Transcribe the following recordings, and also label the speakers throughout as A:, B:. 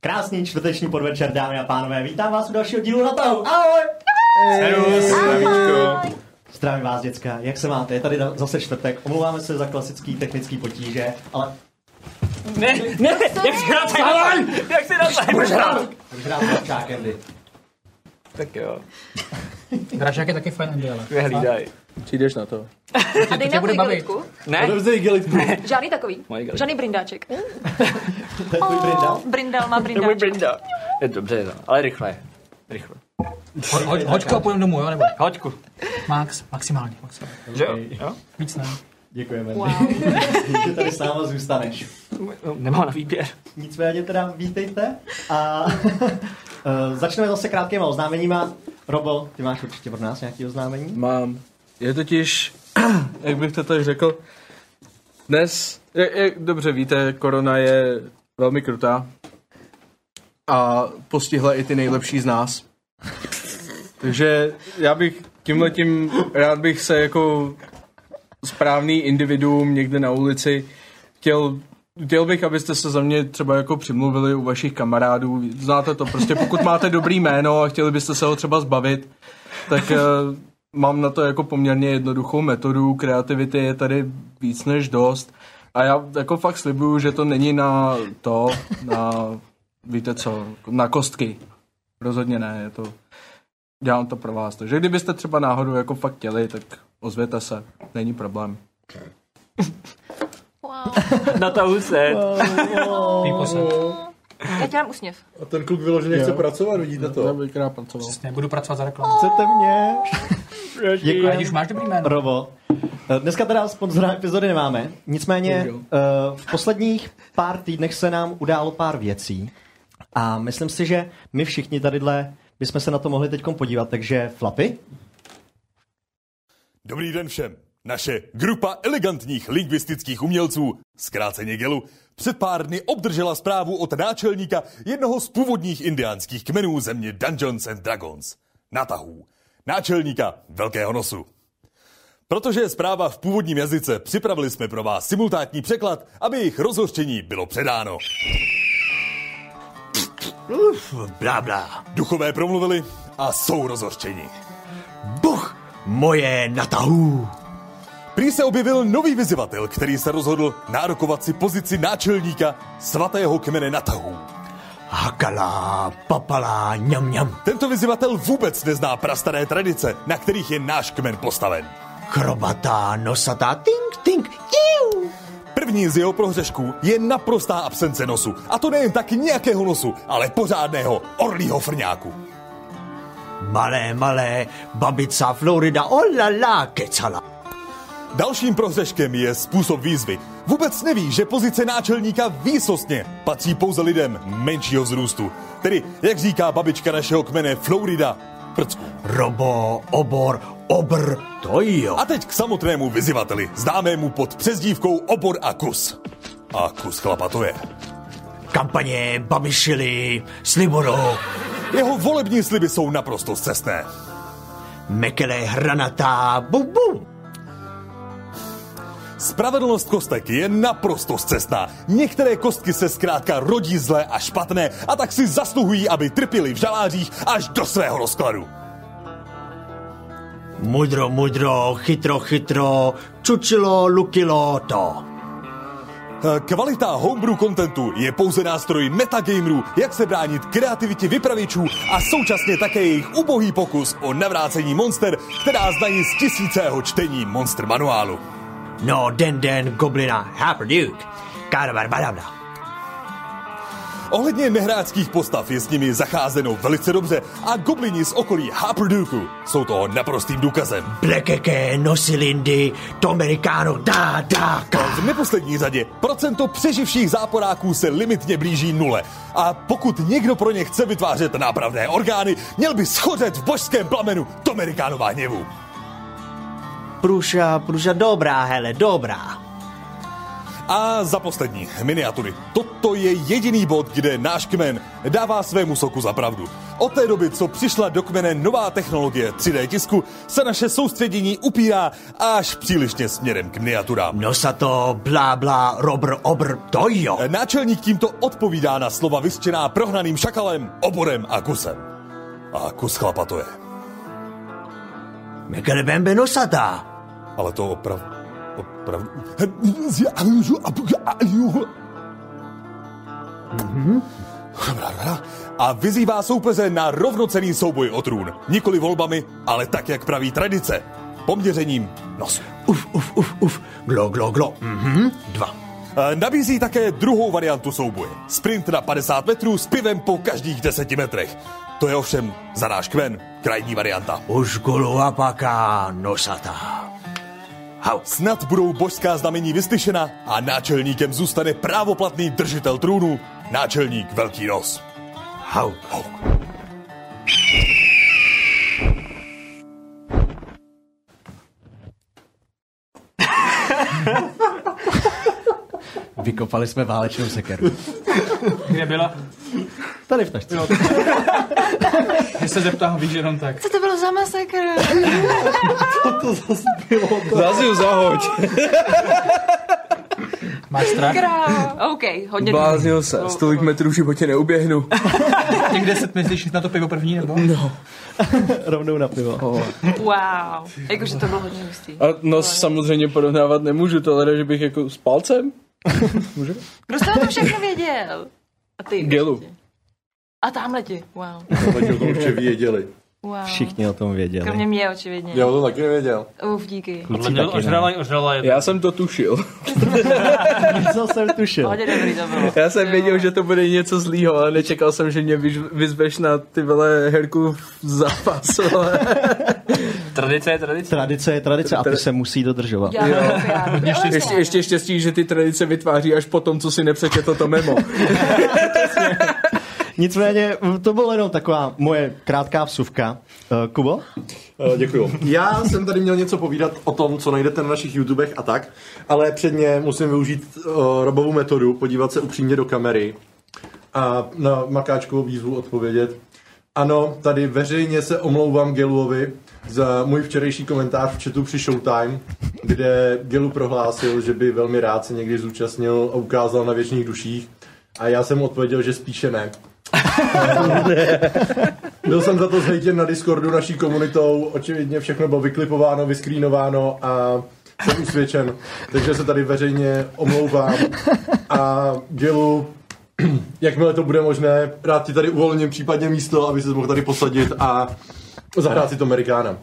A: Krásný čtvrteční podvečer, dámy a pánové. Vítám vás u dalšího dílu na tahu. Ahoj!
B: Servus, zdravíčko.
A: Zdravím vás, děcka. Jak se máte? Je tady da- zase čtvrtek. Omlouváme se za klasický technický potíže, ale
C: Ne, ne, jak si hrát sám? Jak si hrát sám?
A: už rád s Dračákem, kdy.
C: Tak jo,
D: Dražák je taky fajn NBA, ale.
C: nehlídaj.
B: Přijdeš na to.
E: A dej
D: tě
E: nám
D: bude
E: bude
D: bavit.
E: bavit.
C: Ne,
B: Odevzdej gelitku.
E: Žádný takový.
C: Moje galika.
E: Žádný brindáček.
A: To je tvůj brindal.
E: Oh, brindal má
C: to můj
E: brindáček.
C: brinda. Je dobře, no, ale rychle. Rychle.
D: Ho, ho, hoďku a půjdeme domů, jo? Nebo
C: Hoďku.
D: max, maximálně. maximálně.
C: Že jo? jo?
D: Víc ne.
A: Děkujeme,
E: Wow.
A: že tady s náma zůstaneš.
C: No, Nemám na výběr.
A: Nicméně teda vítejte a eh, začneme zase krátkýma oznámeníma. Robo, ty máš určitě od nás nějaké oznámení?
B: Mám. Je totiž, jak bych to tak řekl, dnes, jak, jak dobře víte, korona je velmi krutá a postihla i ty nejlepší z nás. Takže já bych tímhletím, rád bych se jako správný individuum někde na ulici chtěl Chtěl bych, abyste se za mě třeba jako přimluvili u vašich kamarádů. Znáte to prostě, pokud máte dobrý jméno a chtěli byste se ho třeba zbavit, tak eh, mám na to jako poměrně jednoduchou metodu, kreativity je tady víc než dost a já jako fakt slibuju, že to není na to, na víte co, na kostky. Rozhodně ne, je to, dělám to pro vás. Takže kdybyste třeba náhodou jako fakt chtěli, tak ozvěte se, není problém.
E: Wow.
C: Na ta huset.
D: Výposed.
E: Já dělám úsměv.
F: A ten kluk vyloženě chce pracovat, vidíte
B: Já
F: to?
B: bych rád pracoval.
D: Přesně, budu pracovat za reklamu.
A: Chcete mě?
D: A když
A: Děkuji.
D: máš dobrý jméno.
A: Robo. Eh, Dneska teda sponzora epizody nemáme, nicméně
B: Bohužel.
A: eh, v posledních pár týdnech se nám událo pár věcí a myslím si, že my všichni tadyhle bychom se na to mohli teď podívat, takže Flapy,
G: Dobrý den všem. Naše grupa elegantních lingvistických umělců, zkráceně gelu, před pár dny obdržela zprávu od náčelníka jednoho z původních indiánských kmenů země Dungeons and Dragons. Natahů. Náčelníka Velkého nosu. Protože je zpráva v původním jazyce, připravili jsme pro vás simultátní překlad, aby jejich rozhořčení bylo předáno. Blá, blá. Duchové promluvili a jsou rozhořčeni. Bůh moje natahů. Prý se objevil nový vyzivatel, který se rozhodl nárokovat si pozici náčelníka svatého kmene natahů.
H: Hakala, papala, ňam ňam,
G: Tento vyzivatel vůbec nezná prastaré tradice, na kterých je náš kmen postaven.
H: chrobatá, nosatá, tink, tink, iu.
G: První z jeho prohřešků je naprostá absence nosu. A to nejen tak nějakého nosu, ale pořádného orlího frňáku.
H: Malé, malé, babica Florida, olala, kecala.
G: Dalším prohřeškem je způsob výzvy. Vůbec neví, že pozice náčelníka výsostně patří pouze lidem menšího vzrůstu. Tedy, jak říká babička našeho kmene Florida, prcku.
H: Robo, obor, obr, to jo.
G: A teď k samotnému vyzivateli, známému pod přezdívkou Obor a kus. A kus chlapa to je.
H: Kampaně, babišili, sliboro,
G: Jeho volební sliby jsou naprosto cestné.
H: mekele, hranatá, bum, bum.
G: Spravedlnost kostek je naprosto zcestná. Některé kostky se zkrátka rodí zlé a špatné a tak si zasluhují, aby trpěli v žalářích až do svého rozkladu.
H: Mudro, mudro, chytro, chytro, čučilo, lukilo, to.
G: Eh, Kvalita homebrew kontentu je pouze nástroj metagamerů, jak se bránit kreativitě vypravěčů a současně také jejich ubohý pokus o navrácení monster, která znají z tisícého čtení monster manuálu.
H: No, den, den, goblina, haperduke, karabar, badabla.
G: Ohledně nehráčských postav je s nimi zacházeno velice dobře a goblini z okolí Haperduku jsou toho naprostým důkazem.
H: Plekeke, nosilindy, to amerikáno, dá, dá, ka.
G: V neposlední řadě procento přeživších záporáků se limitně blíží nule. A pokud někdo pro ně chce vytvářet nápravné orgány, měl by schořet v božském plamenu Tomerikánová hněvu.
H: Průša, průša, dobrá, hele, dobrá.
G: A za poslední, miniatury. Toto je jediný bod, kde náš kmen dává svému soku za pravdu. Od té doby, co přišla do kmene nová technologie 3D tisku, se naše soustředění upírá až přílišně směrem k miniaturám.
H: Nosato, blá, blá, robr, obr, to jo.
G: Eh. Náčelník tímto odpovídá na slova vyřčená prohnaným šakalem, oborem a kusem. A kus chlapa to je.
H: Mekelebembe nosata.
G: Ale to opravdu... Opravdu... A vyzývá soupeře na rovnocený souboj o trůn. Nikoli volbami, ale tak, jak praví tradice. Poměřením nosu.
H: Uf, uf, uf, uf. Glo, glo, glo. Mhm, dva.
G: E, Nabízí také druhou variantu souboje. Sprint na 50 metrů s pivem po každých 10 metrech. To je ovšem za náš kmen krajní varianta.
H: Už guluapaka nosata.
G: Snad budou božská znamení vyslyšena a náčelníkem zůstane právoplatný držitel trůnu, náčelník Velký nos.
H: Hauk.
A: Vykopali jsme válečnou sekeru.
D: Kde byla?
A: Tady v tašce.
D: Že se zeptám, víš jenom tak.
E: Co to bylo za masakr?
I: Zaziu, zahoď.
D: Máš strach?
E: Král. OK, hodně
I: Bláznil se, z tolik metrů v životě neuběhnu.
D: Těch 10 myslíš jít na to pivo první, nebo?
A: Rovnou na pivo.
E: Wow. Jakože to bylo hodně hustý.
I: A nos samozřejmě porovnávat nemůžu, to ale že bych jako s palcem?
E: Kdo jste o tom všechno věděl? A ty.
I: Gelu.
E: A tamhle ti. Wow.
J: Takže o tom ještě věděli.
E: wow.
A: Všichni o tom věděli.
E: Kromě mě očividně.
J: Já to taky nevěděl.
E: Uf, díky.
A: Kluci
C: Mě
A: taky ne.
C: ožrala, ožrala je.
I: Já jsem to tušil.
A: Co jsem tušil.
E: Hodně dobrý to bylo.
I: Já jsem věděl, že to bude něco zlýho, ale nečekal jsem, že mě vyž- vyzveš na ty vole herku v zápas. vole.
C: Tradice je tradice.
A: Tradice je tradice a ty se musí dodržovat.
E: Já, já, já,
I: Ještě, ještě štěstí, že ty tradice vytváří až po tom, co si nepřečetl to memo.
A: Nicméně to byla jenom taková moje krátká vsuvka. Eh, Kubo?
J: Eh, Děkuju. Já jsem tady měl něco povídat o tom, co najdete na našich YouTubech a tak, ale předně musím využít uh, robovou metodu, podívat se upřímně do kamery a na makáčkovou výzvu odpovědět. Ano, tady veřejně se omlouvám Geluovi za můj včerejší komentář v chatu při Showtime, kde Gelu prohlásil, že by velmi rád se někdy zúčastnil a ukázal na věčných duších. A já jsem mu odpověděl, že spíše ne. Byl jsem za to zhejtěn na Discordu naší komunitou, očividně všechno bylo vyklipováno, vyskrýnováno a jsem usvědčen. Takže se tady veřejně omlouvám a dělu, jakmile to bude možné, rád ti tady uvolním případně místo, aby se mohl tady posadit a zahrát si to Amerikána.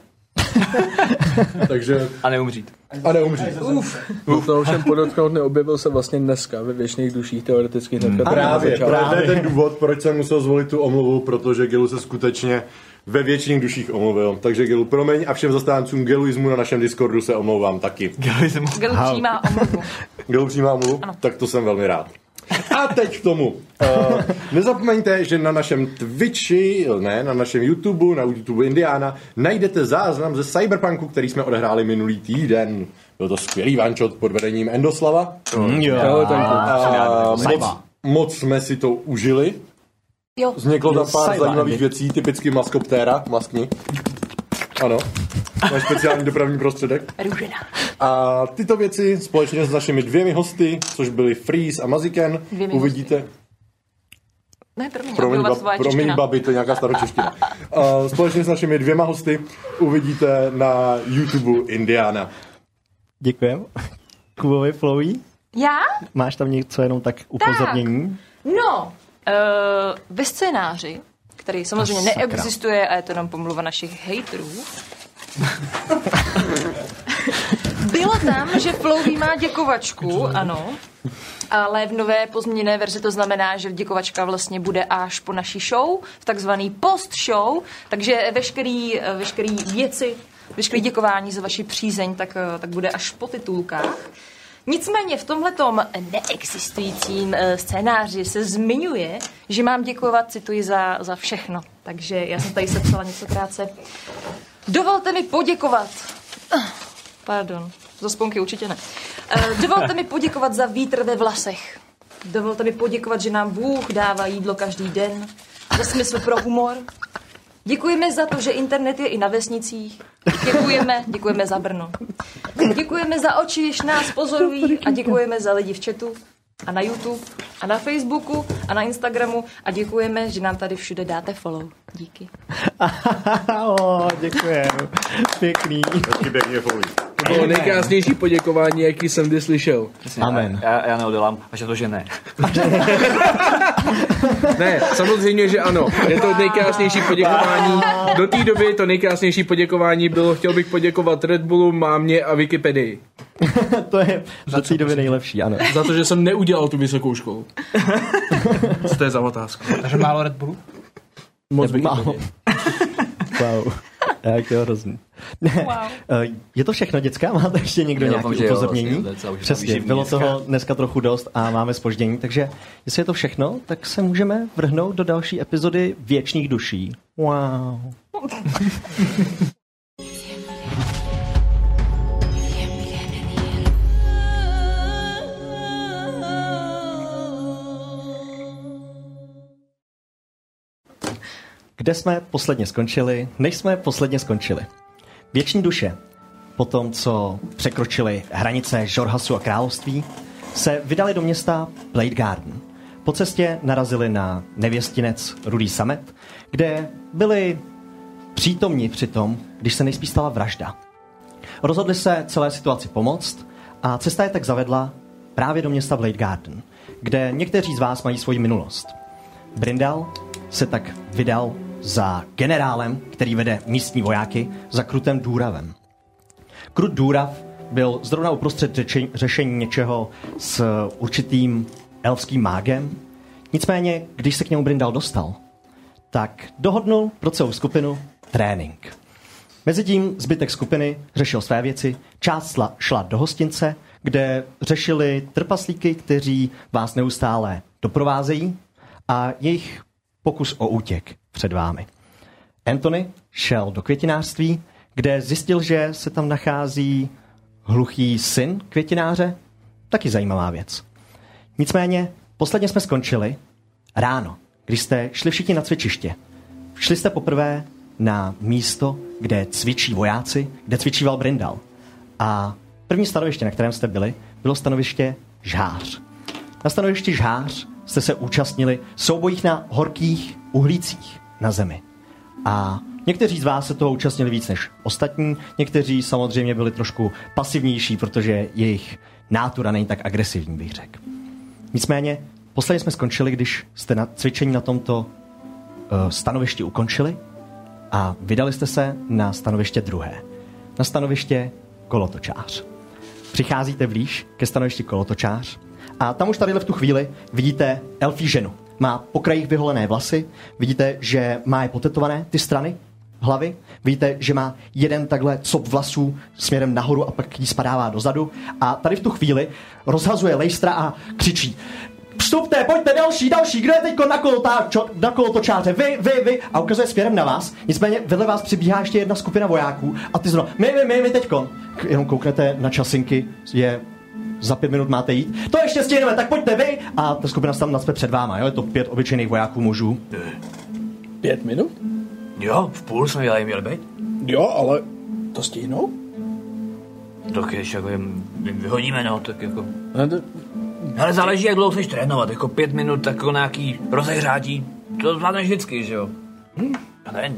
J: Takže
C: A neumřít.
J: a neumřít.
I: To ovšem podotknout neobjevil se vlastně dneska ve věčných duších teoreticky hnedka. tam na
J: Hmm. Právě,
I: začátku.
J: právě to je ten důvod, proč jsem musel zvolit tu omluvu, protože Gelu se skutečně ve většiných duších omluvil. Takže Gelu, promiň a všem zastáncům geluismu na našem Discordu se omlouvám taky.
E: Gelu přijímá omluvu.
J: Kdo přijímá mluvu, tak to jsem velmi rád. A teď k tomu. Uh, nezapomeňte, že na našem Twitchi, ne, na našem YouTube, na YouTube Indiana, najdete záznam ze Cyberpunku, který jsme odehráli minulý týden. Byl to skvělý vančot pod vedením Endoslava.
I: Jo, ten
J: A moc,
A: Cyber.
J: moc jsme si to užili.
E: Jo.
J: Vzniklo tam pár
A: Cyber.
J: zajímavých věcí, typicky maskoptéra, maskni. Ano, máš speciální dopravní prostředek.
E: Růžena.
J: A tyto věci společně s našimi dvěmi hosty, což byli Freeze a Maziken,
E: Dvěmi
J: uvidíte...
E: Ne, promiň,
J: Promiň,
E: byla
J: ba-
E: svoje
J: promiň
E: čeština.
J: babi, to je nějaká staročeština. Uh, společně s našimi dvěma hosty uvidíte na YouTube Indiana.
A: Děkujem. Kubovi Flowy,
E: Já?
A: máš tam něco jenom tak upozornění?
E: No, uh, ve scénáři, který samozřejmě
A: sakra.
E: neexistuje a je to jenom pomluva našich hejterů, bylo tam, že Flowy má děkovačku, ano, ale v nové pozměněné verzi to znamená, že děkovačka vlastně bude až po naší show, v takzvaný post show, takže veškerý, eh, veškerý věci, veškerý děkování za vaši přízeň, tak, eh, tak bude až po titulkách. Nicméně v tomhletom neexistujícím eh, scénáři se zmiňuje, že mám děkovat, cituji, za, za všechno. Takže já jsem tady sepsala něco krátce. Dovolte mi poděkovat Pardon, za sponky určitě ne. Eh, Dovolte mi poděkovat za vítr ve vlasech. Dovolte mi poděkovat, že nám Bůh dává jídlo každý den. Za smysl pro humor. Děkujeme za to, že internet je i na vesnicích. Děkujeme, děkujeme za Brno. Děkujeme za oči, jež nás pozorují a děkujeme za lidi v chatu a na YouTube a na Facebooku a na Instagramu a děkujeme, že nám tady všude dáte follow. Díky.
A: o, děkujem. Pěkný.
J: Hezky pěkně folí.
I: To bylo nejkrásnější poděkování, jaký jsem kdy slyšel.
A: Amen.
C: Já, já neodolám, až na to, že ne.
I: Ne, samozřejmě, že ano. Je to nejkrásnější poděkování. Do té doby to nejkrásnější poděkování bylo, chtěl bych poděkovat Red Bullu, mámě a Wikipedii.
A: To je do té doby nejlepší, ano.
I: Za to, že jsem neudělal tu vysokou školu. Co to je za otázku?
D: Takže málo Red Bullu?
I: Moc
A: Málo.
I: Wikipedii.
A: Wow. Tak jo, hrozný.
E: Wow.
A: Eh, Je to všechno, děcka? Máte ještě někdo
C: Já doufám,
A: nějaké
C: že jo,
A: upozornění?
C: vlastně docela už
A: Přesně,
C: výživný
A: bylo
C: dneska.
A: toho dneska trochu dost a máme spoždění, takže jestli je to všechno, tak se můžeme vrhnout do další epizody Věčných duší. Wow. Kde jsme posledně skončili, než jsme posledně skončili? Věční duše, po tom, co překročili hranice Žorhasu a království, se vydali do města Blade Garden. Po cestě narazili na nevěstinec Rudý Samet, kde byli přítomni při tom, když se nejspíš stala vražda. Rozhodli se celé situaci pomoct a cesta je tak zavedla právě do města Blade Garden, kde někteří z vás mají svoji minulost. Brindal se tak vydal za generálem, který vede místní vojáky, za Krutem Důravem. Krut Důrav byl zrovna uprostřed řeči- řešení něčeho s určitým elfským mágem. Nicméně, když se k němu Brindal dostal, tak dohodnul pro celou skupinu trénink. Mezitím zbytek skupiny řešil své věci, část šla, šla do hostince, kde řešili trpaslíky, kteří vás neustále doprovázejí a jejich pokus o útěk před vámi. Anthony šel do květinářství, kde zjistil, že se tam nachází hluchý syn květináře. Taky zajímavá věc. Nicméně, posledně jsme skončili ráno, když jste šli všichni na cvičiště. Šli jste poprvé na místo, kde cvičí vojáci, kde cvičíval Brindal. A první stanoviště, na kterém jste byli, bylo stanoviště Žhář. Na stanovišti Žhář jste se účastnili soubojích na horkých uhlících na zemi. A někteří z vás se toho účastnili víc než ostatní, někteří samozřejmě byli trošku pasivnější, protože jejich nátura není tak agresivní, bych řekl. Nicméně, posledně jsme skončili, když jste na cvičení na tomto eh, stanovišti ukončili a vydali jste se na stanoviště druhé. Na stanoviště kolotočář. Přicházíte blíž ke stanovišti kolotočář a tam už tady v tu chvíli vidíte elfí ženu. Má po krajích vyholené vlasy, vidíte, že má je potetované ty strany hlavy, vidíte, že má jeden takhle cop vlasů směrem nahoru a pak jí spadává dozadu a tady v tu chvíli rozhazuje lejstra a křičí Vstupte, pojďte další, další, kdo je teď na, kolotá, čo, na kolotočáře, vy, vy, vy a ukazuje směrem na vás. Nicméně vedle vás přibíhá ještě jedna skupina vojáků a ty zrovna, my, my, my, my teďkon. K- Jenom kouknete na časinky, je za pět minut máte jít. To ještě stihneme, tak pojďte vy! A ta skupina se tam nacpe před váma, jo? Je to pět obyčejných vojáků mužů.
B: Pět minut?
C: Jo, v půl jsme dělali měl být.
B: Jo, ale to stihnou?
C: Tak když jako jim jim vyhodíme, no, tak jako...
B: Ne, to-
C: Ale záleží, jak dlouho chceš trénovat, jako pět minut, tak jako nějaký rozehřátí, to zvládneš vždycky, že jo? Hm? Já nevím,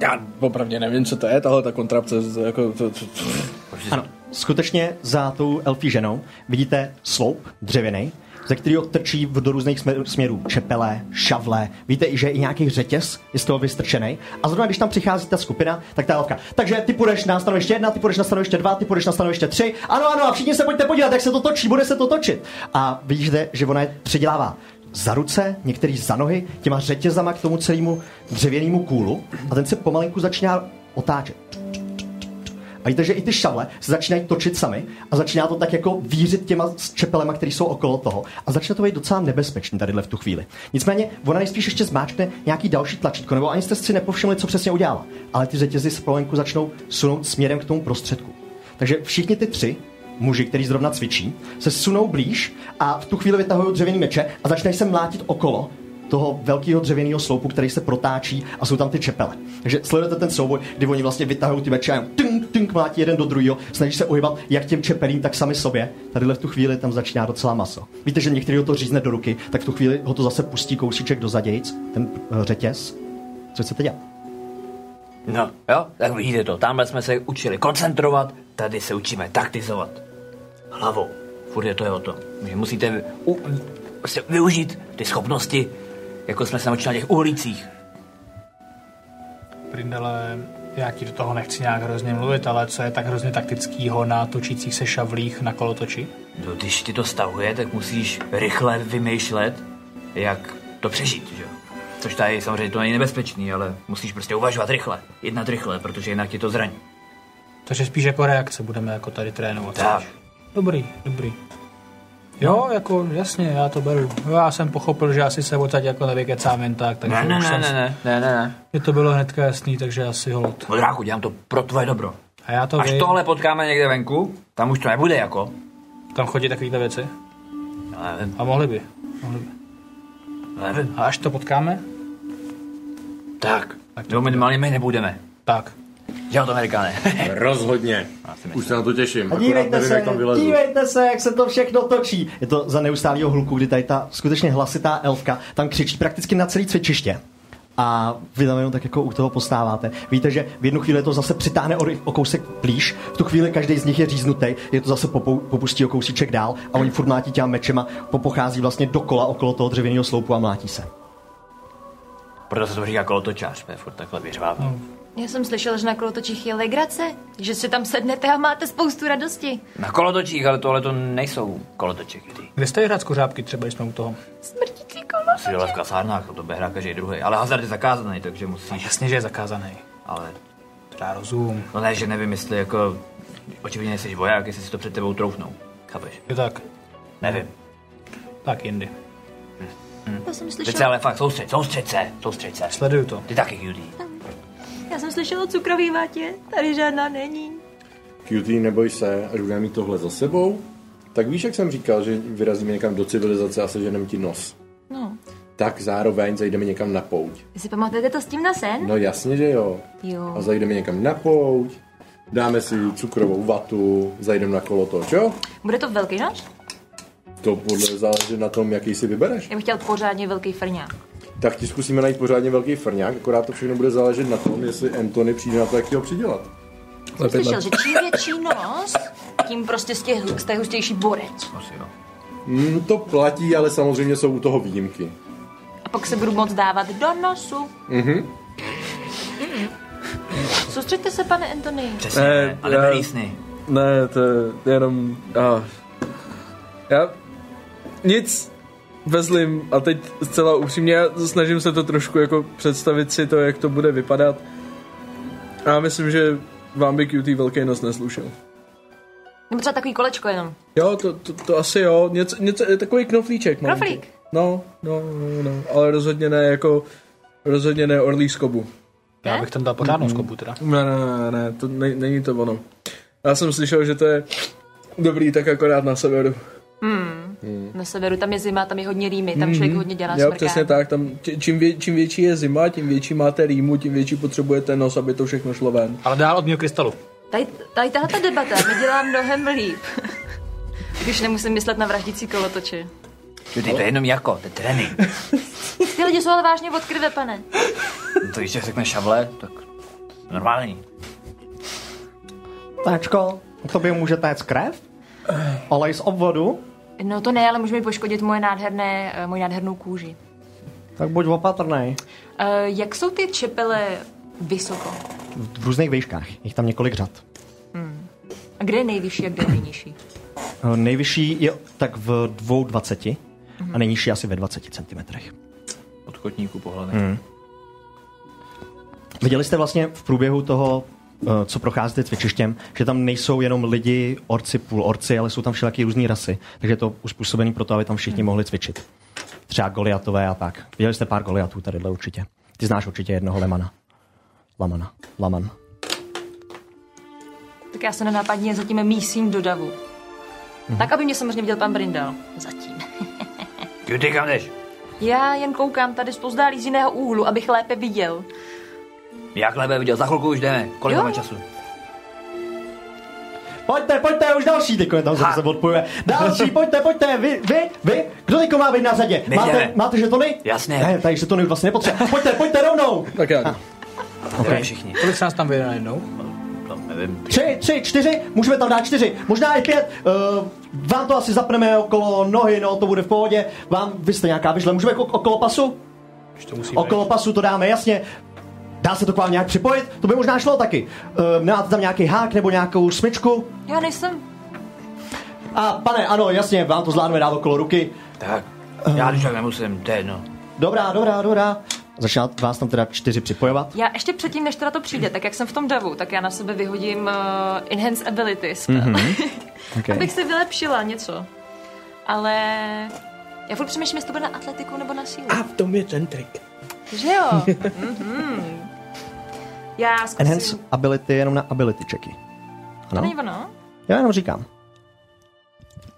B: Já popravdě nevím, co to je, tahle ta kontrapce, z- jako to, to, to.
C: prostě
A: Ano, skutečně za tou elfí ženou vidíte sloup dřevěný, ze kterého trčí v- do různých smer- směrů čepele, šavle. Víte, i že i nějaký řetěz je z toho vystrčený. A zrovna když tam přichází ta skupina, tak ta elfka. Takže ty půjdeš na stanoviště jedna, ty půjdeš na stanoviště dva, ty půjdeš na stanoviště tři. Ano, ano, a všichni se pojďte podívat, jak se to točí, bude se to točit. A vidíte, že ona je předělává za ruce, některý za nohy, těma řetězama k tomu celému dřevěnému kůlu. A ten se pomalinku začíná otáčet. A víte, že i ty šavle se začínají točit sami a začíná to tak jako vířit těma s čepelema, které jsou okolo toho. A začne to být docela nebezpečný tadyhle v tu chvíli. Nicméně ona nejspíš ještě zmáčkne nějaký další tlačítko, nebo ani jste si nepovšimli, co přesně udělala. Ale ty řetězy se polenku začnou sunout směrem k tomu prostředku. Takže všichni ty tři muži, kteří zrovna cvičí, se sunou blíž a v tu chvíli vytahují dřevěný meče a začínají se mlátit okolo toho velkého dřevěného sloupu, který se protáčí a jsou tam ty čepele. Takže sledujete ten souboj, kdy oni vlastně vytahují ty meče a jenom tink, tink, mlátí jeden do druhého, snaží se uhybat jak těm čepelím, tak sami sobě. Tadyhle v tu chvíli tam začíná docela maso. Víte, že některý ho to řízne do ruky, tak v tu chvíli ho to zase pustí kousíček do zadějc, ten eh, řetěz. Co chcete dělat?
C: No, jo, tak vidíte to. Tamhle jsme se učili koncentrovat, tady se učíme taktizovat. Hlavou. Furt je to je o tom. Že musíte u, prostě využít ty schopnosti, jako jsme se naučili na těch uhlících.
D: Brindele, já ti do toho nechci nějak hrozně mluvit, ale co je tak hrozně taktickýho na točících se šavlích na kolotoči?
C: No, když ti to stahuje, tak musíš rychle vymýšlet, jak to přežít, že jo? Což tady samozřejmě to není nebezpečný, ale musíš prostě uvažovat rychle, jednat rychle, protože jinak ti to zraní.
D: Takže spíš jako reakce budeme jako tady trénovat.
C: Tak.
D: Dobrý, dobrý. Jo, jako jasně, já to beru. Já jsem pochopil, že asi se odsaď jako nevykecám jen tak, takže
C: Ne, ne,
D: už
C: ne,
D: jsem...
C: ne, ne, ne, ne, ne.
D: Mě to bylo hnedka jasný, takže asi holot.
C: Modráku, dělám to pro tvoje dobro.
D: A já to
C: Až
D: vím,
C: tohle potkáme někde venku, tam už to nebude jako.
D: tam chodí takovýhle věci.
C: Já nevím,
D: A mohli by. Mohli by.
C: já nevím.
D: A až to potkáme,
C: Tak, nebo minimálně my nebudeme.
D: tak.
C: Že to amerikáne.
J: Rozhodně. Už se na to těším.
A: A
J: akorát
A: dívejte
J: nevím,
A: se,
J: jak tam vylezu.
A: dívejte se, jak se to všechno točí. Je to za neustálého hluku, kdy tady ta skutečně hlasitá elfka tam křičí prakticky na celý cvičiště. A vy tam jenom tak jako u toho postáváte. Víte, že v jednu chvíli to zase přitáhne o, o kousek blíž, v tu chvíli každý z nich je říznutý, je to zase popou, popustí o kousíček dál a oni furt mlátí těma mečema, popochází vlastně dokola okolo toho dřevěného sloupu a mlátí se.
C: Proto se to říká kolotočář, to je furt takhle vyřvává.
E: Já jsem slyšela, že na kolotočích je legrace, že si tam sednete a máte spoustu radosti.
C: Na kolotočích, ale tohle to nejsou kolotoče, kdy.
D: Kde jste hrát z kořápky, třeba když jsme u toho?
E: Smrtící kolotoč.
C: Přijela v kasárnách, to bude hra každý druhý. Ale hazard je zakázaný, takže musíš.
D: No, Jasně, že je zakázaný.
C: Ale
D: To já rozum.
C: no ne, že nevím, jestli jako. Očividně jsi voják, jestli si to před tebou troufnou. Chápeš?
D: Je tak,
C: Nevím.
D: tak jindy.
E: Já jsem
C: Teď se
E: slyšela,
C: ale fakt soustřed, soustřed se, soustřed se.
D: Sleduju to.
C: Ty taky, Judy.
E: já jsem slyšela o cukrový vátě, tady žádná není.
J: Cutie, neboj se, až budeme mít tohle za sebou, tak víš, jak jsem říkal, že vyrazíme někam do civilizace a seženeme ti nos.
E: No,
J: Tak zároveň zajdeme někam na pouť.
E: vy si pamatujete to s tím na sen?
J: No jasně, že jo.
E: Jo.
J: A zajdeme někam na pouť, dáme si cukrovou vatu, zajdeme na kolotoč, jo?
E: Bude to velký noč?
J: To podle záleží na tom, jaký si vybereš.
E: Já bych chtěl pořádně velký frňák.
J: Tak ti zkusíme najít pořádně velký frňák, akorát to všechno bude záležet na tom, jestli Anthony přijde na to, jak ti ho přidělat.
E: Jsem slyšel, že čím větší nos, tím prostě z, těch, z té hustější borec.
C: Asi jo.
J: Mm, to platí, ale samozřejmě jsou u toho výjimky.
E: A pak se budu moc dávat do nosu. Mhm. Soustřeďte se, pane Anthony.
C: Přesně,
I: Ne,
C: ne, ale
I: ne.
C: ne. sny.
I: Ne, to je jenom... A, já nic vezlim a teď zcela upřímně já snažím se to trošku jako představit si to, jak to bude vypadat. A já myslím, že vám by QT velký nos neslušel.
E: Nebo třeba takový kolečko jenom.
I: Jo, to, to, to asi jo, něco, něco, takový knoflíček. malinký.
E: Knoflík.
I: No, no, no, no, ale rozhodně ne jako, rozhodně ne orlí skobu.
D: Já bych tam dal pořádnou skopu teda.
I: Ne, ne, ne, ne, to ne, není to ono. Já jsem slyšel, že to je dobrý tak akorát na severu.
E: Na severu tam je zima, tam je hodně rýmy, tam člověk hodně dělá
I: Mhm. Jo,
E: smrká.
I: přesně tak. Tam, či- čím, vě, čím větší je zima, tím větší máte rýmu, tím větší potřebujete nos, aby to všechno šlo ven.
D: Ale dál od mého krystalu.
E: Tady, tady tahle ta debata mi dělá mnohem líp. Když nemusím myslet na vraždící kolotoče.
C: Judy, to je jenom jako, to je trénink.
E: Ty lidi jsou ale vážně od krve, pane.
C: No To když se řekne šavle, tak normální.
A: Táčko, to by může téct krev, ale i z obvodu,
E: No to ne, ale může mi poškodit moje nádherné, eh, moji nádhernou kůži.
A: tak buď opatrnej.
E: Eh, jak jsou ty čepele vysoko?
A: V různých výškách, jich tam několik řad.
E: A kde je nejvyšší a kde je nejnižší?
A: Eh, Nejvyšší je tak v 2,20 a nejnižší asi ve 20 cm.
C: Od kotníku pohlavy. Hmm.
A: Viděli jste vlastně v průběhu toho, eh, co procházíte cvičištěm, že tam nejsou jenom lidi, orci, půl orci, ale jsou tam všelijaký různé rasy. Takže je to uspůsobený pro to, aby tam všichni mohli cvičit. Třeba goliatové a tak. Viděli jste pár goliatů tadyhle určitě. Ty znáš určitě jednoho Lemana. Lamana. Laman.
E: Tak já se nenápadně zatím mísím do davu.
I: Mhm.
E: Tak, aby mě samozřejmě viděl pan Brindal. Zatím.
C: Ty, ty kam jdeš?
E: Já jen koukám tady zpozdálí z jiného úhlu, abych lépe viděl.
C: Jak lebe viděl, za chvilku už jdeme. Kolik
E: Jo.
C: máme času?
A: Pojďte, pojďte, už další, teď tam se se odpojuje. Další, pojďte, pojďte, vy, vy, vy, kdo teď má být na řadě?
C: My
A: máte,
C: jdeme.
A: máte žetony?
C: Jasně.
A: Ne, takže žetony už vlastně nepotřebuje. Pojďte, pojďte rovnou.
B: Tak já jdu.
C: Okay. všichni.
D: Kolik se nás tam vyjde najednou?
C: No, nevím.
A: Tři, tři, čtyři, můžeme tam dát čtyři, možná i pět. Uh, vám to asi zapneme okolo nohy, no to bude v pohodě. Vám, vy jste nějaká vyšle, můžeme jako ok- okolo pasu?
D: Už to musí
A: Okolo pasu to dáme, jasně. Dá se to k vám nějak připojit? To by možná šlo taky. Uh, máte tam nějaký hák nebo nějakou smyčku?
E: Já nejsem...
A: A pane, ano, jasně, vám to zvládneme dát okolo ruky.
C: Tak, já když tak nemusím, to je jedno.
A: Dobrá, dobrá, dobrá. Začíná vás tam teda čtyři připojovat.
E: Já ještě předtím, než teda to přijde, tak jak jsem v tom davu, tak já na sebe vyhodím uh, Enhance Abilities. Mm-hmm.
A: Okay.
E: Abych si vylepšila něco. Ale... Já furt přemýšlím, jestli to bude na atletiku nebo na sílu.
B: A v tom je ten trik.
E: Že jo? mm-hmm. Já zkusím...
A: Enhance ability jenom na ability checky.
E: To
A: Ano?
E: není ono?
A: Já jenom říkám.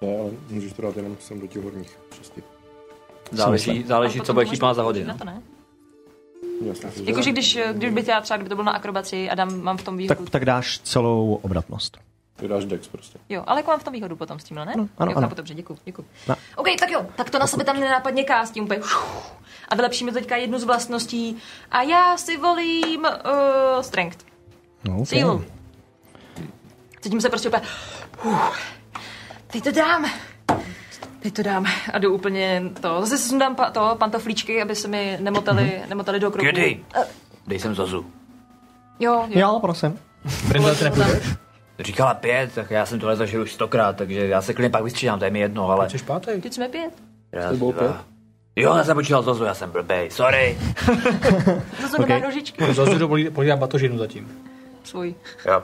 J: Ne, ale můžeš to dát jenom sem do těch horních šesti.
C: Záleží, záleží
E: A
C: co
E: potom
C: bude
E: to
C: chtít
E: máš
C: pán za hodinu.
E: Na to ne?
J: Jasně.
E: Jakože když, když by já třeba, kdyby to bylo na akrobaci a dám, mám v tom výhodu.
A: Tak, tak dáš celou obratnost.
J: Ty dáš dex prostě.
E: Jo, ale jako mám v tom výhodu potom s tímhle, ne?
A: No, ano,
E: jo,
A: ano.
E: chápu, dobře, děkuji, děkuji.
A: No.
E: OK, tak jo, tak to na sebe tam nenápadně kástím úplně. šuch. A vylepšíme teďka jednu z vlastností. A já si volím uh, strength,
A: No, okay.
E: sílu. Cítím se prostě úplně... Uh, teď to dám. Teď to dám a jdu úplně to. Zase sundám pa, to, pantoflíčky, aby se mi nemotali,
A: Mhm.
E: mm-hmm. nemotali do kroku.
C: Kdy? Dej sem Zozu.
E: Jo, jo.
A: Jo, prosím.
D: Brindle to nepůjde.
C: Říkala pět, tak já jsem tohle zažil už stokrát, takže já se klidně pak vystřídám, to je mi jedno, ale...
D: Jsi pátý?
E: Teď jsme pět.
C: Raz,
B: To bylo
C: dva.
B: pět?
C: Jo, já jsem počítal Zozu, já jsem blbej, sorry.
E: Zase okay. nemám nožičky.
D: Zase to pohlídá batožinu zatím.
E: Svůj.
C: Jo.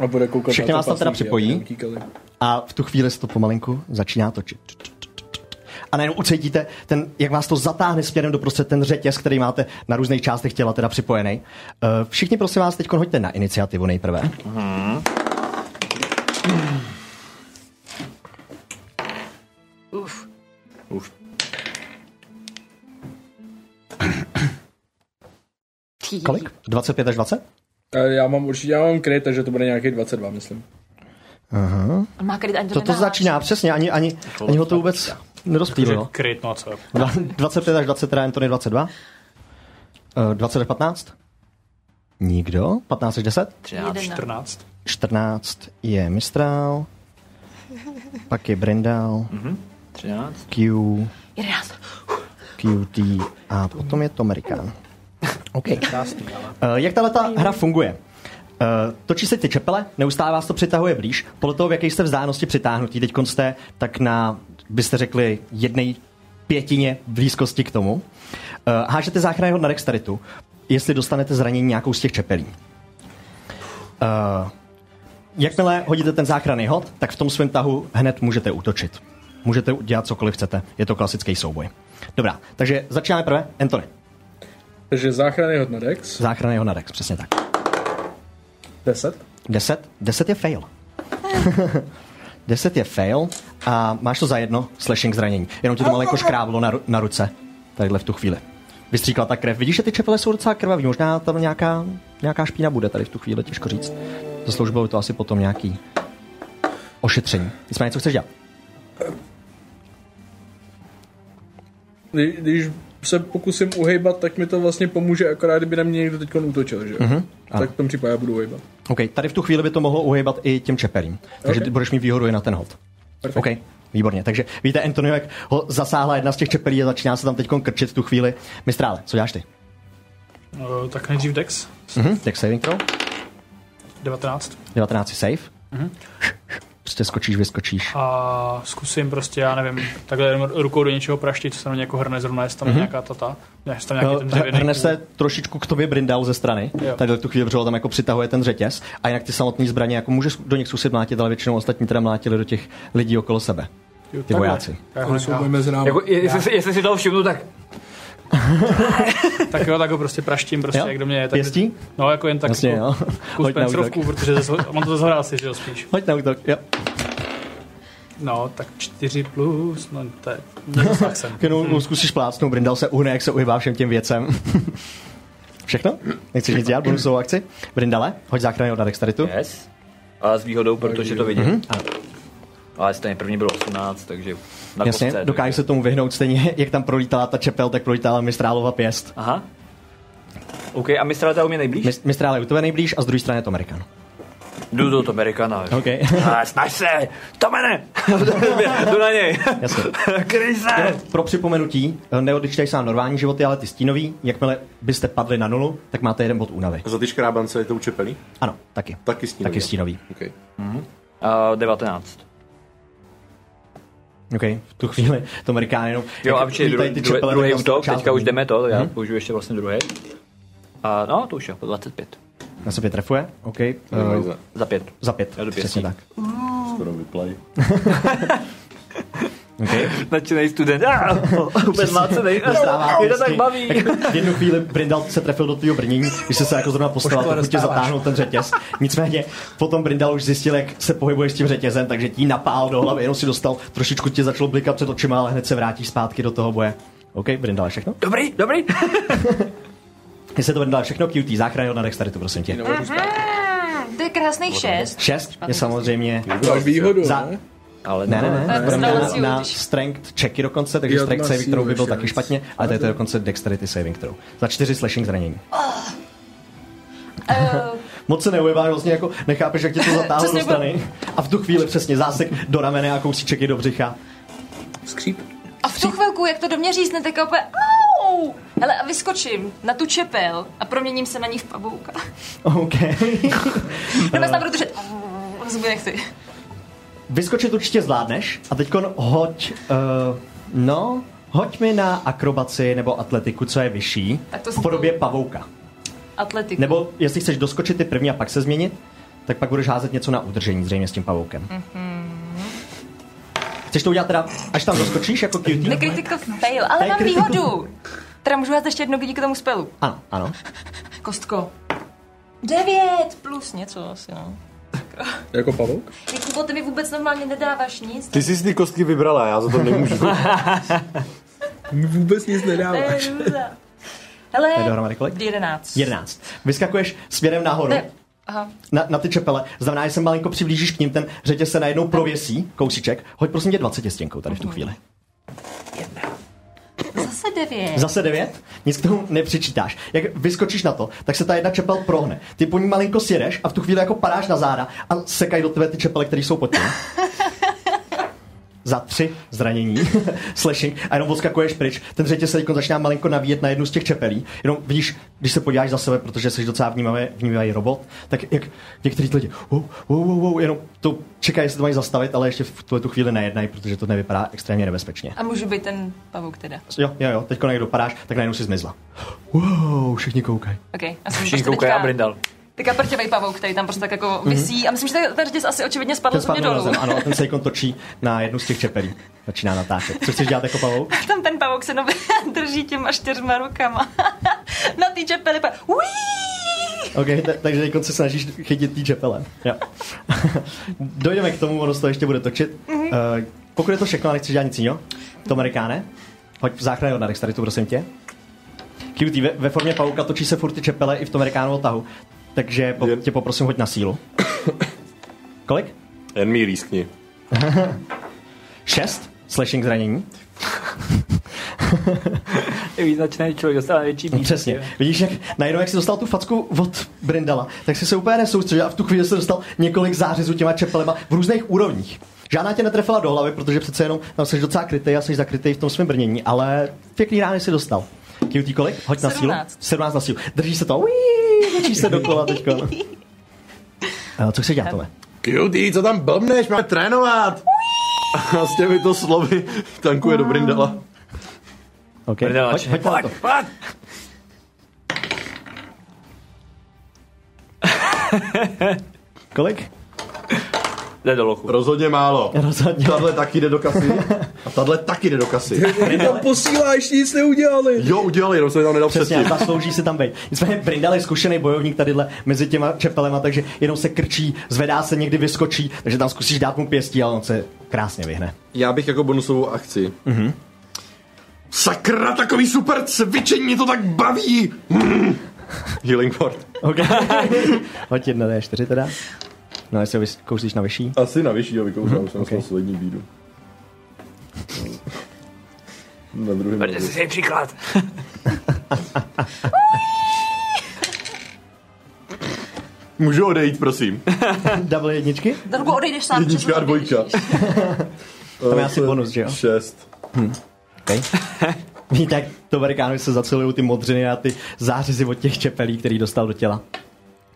B: A bude koukat
A: Všechny
B: na
A: vás tam teda
B: zápasníky,
A: připojí?
B: jak tam kýkali.
A: A v tu chvíli se to pomalinku začíná točit. A najednou ucítíte, ten, jak vás to zatáhne směrem doprostřed ten řetěz, který máte na různých částech těla teda připojený. Eh, Všichni prosím vás teď hoďte na iniciativu nejprve.
E: Uf.
B: Uf.
E: Tí.
A: Kolik? 25 až 20?
B: A Já mám určitě, já mám kryt, takže to bude nějaký 22, myslím.
E: On má kryt, ani to
A: No To to
E: nedáváš.
A: začíná přesně, ani, ani, ani ho to vůbec nerozptýlilo.
D: Kryt, no co?
A: Dva- 25 až 20, teda Antony 22. Eh, 20 až 15? Nikdo. 15 až 10?
E: Jeden na-
D: 14.
A: 14 je Mistral. Pak je Brindal.
C: 13.
A: Q.
E: Jedenáct.
A: QT a potom je to Amerikán. OK. Eh, Jak tahle ta hra funguje? Eh, Točí se ty čepele, neustále vás to přitahuje blíž. Podle toho, v jaké jste vzdálenosti přitáhnutí teď jste, tak na, byste řekli, jednej pětině blízkosti k tomu. Eh, Hážete záchranný hod na dexteritu, jestli dostanete zranění nějakou z těch čepelí. Eh, Jakmile hodíte ten záchranný hod, tak v tom svém tahu hned můžete útočit. Můžete dělat cokoliv chcete. Je to klasický souboj. Dobrá, takže začínáme prvé. Anthony,
B: Takže záchranný hod na Dex.
A: záchranný hod na Dex, přesně tak.
B: 10.
A: 10, 10 je fail. 10 je fail a máš to za jedno slashing zranění. Jenom ti to malinko škráblo na, ru- na ruce, tadyhle v tu chvíli. Vystříkla ta krev. Vidíš, že ty čepele jsou docela krvavý. Možná tam nějaká, nějaká špína bude tady v tu chvíli, těžko říct. Zasloužilo by to asi potom nějaký ošetření. Nicméně, co chceš dělat?
B: Kdy- Když se pokusím uhejbat, tak mi to vlastně pomůže, akorát kdyby na mě někdo teď útočil, že jo?
D: Mhm,
B: Tak v tom případě já budu uhejbat.
A: OK, tady v tu chvíli by to mohlo uhejbat i těm čepelím. Takže
B: OK.
A: okay. budeš mít výhodu i na ten hod.
B: Perfekt.
A: OK, výborně. Takže víte, Antonio, jak ho zasáhla jedna z těch čepelí a začíná se tam teď krčit v tu chvíli. Mistrále, co děláš ty?
D: No, tak nejdřív Dex.
A: Mhm. Tak saving throw.
D: 19.
A: 19 je safe. Mm-hmm.
D: Mhm.
A: Prostě skočíš, vyskočíš.
D: A zkusím prostě, já nevím, takhle jenom rukou do něčeho praštit, co se na mě jako hrne zrovna, jestli tam mm-hmm. nějaká tata, jestli tam
A: Mhm.
D: nějaký
A: No,
D: ten
A: hr-
D: dřevěný
A: Hrne
D: kůl.
A: se trošičku k tobě brindal ze strany.
D: Jo.
A: Tady tu chvíli protože ho tam jako přitahuje ten řetěz. A jinak ty samotné zbraně, jako můžeš do nich zkusit mlátit, ale většinou ostatní teda mlátili do těch lidí okolo sebe.
D: Jo,
A: Ty
D: takhle.
A: vojáci.
D: Já ho
B: To
D: nechám.
B: jsou moje mezi námi.
C: Jako, je- jestli, si- jestli si toho všimnu, tak
D: Tak jo, tak ho prostě praštím, prostě,
A: Jo?
D: jak do mě je. Tak
A: Pěstí?
D: No, jako jen tak
A: Jasně,
D: jako
A: jo.
D: kus
A: Hoď na
D: pencrovku, protože zase, on to zase hrál si, že jo, spíš.
A: Hoď na útok, jo.
D: No, tak 4 plus, no to je... Nedosah jsem.
A: Jenom zkusíš plácnout, Brindal se uhne, jak se uhybá všem těm věcem. Všechno? Nechceš nic dělat, bonusovou akci? Brindale, hoď záchranného na dexteritu.
C: Yes. A s výhodou, protože to vidím. Mm-hmm. Ale stejně první bylo 18, takže na
A: Jasně,
C: kostce.
A: dokáže se tomu vyhnout stejně, jak tam prolítala ta čepel, tak prolítala Mistrálova pěst.
C: Aha. OK, a mistr je u mě nejblíž?
A: Mis- Mistrál je u tebe nejblíž a z druhé strany je to Amerikan.
C: Jdu do toho Amerikana.
A: OK.
C: A snaž se! Tomene! Jdu na něj!
A: Jasně.
C: Kryj se!
A: Pro připomenutí, neodečtej sám normální životy, ale ty stínový. Jakmile byste padli na nulu, tak máte jeden bod únavy.
J: Za ty škrábance je to učepelý?
A: Ano, taky.
J: Taky stínový.
A: Taky stínový.
J: Okay.
C: A 19.
A: OK, v tu chvíli to Amerikán jenom...
C: Jo,
A: jak
C: a určitě
A: lítají
C: druhý,
A: ty
C: druhý,
A: čepele,
C: druhý
A: tak
C: útok,
A: část
C: teďka už
A: hodí.
C: jdeme to, já
A: Mhm.
C: použiju ještě vlastně druhý. A no, to už je, po 25.
A: Na sebe trefuje, OK. Uh,
J: Uh,
C: Za pět.
A: za pět,
C: Já do
A: přesně
C: pěstí.
A: tak.
J: Skoro vyplay.
A: Okay.
C: Nadšenej student. Ah, vůbec mlácenej.
A: Dostává
C: Mě to
A: pěstí.
C: tak baví.
A: Tak v jednu chvíli Brindal se trefil do tvého brnění, když jsi se jako zrovna postavil,
D: Poškole
A: tak tě
D: dostáváš.
A: zatáhnul ten řetěz. Nicméně potom Brindal už zjistil, jak se pohybuješ s tím řetězem, takže ti napál do hlavy, jenom si dostal, trošičku ti začalo blikat před očima, ale hned se vrátíš zpátky do toho boje. OK, Brindal, všechno?
C: Dobrý, dobrý.
A: Jestli to Brindal všechno, QT, záchraně na dexteritu, prosím tě.
E: To je krásných šest.
A: Šest je samozřejmě
B: Máš výhodu,
A: za...
B: ne?
C: Ale
A: Ne, ne, ne.
E: Tak
A: Bram
E: znala
A: měl
E: si
A: na
E: hodíš.
A: strength checky dokonce, takže
B: Jo, to
A: strength
B: máš
A: saving throw by
B: sílu
A: byl
B: ještě
A: taky
B: víc.
A: špatně, ale to je to dokonce dexterity saving throw. Za čtyři slashing zranění.
E: Eh,
A: Moc se neujeváš, vlastně jako nechápeš, jak tě to zatáhlo
E: Přesně
A: do strany. A v tu chvíli přesně zásek do ramene a kousíček je do břicha.
B: Skříp.
E: A v tu chvilku, jak to do mě řízne, tak já úplně au! Hele, a vyskočím na tu čepel a proměním se na ní v pavouka.
A: OK. Eh.
E: Nebo se tam budu držet. Zuby nechci.
A: Vyskočit určitě zvládneš a teďkon hoď, uh, no, hoď mi na akrobaci nebo atletiku, co je vyšší,
E: Tak to
A: v
E: si-
A: podobě pavouka.
E: Atletiku.
A: Nebo jestli chceš doskočit ty první a pak se změnit, tak pak budeš házet něco na udržení zřejmě s tím pavoukem. Mm-hmm.
E: Mhm.
A: Chceš to udělat teda, až tam doskočíš jako
E: Ne
A: cutie?
E: critical fail, ale
A: Ne
E: mám
A: critical-
E: výhodu. Teda můžu vás ještě jedno díky tomu spelu.
A: Ano, ano.
E: Kostko. Devět plus něco asi, no.
B: Jako pavouk?
E: Ty, Kubo, ty mi vůbec normálně nedáváš nic.
J: Ty jsi ty kostky vybrala, já za to nemůžu.
B: Vůbec nic
E: To je
B: nedáváš.
A: To
E: hrůza.
A: je
E: Hele,
A: dohromady kolik?
E: jedenáct.
A: 11. Vyskakuješ směrem nahoru.
E: Ne, Aha.
A: Na, na, ty čepele. Znamená, že se malinko přiblížíš k ním, ten řetěz se najednou prověsí, kousíček. Hoď prosím tě 20 stěnkou tady v tu chvíli.
E: Zase devět.
A: Zase devět, nic k tomu nepřičítáš. Jak vyskočíš na to, tak se ta jedna čepel prohne. Ty po ní malinko sjedeš a v tu chvíli jako padáš na záda a sekají do tebe ty čepele, které jsou pod tím. Za tři zranění, slashing, a jenom odskakuješ pryč. Ten řetěz se teď začíná malinko navíjet na jednu z těch čepelí. Jenom vidíš, když se podíváš za sebe, protože jsi docela vnímavý, vnímavý robot, tak jak některý lidi, wow, wow, wow, wow, jenom to čekají, jestli to mají zastavit, ale ještě v tuhle tu chvíli nejednají, protože to nevypadá extrémně nebezpečně.
E: A můžu být ten pavouk teda.
A: Jo, jo, jo, teďko někdo padáš, tak najednou si zmizla. Wow, všichni koukají.
E: OK, já jsem
C: Všichni
E: prostě
C: koukají
E: teďka-
C: a Mhm. brindal.
E: Teďka prťavej pavouk, který tam prostě tak jako visí. A myslím, že ten- ten řetěz asi očividně spadl
A: Ten
E: ze mě
A: spadl na
E: dolů.
A: zem, ano, a ten sejkon točí na jednu z těch čepelí. Začíná natáčet. Co chceš dělat jako pavou?
E: A tam ten pavouk se nově drží těma čtyřma rukama. na té čepeli pa... Uííí!
A: OK, t- takže teďkon se snažíš chytit tý čepele. Jo. Dojdeme k tomu, ono se to ještě bude točit.
E: Mhm.
A: Uh, pokud je to všechno a nechceš dělat nic jiného, to amerikáne, hoď záchranu na dexteritu, prosím tě. QT ve, ve formě pauka točí se furt ty čepele i v tom amerikánu tahu. Takže po,
J: Je-
A: tě poprosím, hoď na sílu. Kolik?
J: Jen mi lískni.
A: Šest? Slashing zranění?
C: Je význačný člověk, dostává větší
A: No,
C: být.
A: Přesně. Vidíš, jak najednou, jak jsi dostal tu facku od Brindala, tak jsi se úplně nesoustředil a v tu chvíli jsi dostal několik zářezů těma čepelema v různých úrovních. Žádná tě netrefila do hlavy, protože přece jenom tam jsi docela krytej a jsi zakrytej v tom svém brnění, ale pěkný rány si dostal. Cutie kolik? Hoď na sílu.
E: 17.
A: 17 na sílu. Drží se to. Uíí, Točíš se dokola teďko. A co se dělá, Tome?
J: Cutie, co tam blbneš, máme trénovat! A s těmi to slovy tankuje do Brindala.
A: Okay. Hoď,
C: Prdelač.
A: hoď na to.
C: Pojď.
A: Kolik?
C: Jde do lochu.
J: Rozhodně málo.
A: Rozhodně.
J: Tadle taky jde do kasy. A tadle taky jde do kasy.
B: Ty tam posíláš, nic neudělali.
J: Jo, udělali, jenom jsem tam nedal
A: Přesně,
J: předtím.
A: zaslouží si tam být. Nicméně Brindal je zkušený bojovník tadyhle mezi těma čepelema, takže jenom se krčí, zvedá se, někdy vyskočí, takže tam zkusíš dát mu pěstí, ale on se krásně vyhne.
J: Já bych jako bonusovou akci. Mm-hmm. Sakra, takový super cvičení, mě to tak baví! Mm. Healing Ward.
A: OK. Hoď jedna D4 teda. No, jestli ho vykousíš na vyšší.
J: Asi na vyšší, aby koukal, už jsem
A: okay.
J: poslední bídu. Na druhém.
C: Berte si si příklad.
J: Můžu odejít, prosím.
A: Double jedničky?
E: Drgo, odejdeš sám.
J: Jednička a
E: přesně,
J: dvojka.
A: je asi bonus, že jo?
J: Eh, Šest.
A: Okay. Víte, jak to barikánovi se zacilují ty modřiny a ty zářizy od těch čepelí, který dostal do těla.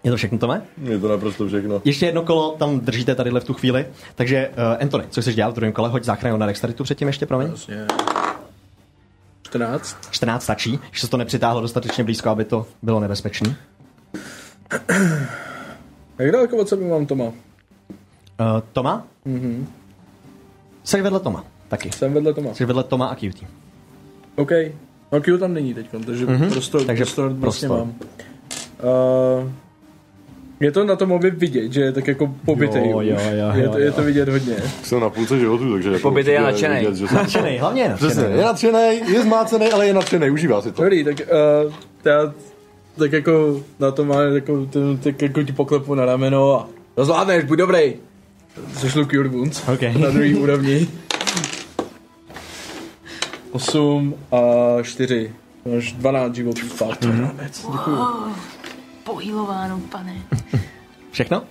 A: Je to všechno, Tome?
J: Je to naprosto všechno.
A: Ještě jedno kolo tam držíte tadyhle v tu chvíli. Takže, uh, Anthony, co chceš dělat v druhém kole? Hoď záchranu na dexteritu předtím ještě, promiň.
B: Vlastně. 14.
A: 14 stačí, že se to nepřitáhlo dostatečně blízko, aby to bylo nebezpečné.
B: Jak daleko od sebe mám Toma?
A: Uh, Toma? Mm-hmm. Jsi vedle Toma, taky.
B: Jsem vedle Toma.
A: Jsi vedle Toma a Cutie.
B: OK. No Q tam není teď, takže mm-hmm. prostor,
A: Mhm. Takže
B: takže prostor, vlastně
A: prostor.
B: mám. Uh, je to na tom obě vidět, že je tak jako pobytej.
A: Jo,
B: už.
A: jo, jo,
B: je, to,
A: jo,
B: je to vidět hodně.
J: Jsem na půlce životu, takže... Jako
C: Pobytej a
J: určitě
C: nadšenej.
J: je vidět, že jsem-
A: Nadšenej, hlavně je
J: Přesně,
A: nadšenej.
J: je nadšenej, je zmácený, ale je nadšenej, užívá si to.
B: Dobrý, tak uh, já tak jako na to má jako, ten- tak jako ti poklepu na rameno a to zvládneš, buď dobrý. Sešlu Cure Wounds
A: OK.
B: na druhý úrovni. 8 a 4. Máš 12 životů. Fakt.
A: Mhm.
E: Pohýlováno, pane.
A: Všechno?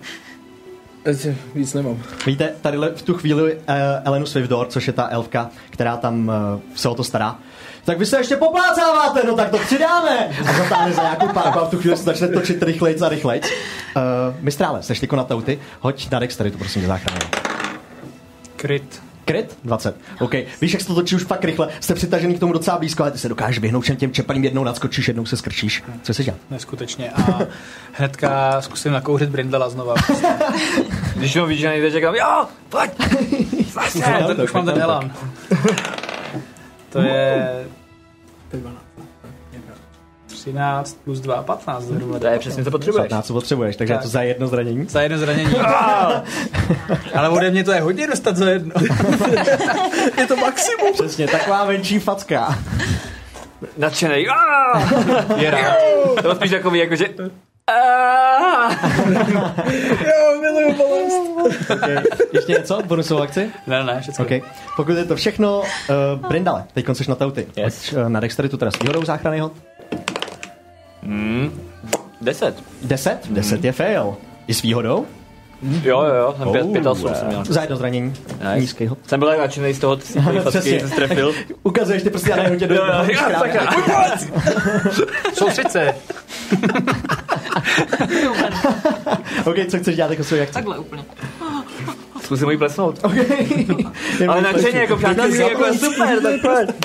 B: Eh, Víc nemám.
A: Víte, tady v tu chvíli uh, Elenu Swiftdor, což je ta elfka, která tam uh, se o to stará, tak vy se ještě poplácáváte, no tak to přidáme! A zatáhne za nějakou páku a v tu chvíli se začne točit rychlejc a rychlejc. Uh, mistrále, seš tyko na tauty, hoď na dexteritu, prosím, tě, záchranu.
D: Kryt.
A: Kryt? 20. OK. Víš, jak se to točí už fakt rychle, jste přitažený k tomu docela blízko, ale ty se dokážeš vyhnout všem těm čepelím, jednou nadskočíš, jednou se skrčíš. Co se dělá?
D: Neskutečně. A hnedka zkusím nakouřit brindela znova.
C: Když ho vidíš, že nejde, říkám, jo, pojď.
D: Já ten, už mám ten elan. To je... 13 plus 2, 15 zhruba.
C: To je přesně, co potřebuješ.
A: 15, co potřebuješ, takže je to
D: Tak.
A: za jedno zranění.
D: Za jedno zranění. Ale ode mě to je hodně dostat za jedno.
B: Je to maximum.
A: Přesně, taková menší facka.
C: Nadšenej. aaa.
D: Je rád.
C: To bylo spíš takový, jako, jakože...
B: Jo, miluju bolest.
A: Ještě něco? Bonusovou akci?
C: Ne, ne, všechno.
A: OK. Pokud je to všechno, uh, Brindale, teď konceš na tauty. Yes. Hoď, uh, na dexteritu teda s výhodou záchrany hod.
C: Mm. Deset.
A: 10?
C: Mhm.
A: 10 je fail. I s výhodou?
C: Jo, jo, jo, jsem
A: Oh,
C: pět, pět a osm jsem měl.
A: Za jedno zranění. Nízký hod.
C: Jsem byl tak nadšený z toho, ty si tady facky
A: Přesně.
C: jsem strefil.
A: Ukazuješ ty prostě a najednou tě do jednoho
C: jo,
A: škrábe.
D: Soustřed se.
A: OK, co chceš dělat jako svou akci?
E: Takhle úplně.
C: Zkusím ho jí plesnout.
A: Jen
C: Ale
A: mi
C: nadšeně,
A: stačí.
C: jako přátelství, jako je super, tak pojď.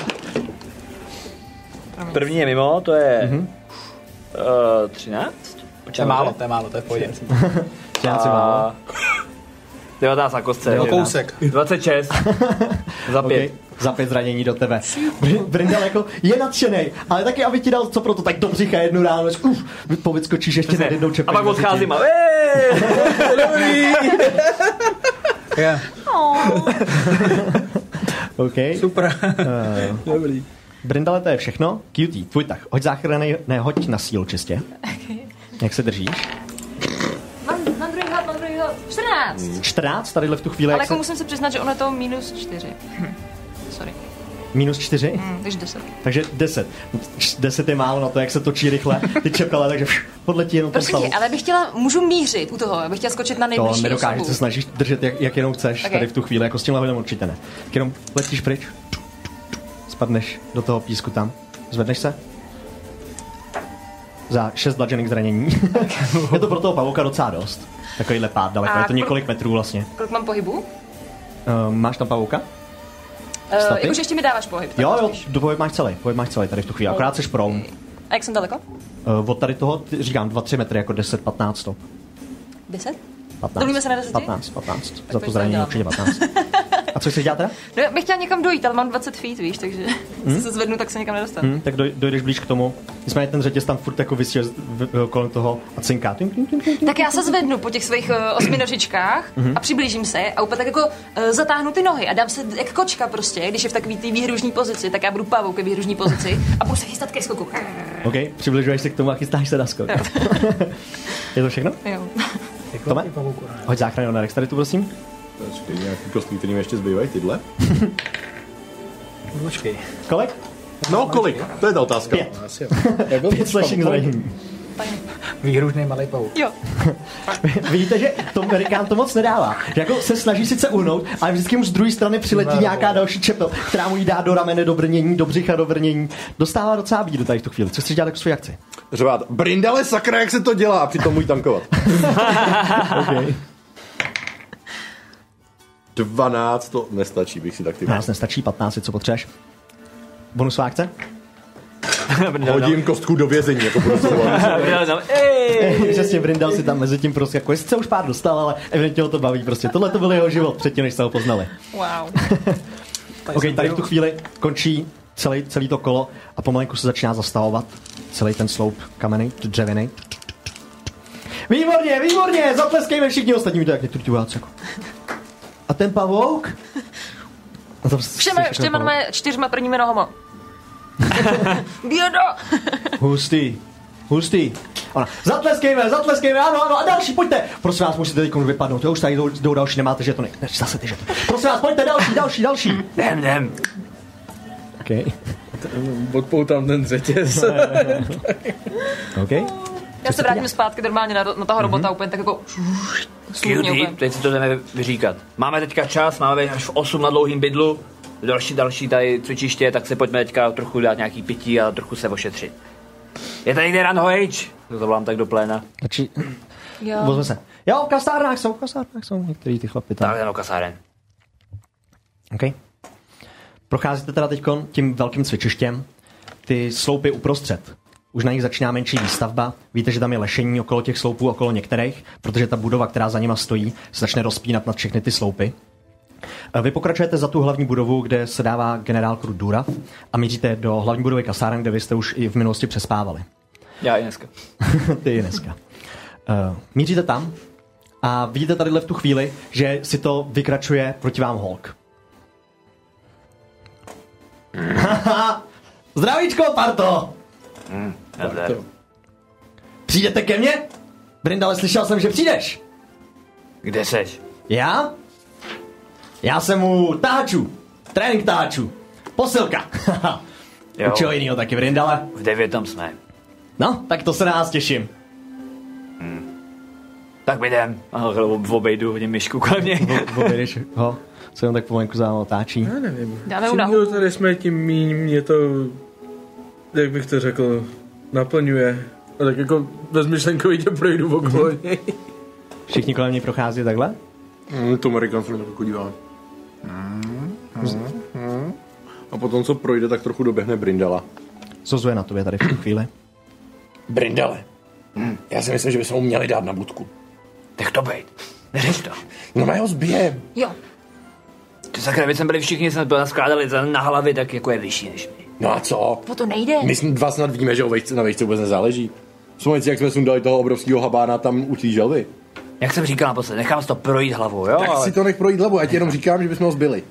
C: První je mimo, to je... eh, 13?
D: To je málo, to je málo, to je v pohodě.
A: Já si mám.
C: A... 19 na kostce.
D: Jo,
C: 11.
D: kousek.
C: 26. Za
A: Okay.
C: pět.
A: Za pět zranění do tebe. Br- Brindal jako je nadšenej, ale taky, aby ti dal co pro to, tak do břicha jednu ráno, uf, povyskočíš ještě nad jednou
C: A
A: čepelí.
C: pak
A: mezi tím.
C: odcházím a "Ej!"
D: Je,
E: No,
A: OK.
D: Super.
B: Dobrý.
A: Brindale, to je všechno. Cutie, tvůj tah. Hoď záchranný, ne, hoď na sílu čistě. Jak se držíš?
E: Mám, mám druhý hod, mám druhý hod. 14.
A: 14 tadyhle v tu chvíli,
E: Ale
A: Hmm. jak
E: jako
A: se...
E: musím se přiznat, že ono je to minus 4. Sorry.
A: Minus 4?
E: Hm, takže 10.
A: Takže 10. 10 je málo na to, jak se točí rychle ty čepele, takže pš, podletí jenom ten
E: Prosím
A: stavu.
E: tě, ale bych chtěla, můžu mířit u toho, já bych chtěla skočit na
A: To
E: nejbližší
A: nedokážeš,
E: osobu.
A: se snažíš držet, jak, jak jenom chceš
E: Ok.
A: tady v tu chvíli, jako s tím lavidem určitě ne. Tak jenom letíš pryč, spadneš do toho písku tam, zvedneš se. Za 6 bludgeoning zranění. je to pro toho pavouka docela dost. Takovýhle pád daleko,
E: A
A: je to
E: pro-
A: několik metrů vlastně.
E: Kolik mám pohybu?
A: Uh, máš tam pavouka?
E: Uh,
A: Staty?
E: jakože ještě mi dáváš pohyb. tak
A: Jo, jo,
E: spíš.
A: do pohyb máš celý, pohyb máš celý tady v tu chvíli, akorát Eh, seš prom.
E: A jak jsem daleko?
A: Uh, od tady toho, ty- říkám, 2-3 metry, jako 10-15 stop.
E: 10?
A: 15.
E: Domluvíme se na deseti?
A: 15, 15. Za
E: pojď,
A: to
E: co
A: zranění
E: uděláme.
A: určitě 15. A co chceš dělat teda?
E: No, já bych chtěla někam dojít, ale mám 20 feet, víš, takže hmm? se zvednu, tak se nikam nedostanu.
A: Hm, tak doj, dojdeš blíž k tomu. Nicméně ten řetěz tam furt jako vysí kolem toho a cinká. Tink, tink, tink, tink.
E: Tak já se zvednu po těch svých uh,
A: Hmm.
E: osmi nožičkách a přiblížím se a úplně tak jako uh, zatáhnu ty nohy a dám se jak kočka prostě, když je v takový té výhružní pozici, tak já budu pavouk ve výhružní pozici a budu se chystat ke skoku.
A: OK, přibližuješ se k tomu a chystáš se na skok. Je to všechno?
E: Jo.
A: Tome? Hoď záchranu na dexteritu, prosím.
J: Počkej, nějaký kostky, který mi ještě zbývají, tyhle?
D: Počkej.
A: Kolik?
J: No, kolik? To je ta otázka.
A: Pět.
B: Asi jo. Já byl
A: Pět slashing zranění.
D: Výhružný malý pavouk.
E: Jo.
A: Vidíte, že tom Rikán to moc nedává. Že Jako se snaží sice uhnout, ale vždycky mu z druhé strany přiletí nějaká další čepel, která mu ji dá do ramene, do brnění, do břicha, do brnění. Dostává docela bídu tady v tu chvíli. Co chceš dělat jako svou akci?
J: Řvát, brindale sakra, jak se to dělá, a přitom můj tankovat. 12 to nestačí, bych si tak ty
A: Nás nestačí 15, je co potřebuješ. Bonusová akce?
J: Hodím kostku do vězení, jako prostě.
A: Přesně Brindal si tam mezi tím prostě proskakuje. Sice už pár dostal, ale evidentně ho to baví prostě. Tohle to byl jeho život předtím, než se ho poznali.
E: Wow.
A: Ok, tady v tu chvíli končí celý, celý to kolo a pomalenku se začíná zastavovat celý ten sloup kameny, dřeviny. Výborně, výborně, zatleskejme všichni ostatní, to jak některý jako. A ten pavouk? A tam se-
E: Všema,
A: se-
E: všema normálně čtyřma prvními nohama. Bědo!
A: Hustý, hustý. Ona, zatleskejme, zatleskejme, ano, ano, a další, pojďte. Prosím vás, musíte teď vypadnout, jo, už tady jdou, jdou další, nemáte žetony. Ne, zase ty žetony. Prosím vás, pojďte, další, další, další.
C: Nem, nem.
A: Okay.
B: Odpoutám ten řetěz.
A: No, OK.
E: Já se vrátím zpátky normálně na, na
A: Mhm.
E: toho robota, úplně tak jako... Slupně
C: Cutie,
E: úplně.
C: teď si to jdeme vyříkat. Máme teďka čas, máme být až v 8 na dlouhým bydlu, další, další tady cvičiště, tak se pojďme teďka trochu dát nějaký pití a trochu se ošetřit. Je tady někde Ranho H? To zavolám tak do pléna.
A: Znači,
E: Jo.
A: Vozme se. Jo, v kasárnách jsou, v kasárnách jsou některý ty chlapy tam.
C: Tak jen do kasáren.
A: Okay. Procházíte teda teď tím velkým cvičištěm, ty sloupy uprostřed. Už na nich začíná menší výstavba. Víte, že tam je lešení okolo těch sloupů, okolo některých, protože ta budova, která za nima stojí, se začne rozpínat nad všechny ty sloupy. E, Vy pokračujete za tu hlavní budovu, kde se dává generál Krudura a míříte do hlavní budovy kasáren, kde vy jste už i v minulosti přespávali.
C: Já i dneska.
A: Ty dneska. Uh, míříte tam a vidíte tadyhle v tu chvíli, že si to vykračuje proti vám Hulk. Haha, Zdravíčko, parto!
C: Nazdar.
A: Přijdete ke mně? Brindale, slyšel jsem, že přijdeš.
C: Kde seš?
A: Já? Já jsem u táčů. Trénink táčů. Posilka. Haha.
C: Jo.
A: u čeho jiného taky, Brindale?
C: V 9 tam jsme.
A: No, tak to se na nás těším.
C: Tak my jdem. A v obejdu hodím myšku kolem něj.
A: Povědeš ho, co jenom tak pomalenku za váma otáčí.
B: Já nevím.
E: Dáme mu
B: Čím
E: na
B: díl tady jsme, tím míň mě to, jak bych to řekl, naplňuje. A tak jako bezmyšlenkovitě projdu okolo
A: Mhm.
B: něj.
A: Všichni kolem něj prochází takhle?
J: Mm, to American film jako dívá. Mm, A potom, co projde, tak trochu doběhne Brindala.
A: Co zuje na tobě tady v tu chvíli?
K: Brindale.
J: Hmm.
K: Hm, já si myslím, že bychom ho měli dát na budku.
C: Tak to bejt. Neřeš to.
K: No má ho zbije.
E: Jo.
C: Ty sakra, vy jsme byli všichni, jsme to naskládali za- na hlavy, tak jako je vyšší než my.
K: No a co?
E: O to nejde.
K: My
E: My...
K: s- dva snad víme, že o vejce, na vejce vůbec nezáleží.
J: Vzpomeň si, jak jsme sundali toho obrovského habána tam u té želvy.
C: Jak jsem říkal naposled, nechám si to projít hlavou, jo?
J: Tak si to nech projít hlavu, já ti jenom říkám, že bychom ho zbyli.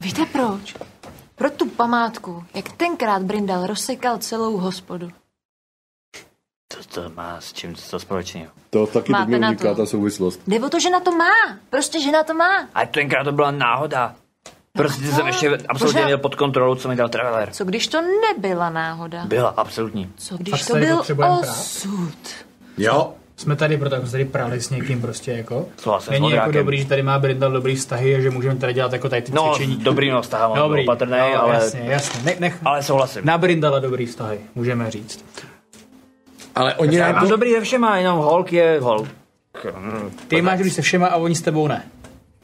E: Víte proč? Pro tu památku, jak tenkrát Brindal rozsekal celou hospodu.
C: To, to má s čím to společného.
J: To taky
E: Máte
J: teď mi
E: na
J: uniká
E: to.
J: ta souvislost.
E: Jde o to, že na to má. Prostě, že na to má.
C: Ale tenkrát to byla náhoda. Prostě jsem ještě absolutně
E: Možná-
C: měl pod kontrolou, co mi dal Traveler.
E: Co když to nebyla náhoda?
C: Byla, absolutní.
E: Co
D: Fakt
E: když
D: se
E: to
D: tady
E: byl
D: potřebujeme prát?
E: osud?
J: Jo.
D: Jsme tady proto, jako se tady prali s někým prostě jako.
C: Souhlasím s
D: Není jako
C: Modrákem.
D: dobrý, že tady má Brindal dobrý vztahy a že můžeme tady dělat jako tady ty
C: No,
D: cvičení.
C: dobrý no, stahám, dobrý.
D: dobrý.
C: opatrný,
D: no,
C: ale,
D: Jasně, jasně. Ne, nech.
C: ale souhlasím.
D: Na Brindala dobrý vztahy, můžeme říct.
K: Ale oni
C: Já
K: nám
C: mám
K: to...
C: dobrý ve všema, jenom Hulk je Hulk.
D: Ty máš dobrý se všema a oni s tebou ne.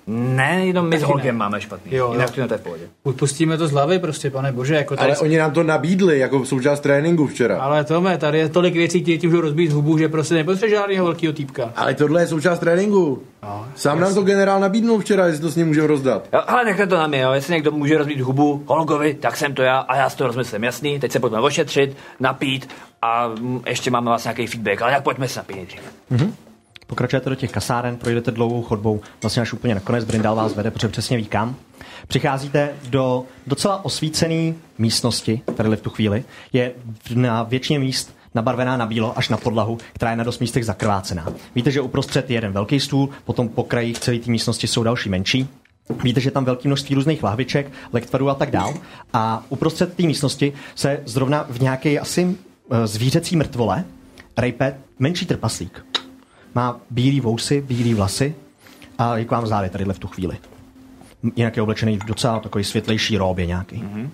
C: Ne, jenom my s
D: Taky ne.
C: Holgem máme špatný.
D: Jo,
C: Jo,
D: jo.
C: Jinak jo. to je v pohodě.
D: Pustíme to z hlavy prostě, pane bože, jako tady...
J: Ale oni nám to nabídli jako součást tréninku včera.
D: Ale Tome, tady je tolik věcí, ti ti můžou rozbít hubu, že prostě nepotřebuješ žádného velkého týpka.
J: Ale tohle je součást tréninku. Sám nám to generál nabídnul včera, jestli to s ním můžeme rozdat.
C: Jo, ale nechte to na mě, jo. jestli někdo může rozbít hubu Holgovi, tak jsem to já a já s to rozmyslím, jasný. Teď se pojďme ošetřit, napít a mm, ještě máme vlastně nějaký feedback, ale tak pojďme se napít nejdřív.
A: Mhm. Pokračujete do těch kasáren, projdete dlouhou chodbou, vlastně až úplně nakonec Brindal vás vede, protože přesně ví kam. Přicházíte do docela osvícené místnosti, tady v tu chvíli. Je v- na většině míst nabarvená na bílo až na podlahu, která je na dost místech zakrvácená. Víte, že uprostřed je jeden velký stůl, potom po krajích celé té místnosti jsou další menší. Víte, že je tam velké množství různých lahviček, lektvarů a tak dál. A uprostřed té místnosti se zrovna v nějaké asi eh, zvířecí mrtvole rejpe menší trpaslík. Má bílý vousy, bílý vlasy a je k vám závěr tadyhle v tu chvíli. M- Jinak je oblečený v docela takový světlejší róbě nějaký. Mm-hmm.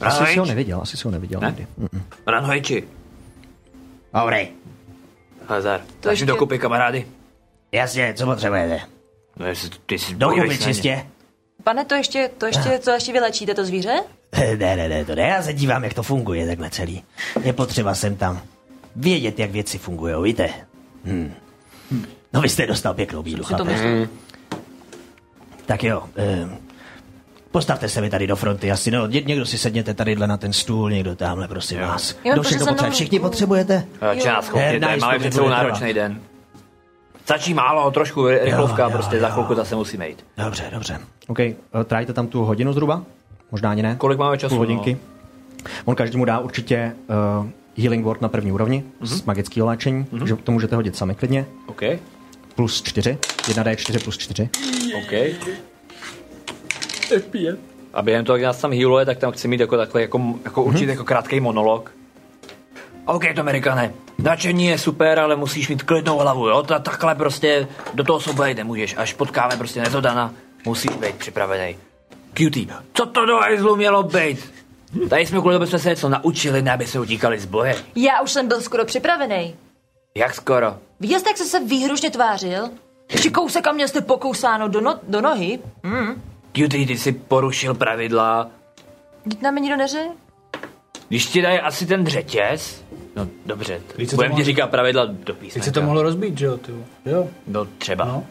A: Asi si ho neviděl, asi si ho neviděl.
C: Mhm.
A: Mhm.
C: Ne?
A: nikdy. Mm-mm.
C: Ranhojči. Dobrý. Hazar, to ještě...
E: ještě-
C: dokupy kamarády.
L: Jasně, co potřebujete?
C: No jestli ty jsi
L: Do
C: podívej
L: huby
C: se na ně.
L: čistě.
E: Pane, to ještě, to ještě, to ještě vylečíte to zvíře?
L: Eh, Ne, ne, ne, to ne. Já se dívám, jak to funguje takhle celý. Je potřeba sem tam vědět, jak věci fungují, víte? Hm. No vy jste dostal pěknou bídu,
E: Jsem si to
L: chlape.
E: myslela.
L: Tak jo, ehm, postavte se mi tady do fronty asi, no, ně- někdo si sedněte tadyhle na ten stůl, někdo tamhle, prosím vás.
C: Jo,
L: Kdo
C: protože
L: všechno
C: se
L: potřebuje?
C: mnou-
L: Všichni potřebujete?
C: Jo, Čas, chopněte,
L: Herna,
C: máme
L: jistě
C: před sebou
L: bude trvat.
C: náročný den. Stačí málo, trošku ry- rychlovka, prostě za chvilku zase musíme jít.
A: Dobře, dobře. OK, eh, trávíte tam tu hodinu zhruba? Možná ani ne.
C: Kolik máme času, no?
A: Půl hodinky. On každému dá určitě uh, healing word na první úrovni mm-hmm.
C: Mhm.
A: z magického léčení, mm-hmm. že to můžete hodit sami klidně.
C: No. OK,
A: Plus 4, 1d4 plus 4.
C: OK.
B: F5.
C: A během toho, jak nás tam healuje, tak tam chci mít jako takový, jako, jako
D: Mhm.
C: určitě jako krátký monolog. OK, to Amerikané, nadšení je super, ale musíš mít klidnou hlavu, jo? Ta, takhle prostě do toho se obejít nemůžeš. Až potkáme prostě nezodana, musíš být připravený. Cutie, co to do hajzlu mělo být? Tady jsme kvůli tomu jsme se něco naučili, ne aby se utíkali z boje.
E: Já už jsem byl skoro připravený.
C: Jak skoro?
E: Viděl jste, jak jsem se výhružně tvářil? Šikou se kam měl jste pokousáno do, no, do nohy? Hmm.
C: Cutie, ty jsi porušil pravidla.
E: Teď nám nikdo neřekl.
C: Když ti dají asi ten řetěz, no dobře,
D: Víš, co to
C: budem ti
D: má-
C: říkat pravidla do písmenka.
D: Teď se to mohlo rozbít, že jo, ty jo. jo.
C: No třeba. No.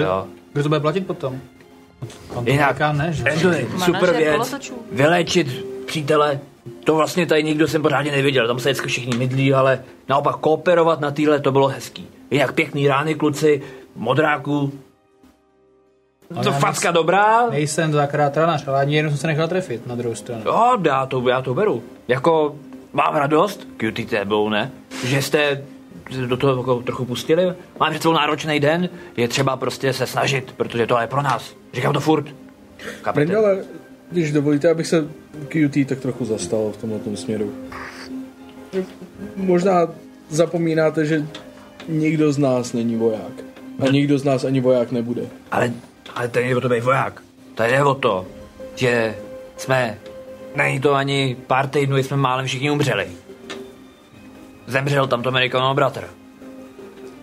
C: Jo.
D: Kdo to bude platit potom? Pan to
C: No, Jinak, Eh.
D: říká ne, že jo.
C: Anthony, super
D: Manažer
C: věc.
D: kolotočů.
C: Vyléčit přítele, to vlastně tady nikdo jsem pořádně neviděl, tam se vždycky všichni mydlí, ale naopak kooperovat na týhle to bylo hezký. Jinak pěkný rány kluci, modráku,
D: Ale
C: to
D: já
C: facka dobrá.
D: Nejsem dvakrát tranař, ale ani jednou jsem se nechal trefit na druhou stranu.
C: Jo, já to, já to beru. Jako, mám radost, cutie tebou, ne? Že jste do toho jako trochu pustili. Mám před sebou náročný den, je třeba prostě se snažit, protože tohle je pro nás. Říkám to furt. Chápete?
B: Brindale, když dovolíte, abych se QT tak trochu zastal v tomhle tom směru. Možná zapomínáte, že nikdo z nás není voják. A nikdo z nás ani voják nebude.
C: Ale, ale tady je o to být voják. Tady jde o to, že jsme, není to ani pár týdnů, jsme málem všichni umřeli. Zemřel tam to Amerikanov bratr.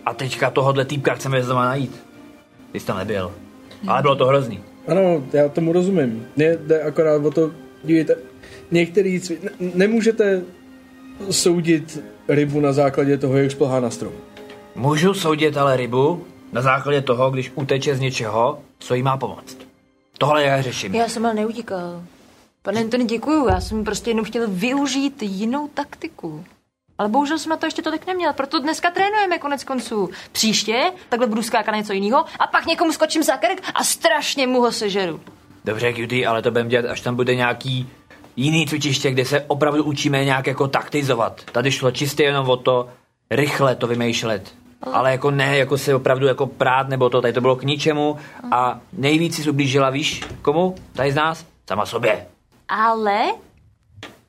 C: A teďka tohohle týpka chceme znovu najít. Ty jsi tam nebyl. Ale bylo to hrozný.
B: Ano, já tomu rozumím. Mně jde akorát o to, dívejte, některý cvi... ne- nemůžete soudit rybu na základě toho, jak šplhá na strom.
C: Můžu soudit ale rybu na základě toho, když uteče z něčeho, co jí má pomoct. Tohle já řeším.
E: Já jsem ale neutíkal. Pane Antony, děkuju. Já jsem prostě jenom chtěl využít jinou taktiku. Ale bohužel jsem na to ještě tolik neměl, proto dneska trénujeme konec konců. Příště takhle budu skákat na něco jiného a pak někomu skočím za krk a strašně mu ho sežeru.
C: Dobře, Cutie, ale to budeme dělat, až tam bude nějaký jiný cvičiště, kde se opravdu učíme nějak jako taktizovat. Tady šlo čistě jenom o to, rychle to vymýšlet. Ale jako ne, jako se opravdu jako prát nebo to, tady to bylo k ničemu a nejvíc jsi ublížila, víš, komu? Tady z nás? Sama sobě.
E: Ale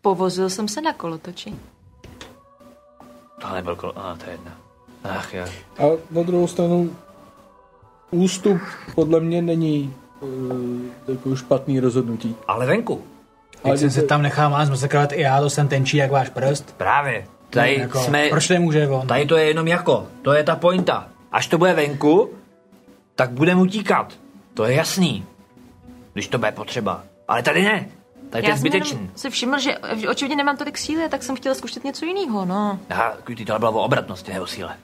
E: povozil jsem se na kolotoči.
C: Tohle nebyl kol... A, to je jedna. Ach jo.
B: A na druhou stranu ústup podle mě není uh, takový špatný rozhodnutí.
C: Ale venku.
D: Jak jsem se tam nechal mám zmasakrovat i já, to jsem tenčí jak váš prst.
C: Právě. Tady
D: No, jako,
C: jsme...
D: proč nemůže
C: No
D: on?
C: Tady to je jenom jako. To je ta pointa. Až to bude venku, tak budeme utíkat. To je jasný. Když to bude potřeba. Ale tady ne. Tady to
E: Já
C: je
E: jsem jenom
C: zbytečný.
E: si všiml, že očividně nemám tolik síly, tak jsem chtěla zkusit něco jiného, no.
C: Aha, Cutie, tohle bylo o obratnosti, ne o síle.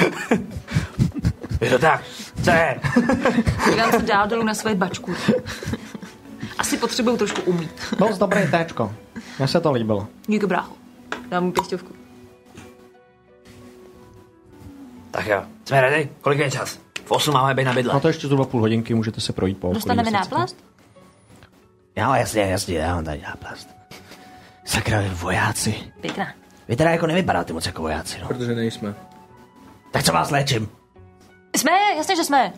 C: je to tak. Co je?
E: Dívám se dál dolů na svoje bačku. Asi potřebuju trošku umít.
A: Dost dobré téčko. Mně se to líbilo.
E: Díky, brácho. Dám mu pěstovku.
C: Tak jo, jsme ready? Kolik je čas? V 8 máme být na bydle.
A: No to ještě zhruba půl hodinky, můžete se projít po okolí
E: Dostaneme
A: vesnice.
E: náplast?
L: Jo, jasně, jasně, já mám tady náplast. Sakra, vy vojáci.
E: Pěkná.
L: Vy teda jako nevypadáte moc jako vojáci, no.
B: Protože nejsme.
L: Tak co vás léčím?
E: Jsme, jasně, že jsme.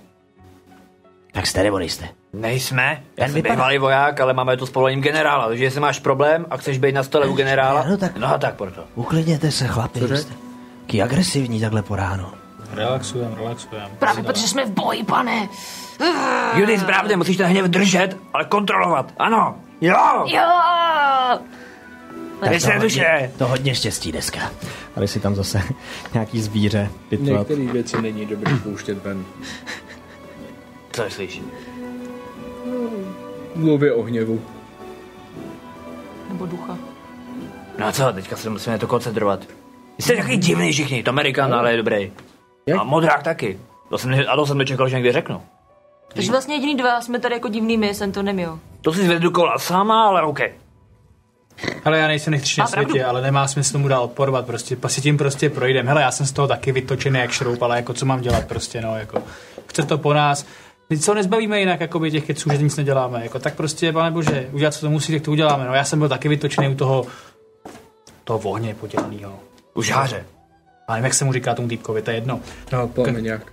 L: Tak jste nebo nejste?
C: Nejsme.
L: Ten
C: Já jsem
L: vypadá-
C: bývalý voják, ale máme to s povolením generála, takže jestli máš problém a chceš být na stole u generála, no, tak... no a tak proto.
L: Uklidněte se, chlapi.
C: Co
L: vy
C: řek?
L: jste Taky agresivní takhle po ránu.
D: Relaxujem, relaxujem.
E: Právě protože jsme v boji, pane.
C: Judy, správně, musíš ten hněv držet, ale kontrolovat, ano. Jo!
E: Jo!
L: Tak
C: Vy se
L: to,
C: duše.
L: hodně, to hodně štěstí dneska.
A: Tady si tam zase nějaký zvíře pitvat.
B: Některé věci není dobrý pouštět ven.
C: Co slyším?
B: Mluvě o hněvu.
E: Nebo ducha.
C: No a co, teďka se musíme to koncentrovat. Jste takový divný všichni, to Amerikan, ale je dobrý. A modrák taky. To jsem, ne- a to jsem nečekal, že někdy řeknu.
E: Takže vlastně jediný dva jsme tady jako divný my, jsem to neměl.
C: To si zvedukoval sama, ale OK.
D: Hele, já nejsem nejchtější na
E: Má pravdu.
D: světě, ale nemá smysl mu dál porvat, prostě pa- si tím prostě projdem. Hele, já jsem z toho taky vytočený jak šroub, ale jako co mám dělat prostě, no, jako chce to po nás. My co nezbavíme jinak jakoby těch keců, že nic neděláme, jako tak prostě, pane bože, udělat co to musí, tak to uděláme, no, já jsem byl taky vytočený u toho, toho vohně podělanýho.
C: Už háře.
D: Ale nevím, jak se mu říká tomu týpkovi, to je jedno.
B: No, plameňák.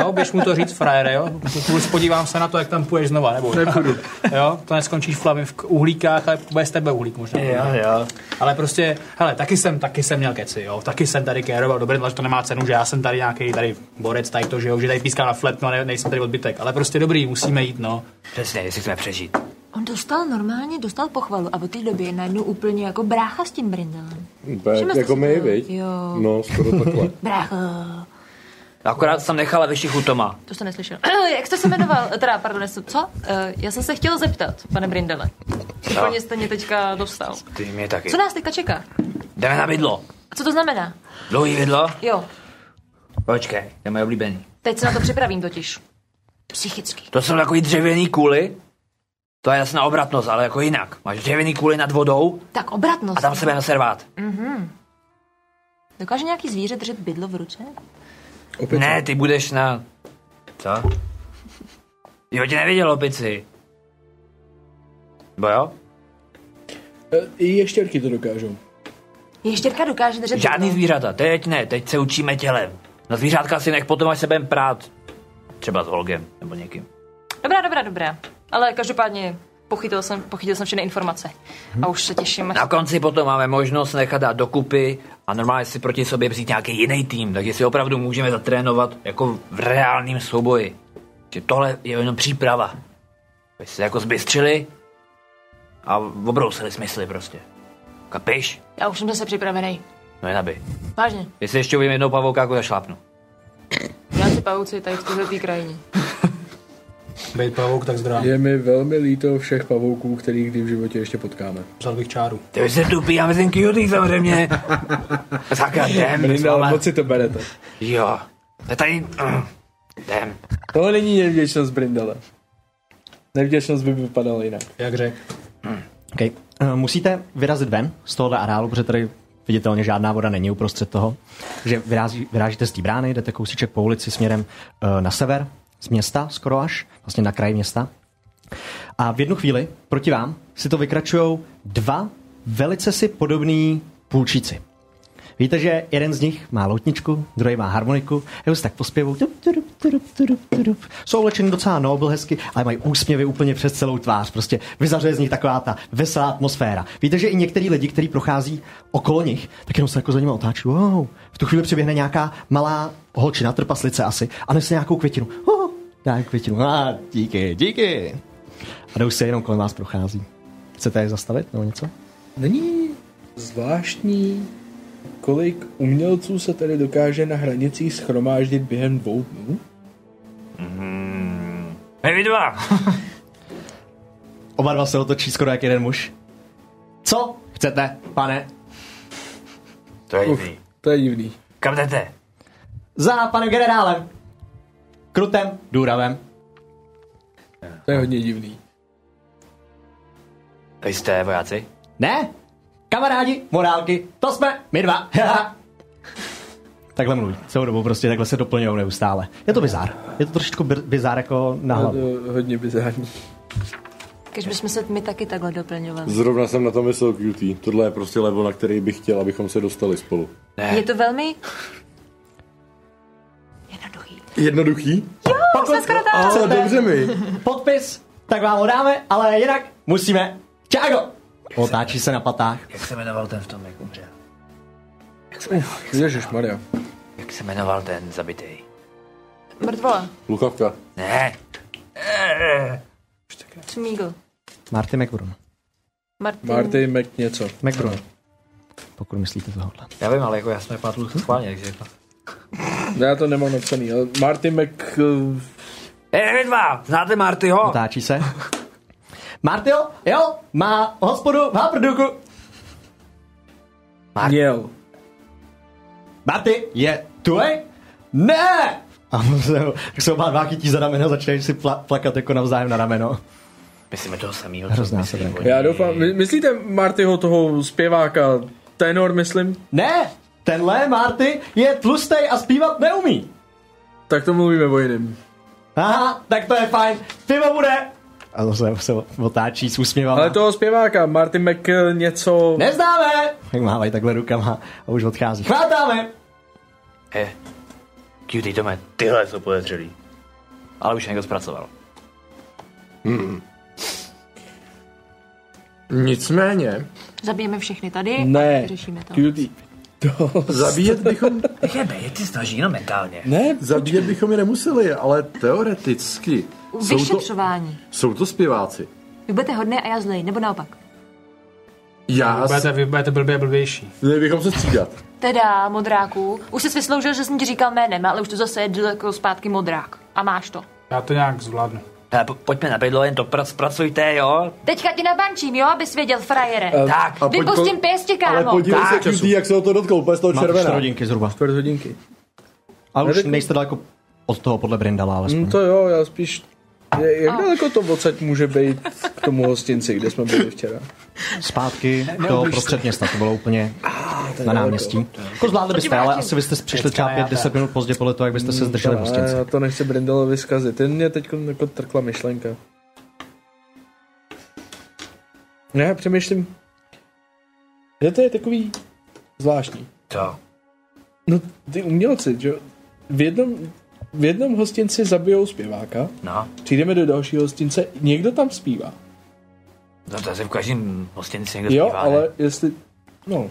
D: Jo, běž mu to říct, frajere, jo? Plus podívám se na to, jak tam půjdeš znova, nebo
B: Nepůjdu.
D: Jo, to neskončíš v plavě v k- uhlíkách, ale bude z tebe uhlík možná.
C: Jo, jo.
D: Ale prostě, hele, taky jsem, taky jsem měl keci, jo, taky jsem tady kéroval, dobrý, že to nemá cenu, že já jsem tady nějaký tady borec, tady to, že jo, že tady píská na flep, no, ne, nejsem tady odbytek, ale prostě dobrý, musíme jít, no.
C: Přesně, jestli chceme přežít.
E: On dostal normálně, dostal pochvalu a od té doby je najednou úplně jako brácha s tím brindelem. Všiml
J: Tak,
E: jste
J: jako
E: si
J: my,
E: toho?
J: viď?
E: Jo.
J: No, skoro takhle.
E: Brácho,
C: Akorát jsem nechala ve šichu Toma.
E: to jste neslyšel. Jak jste se jmenoval? Teda, pardon, jestli- co? Eh, Já jsem se chtěl zeptat, pane Brindele. Úplně jste mě teďka dostal.
C: Ty mě taky.
E: Co nás teďka čeká?
C: Jdeme na bydlo.
E: A co to znamená?
C: Dlouhý bydlo?
E: Jo,
C: Počkej, to je moje oblíbený.
E: teď se na to připravím totiž. Psychicky.
C: To jsou takový dřevěný kuly. To je jasná obratnost, ale jako jinak. Máš dřevěný kuly nad vodou
E: Tak
C: a
E: obratnost.
C: tam se bude servát.
E: Mhm. Dokáže nějaký zvíře držet bydlo v ruce?
B: Opice.
C: Ne, ty budeš na... Co? Jo, tě neviděl opici. Bo jo?
B: E, I ještěrky to dokážou.
E: Ještěrka dokáže držet
C: Žádný
E: bydlo.
C: zvířata, teď ne, teď se učíme tělem. Na zvířátka si nech potom, až se budem prát. Třeba s Holgem, nebo někým.
E: Dobrá, dobrá, dobrá. Ale každopádně pochytil jsem, pochytil jsem všechny informace. A už se těším.
C: Na konci potom máme možnost nechat dát dokupy a normálně si proti sobě vzít nějaký jiný tým, takže si opravdu můžeme zatrénovat jako v reálném souboji. Že tohle je jenom příprava. Vy se jako zbystřili a obrousili smysly prostě. Kapiš?
E: Já už jsem zase připravený.
C: No jen aby.
E: Vážně.
C: Jestli ještě uvím jednou pavouka, jako zašlápnu.
E: Já si pavouci tady v této krajině.
D: Bejt pavouk, tak zdrá.
B: Je mi velmi líto všech pavouků, který kdy v životě ještě potkáme.
D: Vzal bych čáru.
C: Ty už se tupí a myslím cutie samozřejmě. Sakra, jdem, my
B: Brindel,
C: máme...
B: moc si to berete.
C: Jo. To je tady... hm, Jdem.
B: To není nevděčnost Brindele. Nevděčnost by vypadala jinak.
D: Jak řek.
A: Okay. Eh, Musíte vyrazit ven z tohohle areálu, protože tady viditelně žádná voda není uprostřed toho. Takže vyrází, vyrážíte z té brány, jdete kousíček po ulici směrem eh, na sever, z města skoro až, vlastně na kraji města. A v jednu chvíli proti vám si to vykračují dva velice si podobní půlčíci. Víte, že jeden z nich má loutničku, druhý má harmoniku, jeho si tak pospěvou. Tup, tudup, tudup, tudup, tudup. Jsou oblečeni docela nobl hezky, ale mají úsměvy úplně přes celou tvář. Prostě vyzařuje z nich taková ta veselá atmosféra. Víte, že i některý lidi, který prochází okolo nich, tak jenom se jako za nimi otáčí. Wow. V tu chvíli přiběhne nějaká malá holčina, trpaslice asi, a nese nějakou květinu. Oh, dá květinu. A ah, díky, díky. A jdou se jenom kolem vás prochází. Chcete je zastavit nebo něco?
B: Není zvláštní, kolik umělců se tedy dokáže na hranicích schromáždit během dvou dnů?
C: Hmm. Hej, vy dva!
A: Oba dva se otočí skoro jak jeden muž. Co chcete, pane?
C: To je divný.
B: To je divný.
C: Kam jdete?
A: Za panem generálem. Krutem, důravem.
B: To je hodně divný.
C: Tady jste vojáci?
A: Ne? Kamarádi, morálky, to jsme my dva. takhle mluví. Celou dobu prostě takhle se doplňují neustále. Je to bizár. Je to trošičku bir- bizár jako na
B: Je
A: hlavu.
B: to hodně bizarní.
E: Když bychom se my taky takhle doplňovali.
J: Zrovna jsem na to myslel QT. Tohle je prostě level, na který bych chtěl, abychom se dostali spolu.
E: Je to velmi...
J: Jednoduchý?
E: Jo, jsem skoro tam.
J: A dobře mi.
A: Podpis, tak vám ho dáme, ale jinak musíme. Čágo! Otáčí se na patách.
C: Jak se jmenoval ten v tom, jak umřel?
B: Ježišmarja.
C: Jak se jmenoval ten zabitý?
E: Mrtvola.
J: Luchavka.
C: Ne. Eh.
E: Smígl.
A: Marty McBrun.
E: Martin.
B: Marty Mac něco.
A: McBrun. Pokud myslíte tohohle.
C: Já vím, ale jako já jsem nepamatuju schválně, takže jako...
B: No, Já to nemám napsaný, ale Marty Mac... eh,
C: Hej, vy dva! Znáte Martyho?
A: Otáčí se. Martyho, jo, má hospodu v Haprduku.
B: Měl.
A: Marty, je tu, hej? Ne! A on se, ho- tak se oba dva chytí za rameno, začínají si pla- plakat jako navzájem na rameno.
C: Myslíme toho samého.
A: Hrozná se tak.
B: Já doufám, my- myslíte Martyho toho zpěváka, tenor myslím?
A: Ne, tenhle Marty je tlustej a zpívat neumí.
B: Tak to mluvíme o jiném.
A: Aha, tak to je fajn, pivo bude. A to se, se otáčí s úsměvama.
C: No.
B: Ale toho zpěváka, Marty Mac eh, něco...
A: Neznáme! Tak mávají takhle rukama a už odchází. Chvátáme!
C: He. Cutie, to mé, tyhle jsou podezřelí. Ale už je někdo zpracoval.
J: Nicméně,
E: Zabijeme všechny tady a
B: Ne,
E: vyřešíme to.
B: cutie. To...
J: zabíjet bychom,
C: Jebe, je ty snaží jenom mentálně.
B: Ne,
J: zabíjet bychom je nemuseli, ale teoreticky jsou to,
E: Vyšetřování.
J: jsou to zpěváci.
E: Vy budete hodné a já zlej, nebo naopak.
J: Já,
D: Vy
J: s-
D: budete, vy budete blbě a blbější.
J: měli bychom se střídat.
E: Teda, modráku, už jsi vysloužil, že jsem ti říkal jménem, ale už to zase je daleko zpátky modrák. A máš to.
D: Já to nějak zvládnu.
C: Hele, po, pojďme na bydlo, jen to pra- zpracujte, jo?
E: Teďka ti nabančím, jo, abys věděl, frajere.
B: Ehm,
E: Uh,
C: Tak,
J: A pojď-
E: Vypustím pěstě,
J: Ale
E: kámo.
J: podívej se,
C: tak,
J: QT, jak se o to dotkl, úplně z toho
A: Máte čtyři
J: červená.
A: hodinky zhruba.
B: Čtvrt hodinky.
A: Ale už
B: Neřeknu.
A: nejste daleko od toho podle Brindala, alespoň.
B: No to jo, já spíš... Je- Jak daleko to odsaď může být k tomu hostinci, kde jsme byli včera?
A: Zpátky do prostřed města, to bylo úplně na náměstí. Jako zvládli byste, ale asi byste přišli třeba 5-10 minut pozdě podle toho, jak byste se zdrželi v
B: Ale
A: hostinci.
B: já to nechci Brindalovi zkazit, ten mě teď jako trkla myšlenka. Ne, já přemýšlím. Že to je takový zvláštní.
C: To.
B: No, ty umělci, že jo? v jednom, v jednom hostinci zabijou zpěváka,
C: No,
B: přijdeme do dalšího hostince, někdo tam zpívá.
C: no to asi v každém hostinci někdo
B: Jo,
C: zpívá,
B: ale jestli... No.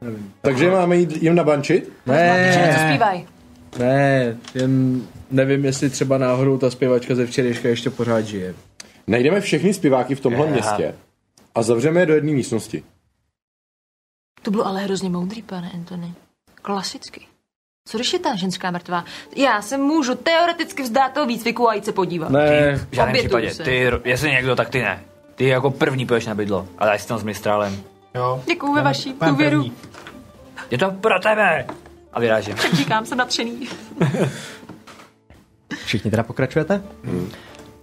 B: Nevím.
J: Takže máme jít jim nabančit?
E: Že
B: Ne,
E: zpívaj.
B: ne, jen nevím, jestli třeba náhodou ta zpěvačka ze včerejška ještě pořád žije.
J: Najdeme všechny zpěváky v tomhle
C: Aha.
J: městě a zavřeme je do jedné místnosti.
E: To bylo ale hrozně moudrý, pane Anthony. Klasicky. Co když je ta ženská mrtvá? Já se můžu teoreticky vzdát toho výcviku a jít se podívat.
B: Ne,
C: V žádném
E: Obětuju
C: případě.
E: se.
C: Ty, jestli někdo, tak ty ne. Ty jako první půjdeš na bydlo. A dáš si tam s mistrálem.
D: Jo.
E: Děkuju ve vaší
D: Pán
E: důvěru.
D: první.
C: Je to pro tebe! A vyrážím.
E: Říkám, jsem nadšený.
A: Všichni teda pokračujete?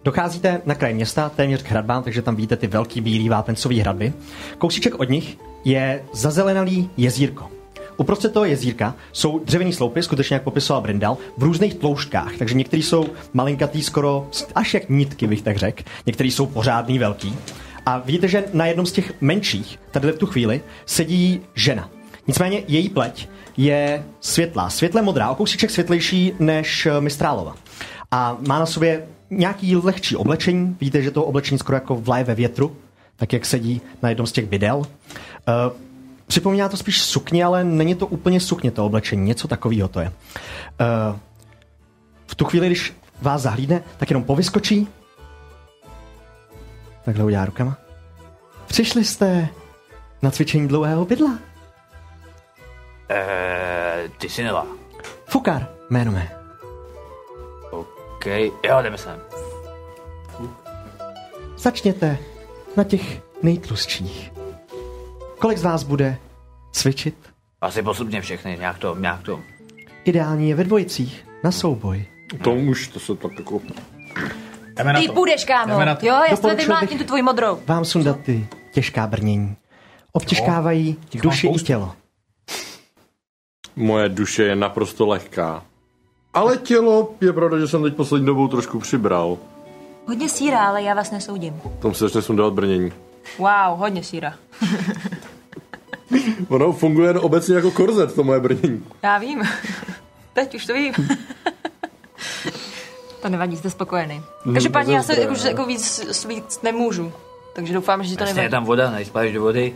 A: Docházíte na kraj města, téměř k hradbám, takže tam vidíte ty velký bílý vápencový hradby. Kousíček od nich je zazelenalý jezírko. Uprostřed toho jezírka jsou dřevěný sloupy, skutečně jak popisoval Brindal, v různých tloušťkách, takže některý jsou malinkatý skoro až jak nitky, bych tak řekl. Některý jsou pořádný velký. A vidíte, že na jednom z těch menších, tady v tu chvíli, sedí žena. Nicméně její pleť je světlá, světle modrá, o kousíček světlejší než eh, Mistrálova. A má na sobě nějaký lehčí oblečení, vidíte, že to oblečení skoro jako vlaje ve větru, tak jak sedí na jednom z těch bidel. Eh, Připomíná to spíš sukně, ale není to úplně sukně to oblečení, něco takového to je. Eh, V tu chvíli, když vás zahlídne, tak jenom povyskočí. Takhle udělá rukama. Přišli jste na cvičení dlouhého bydla.
C: Eh, ty jsi nová.
A: Fukar, jméno mé.
C: OK, jo, jdeme sem.
A: Začněte na těch nejtlustších. Kolik z vás bude cvičit?
C: Asi postupně všechny, nějak to, nějak to.
A: Ideální je ve dvojicích, na souboj.
J: To už, to se tak jako...
A: Jdeme
E: Ty půjdeš, kámo.
A: Jdeme na
E: Jo,
A: to.
E: já se
A: Doporučil
E: vymlátím
A: bych-
E: tu tvoji modrou.
A: Vám sundat ty těžká brnění. Obtěžkávají
J: těch mám
A: duši i
J: spoustu.
A: tělo.
J: Moje duše je naprosto lehká. Ale tělo, je pravda, že jsem teď poslední dobou trošku přibral.
E: Hodně síra, ale já vás nesoudím.
J: V Tom se začne sundávat brnění.
E: Wow, hodně síra.
J: Ono funguje jen obecně jako korzet, to moje brnění.
E: Já vím. Teď už to vím. to nevadí, jste spokojený.
C: Hmm,
E: Každopádně
C: to
E: já se
C: zase
E: jako,
C: dobré,
E: že jako víc, víc nemůžu. Takže doufám, že ti to
C: Jasně, je
E: nevadí.
C: tam voda, nejspáš do vody.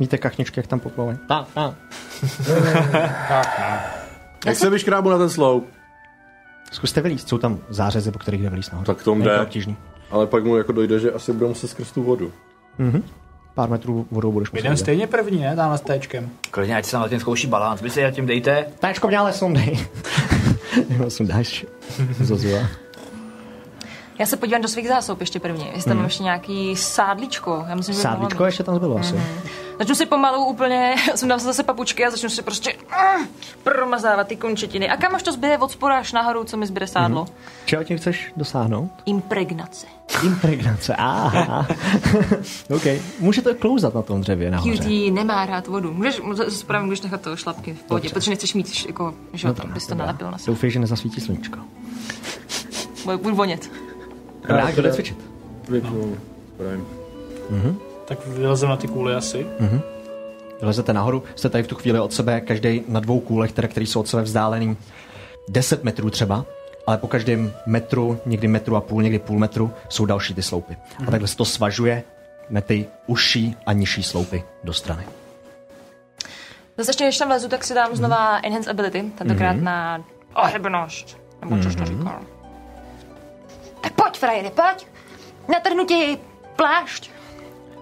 A: Víte kachničky, jak tam poplouvají. Tak, tak.
J: tak, Jak se vyškrábu na ten sloup?
A: Zkuste vylíst, jsou tam zářezy, po kterých jde vylíst nahoru.
J: Tak tom
A: Není to
J: jde.
A: obtížný.
J: Ale pak mu jako dojde, že asi budou muset skrz tu vodu.
A: Mhm. Pár metrů vodou budeš muset.
D: Jdem stejně první, ne? Tamhle s téčkem.
C: Klidně, ať se na tím zkouší balans. Vy se já tím dejte.
A: Táčko mě ale sundej. Jenom sundáš. Zozula.
E: Já se podívám do svých zásob ještě první. Jestli tam
A: Mhm.
E: mám ještě nějaký sádličko. Já myslím, že by mohla
A: Sádlíčko ještě tam zbylo asi.
J: Mhm.
E: Začnu si pomalu úplně, sundám si zase papučky a začnu si prostě mm, promazávat ty končetiny. A kam až to zbyde od spora až nahoru, co mi zbyde sádlo?
A: Mhm. Čeho tím chceš dosáhnout?
E: Impregnace.
A: Impregnace. Aha. OK. Můžete klouzat na tom dřevě nahoře.
E: Cutie nemá rád vodu. Můžeš, správně můžeš nechat to šlapky v pohodě,
A: Dobře.
E: protože nechceš mít, š- jako, že jo, abys to nalepil na sebe.
A: Doufej, že nezasvítí sluníčko.
E: Bude- Budu vonět.
A: Dobrá, kdo jde cvičit?
B: Vypnu.
A: Mhm.
D: Tak vylezem na ty kůly asi.
J: Hm.
A: Mhm. Vylezete nahoru, jste tady v tu chvíli od sebe, každý na dvou kůlech, teda, který jsou od sebe vzdálený 10 metrů třeba, ale po každém metru, někdy metru a půl, někdy půl metru, jsou další ty sloupy. A
L: Mhm.
A: takhle se to svažuje na ty užší a nižší sloupy do strany.
E: Zase ještě, než tam lezu, tak si dám znova Enhance Ability, tentokrát
A: Mhm.
E: na ohebnost. Nebo co jsi to
A: Mhm.
E: říkal. Tak pojď, frajere, pojď. Natrhnu ti plášť.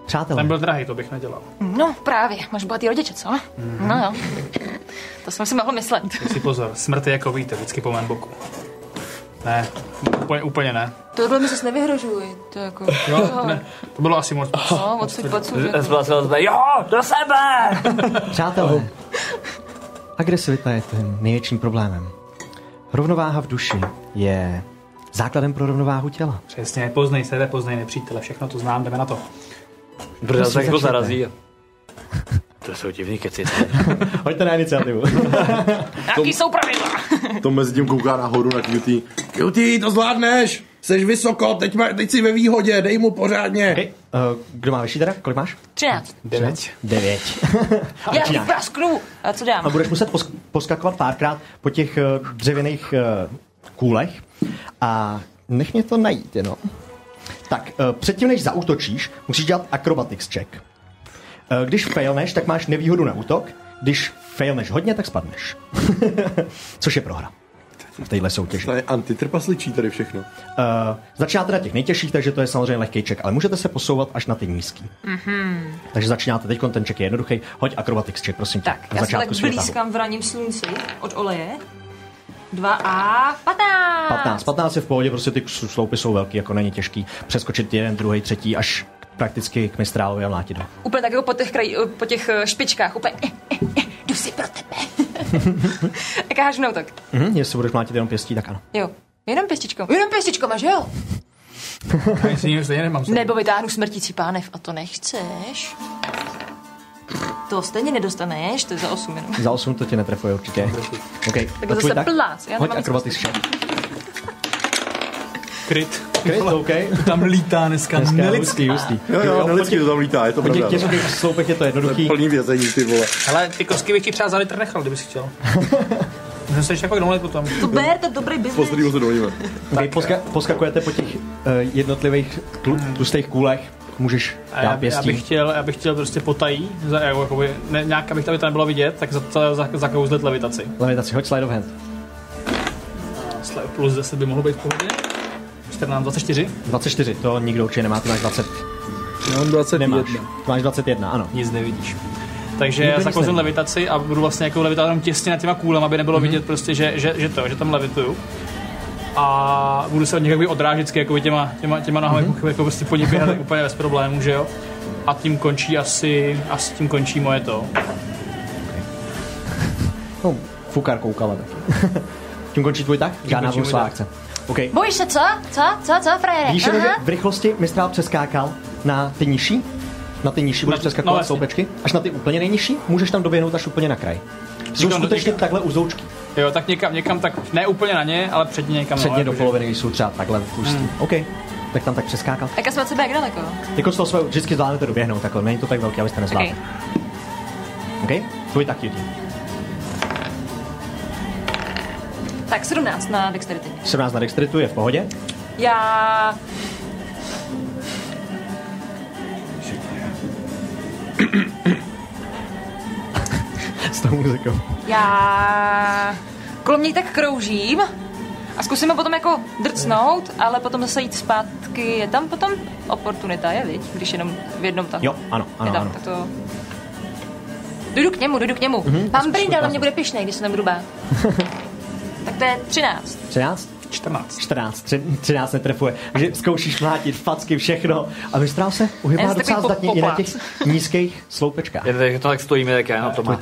A: Přátelé.
D: Ten byl drahý, to bych nedělal.
E: No, právě. Máš bohatý rodiče, co? No jo. To jsem si mohl myslet.
D: Tak si pozor, smrt je jako víte, vždycky po mém boku. Ne, úplně, úplně ne.
E: Tohle mi zase nevyhrožuji. To jako...
D: Jo, ne, to bylo asi moc.
E: No, odsud pocud.
C: Zblásil jsme, jo, do sebe!
A: Přátelé, agresivita je tím největším problémem. Rovnováha v duši je základem pro rovnováhu těla.
D: Přesně, poznej sebe, poznej nepřítele, všechno to znám, jdeme na to.
A: Brda, Prosím, tak ho začněte. zarazí.
C: To jsou divný keci.
A: Hoďte na iniciativu.
E: Jaký jsou pravidla?
J: To mezi tím kouká nahoru na QT.
K: Cutie, to zvládneš! Seš vysoko, teď, ma, teď jsi ve výhodě, dej mu pořádně.
A: Hey. eh, Kdo má vyšší teda? Kolik máš?
E: Třináct.
A: Devět. Devět.
E: Já ti
A: Začínáš.
E: prasknu. A co
A: A
E: dám?
A: budeš muset posk- poskakovat párkrát po těch eh, dřevěných eh, kůlech a nech mě to najít jenom. Tak, eh, předtím než zautočíš, musíš dělat acrobatics check. Eh, Když failneš, tak máš nevýhodu na útok. Když failneš hodně, tak spadneš. Což je prohra. V téhle soutěži. To
J: je antitrpasličí tady všechno. Uh,
A: začínáte na těch nejtěžších, takže to je samozřejmě lehký ček, ale můžete se posouvat až na ty nízký.
E: Mhm.
A: Takže začínáte teď, ten ček je jednoduchý. Hoď acrobatics check, prosím. Tak,
E: Já se tak blízkám v raním slunci od oleje. 2 a 15.
A: 15. 15 je v pohodě, prostě ty sloupy jsou velký, jako není těžký přeskočit jeden, druhý, třetí, až prakticky k mistrálovi a mlátidlo.
E: Úplně tak jako po těch, kraj, po těch eh, špičkách, úplně eh, eh, eh, jdu si pro tebe. tak já hážu na útok.
A: Mhm, jestli budeš mlátit jenom pěstí, tak ano.
E: Jo. Jenom pěstičkou. Jenom pěstičkou, máš jo?
D: Já nic jiného stejně nemám.
E: Nebo vytáhnu smrtící pánev a to nechceš. To stejně nedostaneš, to je za 8 jenom.
A: Za 8 to tě netrefuje určitě. Okay.
E: Tak to zase plác, já
A: Hoď
E: nemám nic
A: akrobatics check.
D: Kryt.
A: Kryt, OK.
D: Tam lítá dneska,
A: Dneska
D: nelidský.
A: hustý, hustý.
J: Jo, jo, nelidský to tam lítá, je to
A: Po těch
J: pravda.
A: těžkých sloupech je to jednoduchý.
J: Plný vězení, ty vole.
D: Hele, ty kosky bych ti třeba za litr nechal, kdybys chtěl. Můžeme se ještě pak domluvit potom.
E: To ber, to je dobrý biznis.
J: se dovolíme.
A: Okay, poska- poskakujete po těch uh, jednotlivých tlu- tlustých kůlech, můžeš dát
D: A já, já, bych
A: pěstí.
D: chtěl, já bych chtěl prostě potají, za, jako, jakoby, ne, nějak, abych tady to nebylo vidět, tak za, za, za, zakouzlet levitaci.
A: Levitaci, hoď slide of hand.
D: Sle- Plus 10 by mohlo být v pohodě. 14, 24.
A: 24, to nikdo určitě nemá, ty máš 20.
B: Já mám 21.
A: Nemáš. Ty máš 21, ano.
D: Nic nevidíš. Takže
A: Nikdo
D: já
A: nic
D: zakouzím
A: neví.
D: levitaci a budu vlastně jako levitovat jenom těsně nad těma kůlem, aby
A: Mhm.
D: nebylo vidět prostě, že, že, že to, že tam levituju. A budu se od nich jakoby odrážet vždycky jakoby těma, těma, těma nohama,
A: Mhm.
D: mm-hmm. jako prostě po nich běhat tak úplně bez problémů, že jo. A tím končí asi, asi tím končí moje to.
A: No, fukár koukala taky. Tím končí tvůj tak? Žádná
D: končí můj
A: bonusová
D: tak.
A: akce. OK.
E: Bojíš se, co? Co? Co? Co, frajere?
A: Víš jenom, že v rychlosti mistrál přeskákal na ty nižší? Na ty nižší budeš
D: no,
A: přeskakovat
D: jasně.
A: sloupečky. Až na ty úplně nejnižší můžeš tam doběhnout až úplně na kraj. Jsou
D: Říkám, do No,
A: skutečně
D: něka-
A: takhle uzoučky.
D: Jo, tak někam, někam tak, ne úplně na ně, ale před ně někam. no,
A: Předně do
D: jakože-
A: poloviny jsou třeba takhle tlustý.
D: Hmm.
A: OK. Tak tam tak přeskákal.
E: Tak a jsme od sebe jak daleko?
A: Jako z toho svého vždycky zvládnete doběhnout takhle. Není to tak velké, abyste nezvládli.
E: Okay.
A: OK? Tvůj tak jedi.
E: Tak 17 na dexterity.
A: 17 na dexteritu je v pohodě.
E: Já...
A: S tou muzikou.
E: Já... Kolem něj tak kroužím a zkusím ho potom jako drcnout, ale potom zase jít zpátky. Je tam potom oportunita, je, viď? Když jenom v jednom tahu.
A: Jo, ano,
E: je
A: ano,
E: tam,
A: ano.
E: tak to... Dojdu k němu, dojdu k němu.
A: Mhm,
E: Mm-hmm, Mám brindel, na mě bude pišnej, když se nebudu bát. tak to je 13.
A: 13? 14. 14, Tři- 13 netrefuje. Takže zkoušíš mlátit facky všechno a vystrál se
E: Já
A: uhybá
E: jsem
A: docela
E: takový
A: zdatně i na
E: poplác.
A: těch nízkých sloupečkách.
C: Je to, jak to tak stojíme, tak já na to má.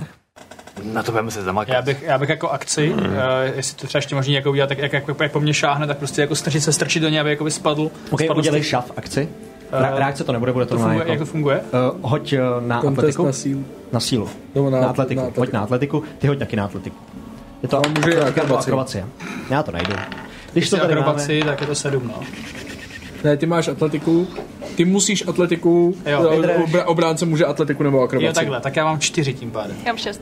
C: Na to budeme se zamakat.
D: Já bych, já bych jako akci,
A: Mhm.
D: mm. uh, jestli to třeba ještě možný jako udělat, tak jak, jak, jak, po mně šáhne, tak prostě jako snažit se strčit do něj, aby jako by spadl.
A: Ok,
D: spadl z
A: udělej jako.
D: těch-
A: šaf akci.
D: Eh,
A: Ra- reakce to nebude, bude to,
D: to
A: normálně
D: funguje, jak to funguje?
A: Eh, hoď eh, na
B: Kontest
A: atletiku.
B: na sílu.
A: Na sílu.
B: Nebo
A: Na,
B: na-
A: atletiku.
B: na atletiku.
A: Hoď na atletiku, ty hoď taky na atletiku. Je to
B: Ale může i
A: atletika
B: akrobaci.
A: nebo akrobacie. Já to najdu. Když
D: Když
A: to
D: to
A: tady máme,
D: akrobaci, tak je to sedm, no.
B: Ne, ty máš atletiku, ty musíš atletiku,
D: Jo,
B: jo,
D: vydrž.
B: obra, obránce může atletiku nebo akrobaci.
D: Jo, takhle, tak já mám čtyři tím pádem.
E: Já mám 6.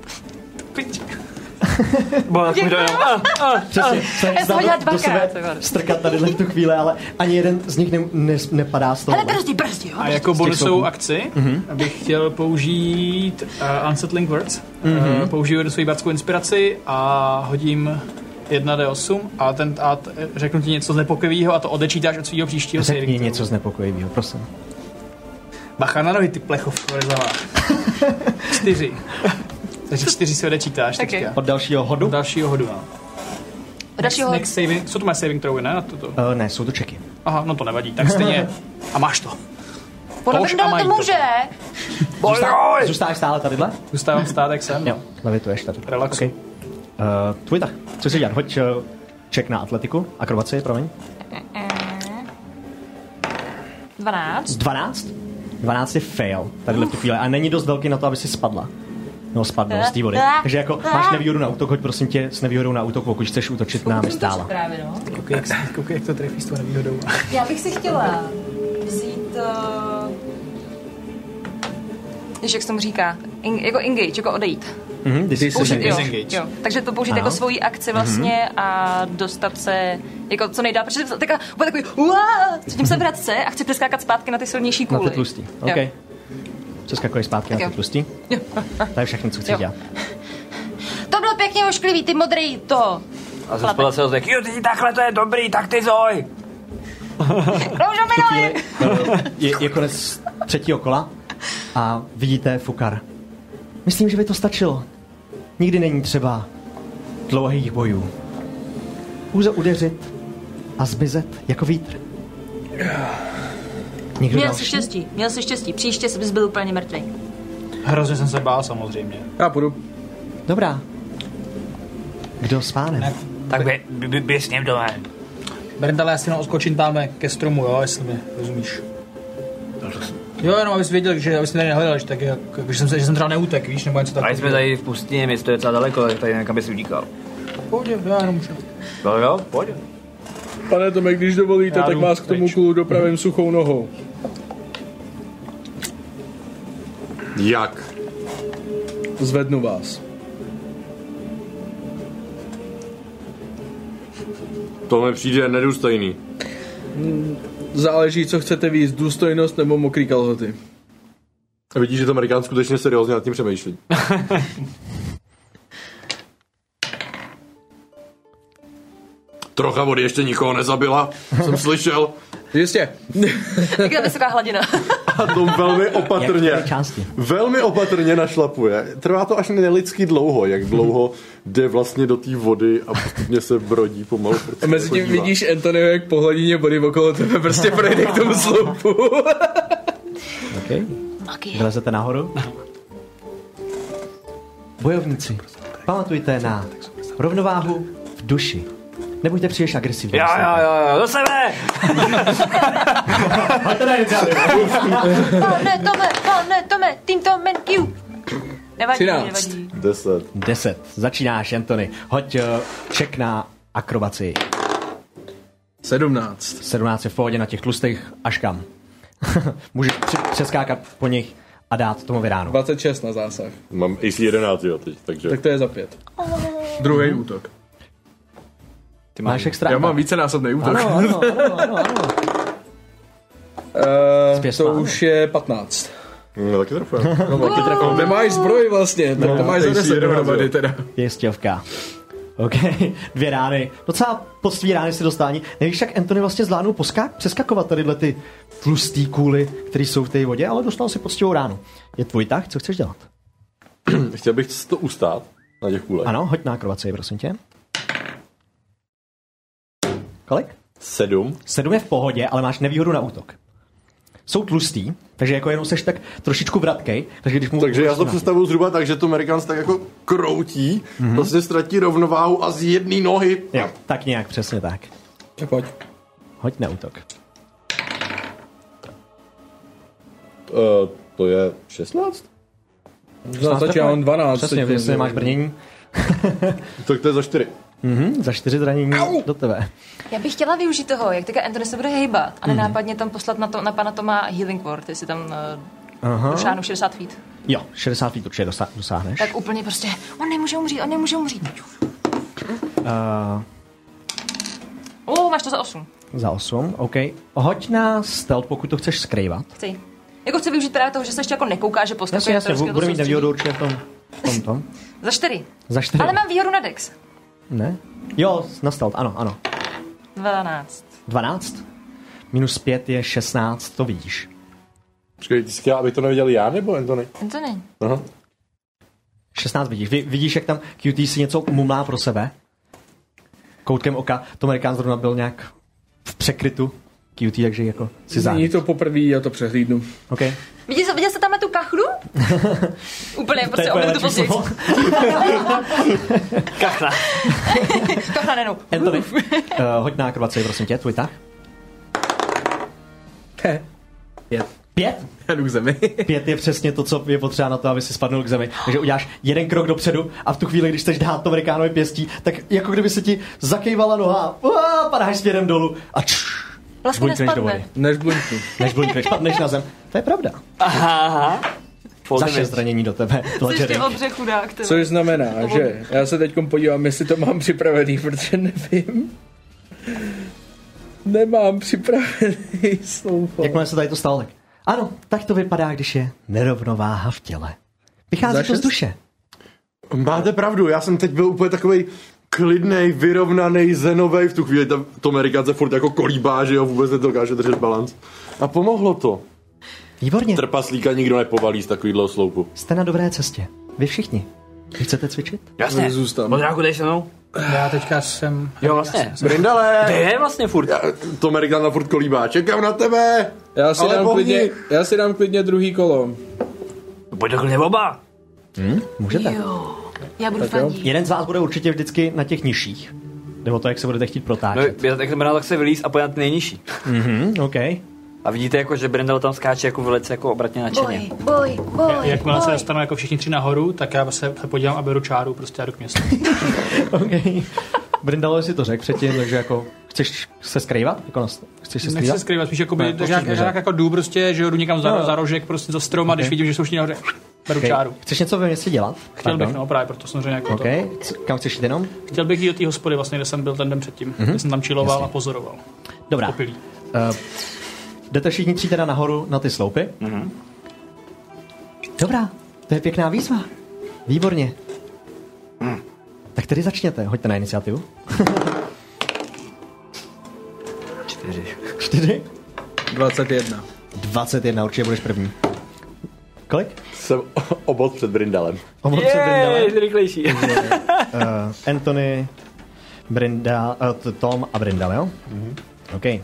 C: Bo, tak mi to jenom. Ah, ah.
A: přesně, se
E: Já jsem
A: zdá
E: hodila
A: do- do
E: dvakrát,
A: sebe
E: to je ono.
A: strkat tady v tu chvíli, ale ani jeden z nich ne, ne, nepadá z toho.
E: Hele, brzdí, brzdí, jo.
D: A jako
A: těch soubů.
D: bonusovou akci
A: Mhm.
D: bych chtěl použít uh, Unsettling Words. Mm-hmm.
A: Mhm.
D: Uh, použiju jednu svoji bardskou inspiraci a hodím 1d8 a, ten, a t, řeknu ti něco znepokojivého a to odečítáš od svého příštího
E: prostě-
A: Řekni
D: saving.
A: něco znepokojivého, prosím.
D: Bacha na nohy, ty plechov, rezavá. čtyři. Takže čtyři si odečítáš
E: Taky.
D: teďka.
A: Od dalšího hodu?
D: Dalšího hodu, no.
E: Dalšího...
D: Next saving, jsou to moje saving throwy, ne? Na tuto.
A: Eh, ne, jsou to čeky.
D: Aha, no to nevadí, tak stejně. A máš to.
E: Podle
D: Pouš a
E: brindele
D: mají
E: to
D: to.
E: může.
A: Zůstáváš stále tadyhle?
D: Zůstávám stát, jak jsem.
A: Jo, levituješ tady.
D: Relaxu.
A: Okay. Uh, tvůj tak. Co si dělat? Hoď uh, ček na atletiku. Akrobacie, promiň.
E: 12.
A: 12? 12 je fail tady v tu chvíli. A není dost velký na to, aby si spadla. No, spadnou z té vody. Takže jako máš nevýhodu na útok, hoď prosím tě s nevýhodou na útok, pokud chceš útočit na mystála.
E: Právě, no.
D: Koukej, jak, se- koukej, jak to trefí s tou nevýhodou.
E: Já bych si chtěla vzít... Uh... Víš, jak se tomu říká? In, jako engage, jako odejít.
A: Mhm, když jsi Mhm.
E: Použít, jo,
D: disengage.
E: jo. Takže to použít
A: Ano.
E: jako svoji akci vlastně a dostat se jako co nejdál, protože jsem taková, úplně takový uá, cítím se vratce a chci přeskákat zpátky na ty silnější
A: na
E: kůly.
A: ty tlustý.
E: Jo.
A: OK. Přeskakuješ zpátky na
E: jo.
A: ty tlustý. To je všechno, co chceš
E: Jo.
A: dělat.
E: To bylo pěkně ošklivý, ty modrý to.
C: A ze spoda se ho řekl, jo, ty takhle to je dobrý, tak ty zoj.
E: Kloužo mi nohy!
A: Je, je konec třetího kola a vidíte Fukar. Myslím, že by to stačilo. Nikdy není třeba dlouhých bojů. Pouze udeřit a zmizet jako vítr. Nikdo
E: Měl
A: další?
E: jsi štěstí, měl jsi štěstí. Příště jsi byl úplně mrtvý.
D: Hrozně jsem se bál samozřejmě.
B: Já půjdu.
A: Dobrá. Kdo s pánem?
C: Tak bě, bě, bě, bě s ním dole.
D: Brndale, já si jenom odskočím tamhle ke stromu, jo, jestli mi rozumíš.
A: No,
D: Jo, jenom abys věděl, že abys mě tady nehledal, že, tak, jak, jako, že, jsem, se- že jsem třeba neutek, víš, nebo něco
C: A jsme
D: takového.
C: tady v pustině, město je docela daleko, tak tady někam by si utíkal.
D: Pojď, já jenom můžu.
C: Jo, jo, pojď.
B: Pane Tome, když dovolíte,
D: Já
B: tak
D: jdu
B: vás k tomu
D: pryč.
B: kulu dopravím suchou nohou.
J: Jak?
B: Zvednu vás.
J: To mi přijde nedůstojný.
B: Záleží, co chcete víc, důstojnost nebo mokrý kalhoty.
J: A Vidíš, že to Amerikán skutečně seriózně nad tím přemýšlí. Trocha vody ještě nikoho nezabila, jsem slyšel.
I: Jistě.
E: Tak je vysoká hladina.
J: A to velmi opatrně.
A: Jak v té části.
J: Velmi opatrně našlapuje. Trvá to až nelidsky dlouho, jak dlouho jde vlastně do té vody a postupně se brodí pomalu.
B: A mezi tím
J: Podívá.
B: vidíš Antonio, jak po hladině body okolo tebe prostě projde k tomu sloupu.
A: Okay. Vylezete nahoru? Bojovníci, pamatujte na rovnováhu v duši. Nebuďte příliš agresivní.
C: Jo, jo, jo, jo, do sebe!
A: A teda je
E: Pane Tome, pane Tome, tým Tome, kiu. Nevadí,
A: Třináct.
E: nevadí.
J: 10.
A: 10. Začínáš, Anthony. Hoď eh, check na akrobaci.
I: 17.
A: 17 je v pohodě na těch tlustých až kam. Můžeš při- přeskákat po nich a dát tomu vyránu.
B: 26 na zásah.
J: Mám AC 11, jo, teď, takže...
B: Tak to je za pět. Druhý útok.
A: Ty máš extra.
I: Já mám vícenásobný útok.
A: Ano, ano, ano, ano, ano.
B: Uh, to už je 15.
J: No taky trefem.
B: No, taky trefem. Nemáš zbroj vlastně, tak to máš za 10 dohromady teda.
A: Pěstěvka. OK, dvě rány. Docela poství rány si dostání. Nevíš, jak Anthony vlastně zvládnul poskák, přeskakovat tadyhle ty tlustý kůly, které jsou v té vodě, ale dostal si poctivou ránu. Je tvůj tah, co chceš dělat?
J: No, Chtěl bych to ustát na těch kůlech.
A: Ano, hoď na akrobaci, prosím tě. Kolik?
J: Sedm.
A: Sedm je v pohodě, ale máš nevýhodu na útok. Jsou tlustý, takže jako jenom seš tak trošičku vratkej, takže když mu...
J: Takže já to představuji zhruba tak, že to Amerikans tak jako kroutí, mm-hmm. vlastně ztratí rovnováhu a z jedné nohy.
A: Mhm. Jo, tak nějak, přesně tak.
B: Tak pojď.
A: Hoď na útok.
J: Uh, to je 16?
B: Zastačí, já mám 12.
A: Přesně,
B: teď
A: jestli
B: nevím.
A: máš brnění.
J: Tak to je za 4.
A: Mhm, za čtyři zranění do tebe.
E: Já bych chtěla využít toho, jak teďka Anthony se bude hejbat
A: Mhm.
E: a nenápadně tam poslat na, to, na pana Toma Healing Word, jestli tam eh,
A: Aha.
E: uh, došáhnu 60 feet.
A: Jo, 60 feet určitě dosa- dosáhneš.
E: Tak úplně prostě, on nemůže umřít, on nemůže umřít.
A: Eh. Uh,
E: O, máš to za 8.
A: za 8, OK. Hoď na stealth, pokud to chceš skrývat.
E: Chci. Jako chci využít právě toho, že se ještě jako nekouká, že
A: Jasně,
E: poskakuje.
A: jasně,
E: to
A: bu-
E: rozkvětlo
A: budu mít
E: soustředí.
A: nevýhodu určitě v tom, v tom, tom.
E: Za 4.
A: Za 4.
E: Ale mám výhodu na Dex.
A: Ne? Jo, na stealth, ano, ano.
E: 12.
A: 12? Minus 5 je 16, to vidíš.
J: Počkej, ty jsi chtěla, aby to neviděl já nebo Anthony?
E: Anthony.
J: Aha.
A: 16 vidíš. Vy, vidíš, jak tam QT si něco mumlá pro sebe? Koutkem oka. To Amerikán zrovna byl nějak v překrytu QT, takže jako si září.
B: Není to poprvé, já to přehlídnu.
A: OK.
E: Viděl jsi, viděl jsi tamhle tu kachlu? Úplně prostě o
A: tvoje
E: minutu
A: lepší
E: později.
A: slovo.
C: Kachna.
E: Kachla nenou.
A: Anthony, uh, hoď na akrobaci, prosím tě, tvůj tah. Pět?
I: Já jdu k zemi.
A: Pět je přesně to, co je potřeba na to, aby si spadnul k zemi. Takže uděláš jeden krok dopředu a v tu chvíli, když chceš dát to Amerikánovi pěstí, tak jako kdyby se ti zakejvala noha, uá, padáš směrem dolů a čš,
E: Vlastně
A: Buďneš do vody.
E: nespadne.
B: Než blunknu.
A: než blinkneš, padneš na zem. To je pravda.
C: Aha, aha. Full
A: Za
C: damage.
A: šest zranění do tebe.
E: Jsi ještě
A: Jerry.
E: obře chudák, ty.
B: Což znamená, že já se teď podívám, jestli to mám připravený, protože nevím. Nemám připravený slovo.
A: Jakmile se tady to stalo, tak ano, tak to vypadá, když je nerovnováha v těle. Vychází
B: Za
A: to z
B: šest?
A: duše.
J: Máte pravdu, já jsem teď byl úplně takový klidnej, vyrovnaný, zenovej. V tu chvíli ta, to Amerikánce furt jako kolíbá, že jo, vůbec nedokáže držet balans. A pomohlo to.
A: Výborně,
J: Trpaslíka nikdo nepovalí z takového sloupu.
A: jste na dobré cestě. Vy všichni. Vy chcete cvičit?
C: Jasně.
B: Zůstanu.
C: Modráku, jdeš no? se mnou?
D: Já teďka jsem...
C: Jo, vlastně. Kde
J: Brindale!
C: je vlastně furt?
J: Já- To Amerikán tam furt kolíbá, čekám na tebe!
B: Já si,
J: Ale
B: dám
J: bohni.
B: klidně, já si dám klidně druhý kolo.
C: Pojď do klidně oba.
A: Můžete.
E: Jo, já budu
B: Tak jo.
E: fandí.
A: Jeden z vás bude určitě vždycky na těch nižších. Nebo to, jak se budete chtít
C: No,
A: protáčet.
C: já tak znamená, tak se vylíz a pojď na ty nejnižší.
A: Mhm, OK.
C: A vidíte, jako, že Brindel tam skáče jako velice jako obratně na
E: Boj,
C: čeně.
E: boj, boj,
D: Jakmile se
E: boj.
D: dostanou jako všichni tři nahoru, tak já se podívám a beru čáru prostě a jdu k městu.
A: okay. Brindalo si to řekl předtím, takže jako chceš se skrývat? Jako na, chceš se
D: Nechci
A: skrývat?
D: se skrývat, spíš jako
A: Ne,
D: by,
A: to
D: tak
A: chci
D: nějak,
A: běžet.
D: nějak jako jdu prostě, že jdu někam za,
A: No, jo.
D: za rožek prostě za stroma, když
A: Ok.
D: vidím, že jsou všichni nahoře, beru
A: Okay.
D: čáru.
A: Chceš něco ve městě dělat?
D: Chtěl bych, no právě proto samozřejmě jako to.
A: OK, C- kam chceš jít jenom?
D: Chtěl bych jít do té hospody vlastně, kde jsem byl ten den předtím,
A: Mhm.
D: kde jsem tam čiloval a pozoroval.
A: Dobrá.
D: Opilí.
A: Uh, jdete všichni tři teda nahoru na ty sloupy? Mm-hmm. Dobrá, to je pěkná výzva. Výborně. Tak tedy začněte, hoďte na iniciativu.
C: Čtyři.
A: Čtyři?
I: 21.
A: 21, určitě budeš první. Kolik?
J: Jsem obod před Brindalem.
A: Omlouvám se, Brindale.
C: rychlejší.
A: Eh, Anthony, Brinda, eh, t- Tom a Brindal, jo? OK.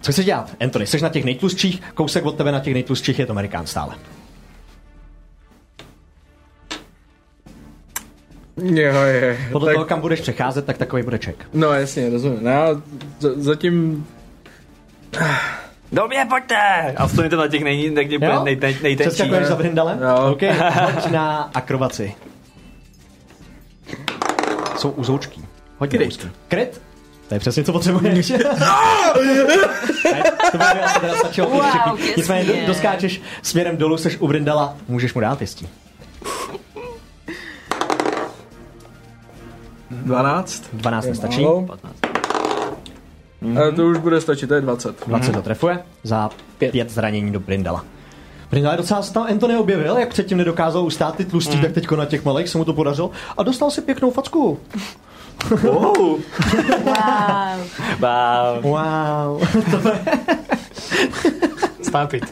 A: Co chceš dělat, Anthony? Jsi na těch nejtlustších, kousek od tebe na těch nejtlustších je to Amerikán stále.
I: Jo, je.
A: Podle
I: tak,
A: toho, kam budeš přecházet, tak takový bude ček.
I: No jasně, rozumím. No, já za- zatím
C: Do mě pojďte! A stojíte na těch nej, nej,
A: Jo?
C: nej, nej, nej, nejtenčí.
A: Přeskakuješ za Brindalem?
I: Jo.
A: OK, hoď na akrobaci. Jsou uzoučký. Hodně Kryt. úzký. Kryt? To je přesně, co potřebuješ. Ne, to by mi asi teda stačilo
E: Wow,
A: určitý.
E: těsně.
A: Nicméně do- doskáčeš směrem dolů, seš u Brindala, můžeš mu dát pěstí.
I: 12.
A: 12 nestačí,
I: Málo. A to už bude stačit, to je 20.
C: Mhm.
A: 20 to trefuje, za 5 zranění do Brindala. Brindal je docela se tam Anthony objevil, jak předtím nedokázal ustát ty tlustí,
C: Mhm.
A: tak teďko na těch malých se mu to podařilo a dostal si pěknou facku.
C: Wow. wow.
A: Wow.
D: Stápit.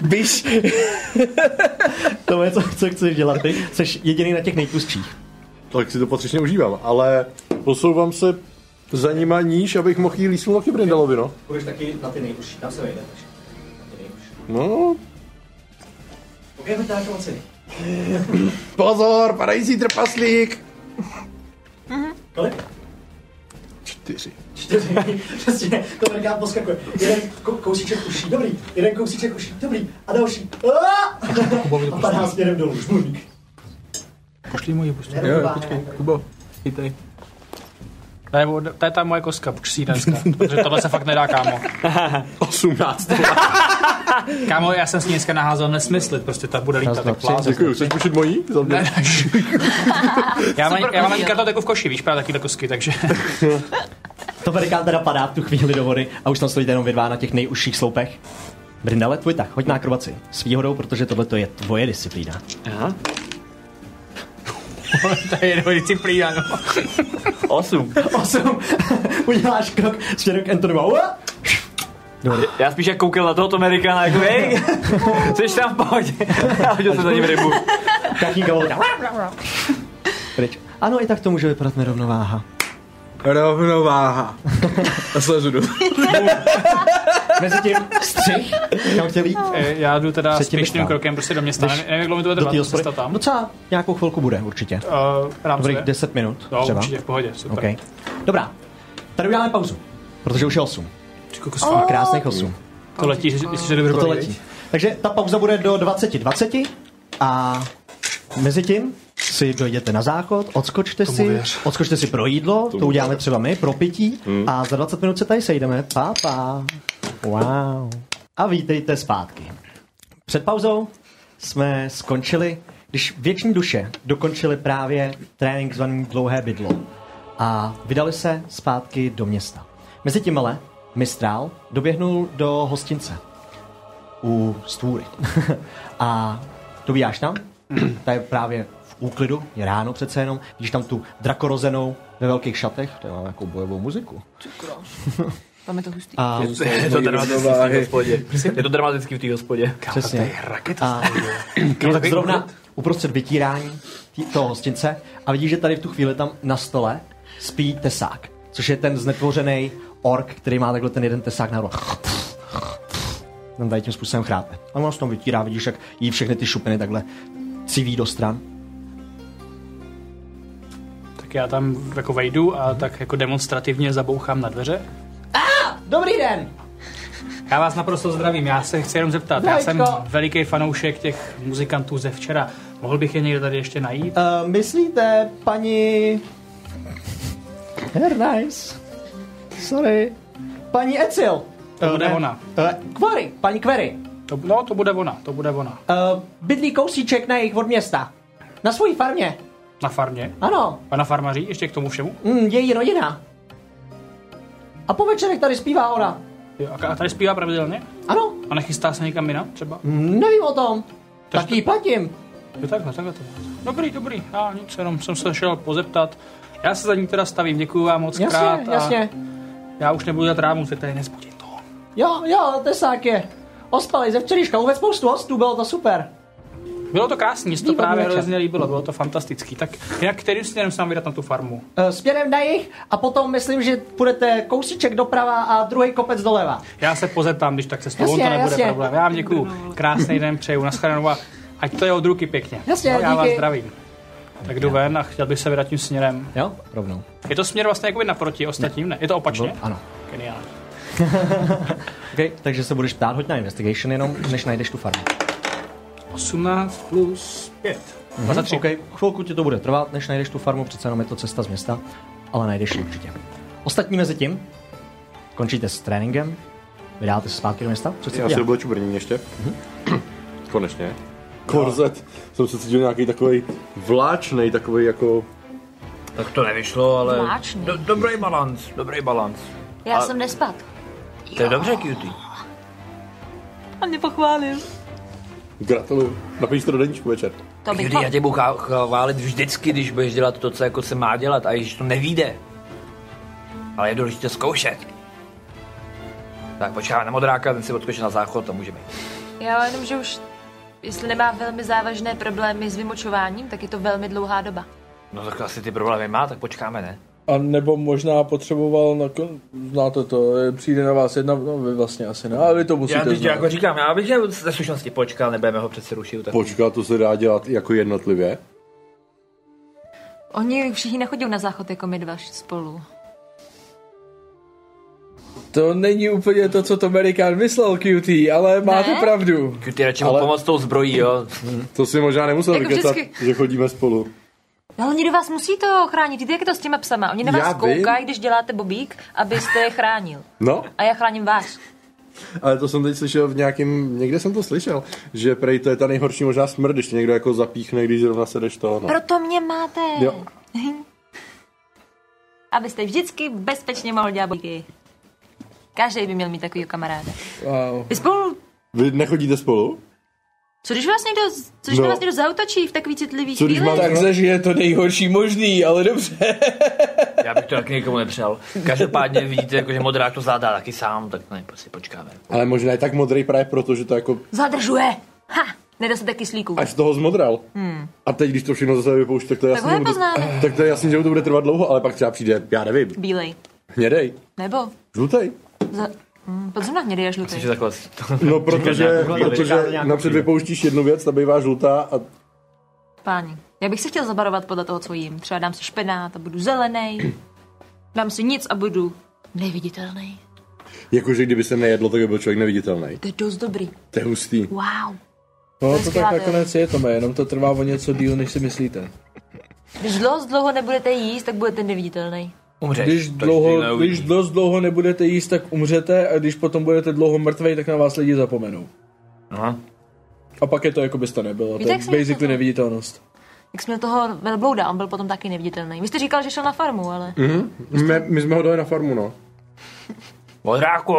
B: Byš,
A: To je, co, co chceš dělat ty. Jsi jediný na těch nejtlustších.
J: Tak si to patřičně užívám, ale posouvám se za nima níž, abych mohl jí lísnout taky Brindalovi, no.
A: Budeš taky na ty nejtlustší, tam se vejde.
J: No,
A: Okay, hoď na akrobaci.
J: pozor, padající trpaslík!
A: Kolik?
J: Čtyři.
A: Čtyři. Přesně, to orgán poskakuje. Jeden kou- kousíček uší, dobrý. Jeden kousíček uší, dobrý. A další. Aaa! A padá směrem dolů, žmurník.
D: Pošli mu ji, pošli.
I: Jo, jo, počkej, Kubo, chytej.
D: To je, to je ta moje kostka, křídenská. Protože tohle se fakt nedá, kámo.
J: 18.
D: Kámo, já jsem s ní dneska naházel nesmyslit, prostě ta bude lítat, tak plázat.
J: Děkuji, chceš pušit mojí? Za mě?
D: Já mám, já mám i kartoteku v koši, víš, právě takové kosky, takže...
A: To orgán teda padá v tu chvíli do vody a už tam stojíte jenom vy dva na těch nejužších sloupech. Brindale, tvůj tak, hoď na akrobaci. S výhodou, protože tohle je tvoje disciplína.
D: to je jenom disciplína, no.
C: Osm.
A: 8. Uděláš krok směrem k Antonu.
C: Já spíš jak koukal na tohoto Amerikána, jako hej, jsi tam v pohodě. Já hodil jsem za ním rybu.
A: Kachínka volka. Pryč. Ano, i tak to může vypadat nerovnováha.
I: Rovnováha. A slezu jdu.
A: Mezitím střih, kam chtěl jít.
D: Eh, Já jdu teda
A: Předtím
D: spěšným
A: tam.
D: krokem prostě do města,
A: Jdeš
D: nevím, nevím, jak dlouho mi to bude
A: Do té
D: trvat,
A: hospody.
D: cesta tam.
A: Docela nějakou chvilku bude, určitě.
D: Uh,
A: Dobrých 10 minut
D: Jo,
A: třeba.
D: No, určitě, v pohodě, super.
A: Okay. Dobrá, tady uděláme pauzu, protože už je 8.
D: Ty kokos,
A: A krásných 8.
D: jako To letí, že- jestli že dobře
A: To
D: baví,
A: letí. Takže ta pauza bude do 20.20 a mezi tím si dojděte na záchod, odskočte si, odskočte si pro jídlo, to uděláme třeba my, pro pití a za 20 minut se tady sejdeme. Pa, pa. Wow. A vítejte zpátky. Před pauzou jsme skončili, když věční duše dokončili právě trénink zvaný Dlouhé bydlo a vydali se zpátky do města. Mezi tím ale Mistrál doběhnul do hostince u stvůry. a dobíjáš tam, ta je právě v úklidu, je ráno přece jenom, vidíš tam tu drakorozenou ve velkých šatech, to má nějakou bojovou muziku.
E: Tam je to hustý.
A: A
C: Je to dramatický v té hospodě. Je to dramatický v té hospodě.
A: přesně. A no, tak zrovna uprostřed vytírání tý- toho hostince a vidíš, že tady v tu chvíli tam na stole spí tesák, což je ten znetvořený ork, který má takhle ten jeden tesák na ruce. Tam tady tím způsobem chrápe. A on se tam vytírá, vidíš, jak jí všechny ty šupiny takhle civí do stran.
D: Tak já tam jako vejdu a tak jako demonstrativně zabouchám na dveře.
A: Dobrý den!
D: Já vás naprosto zdravím, já se chci jenom zeptat, já jsem
A: Zdravíčko.
D: veliký fanoušek těch muzikantů ze včera. Mohl bych je někde tady ještě najít?
A: Uh, myslíte, paní... Hernice. Sorry. Paní Ecil.
D: To
A: Eh,
D: bude
A: ne.
D: ona.
A: Eh, Quarry, paní Query.
D: To, no, to bude ona, to bude ona.
A: Uh, bydlí kousíček na jejich od města. Na svojí farmě.
D: Na farmě.
A: Ano,
D: Pana farmaří, ještě k tomu všemu.
A: mm, její rodina. A po večerech tady zpívá ona.
D: Jo, a- A tady zpívá pravidelně?
A: Ano,
D: A nechystá se někam jinam třeba?
A: mm, nevím o tom.
D: Takže
A: tak
D: to-
A: jí platím.
D: Jo, takhle, takhle to máte. Dobrý, dobrý, já nic, jenom jsem se šel pozeptat. Já se za ní teda stavím, děkuji vám moc
A: Jasně,
D: krát.
A: jasně.
D: A já už nebudu dělat rámu, se tady nezbudí to.
L: Jo, jo, tesák je. Ospalej ze včerejška, vůbec spoustu hostů, bylo to super.
D: Bylo to krásný, mně se to
L: Výborný
D: právě
L: večer.
D: hrozně líbilo, bylo to fantastický. Tak jak kterým směrem se mám vydat na tu farmu?
L: Eh, Směrem na jich a potom myslím, že půjdete kousíček doprava a druhý kopec doleva.
D: Já se pozeptám, když tak se s tobou,
L: Jasně,
D: to nebude
L: jasně. No,
D: problém. Já vám děkuju, krásný den přeju, nashledanou a ať to je od ruky pěkně.
L: Jasně,
D: no, já vás
L: díky.
D: zdravím. Tak jdu ven a chtěl bych se vydat tím směrem.
A: Jo, rovnou.
D: Je to směr vlastně jakoby naproti ostatním, ne? Je to opačně?
A: No, Ano.
D: Geniální.
A: Okay, takže se budeš ptát, hoď na investigation jenom, než najdeš tu farmu.
D: 18 plus 5.
A: Mhm, okay. Chvilku ti to bude trvat, než najdeš tu farmu, přece jenom je to cesta z města, ale najdeš ji určitě. Ostatní mezi tím končíte s tréninkem, vydáte se zpátky do města. Co chcete
J: Já Mhm. si
A: dělat?
J: obleču brnění ještě. Konečně. Korzet. Jsem se cítil nějaký takový vláčnej, takový jako...
C: Tak to nevyšlo, ale...
E: Vláčný.
C: Do, dobrý balans, dobrý balans.
E: Já
C: A-
E: jsem nespat.
C: To je dobře, cutie.
E: A mě pochválil.
J: Gratuluju. Napiš to do deníčku večer.
E: To bych
C: Cutie, já tě budu chá- chválit vždycky, když budeš dělat to, co jako se má dělat, a když to nevíde. Ale je důležité zkoušet. Tak počkáme na modráka, ten si odskočil na záchod a můžeme. jít.
E: Já jenom, že už, jestli nemá velmi závažné problémy s vymočováním, tak je to velmi dlouhá doba.
C: No tak asi ty problémy má, tak počkáme, ne?
B: A nebo možná potřeboval, na kon... znáte to, eh, přijde na vás jedna, no vy vlastně asi ne, ale vy to musíte
C: já bych
B: znát.
C: jako říkám, já bych že ze slušnosti počkal, nebudeme ho přece rušit. Tak...
J: Počkat, to se dá dělat jako jednotlivě.
E: Oni všichni nechodí na záchod jako my dva spolu.
B: To není úplně to, co to Amerikán myslel, cutie, ale máte
E: Ne?
B: pravdu.
C: Cutie, radši mu pomoct tou zbrojí, jo.
J: To si možná nemusel
E: Jako
J: vykecat,
E: vždycky.
J: že chodíme spolu.
E: No, ale oni do vás musí to ochránit. Víte, jak je to s těma psama? Oni na
J: Já
E: vás koukají,
J: vím.
E: když děláte bobík, abyste je chránil.
J: No,
E: A já chráním vás.
J: ale to jsem teď slyšel v nějakým, někde jsem to slyšel, že prej to je ta nejhorší možná smrt, když tě někdo jako zapíchne, když zrovna sedeš toho, no.
E: Proto mě máte.
J: Jo.
E: Abyste vždycky bezpečně mohl dělat bobíky. Každý by měl mít takovýho kamaráda.
B: Wow.
E: Vy spolu,
J: Vy nechodíte spolu?
E: co když vás někdo, co když
J: No.
E: no. vás někdo zautočí v takový citlivý
J: Co když
E: chvíli?
J: mám-
B: Tak zažije to nejhorší možný, ale dobře.
C: Já bych to taky nikomu nepřál. Každopádně vidíte, jako, že modrák to zvládá taky sám, tak ne, prostě počkáme.
J: Ale možná je tak modrý právě proto, že to jako
E: Zadržuje. Ha, nedostatek kyslíku.
J: až z toho zmodral. Hmm. A teď, když to všechno zase vypouští, tak to je
E: Tak
J: jasný,
E: ho
J: že mu to,
E: nepoznáme.
J: tak to je jasný, že mu to bude trvat dlouho, ale pak třeba přijde, já nevím,
E: Bílej.
J: hnědej,
E: Nebo?
J: žlutej.
E: Za... Hmm, podzemná hnědý a žlutý.
C: Myslím, že takhle...
J: No, protože,
C: nějakou chvíli.
J: protože
C: Čeká to nějakou
J: napřed
C: chvíli.
J: vypouštíš jednu věc, ta bývá žlutá a
E: Páni, já bych se chtěl zabarovat podle toho, co jím. Třeba dám si špenát a budu zelený. Dám si nic a budu neviditelný.
J: jakože kdyby se nejedlo, tak by byl člověk neviditelný.
E: To je dost dobrý.
J: To je hustý.
E: Wow.
B: No to
E: skvělá
B: tak
E: teorie.
B: nakonec je, Tome, jenom to trvá o něco díl, než si myslíte.
E: Když dost dlouho nebudete jíst, tak budete neviditelný.
C: Umřeš.
B: Když,
C: to nikdo
B: dlouho,
C: neuvidí.
B: když dost dlouho nebudete jíst, tak umřete a když potom budete dlouho mrtvej, tak na vás lidi zapomenou.
C: Aha.
B: A pak je to, jako byste nebylo.
E: Víte,
B: to je
E: jak jsem
B: basically
E: myslela?
B: neviditelnost.
E: Jak jsme toho velblouda, on byl potom taky neviditelný. Vy jste říkal, že šel na farmu, ale...
J: My, my jsme ho dali na farmu, no.
C: Modráku!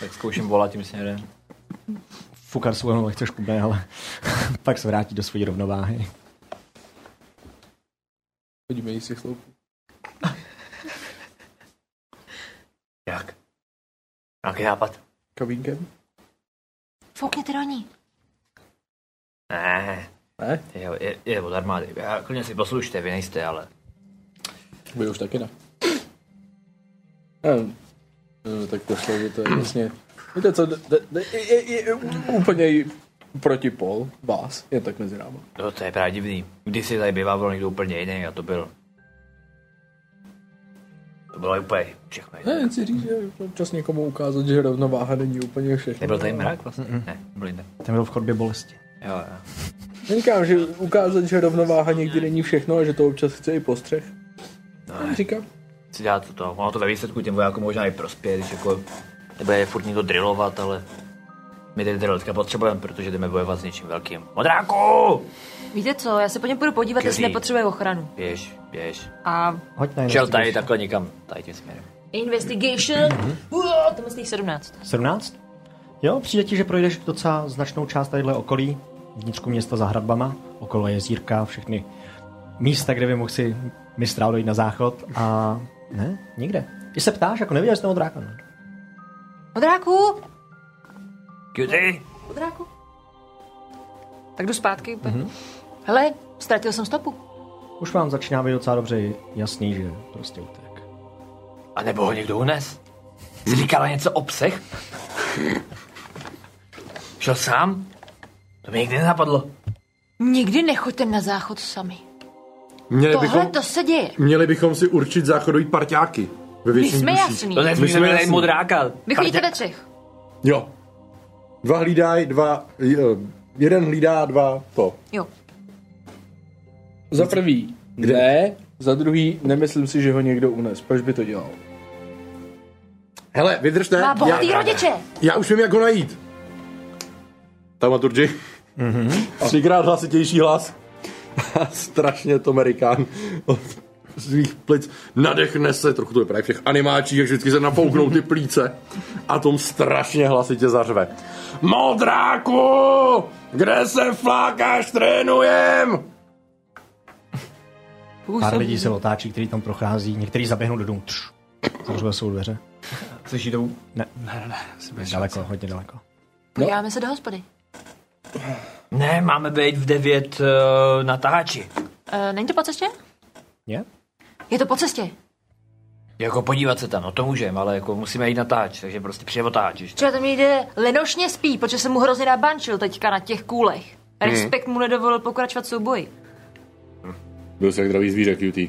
C: Tak zkouším volat tím směrem.
A: Fukar se jenom lehce škubne, ale pak se vrátí do své rovnováhy.
B: Hodíme jíst si chloupu.
C: Jak? Nějaký nápad?
B: Kavínkem?
E: Foukněte do ní.
C: Ne.
B: Ne?
C: Je, je, je od armády. Já, klidně si poslušte, vy nejste, ale...
B: Vy už taky ne. Ne, no, tak to slovo to je vlastně... Víte co, d- d- d- je, je, je úplně protipol vás, jen tak mezi náma.
C: No, to je právě divný. Když si tady býval někdo úplně jiný a to byl... To bylo úplně všechno.
B: Ne, jen si říct, že občas někomu ukázat, že rovnováha není úplně všechno.
C: Nebyl tady mrak vlastně? Ne, byl jinde.
A: Ten byl v chodbě bolesti.
C: Jo, jo.
B: Říkám, že ukázat, že rovnováha někdy není všechno a že to občas chce i postřeh. No, říkám.
C: si dělat to, to. Ono to ve výsledku těm vojákům možná i prospěje, když jako nebude je furt někdo drillovat, ale my ty drill teďka potřebujeme, protože jdeme bojovat s něčím velkým. Modráku!
E: Víte co, já se po něm půjdu podívat, jestli
C: Kdy?
E: nepotřebuje ochranu.
C: Běž, běž.
E: A
A: Hoď na
C: Šel tady
A: investigation.
C: takhle někam, tady tím směrem.
E: investigation... Uo, to myslíš 17.
A: 17? Jo, přijde ti, že projdeš docela značnou část tadyhle okolí, vnitřku města za hradbama, okolo jezírka, všechny místa, kde by mohl si mistrál dojít na záchod a ne, nikde. Ty se ptáš, jako neviděl jsi toho dráka. no.
E: Modráku,
C: Cutie?
E: modráku. Tak jdu zpátky. Mm-hmm. Hele, ztratil jsem stopu.
A: Už vám začíná být docela dobře jasný, že prostě utek.
C: A nebo ho někdo unes? Jsi říkala něco o psech? Šel sám? To mi nikdy nenapadlo.
E: Nikdy nechoďte na záchod sami.
J: Měli
E: Tohle
J: bychom,
E: to se děje.
J: měli bychom si určit záchodový parťáky. Ve
E: My
J: většině
E: jsme
J: duší.
E: jasný.
C: To nesmí se být modráka.
E: Vy chodíte ve třech.
J: Jo. Dva hlídají, dva... j- Jeden hlídá, dva to.
E: Jo.
B: Za prvý, Kde? ne, za druhý, nemyslím si, že ho někdo unes. Proč by to dělal?
J: Hele, vydržte.
E: Má bohatý
J: já,
E: rodiče.
J: já už vím, jak ho najít. Taumaturgy. Mm-hmm. Třikrát hlasitější hlas. A strašně to Amerikán od svých plic. Nadechne se, trochu to vypadá jak v těch animáčích, jak vždycky se nafouknou ty plíce. A tom strašně hlasitě zařve. Modráku! Kde se flákáš, trénujem?
A: Pár lidí se otáčí, který tam prochází, některý zaběhnou do domu. Třš. Zavřou jsou dveře.
I: Slyší to?
A: Ne. Ne, ne, Daleko, hodně daleko.
J: No.
E: Podíváme se do hospody.
C: Ne, máme být v devět uh, na tahači.
E: E, není to po cestě?
A: Je?
E: Je to po cestě.
C: Jako podívat se tam, no to můžeme, ale jako musíme jít na tahač, takže prostě přijde o tahač. ještě.
E: Třeba tam jde lenošně spí, protože se mu hrozně nabančil teďka na těch kůlech.
J: Hmm.
E: Respekt mu nedovolil pokračovat v souboji.
J: Byl jsi jak dravý zvíře, cutie.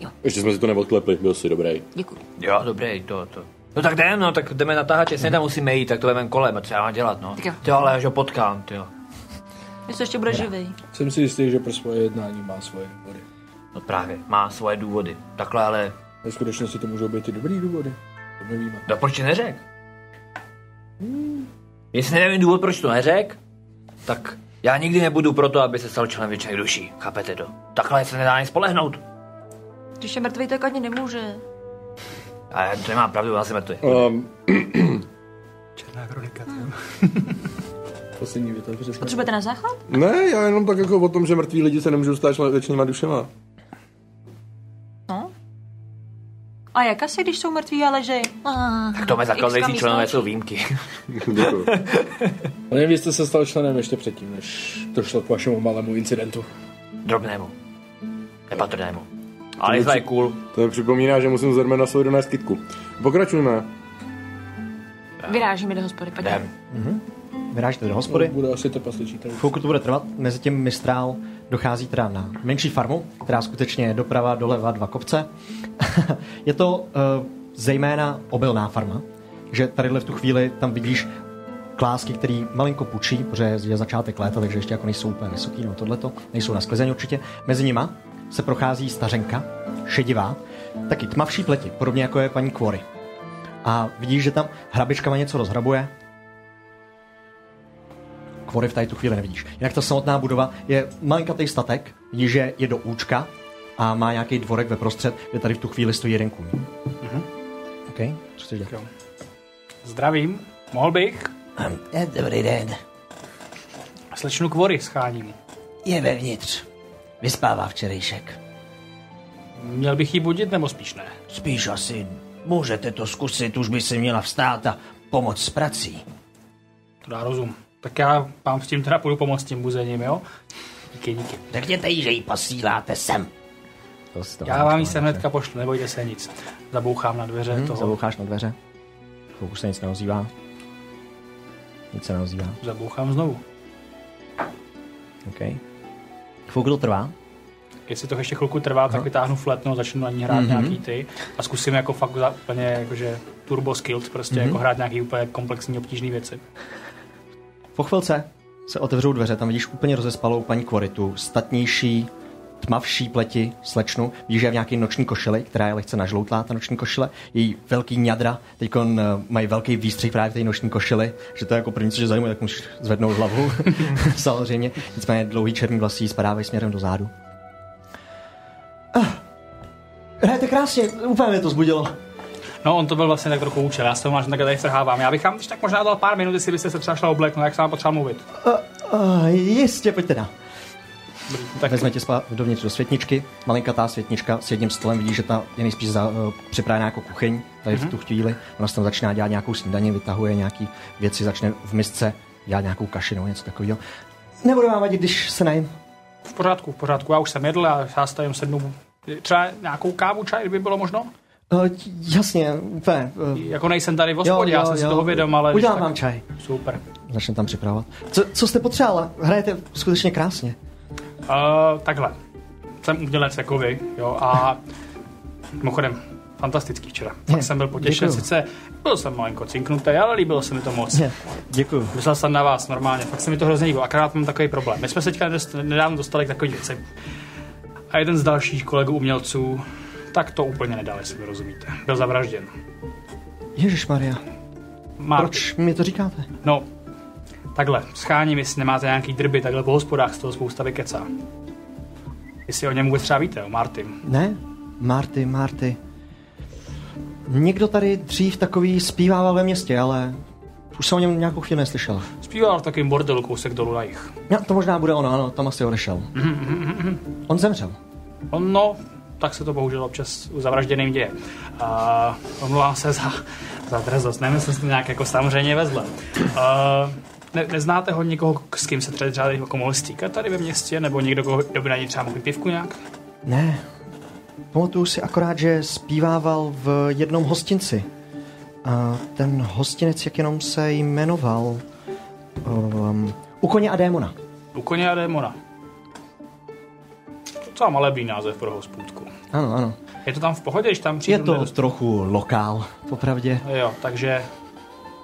E: Jo.
J: Ještě jsme si to neodklepli, byl jsi dobrý.
E: Děkuji.
C: Jo, dobrý, to, to. No tak jdem, no tak jdeme na tahač, jestli tam musíme jít, tak to jdeme kolem, a co já mám dělat, no.
E: Tak jo.
C: Ty ale až ho potkám, ty jo.
E: Jestli ještě bude živý.
B: Jsem si jistý, že pro svoje jednání má svoje důvody.
C: No právě, má svoje důvody. Takhle ale,
B: Ve skutečnosti to můžou být i dobrý důvody. To nevíme.
C: no proč to neřek? Hmm. Jestli nevím důvod, proč to neřek, tak já nikdy nebudu proto, aby se stal členem věčných duší. Chápete to? Takhle se nedá ani spolehnout.
E: Když je mrtvý, tak ani nemůže.
C: A to nemá pravdu, já jsem mrtvý.
J: Um,
D: Černá kronika.
B: Poslední věta, přesně.
E: Potřebujete na záchod?
J: Ne, já jenom tak jako o tom, že mrtví lidi se nemůžou stát člen- věčnýma dušema.
E: No. A jak asi, když jsou mrtví No, a leží?
C: Tak to mé zakládající
E: X-ka
C: členové
E: místo.
C: jsou výjimky.
J: Děkuju.
B: Ale nevím, jestli jste se stal členem ještě předtím, než to šlo k vašemu malému incidentu.
C: Drobnému. Nepatrnému. Ale je to je cool.
J: to mi připomíná, že musím zrovna na svou donést kytku. Pokračujme.
E: Vyrážíme do hospody, pojďme.
C: Jdem.
A: Vyrážíte do
B: To
A: hospody.
B: bude asi to pasličí tady.
A: Chvilku to bude trvat, mezi tím Mistrál dochází teda na menší farmu, která skutečně je doprava, doleva, dva kopce. je to uh, zejména obilná farma, že tadyhle v tu chvíli tam vidíš klásky, který malinko pučí, protože je začátek léta, takže ještě jako nejsou úplně vysoký, no tohleto, nejsou na sklizeň určitě. Mezi nima se prochází stařenka, šedivá, taky tmavší pleti, podobně jako je paní Quarry. A vidíš, že tam hrabičkama něco rozhrabuje, kvory v tady tu chvíli nevidíš. Jinak ta samotná budova je malinkatý statek, vidíš, že je do účka a má nějaký dvorek ve prostřed, kde tady v tu chvíli stojí jeden kůň. Mm-hmm.
D: Mhm.
A: OK, co chceš dělat?
D: Zdravím, mohl bych.
L: Eh, Dobrý den.
D: Slečnu kvory scháním.
L: Je vevnitř. Vyspává včerejšek.
D: Měl bych ji budit, nebo spíš ne?
L: Spíš asi můžete to zkusit, už by se měla vstát a pomoct s prací.
D: To dá rozum. Tak já vám s tím teda půjdu pomoct s tím buzením, jo? Díky, díky.
L: Řekněte jí, že ji posíláte sem.
A: To si tam
D: Já vám ji sem hnedka pošlu, nebojte se nic. Zabouchám na dveře
A: Hm,
D: toho.
A: Zaboucháš na dveře. Chvilku se nic neozývá. Nic se neozývá.
D: Zabouchám znovu.
A: OK. Chvilku to trvá.
D: Jestli to ještě chvilku trvá,
A: No.
D: tak vytáhnu fletno, začnu na ní hrát
A: Mhm.
D: mm-hmm. nějaký ty a zkusím jako fakt za, úplně jakože turbo skilled, prostě
A: Mhm.
D: mm-hmm. jako hrát nějaký úplně komplexní obtížné věci.
A: Po chvilce se otevřou dveře, tam vidíš úplně rozespalou paní Kvoritu, statnější, tmavší pleti, slečnu. Vidíš, že je v nějaké noční košili, která je lehce nažloutlá, ta noční košile. Její velký ňadra, teď eh, mají velký výstřih právě v té noční košili, že to je jako první, co tě zajímá, tak musíš zvednout hlavu. Samozřejmě, nicméně dlouhý černý vlasy spadávají směrem do zádu. Ah. Hrajete krásně, úplně mě to zbudilo.
D: No, on to byl vlastně tak trochu účel, já se vám takhle tady strhávám. Já bych vám když tak možná dal no,
A: Ah,
D: pár minut, jestli byste se třeba šla obléknout, jak jsem vám potřeba mluvit.
A: Uh, jistě, pojďte na. Tak vezme tě spá- dovnitř do světničky. Malinkatá světnička s jedním stolem vidí, že ta je nejspíš za, uh, připravená jako kuchyň. Tady
D: Mhm.
A: mm-hmm. v tu chvíli ona se tam začíná dělat nějakou snídaní, vytahuje nějaké věci, začne v misce dělat nějakou kaši nebo něco takového. Nebudu vám vadit, když se najím.
D: V pořádku, v pořádku. Já už jsem jedl a já stavím sednu. Třeba nějakou kávu, čaj, kdyby bylo možno?
A: Uh, jasně, úplně. Uh,
D: Jako nejsem tady v hospodě, já jsem si toho vědom, ale... když
A: Udělám
D: tak-
A: vám čaj.
D: Super.
A: Začne tam připravovat. Co, co jste potřebovala? Hrajete skutečně krásně.
D: Uh, takhle. Jsem umělec jako vy, jo, a mimochodem, fantastický včera. Fakt
A: Je,
D: jsem byl potěšen,
A: děkuju.
D: sice byl jsem malinko cinknutý, ale líbilo se mi to moc.
A: Je, děkuju.
D: Myslel jsem na vás normálně, fakt se mi to hrozně líbilo, akorát mám takový problém. My jsme se teďka dost- nedávno dostali k takovým věcem. A jeden z dalších kolegů umělců, tak to úplně nedal, jestli mi rozumíte. Byl zavražděn.
A: Ježíš Maria,
D: Má
A: proč mi to říkáte?
D: No, takhle, scháním, jestli nemáte nějaký drby, takhle po hospodách z toho spousta vykecá. Jestli o něm vůbec třeba víte, o Martin.
A: Ne? Marty, Marty. Někdo tady dřív takový zpívával ve městě, ale už jsem o něm nějakou chvíli neslyšel.
D: Zpíval v takovém bordelu kousek dolů na jich.
A: Ja, to možná bude ono, ano, tam asi odešel. On zemřel.
D: On, no, tak se to bohužel občas u zavražděným děje. A omlouvám se za, za drzost, nevím, jsem si to nějak jako samozřejmě vezl. Ne, neznáte ho někoho, k- s kým se třeba, třeba jako mohl stýkat tady ve městě, nebo někdo, koho, kdo by na něj třeba mohl pivku nějak?
A: Ne. Pamatuju si akorát, že zpívával v jednom hostinci. A ten hostinec, jak jenom se jmenoval, um, u koně a démona.
D: U koně a démona. Docela malebný název pro hospůdku.
A: Ano, ano.
D: Je to tam v pohodě, když tam přijdu?
A: Je to
D: nedost-
A: trochu lokál, popravdě.
D: Jo, takže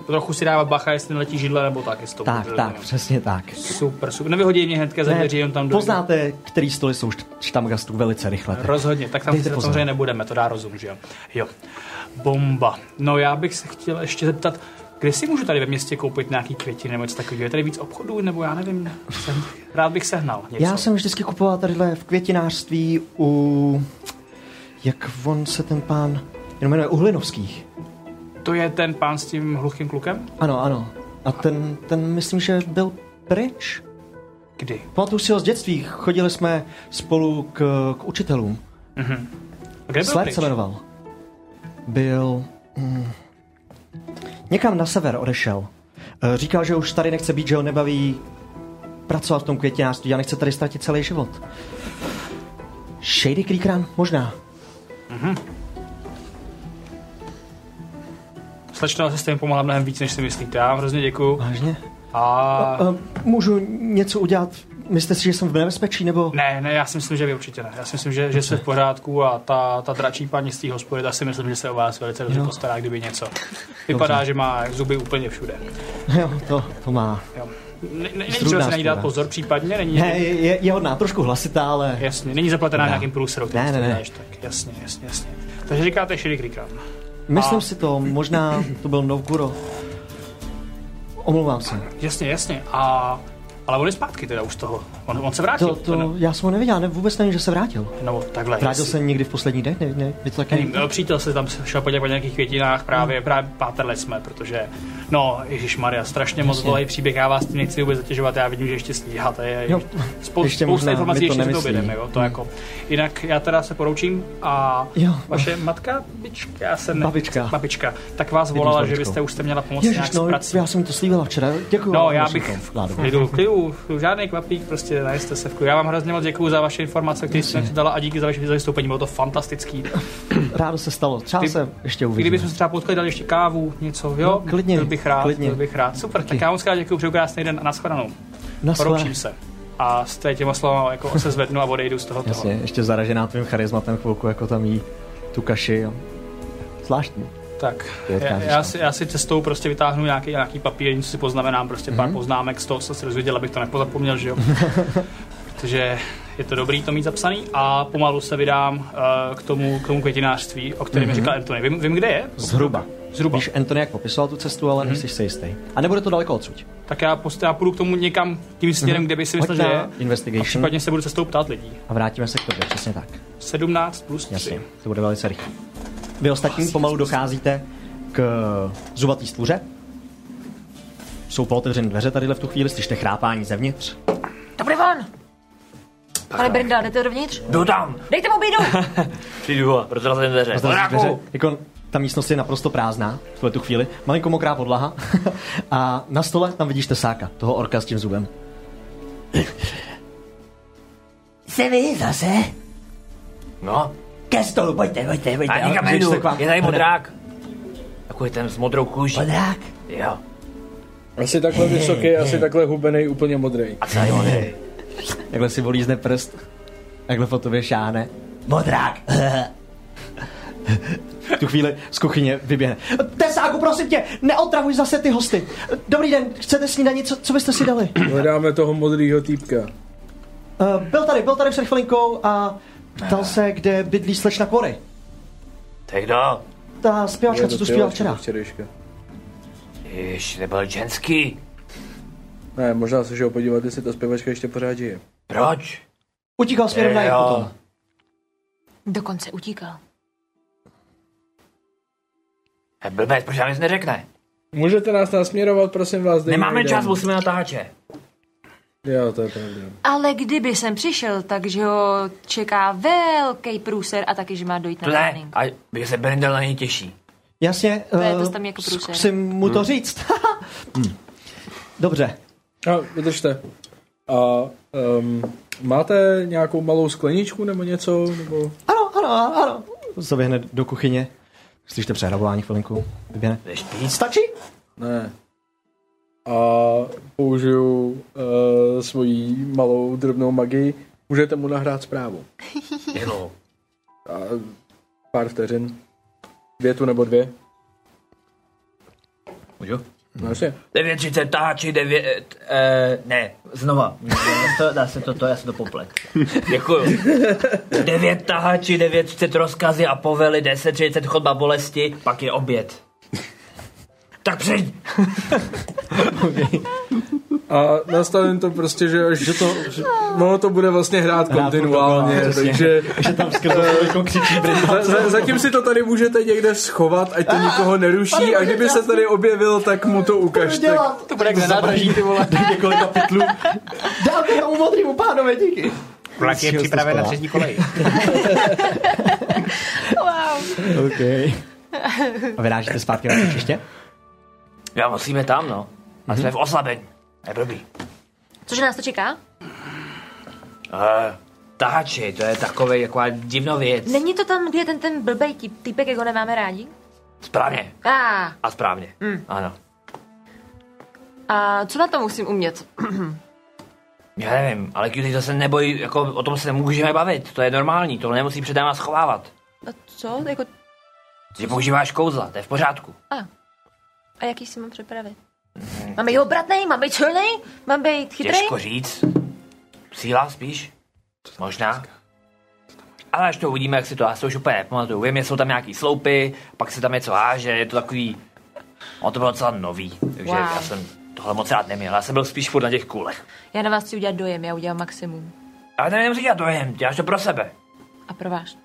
D: trochu si dávat bacha, jestli letí židle nebo tak, jestli to
A: Tak,
D: bude,
A: tak,
D: nevím.
A: přesně tak.
D: Super, super. Nevyhodí mě hnedka ze
A: Ne,
D: dveří, on tam dojde.
A: poznáte, který stoly jsou št- štamgastů velice rychle. teď.
D: Rozhodně, tak tam
A: Dejte
D: se
A: pozor.
D: samozřejmě nebudeme, to dá rozum, že jo. Jo. Bomba. No já bych se chtěl ještě zeptat, kde si můžu tady ve městě koupit nějaký květiny nebo něco takového? Je tady víc obchodů, nebo já nevím, jsem, rád bych sehnal něco.
A: Já jsem vždycky kupoval tadyhle v květinářství u... Jak on se ten pán... Jenom jmenuje Uhlinovských.
D: To je ten pán s tím hluchým klukem?
A: Ano, ano. A ten, ten myslím, že byl pryč.
D: Kdy?
A: Pamatuju si ho z dětství. Chodili jsme spolu k, k učitelům.
D: Mhm. A Kde byl
A: Sled
D: pryč?
A: se jmenoval. Byl... Mm, někam na sever odešel. E, Říkal, že už tady nechce být, že ho nebaví pracovat v tom květinářství a nechce tady ztratit celý život. Shady Creek Run? Možná.
D: Slečno, jste mi pomohla mnohem víc, než si myslíte. Já vám hrozně děkuju.
A: Vážně?
D: A...
A: E, Můžu něco udělat? Myslíte si, že jsem v nebezpečí, nebo...
D: Ne, ne, já si myslím, že vy určitě ne. Já si myslím, že, že jste v pořádku a ta, ta dračí paní z té hospody, ta si myslím, že se o vás velice dobře
A: Jo.
D: postará, kdyby něco. Vypadá, že má zuby úplně všude.
A: Jo, to, to má.
D: Jo. Ne, ne, není
A: Strudná
D: třeba si na ní dát
A: zpěvá.
D: pozor případně, není,
A: Ne, je, je, je hodná, trošku hlasitá, ale...
D: jasně, není zapletená nějakým průserou, který
A: Ne,
D: si
A: ne, ne.
D: dáš, tak jasně, jasně, jasně. Takže říkáte Shiri Krikam.
A: Myslím si to, možná to byl Novguro. Omlouvám se.
D: Jasně, jasně. A, ale on je zpátky teda už z toho. On, on se vrátil.
A: To, to, já jsem ho neviděl, ne, vůbec nevím, že se vrátil.
D: No, takhle.
A: Vrátil
D: jestli-
A: se někdy v poslední den, ne, ne, vy to taky
D: Nevím, jo, přítel se tam šel podívat po nějakých květinách, právě,
A: Hmm.
D: no. právě pátrali jsme, protože, no, Ježíš Maria, strašně moc dlouhý příběh, já vás tím nechci vůbec zatěžovat, já vidím, že ještě stíháte, je
A: Jo,
D: jo,
A: ještě
D: spou- ještě
A: možná
D: spousta informací
A: mi to
D: ještě před
A: nemyslí. Hmm.
D: obědem, jo, to jako. Jinak já teda se poroučím a
A: Jo.
D: vaše matka, bička, já se ne...
A: Babička.
D: babička, tak vás
A: Vidím
D: volala,
A: s
D: že
A: babičkou.
D: byste už jste měla pomoct
A: Ježiš,
D: nějak
A: no,
D: s prací.
A: já jsem to slíbila včera, děkuji.
D: No,
A: vám,
D: já
A: musím
D: bych
A: to vládu.
D: v klidu, v klidu, žádný kvapík, prostě najeste se v klidu. Já vám hrozně moc děkuji za vaše informace, které jste mi dala a díky za vaše vystoupení, bylo to fantastický.
A: Rádo se stalo, třeba
D: Ty-
A: se ještě uvidíme.
D: Kdybychom se třeba potkali, dali ještě kávu, něco, jo?
A: No, klidně,
D: Byl bych rád,
A: klidně.
D: byl bych rád. Super, tak já moc krát děkuji, přeju krásný den a nashledanou.
A: Naschle.
D: Poroučím se. A s tady těma slovama jako se zvednu a odejdu z toho toho.
A: Jasně, ještě zaražená tvým charizmatem chvilku, jako tam jí tu kaši. Jo. Zvláštní.
D: Tak,
A: Ty
D: já,
A: odcházíš
D: já,
A: tam.
D: si, já si cestou prostě vytáhnu nějaký, nějaký papír, něco si poznamenám, prostě
A: Mhm.
D: pár poznámek z toho, co jsem se dozvěděl, abych to nepozapomněl, že jo? Protože je to dobrý to mít zapsaný a pomalu se vydám eh, k tomu, k tomu květinářství, o kterém mm-hmm. říkal Anthony. Vím, vím, kde je?
A: Mhm. Zhruba.
D: Zhruba.
A: Víš, Anthony jak popisoval tu cestu,
D: Mhm.
A: ale mm-hmm. nejsi si jistý. A nebude to daleko odsud.
D: Tak já, post, já půjdu k tomu někam tím směrem, kde by si myslel, že
A: Hoď
D: je.
A: Mhm. na Investigation
D: Případně se budu cestou ptát lidí.
A: a vrátíme se k tobě, přesně tak.
D: 17 plus 3.
A: Jasně, to bude velice rychle. Vy ostatní pomalu docházíte k eh, zubatý stvoře. Jsou pootevřené dveře tadyhle v tu chvíli, slyšte chrápání zevnitř.
E: To bude on! Pane Brinda, jdete dovnitř?
C: Jdu tam.
E: Dejte mu bídu!
C: Přijdu a rozrazím dveře.
A: Otevřeš
C: Horáku!
A: dveře, jako ta místnost je naprosto prázdná v tuhle tu chvíli. Malinko mokrá podlaha a na stole tam vidíš tesáka, toho orka s tím zubem.
L: Jste vy zase?
C: No,
L: Ke stolu, pojďte, pojďte, pojďte.
C: a nikam
L: Ale-
C: nejdu.
L: Běžte k vám.
C: Je tady modrák. Takový ten s modrou kůží.
L: Modrák?
C: Jo.
B: Asi takhle vysoký, asi takhle hubený, úplně modrý.
C: A celý modrý.
A: Takhle si volízne prst, takhle po tobě šáhne.
L: Modrák.
A: V tu chvíli z kuchyně vyběhne. Tesáku, prosím tě, neotravuj zase ty hosty. Dobrý den, chcete snídaní, co, co byste si dali?
B: Hledáme toho modrýho týpka.
A: Uh, byl tady, byl tady před chvilinkou a ptal se, kde bydlí slečna Kory.
C: Tak kdo?
A: Ta zpěvačka,
B: Je
A: co
B: to prostě.
A: tu zpívala
B: ty
A: včera.
B: oči, včerejška.
C: Jež, nebyl ženský.
B: Ne, možná se šel podívat, jestli ta zpěvačka ještě pořád žije.
C: Proč? Eh,
A: Utíkal směrem na jih
C: Jo.
A: potom.
E: Dokonce utíkal.
C: Eh, Blbec, proč nám nic neřekne?
B: Můžete nás nasměrovat, prosím vás. dejme
C: Nemáme
B: jdem.
C: čas, musíme natáčet.
B: Jo, to je pravda.
E: Ale kdyby jsem přišel, takže ho čeká velký průser a taky, že má dojít na
C: To ne,
E: trénink.
C: a by se Brindel na něj těší.
A: Jasně,
E: To je
A: eh,
E: to tam jako průser.
A: zkusím mu to říct. Hm. Dobře,
B: A vydržte. A um, máte nějakou malou skleničku nebo něco? Nebo...
A: Ano, ano, ano. Zaběhne do kuchyně. Slyšte přehrabování chvilinku. Vyběhne.
C: Jdeš pít?
A: Stačí?
B: Ne. A použiju uh, svoji malou drobnou magii. Můžete mu nahrát zprávu.
C: Jenom.
B: A pár vteřin. Větu nebo dvě.
C: Můžu?
B: No jasně.
C: 9.30 táči, 9... Eh, ne, znova. To, dá se to, to, já se to poplek. Děkuju. 9 tahači, 9.30 rozkazy a povely, 10.30 chodba bolesti, pak je oběd. Tak přijď!
B: A nastavím to prostě, že, že to, že, ono to bude vlastně hrát kontinuálně, takže Eh,
A: Že tam skrze chvilinku křičí Brindle.
B: za, za, zatím si to tady můžete někde schovat, ať to nikoho neruší a kdyby se tady objevil, tak mu to ukažte.
A: To bude jak zabraží, ty vole. několika pytlů. Dám to tomu modrýmu pánové, díky.
D: Black je připraven na
A: spala.
D: třetí kolej.
E: Wow.
A: OK. A vyrážíte zpátky na příště?
C: Já musíme tam, no. A jsme v oslabeň. Je blbý.
E: Cože nás to čeká?
C: Eh, tahači, to je takový jako divno věc.
E: Není to tam, kde je ten, ten blbej typ, typek, jak ho nemáme rádi?
C: Správně.
E: A, ah,
C: A správně. Ano.
E: a co na to musím umět?
C: Já nevím, ale Cutie zase nebojí, jako o tom se můžeme bavit, to je normální, to nemusí před náma schovávat.
E: A co? Jako,
C: Že používáš kouzla, to je v pořádku.
E: a jaký si mám připravit? Mám být obratnej, mám být čelnej, mám být chytrý?
C: Těžko říct. Síla spíš? Možná. Ale až to uvidíme, jak si to, já si to už úplně nepamatuju. Vím, že jsou tam nějaký sloupy, pak se tam něco háže, je to takový... Ono to bylo docela nový, takže
E: Wow.
C: já jsem tohle moc rád neměl, já jsem byl spíš furt na těch kulech.
E: Já na vás chci udělat dojem, já udělám maximum.
C: Ale to nemusí dělat dojem, děláš to pro sebe.
E: A pro vás.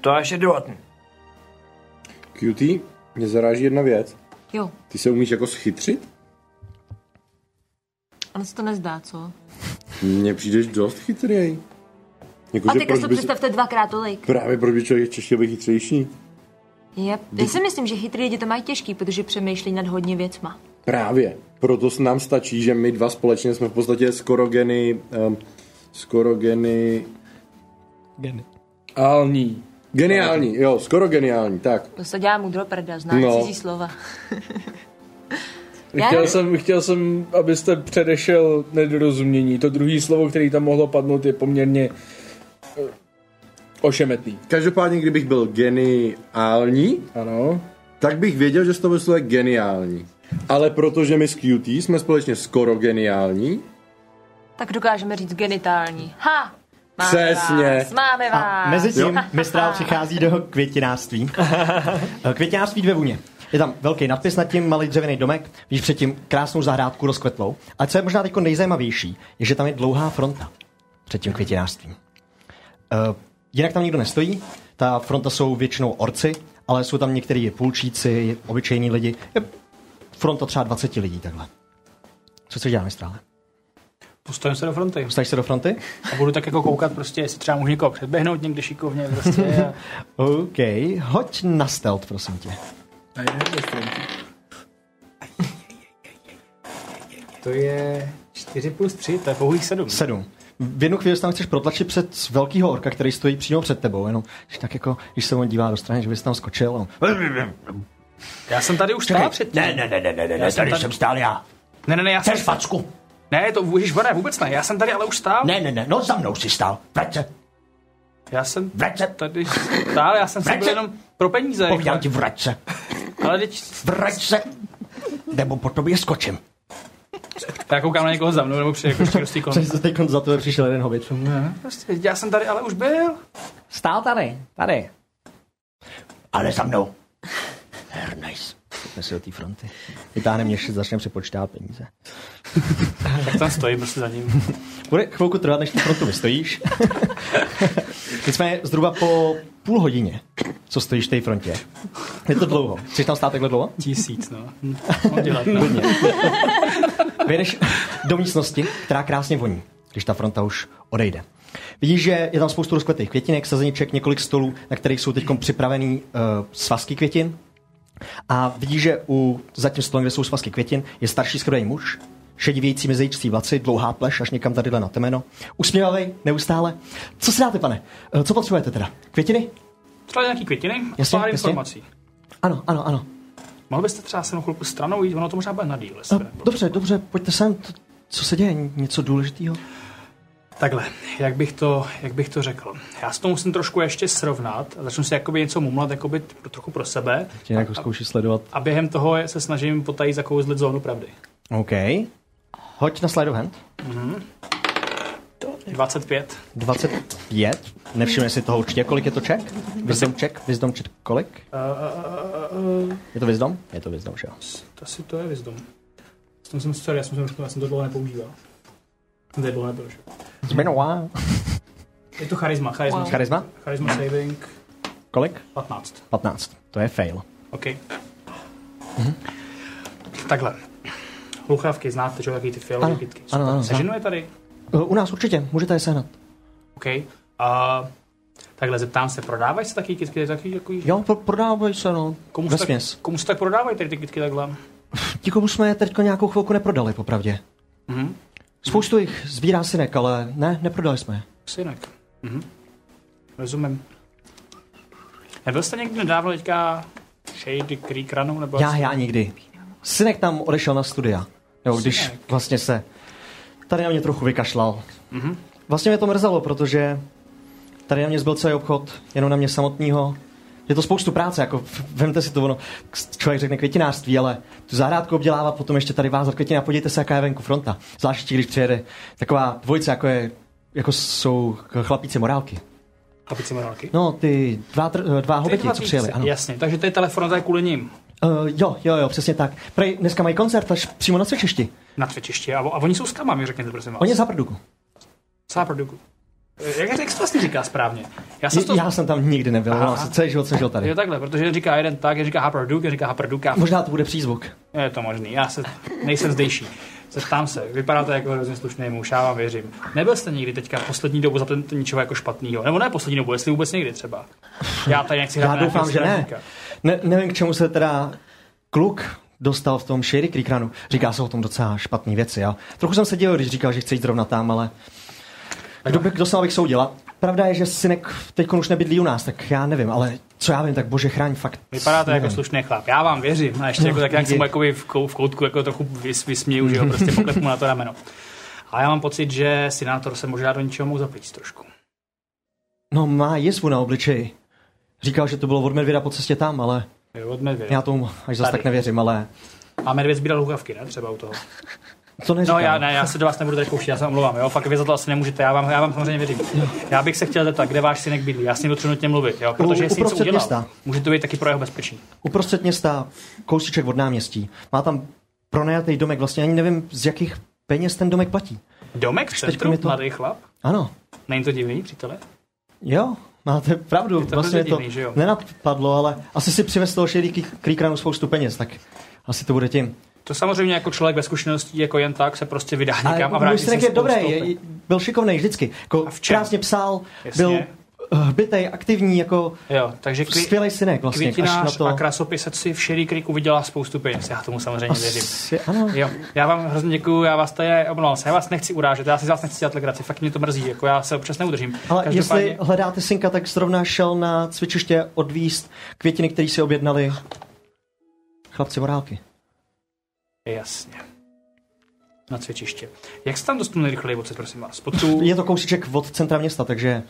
C: To je ještě druhotný.
J: Cutie, mě zaráží jedna věc.
E: Jo,
J: Ty se umíš jako schytřit?
E: ono se to nezdá, co?
J: Mně přijdeš dost chytrý. Jako,
E: A
J: že
E: teďka
J: proč
E: si to
J: bys-
E: představte dvakrát tolik.
J: Právě proč by člověk čeště byl chytřejší?
E: Yep. Já si myslím, že chytrý lidi to mají těžký, protože přemýšlí nad hodně věcma.
J: Právě. Proto s nám stačí, že my dva společně jsme v podstatě skoro geny... Um, skoro geny...
B: Ální.
J: Geniální, jo, skoro geniální, tak.
E: To se dělá mudro prda, zná
J: No.
E: cizí slova. Já
B: Chtěl
E: nevím.
B: jsem, chtěl jsem, abyste předešel nedorozumění. To druhé slovo, které tam mohlo padnout, je poměrně eh, ošemetný.
J: Každopádně, kdybych byl geniální,
B: Ano.
J: tak bych věděl, že z toho slovo je geniální. Ale protože my s QT jsme společně skoro geniální,
E: Tak dokážeme říct genitální. Ha! Máme
J: Přesně.
E: Vás, máme vás.
A: A mezi tím
E: Jo.
A: mistrál přichází do květinářství. Květinářství dvě vůně. Je tam velký nadpis nad tím, malý dřevěný domek, víš předtím krásnou zahrádku rozkvetlou. A co je možná teď nejzajímavější, je, že tam je dlouhá fronta před tím květinářstvím. Uh, jinak tam nikdo nestojí, ta fronta jsou většinou orci, ale jsou tam některý půlčíci, obyčejní lidi. Je fronta třeba 20 lidí takhle. Co se dělá, mistrále?
D: Postavím se do fronty.
A: Postavíš se do fronty?
D: A budu tak jako koukat prostě, jestli třeba můžu někoho předběhnout někde šikovně prostě. A...
A: OK, hoď na stealth, prosím tě.
I: A je do fronty.
D: To je 4 plus 3, to je pouhých 7.
A: Sedm. V jednu chvíli se tam chceš protlačit před velkýho orka, který stojí přímo před tebou, jenom když tak jako, když se on dívá do strany, že bys tam skočil. no. On...
D: Já jsem tady už stál před
L: Ne, ne, ne, ne, ne, ne,
D: Já
L: tady,
D: jsem
L: tady
D: tady-
L: jsem stál já.
D: Ne, ne, ne, já jsem...
L: Chceš facku?
D: Ne, to můžeš ne, vůbec ne, já jsem tady ale už stál.
L: Ne, ne, ne, no za mnou si stál. Vrať se,
D: Já jsem
L: vrať se,
D: tady stál, já jsem se byl jenom pro peníze.
L: povídám
D: jako.
L: ti, vrať se,
D: Ale teď
L: vrať se, nebo po tobě skočím.
D: já koukám na někoho za mnou, nebo přijde jako štěrostý kon.
A: Přes teď za tebe přišel jeden hobit.
D: Prostě, já jsem tady ale už byl.
A: Stál tady, tady.
L: Ale za mnou. Very nice.
A: Jsme si do té fronty. Vytáhne mě, začne přepočítávat peníze.
D: Tak tam stojím prostě za ním.
A: Bude chvilku trvat, než tu frontu vystojíš. Nicméně zhruba po půl hodině, co stojíš v té frontě. Je to dlouho. Chceš tam stát takhle dlouho?
D: Tisíc, no. Hm, co dělat, no.
A: Vyjdeš do místnosti, která krásně voní, když ta fronta už odejde. Vidíš, že je tam spoustu rozkvetých květinek, sazeniček, několik stolů, na kterých jsou teď připravený uh, svazky květin. A vidíš, že u, za tím stolem, kde jsou svazky květin, je starší skrodej muž, šedivějící mezejíčcí vlaci, dlouhá pleš až někam tadyhle na temeno. Usměvavej, neustále. Co si dáte, pane? Eh, Co potřebujete teda? Květiny?
D: Třeba nějaký květiny?
A: Jasně,
D: Pár
A: jasně.
D: informací.
A: Ano, ano, ano.
D: Mohl byste třeba se mnou chvilku stranou jít, ono to možná bude na díl. jestli ne.
A: Eh, Dobře, dobře, pojďte sem. T- Co se děje? Něco důležitého?
D: Takhle, jak bych, to, jak bych to řekl. Já si to musím trošku ještě srovnat. a Začnu si jakoby něco mumlat jakoby pro, trochu pro sebe.
A: Tě nějak zkouší sledovat
D: A během toho je- se snažím potají zakouzlit zónu pravdy.
A: OK. Hoď na slide of hand.
D: 25.
A: 25. Nevšimne si toho určitě, kolik je to check? Wisdom check? Wisdom check kolik?
D: Uh,
A: Je to wisdom? Je to wisdom, že jo.
D: to asi to je vizdom. S tom jsem sorry, já jsem, se trošku- já jsem to dlouho nepoužíval. To je dlouho nebyl, že? jo.
A: It's been a while.
D: Je to charisma, charisma.
E: Wow.
A: Charisma?
D: Charisma saving
A: Kolik?
D: 15.
A: 15. To je fail.
D: OK. Mhm. Takhle. Hluchávky znáte, že jo, jaký ty
A: Ano,
D: fialové kytky.
A: ano, ano,
D: Seženu je tady?
A: Uh, U nás určitě, můžete je sehnat.
D: OK. A takhle zeptám se, prodávají se taky kytky? Taky, jako,
A: Jo, pro- prodávají se, no.
D: komu, se tak,
A: Vesměs.
D: komu se tak prodávají tady ty kytky takhle?
A: Ti, komu jsme je teď nějakou chvilku neprodali, popravdě.
D: Mhm.
A: Spoustu jich sbírá synek, ale ne, neprodali jsme je.
D: Synek. Mhm. Rozumím. Nebyl jste někdy nedávno teďka Shady Creek Runu? Nebo
A: Já, já nikdy. Synek tam odešel na studia. Jo, když
D: Synek.
A: vlastně se tady na mě trochu vykašlal. Mm-hmm. Vlastně mě to mrzelo, protože tady na mě zbyl celý obchod, jenom na mě samotného. Je to spoustu práce, jako f- vemte si to, ono, k- člověk řekne květinářství, ale tu zahrádku obdělávat, potom ještě tady vázat květiny a podívejte se, jaká je venku fronta. Zvláště, když přijede taková dvojice, jako, je, jako jsou chlapíci morálky.
D: Kapici morálky?
A: No, ty dva, tr- eh, dva hobiti, co přijeli, ano.
D: Jasně, takže to je telefon, to je kvůli ním.
A: Uh, jo, jo, jo, přesně tak. Prej, dneska mají koncert až přímo na cvičišti.
D: Na Twitchiště. A, a oni jsou s kamami, řekněte, prosím vás.
A: Oni za Prduku.
D: Celá produku. Jak, jak se vlastně říká správně? Já jsem
A: Je-
D: to...
A: Já jsem tam nikdy nebyl,
D: Aha.
A: no, asi celý život jsem žil tady.
D: Jo takhle, protože říká jeden tak, je říká Haperduke, je říká Haperduka.
A: Možná to bude přízvuk.
D: Je to možný, já se, nejsem zdejší. Zeptám se, vypadáte jako hrozně slušný muž, já vám věřím. Nebyl jste nikdy teďka poslední dobu za to ničeho jako špatného? Nebo ne poslední dobu, jestli vůbec někdy třeba. Já tady nechci hrát
A: Já
D: na
A: doufám, že
D: nějakého
A: ne.
D: strašníka.
A: ne. Nevím, k čemu se teda kluk dostal v tom Sherry Creek Runu. Říká se o tom docela špatné věci. Jo. Trochu jsem se dělal, když říkal, že chce jít zrovna tam, ale kdo, by, kdo se má bych soudila? Pravda je, že synek teď už nebydlí u nás, tak já nevím, ale co já vím, tak bože chráň fakt.
D: Vypadáte jako
A: nevím.
D: slušný chlap, já vám věřím. A ještě jako tak nějak
A: díky.
D: jsem mu jakoby v, kou, v koutku jako trochu vys, vysměju, že jo, prostě poklepu mu na to rameno. A já mám pocit, že senátor se možná do ničeho mohl zaplít trošku.
A: No má jizvu na obličeji. Říkal, že to bylo od medvěda po cestě tam, ale
D: Jo, od medvěda.
A: já tomu až zas
D: Tady.
A: tak nevěřím, ale
D: A medvěd sbíral hukavky, ne? Třeba u toho.
A: to neříkám.
D: No, já ne, já se do vás nebudu tady pouštět, já se omlouvám, jo. Fakt vy za to asi nemůžete, já vám, já vám samozřejmě věřím. Já bych se chtěl zeptat, kde váš synek bydlí. Já s ním potřebuji nutně mluvit, jo, protože
A: U-
D: jestli něco
A: uprostřed
D: udělal,
A: města.
D: může to být taky pro jeho bezpečí.
A: uprostřed města, kousíček od náměstí. Má tam pronajatý domek, vlastně ani nevím, z jakých peněz ten domek platí.
D: Domek v centru,
A: mi
D: to...
A: to-
D: mladý chlap.
A: Ano,
D: Není to divný, přítele?
A: jo, máte pravdu,
D: to
A: vlastně
D: hrozně
A: to
D: divný, že jo?
A: nenapadlo, ale asi si přivez toho šedý klíkranu spoustu peněz, tak asi to bude tím.
D: To samozřejmě jako člověk bez zkušeností, jako jen tak, se prostě vydá někam
A: můj
D: a, vrátí se
A: synek je
D: spolu
A: dobrý,
D: stoupy.
A: je, byl šikovný vždycky. Jako krásně psal,
D: Jasně.
A: byl eh, bitej, aktivní, jako
D: Jo, takže kvi-
A: skvělý synek vlastně. až
D: květinář
A: na to...
D: a krasopisec si v širý krik uviděla spoustu peněz. Já tomu samozřejmě
A: Asi,
D: věřím.
A: ano.
D: Jo, já vám hrozně děkuju, já vás tady obnal se, já vás nechci urážet, já si z vás nechci dělat legraci, fakt mě to mrzí, jako já se občas neudržím.
A: Ale jestli hledáte synka, tak zrovna šel na cvičiště odvíst květiny, které si objednali chlapci morálky.
D: Jasně. Na cvičiště. Jak se tam dostanu nejrychleji odsaď, prosím vás? Pod tu...
A: Je to kousíček od centra města, takže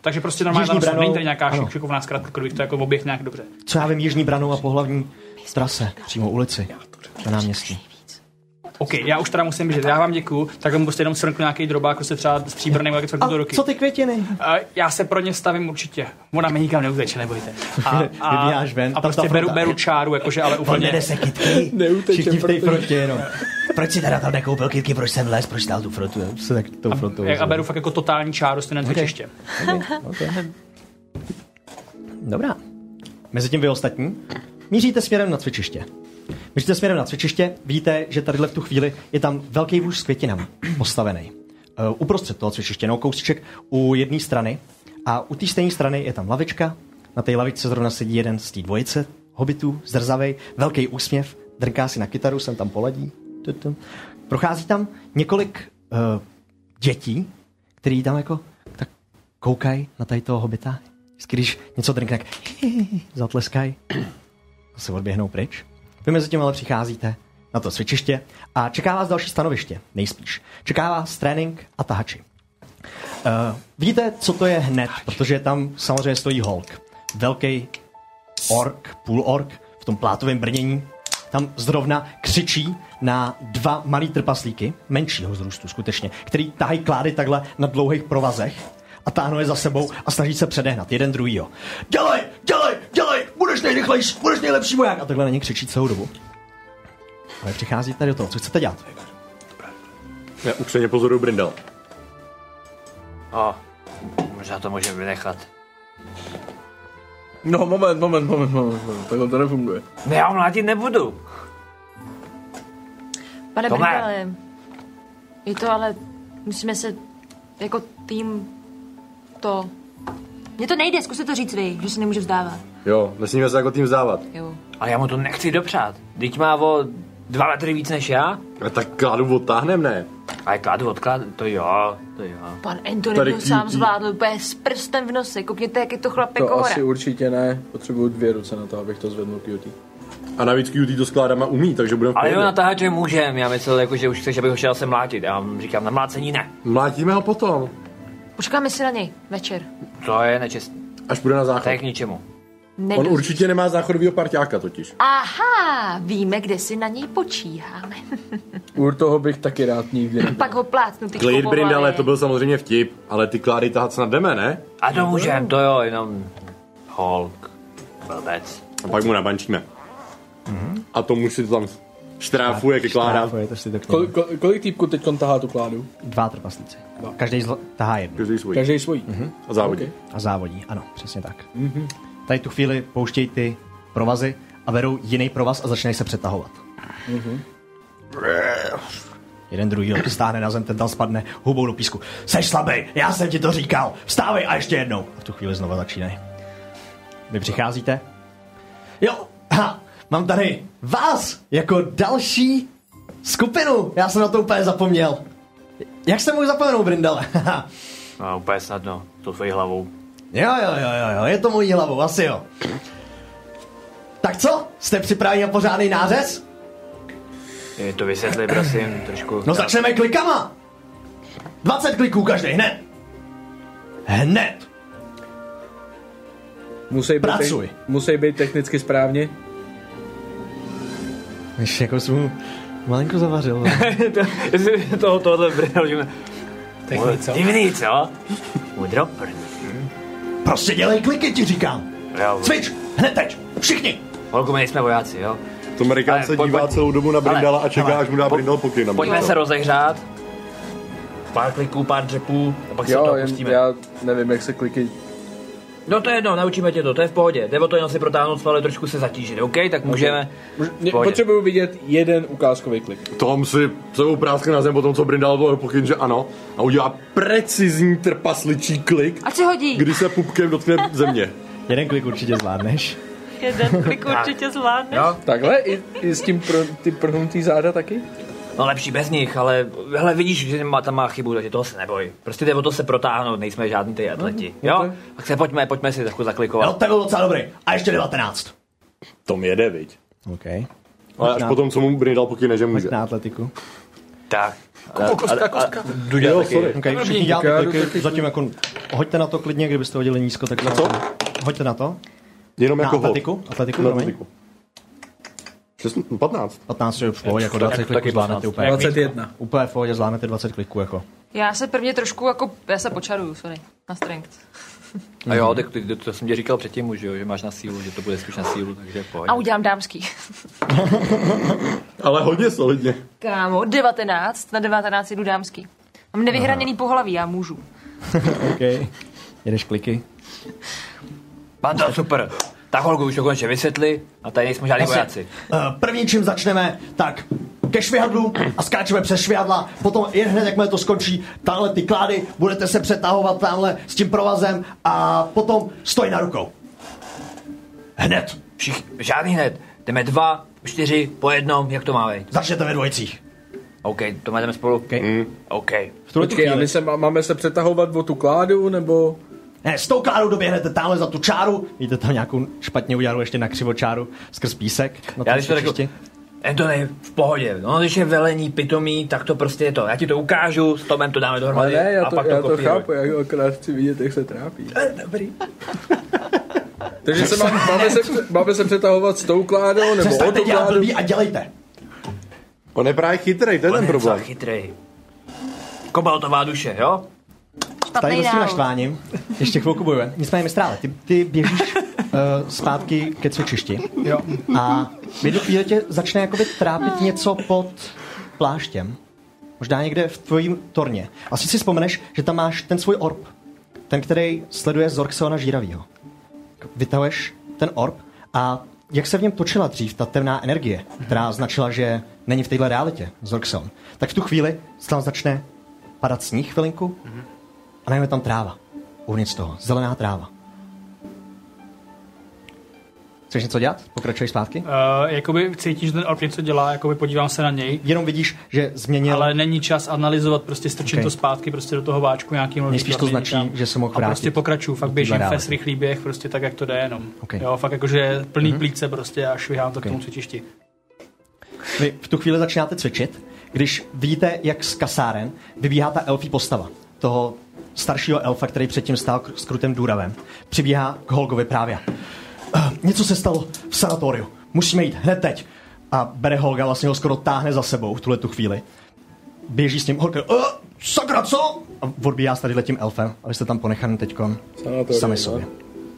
D: Takže prostě normálně
A: Jižní
D: tam branou...
A: branou-
D: není tady nějaká
A: ano.
D: šik- šikovná zkratka, kdybych to jako oběh nějak dobře.
A: co já vím, jižní branou a po hlavní trase, přímo ulici na náměstí.
D: OK, já už teda musím běžet, já vám děkuju, tak mu prostě jenom srknu nějaký drobák, prostě třeba stříbrný, jak
A: A
D: do ruky.
A: co ty květiny?
D: A já se pro ně stavím určitě. Ona mi nikam neuteče, nebojte. A, a,
A: Vybíháš ven,
D: a
A: tam ta
D: prostě beru,
A: fronta.
D: beru čáru, jakože ale úplně...
L: Podnede se kytky, všichni v té
A: protože-
L: frontě jenom. Proč si teda tam nekoupil kytky, proč jsem les, proč stál tu frontu? jo?
A: Se tak tou frontou.
D: A beru fakt jako totální čáru, stejně na cvičiště.
A: Dobrá. Mezitím vy ostatní míříte směrem na cvičiště. Míříte směrem na cvičiště, vidíte, že tadyhle v tu chvíli je tam velký vůž s květinami postavený. Uh, uprostřed toho cvičiště, no kousíček u jedné strany a u té stejné strany je tam lavička. Na té lavičce zrovna sedí jeden z té dvojice hobitů, zrzavej, velký úsměv, drnká si na kytaru, jsem tam poladí. Tutum. Prochází tam několik uh, dětí, který tam jako tak koukají na tady toho hobita. Vždycky, když něco drnkne, tak zatleskají. Se odběhnou pryč. Vy mezi tím ale přicházíte na to cvičiště a čeká vás další stanoviště, nejspíš. Čeká vás trénink a tahači. Uh, vidíte, co to je hned, protože tam samozřejmě stojí Hulk. Velký ork, půl ork, v tom plátovém brnění. Tam zrovna křičí na dva malý trpaslíky, menšího zrůstu skutečně, který tahají klády takhle na dlouhých provazech a táhnou je za sebou a snaží se předehnat jeden druhýho. Dělej, dělej, dělej, budeš nejrychlejší, budeš nejlepší voják. A takhle na ně křičí celou dobu. Ale přichází tady do toho, co chcete dělat?
J: Já upřeně pozoruju Brindal.
C: A No, možná to můžeme vynechat.
I: No moment, moment, moment, moment, moment. takhle to nefunguje.
C: Ne, No, já ho mlátit nebudu.
E: Pane
C: Tome.
E: Brindale, je to ale, musíme se jako tým to... Mně to nejde, zkuste to říct vy, že se nemůžu vzdávat.
J: Jo, nesmíme se jako tým vzdávat.
E: Jo.
C: Ale já mu to nechci dopřát. Teď má o dva metry víc než já.
J: A tak kládu odtáhnem, ne?
C: Ale kladu odklad, to jo, to jo.
E: Pan Anthony
J: Tady
E: to sám
J: kýtí.
E: zvládl úplně s prstem v nose. Koukněte, jak je to chlapek
I: To
E: Jako hora.
I: asi určitě ne, potřebuju dvě ruce na to, abych to zvednul cutie.
J: A navíc QT to s kládama umí, takže budeme v
C: Ale jo,
J: pohodě.
C: na tahače můžem. Já myslel, jako, že už chceš, abych ho šel se mlátit. Já vám říkám, na mlácení ne.
J: Mlátíme ho potom,
E: Počkáme si na něj večer.
C: To je nečestné.
J: až bude na
C: To
J: záchod.
C: je k ničemu.
E: Nedo...
J: On určitě nemá záchodového parťáka totiž.
E: Aha, víme, kde si na něj počíháme.
I: U toho bych taky rád nikdy nebyl.
E: Pak ho plácnu teď
J: Glade
E: po hlavě.
J: Brindale, to byl samozřejmě vtip, ale ty klády tahat snad jdeme, ne?
C: A to můžem, to jo, jenom... Hulk. Blbec.
J: A pak mu nabančíme. A tomu si to tam štráfuje ke kládám.
A: Trafujete si to k němu.
B: Kol, kol, kolik týpku teď tahá tu kládu?
A: Dva trpaslíci. Každý zl- tahá jednu.
J: Každý svůj.
B: Každý svojí.
I: Mhm.
J: A závodí.
B: Ok.
A: A závodí, ano, přesně tak. Mm-hmm. Tady tu chvíli pouštějí ty provazy a berou jiný provaz a začínají se přetahovat. Mm-hmm. Jeden druhý no, stáhne na zem, ten tam spadne hubou do písku. Seš slabý, já jsem ti to říkal, vstávej a ještě jednou. A v tu chvíli znova začínají. Vy přicházíte? Jo, ha, mám tady vás jako další skupinu. Já jsem na to úplně zapomněl. Jak jsem mohl zapomenout, Brindale? Haha.
C: No, úplně snadno. To tvojí hlavou.
A: Jo, jo, jo, jo, jo, je to mojí hlavou, asi jo. Tak co? Jste připraveni na pořádný nářez?
C: Je to vysvětli, prosím, trošku.
A: No začneme klikama! 20 kliků každý, hned! Hned!
I: Musí být,
A: Pracuj.
I: musí být technicky správně.
A: Víš, jako jsem mu malinko zavařil. no.
C: Jestli toho, tohle brnal, že...
D: Technicky, co?
C: Divný, co? Udropr.
A: prostě dělej kliky, ti říkám!
C: Jo,
A: Cvič! Hned teď! Všichni!
C: Holku, my nejsme vojáci, jo?
J: To Amerikán
C: Ale
J: se
C: pojď,
J: dívá
C: pojď.
J: celou dobu na Brindala a čeká,
C: hele,
J: až mu dá
C: po-
J: Brindal pokyn. na
C: Pojďme
J: Brindala.
C: se rozehřát. Pár kliků, pár dřepů a pak se
I: Jo,
C: to
I: jen,
C: opustíme.
I: já nevím, jak se kliky
C: No to je jedno, naučíme tě to, to je v pohodě. Jde o to jenom si protáhnout ale trošku se zatížit, OK? Tak můžeme...
B: Mě- Potřebuju vidět jeden ukázkový klik.
J: Tom si sebou práskne na zem po tom, co Brindal byl pokyn, že ano, a udělá precizní trpasličí klik,
E: Ať si hodí.
J: kdy se pupkem dotkne země.
A: Jeden klik určitě zvládneš.
E: Jeden klik určitě zvládneš.
C: Jo?
B: Takhle? I, i s tím pro, ty prhnutý záda taky?
C: No lepší bez nich, ale hele, vidíš, že má, tam má chybu, takže toho se neboj. Prostě jde o to se protáhnout, nejsme žádní ty atleti. Jo? Tak se pojďme, pojďme si trochu
L: No,
C: zaklikovat.
L: to byl docela dobrý. A ještě 19.
J: Tom jede, viď?
A: OK.
J: Ale až
A: na-
J: potom, co mu Brindal pokyne, že může.
A: Na atletiku.
C: Tak.
J: Kostka,
C: kostka.
J: Jo, Oh, sorry.
A: Okay, všichni děláte kliky, zatím jako... Hoďte na to klidně, kdybyste hodili nízko, tak... Na
J: co?
A: Hoďte na to.
J: Jenom
A: Na
J: jako hod.
A: atletiku? Atletiku,
J: Na
A: promiň.
J: atletiku. Šest- 15.
A: 15 je v pohodě, jako 20 kliků
C: taky
A: zvládnete
C: 15.
A: úplně.
C: Jak
B: 21.
A: Úplně v pohodě zvládnete 20 kliků, jako.
E: Já se prvně trošku jako, já se počaruju, sorry, na strength.
C: A jo, tak to, to jsem ti říkal předtím už, jo, že máš na sílu, že to bude spíš na sílu, takže pojď.
E: A udělám dámský.
J: Ale hodně solidně.
E: Kámo, 19, na 19 jdu dámský. Mám nevyhraněný pohlaví, já můžu.
A: OK. Jedeš kliky.
C: Banda, super. Tak holku už to konečně vysvětli a tady nejsme žádní vojáci.
L: Eh, První, čím začneme, tak ke švihadlu a skáčeme přes švihadla. Potom je hned, jakmile to skončí, tamhle ty klády, budete se přetahovat tamhle s tím provazem a potom stoj na rukou. Hned.
C: Všich, žádný hned. Jdeme dva, čtyři, po jednom, jak to má být.
L: Začněte ve dvojicích.
C: OK, to jdeme spolu. OK. OK.
A: V tuhle tu
B: Počkej, a
A: chvíli,
B: my se, má- máme se přetahovat o tu kládu, nebo...
L: Ne, s tou kládou doběhnete tamhle za tu čáru.
A: vidíte tam nějakou špatně udělanou ještě na křivočáru skrz písek. Na
C: Já
A: tom
C: když to jako- řekl,
A: cvičišti.
C: Anthony, v pohodě. No, když je velení, pitomý, tak to prostě je to. Já ti to ukážu, s Tomem to dáme
B: Ale
C: dohromady
B: ne, já
C: a
B: to,
C: pak
B: já
C: to
B: to
C: kopíruj.
B: chápu, já akorát chci vidět, jak se trápí. Dobrý. Takže se máme, máme, se, pře- máme se přetahovat s tou kládou, nebo o
L: Přestaňte
B: tu
L: dělat
B: kládu?
L: blbý a dělejte.
J: On je právě chytrý, to je
C: On
J: ten
C: je docela
J: problém.
C: chytrej. Kobaltová duše, jo?
A: Tady prostě
E: Špatný
A: to s tím
E: návod.
A: naštváním ještě chvilku bojuje. Nicméně, mistrále, ty, ty běžíš uh, zpátky ke cvičišti. Jo. A v jednu chvíli tě začne jakoby trápit něco pod pláštěm. Možná někde v tvojím torně. Asi si vzpomeneš, že tam máš ten svůj orb. Ten, který sleduje Zorxeona Žíravýho. Vytahuješ ten orb a jak se v něm točila dřív ta temná energie, která značila, že není v této realitě Zorxeon, tak v tu chvíli tam začne padat sníh chvilinku, a najednou je tam tráva. Uvnitř toho. Zelená tráva. Chceš něco dělat? Pokračuješ zpátky?
D: Uh, jakoby cítím, že ten orb něco dělá, jakoby podívám se na něj,
A: Jenom vidíš, že změnil...
D: ale není čas analyzovat, prostě strčím
A: Ok.
D: to zpátky prostě do toho váčku nějakým
A: Nejspíš to značí, že se mohl
D: A
A: vrátit.
D: prostě pokračuju, fakt
A: do
D: běžím
A: reálu.
D: fest, rychlý běh, prostě tak, jak to jde jenom.
A: Ok. Mhm.
D: Jo, fakt jakože plný plíce prostě a švihám to k tomu cvičišti.
A: Vy v tu chvíli začínáte cvičit, když vidíte, jak z kasáren vybíhá ta elfí postava. Toho staršího elfa, který předtím stál kr- s krutým důravem. Přibíhá k Holgovi právě. "Eh, něco se stalo v sanatoriu. Musíme jít hned teď. A bere Holga, vlastně ho skoro táhne za sebou v tuhle tu chvíli. Běží s ním Holga. "Eh, sakra, co? A odbíhá s tady tím elfem, abyste tam ponechali teďkon
B: Sanatorium,
A: sami
B: no.
A: sobě.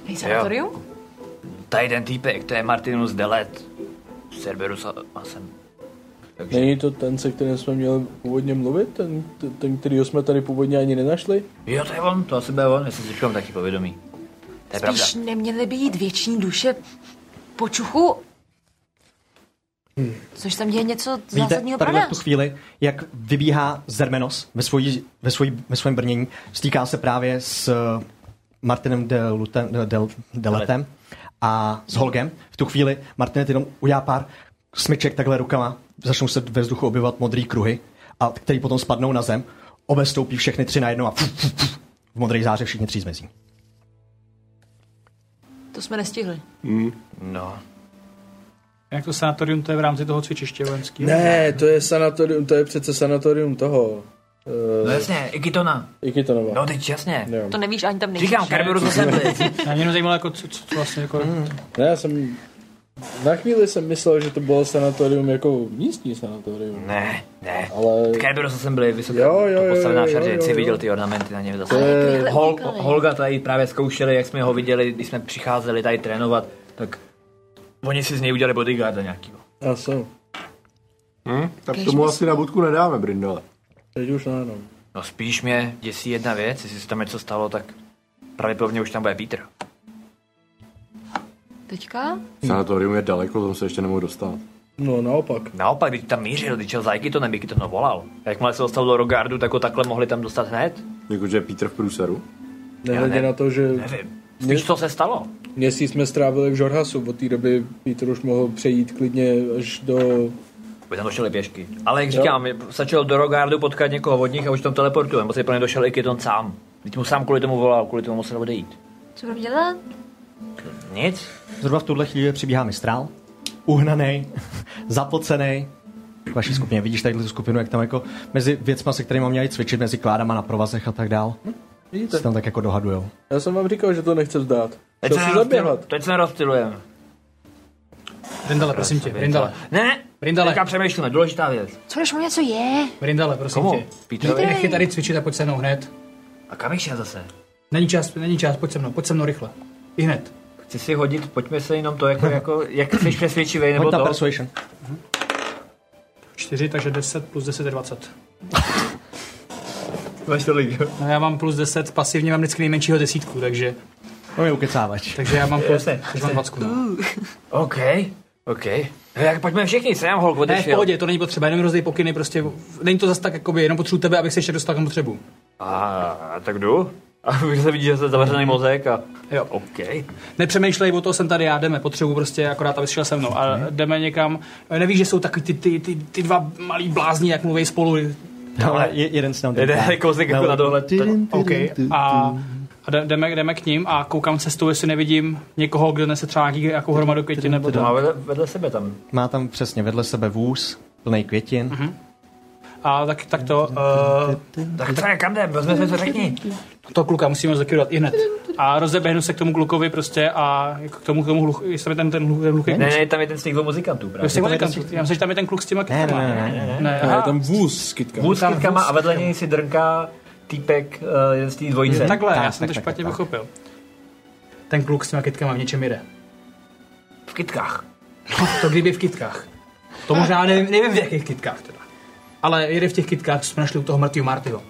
E: Hej, sanatorium?
C: Tady ten týpek, to je Martinus Delet. Cerberus a, a jsem. Takže
B: Není to ten, se kterým jsme měli původně mluvit? Ten, ten kterýho jsme tady původně ani nenašli?
C: Jo, to je on, to asi bude on, jestli si říkám taky povědomí. To je pravda.
E: Spíš neměly by jít věční duše po čuchu. Což tam děje něco zásadního pro
A: tady v tu
E: nás.
A: chvíli, jak vybíhá Zermenos ve, svojí, ve, svojí, ve svém brnění, stýká se právě s eh, Martinem de, Lutem, de, de, de Letem a s Holgem. V tu chvíli Martinet jenom udělá pár smyček takhle rukama, začnou se ve vzduchu objevovat modrý kruhy, a který potom spadnou na zem, obestoupí všechny tři najednou a fuf, fuf, fuf, v modré záře všichni tři zmizí.
E: To jsme nestihli.
C: No.
D: Jak to sanatorium, to je v rámci toho cvičiště vojenského?
B: Ne, to je sanatorium, to je přece sanatorium toho.
C: No jasně, Ikitona.
B: Ikitonova.
C: No teď jasně.
B: Jo.
E: To nevíš, ani tam nejsi.
C: Říkám, Cerberus a Cerberus.
D: Já mě jenom zajímalo, jako, co, co, co vlastně jako...
A: Mhm.
B: Ne, No, já jsem... Na chvíli jsem myslel, že to bylo sanatorium jako místní sanatorium.
C: Ne, ne.
B: Ale
C: Kerberos jsem byl vysoká,
B: Jo, jo,
C: to
B: jo,
C: postavená
B: jo,
C: šarže,
B: jo,
C: jak jsi
B: jo.
C: viděl ty ornamenty na něm
B: To
C: zase.
B: je-
C: Hol, Holga tady právě zkoušeli, jak jsme ho viděli, když jsme přicházeli tady trénovat, tak oni si z něj udělali bodyguarda nějakýho.
B: já jsem.
J: Tak tomu asi na budku nedáme, Brindale.
B: Teď už ne, no.
C: No spíš mě děsí jedna věc, jestli se tam něco stalo, tak pravděpodobně už tam bude Peter.
E: teďka?
J: Sanatorium je daleko, tam se ještě nemohu dostat.
B: No, naopak.
C: Naopak, když tam mířil, když šel za Ikitonem, Ikitono volal. A Jakmile se dostal do Rogardu, tak ho takhle mohli tam dostat hned.
J: Jakože Petr v průseru?
B: Nehledě
C: ne-
B: na to, že
C: Nevím. Víš, co se stalo?
B: měsíc jsme strávili v Žorhasu, od té doby Petr už mohl přejít klidně až do...
C: By tam došli pěšky. Ale jak říkám, začal do Rogardu potkat někoho od nich a už tam teleportuje. Nebo se plně došel Ikiton sám. Teď mu sám kvůli tomu volal, kvůli tomu musel odejít.
E: Co budeme dělat?
C: Nic.
A: Zhruba v tuhle chvíli přibíhá mistrál. Uhnaný, zapocený. K vaší skupině. Vidíš tady tu skupinu, jak tam jako mezi věcma, se kterými měli cvičit, mezi kládama na provazech a tak dál.
B: Vidíte?
A: Se tam tak jako dohadujou.
B: Já jsem vám říkal, že to nechce vzdát.
C: Teď
B: Chtěl
C: se
B: si
C: nerozptyl-
B: zaběhat.
C: Teď se rozptilujeme.
D: Brindale, prosím tě, Brindale.
C: Ne,
D: Brindale.
C: teďka přemýšlíme, důležitá věc.
E: Co když mu něco je?
D: Brindale, prosím
C: Komu?
D: tě.
C: Petrovi?
D: Nechci tady cvičit a pojď se mnou hned.
C: A kam jsi zase?
D: Není čas, není čas, pojď se mnou, pojď se mnou rychle. I hned.
C: Chci si hodit, pojďme se jenom to, jako, jako jak jsi přesvědčivý, nebo
A: Hoď na
C: to.
A: persuasion.
D: 4, takže 10 plus 10 je 20.
C: Máš tolik, jo?
D: No já mám plus 10, pasivně mám vždycky nejmenšího desítku, takže,
A: No je ukecávač.
D: takže já mám plus, takže mám 20. No.
C: OK, OK. Hele, Tak pojďme všichni, jsem holk
D: Ne, v
C: odešel.
D: pohodě, to není potřeba, jenom rozdej pokyny, prostě není to zas tak, jakoby, jenom potřebuji tebe, abych se ještě dostal k tomu potřebu.
C: A tak jdu. A už se vidí, že se zavřený mozek a...
D: Jo.
C: OK.
D: Nepřemýšlej o to, jsem tady, já jdeme, potřebuji prostě akorát, abys šel se mnou a jdeme někam. Nevíš, že jsou takový ty, ty, ty, ty dva malí blázni, jak mluví spolu.
A: No, ale je, jeden si tam
C: Jde
A: dá.
C: kouzek jako na dohled.
D: OK. A, a jde- jdeme, jdeme, k ním a koukám cestou, jestli nevidím někoho, kdo nese třeba nějaký, nějakou hromadu květin nebo to.
C: Má vedle, vedle sebe tam.
A: Má tam přesně vedle sebe vůz, plný květin.
D: A tak, tak to, uh,
C: Tak co je, kam jdem? Vezme se, co řekni.
D: to kluka musíme zakývat i hned. A rozeběhnu se k tomu klukovi prostě a jako k tomu, k tomu hluch, jestli tam je ten, ten, hluch- ten hluchý
C: Ne, ne, tam je ten z těch dvou muzikantů právě.
D: Prostě tam je ten, já myslím, že tam je ten kluk s těma
A: Ne, ne,
D: kytkama.
A: ne, ne, ne.
D: ne,
B: A je
D: aha,
B: tam vůz s kytkama.
C: Vůz s kytkama a vedle něj si drnká týpek, eh, jeden z té dvojice.
D: Takhle, já
A: Tak,
D: jsem
A: tak,
D: to
A: tak,
D: špatně
A: tak.
D: pochopil. Ten kluk s těma kytkama v něčem jde.
C: V kytkách.
D: To kdyby v kytkách. To možná nevím, nevím v jakých kytkách teda. Ale jede v těch kytkách, co jsme našli u toho mrtvého Martyho.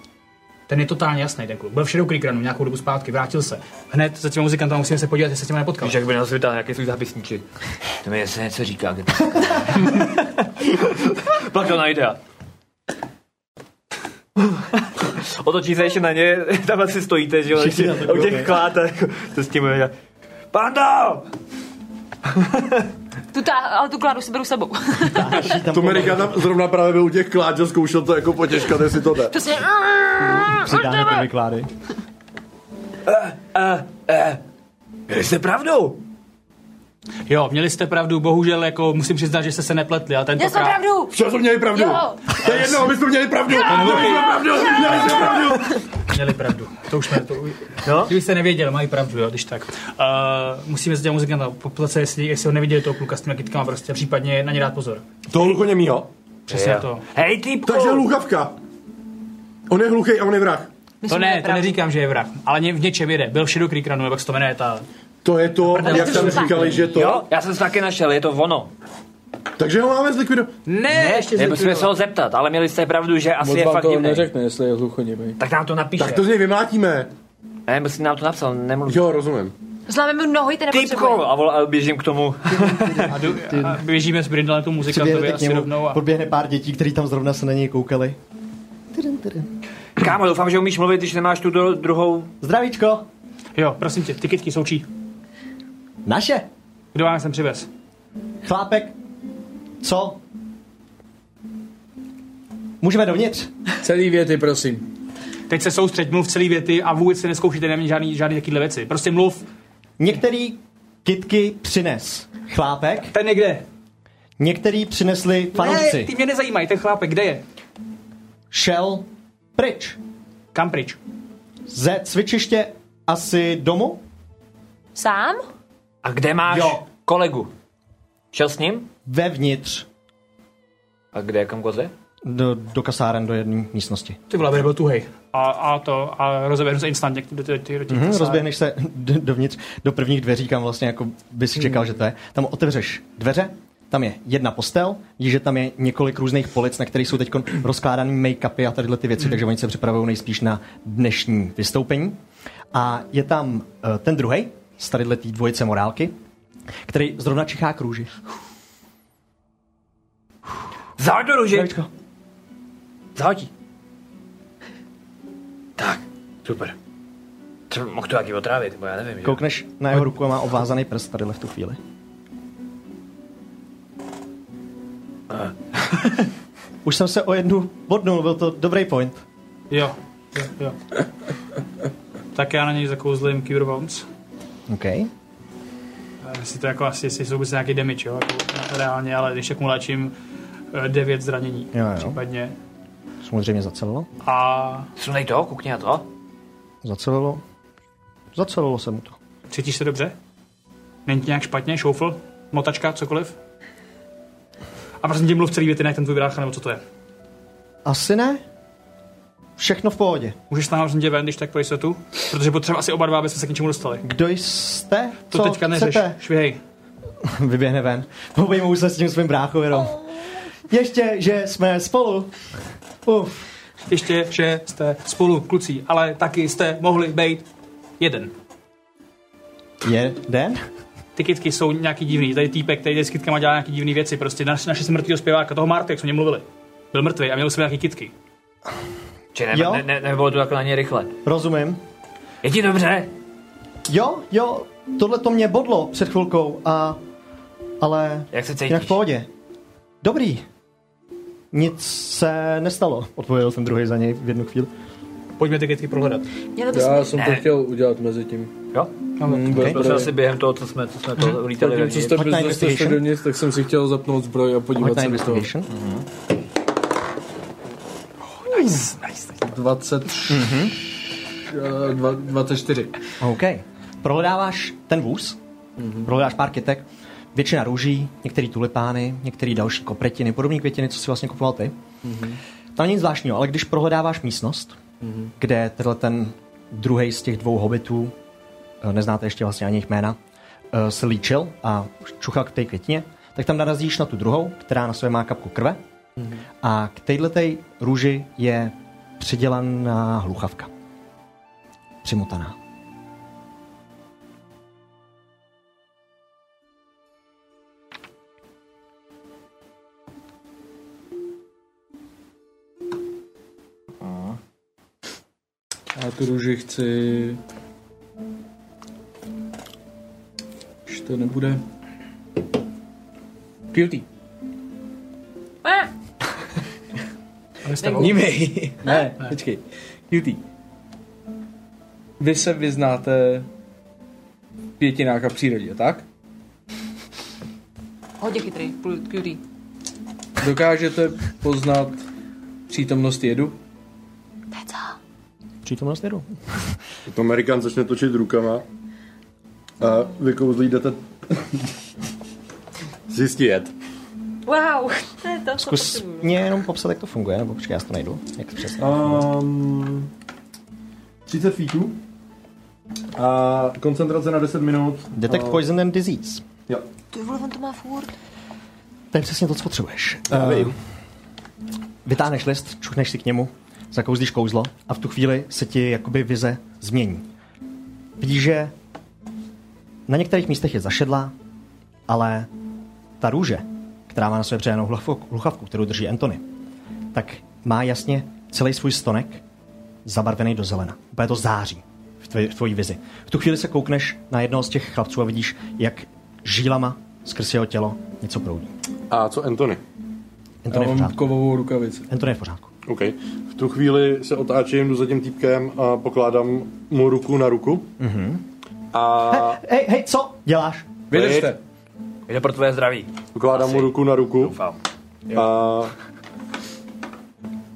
D: Ten je totálně jasný, ten kluk. Byl v Shadow Creek Runu nějakou dobu zpátky, vrátil se. Hned za těma muzikantama musíme se podívat, jestli se s těma nepotkal.
C: Víš, jak by nás vytáhl nějaký svůj zápisníček. To mi se něco říká. kde- Pak to najde. a- Otočí se ještě na ně, tam asi stojíte, že jo, ještě u těch klát, a jako, to s tím je. Pando!
E: Tu tá, ale tu kládu si beru s sebou.
J: To mi Rikan zrovna právě byl u těch kláč a zkoušel to jako potěžkat, jestli to jde.
E: Přesně. Mm,
A: Přidáme první klády.
C: Měli jste pravdu?
D: Jo, měli jste pravdu, bohužel jako musím přiznat, že jste se nepletli. A
E: Měl
D: tentokrát...
E: jsem pravdu.
J: Včera jsme měli pravdu.
E: Jo.
J: To je jedno, my jsme měli pravdu. Měli jsme pravdu. Měli jsme pravdu.
D: Měli pravdu. To už ne, to no? Kdybyste nevěděl, mají pravdu, jo, když tak. Uh, musíme s těm muzikanta poptat se, jestli, jestli ho neviděli toho kluka s těma kytkama, prostě případně na ně dát pozor.
J: To hluchoněmýho.
D: Přesně
C: Jo.
D: to.
C: Hej, týpku!
J: Takže hluchavka. On je hluchý a on je vrah.
D: to
E: Myslím, že
D: ne,
E: je
D: to
E: pravdu.
D: neříkám, že je vrah, ale ně, v něčem jede. Byl v Shadow Creek Runu, nebo jak se to jmenuje, ta...
J: To je to, jak tam říkali, že to.
C: Jo, já jsem se taky našel, je to ono.
J: Takže ho máme zlikvidovat.
D: Ne, ještě
C: Nebo jsme se ho zeptat, ale měli jste pravdu, že asi
B: Moc
C: je
B: vám
C: fakt
B: to
C: divný.
B: neřekne, jestli je hluchoněmý.
C: Tak nám to napište.
J: Tak to z něj vymlátíme.
C: Ne, myslím, nám to napsal, nemluv.
J: Jo, rozumím.
E: Zláme mu nohy, ten
C: Týpku!
E: nepotřebuje.
C: A, vol, a běžím k tomu.
D: a, jdu, a běžíme s Brindalem tu muzikantovi
A: Přiběhnete k
D: asi rovnou
A: němu,
D: a...
A: podběhne pár dětí, který tam zrovna se na něj koukali.
C: Kámo, doufám, že umíš mluvit, když nemáš tu dru- druhou.
A: Zdravíčko,
D: Jo, prosím tě, ty kytky jsou čí.
A: naše,
D: Kdo vám sem přivez?
A: chlápek, co? Můžeme dovnitř?
B: Celý věty, prosím.
D: Teď se soustřed, mluv celý věty a vůbec si neskoušíte nemět žádný, žádný takovýhle věci. Prostě mluv,
A: Některý kitky přines chlápek,
D: ten je kde?
A: některý přinesli
D: Ne,
A: fanoušci.
D: ty mě nezajímají, ten chlápek, kde je?
A: Šel pryč.
D: Kam pryč?
A: Ze cvičiště asi domů?
E: Sám?
C: A kde máš
A: Jo.
C: kolegu? Šel s ním?
A: Vevnitř.
C: A kde je kam koze?
A: Do, do kasáren, do jedné místnosti.
D: Ty vole, byl tuhej. A, a to, a rozeběhnu se instantně k- do těch do těch- do těch
A: Hm,
D: kasárn.
A: rozběhneš se d- dovnitř do prvních dveří, kam vlastně jako bys čekal, že to je. Tam otevřeš dveře, tam je jedna postel, vidíš, že tam je několik různých polic, na kterých jsou teď rozkládané make-upy a tadyhle ty věci, takže oni se připravují nejspíš na dnešní vystoupení. A je tam eh, ten druhý, z tadyhle té dvojice morálky, který zrovna čichá krůži.
C: Zahoď do růži. Zahodí. Tak, super. Třeba mohl to taky otrávit, nebo já nevím. že?
A: Koukneš na jeho ruku a má obvázaný prst tadyhle v tu chvíli. Eh. Už jsem se o jednu bodnul, byl to dobrý point.
D: Jo, jo, jo. tak já na něj zakouzlím Cure Wounds.
A: OK.
D: A Jestli to jako asi, jestli jsou vůbec nějaký damage, jo, jako reálně, ale když tak mu léčím 9 zranění.
A: Jo, jo.
D: Případně.
A: Samozřejmě zacelilo.
D: A...
C: Sunej to, kukni na to.
A: Zacelilo. Zacelilo se mu to.
D: Cítíš se dobře? Není ti nějak špatně? Šoufl? Motačka? Cokoliv? A prosím tě, mluv celý věty, ne ten tvůj brácha, nebo co to je.
A: Asi ne? Všechno v pohodě.
D: Můžeš s námi prosím tě ven, když tak pro jistotu? Protože potřeba asi oba dva, aby jsme se k něčemu dostali.
A: Kdo jste?
D: To
A: Co
D: teďka neřeš.
A: chcete?
D: Švihej.
A: Vyběhne ven. Oh. Obejmou se s tím svým bráchou jenom. Ještě, že jsme spolu. Uf.
D: Ještě, že jste spolu kluci, ale taky jste mohli být jeden.
A: Je den?
D: Ty kytky jsou nějaký divný. Tady týpek, který jde s kytkama dělá nějaký divný věci. Prostě naš, naši smrtýho zpěváka, toho Marty, jak jsme o něm mluvili. Byl mrtvý a měl jsem nějaký kytky.
C: Či
A: Jo.
C: ne, ne, ne, nebylo to takhle na ně rychle.
A: Rozumím.
C: Je ti dobře?
A: Jo, jo, tohle to mě bodlo před chvilkou a... Ale...
C: Jak se
A: Jinak v
C: cítíš?
A: pohodě. Dobrý. Nic se nestalo, odpověděl jsem druhý za něj v jednu chvíli.
D: Pojďme ty kytky prohledat.
E: Měli bychom
B: Já
E: jít-
B: jsem
C: Ne.
B: to chtěl udělat mezi tím.
C: Jo?
B: Hmm, byl
C: To
B: dobrý.
C: bylo asi během toho, co jsme, co jsme Hm, to lítali.
B: Zatím, co jste
A: Pojď na
B: bez jste šli
A: investigation.
B: dovnitř, tak jsem si chtěl zapnout zbroj a podívat se do toho.
C: nice, nice.
B: 20, eh, dva- 24.
A: OK. Prohledáváš ten vůz, mm-hmm. prohledáš pár kytek, většina růží, některé tulipány, některé další kopretiny, podobné květiny, co si vlastně kupoval ty. Mm-hmm. Tam nic zvláštního, ale když prohledáváš místnost, mm-hmm. kde tenhle ten druhý z těch dvou hobitů, eh, neznáte ještě vlastně ani jejich jména, eh, se líčil a čuchal k té květině, tak tam narazíš na tu druhou, která na sobě má kapku krve mm-hmm. a k téhletej růži je přidělaná hluchavka. Přimotaná.
B: A tu růži chci... Už to nebude. Cutie.
E: Eh,
D: Ale jste
B: Vnímej. Ne, ne, počkej. Cutie. Vy se vyznáte v pětinách a přírodě, tak?
E: Hodně chytrý, pl- cutie.
B: Dokážete poznat přítomnost jedu?
A: Přítomnost jedu.
J: Amerikán začne točit rukama a vykouzlí jdete zjistí jet.
E: Wow, to je to, co
A: Zkus
E: potřebuju.
A: mě jenom popsat, jak to funguje, nebo počkej, já si to najdu. Jak přesně.
J: Um, 30 feetů. A koncentrace na 10 minut.
A: Detect poison and disease.
J: Jo.
E: Ty vole, on to má furt.
A: To je přesně to, co potřebuješ.
J: Já
A: Eh,
J: vím.
A: vytáhneš list, čuchneš si k němu, zakouzlíš kouzlo a v tu chvíli se ti jakoby vize změní. Vidíš, že na některých místech je zašedlá, ale ta růže, která má na sobě přejenou hluchavku, hluchavku, kterou drží Antony, tak má jasně celý svůj stonek zabarvený do zelena. Úplně to září v tvoji, v tvojí vizi. V tu chvíli se koukneš na jednoho z těch chlapců a vidíš, jak žílama skrz jeho tělo něco proudí.
J: A co Anthony?
B: Já
A: Antony No je v
B: mám
A: pořádku.
B: kovovou rukavici.
A: Antony Um, je v pořádku.
J: OK. V tu chvíli se otáčím, jdu za tím týpkem a pokládám mu ruku na ruku. Mm-hmm.
D: Mhm.
J: A
A: Hej, hej, co děláš?
B: Vydržte.
C: Je to pro tvoje zdraví.
J: pokládám mu ruku na ruku
C: Doufám.
J: a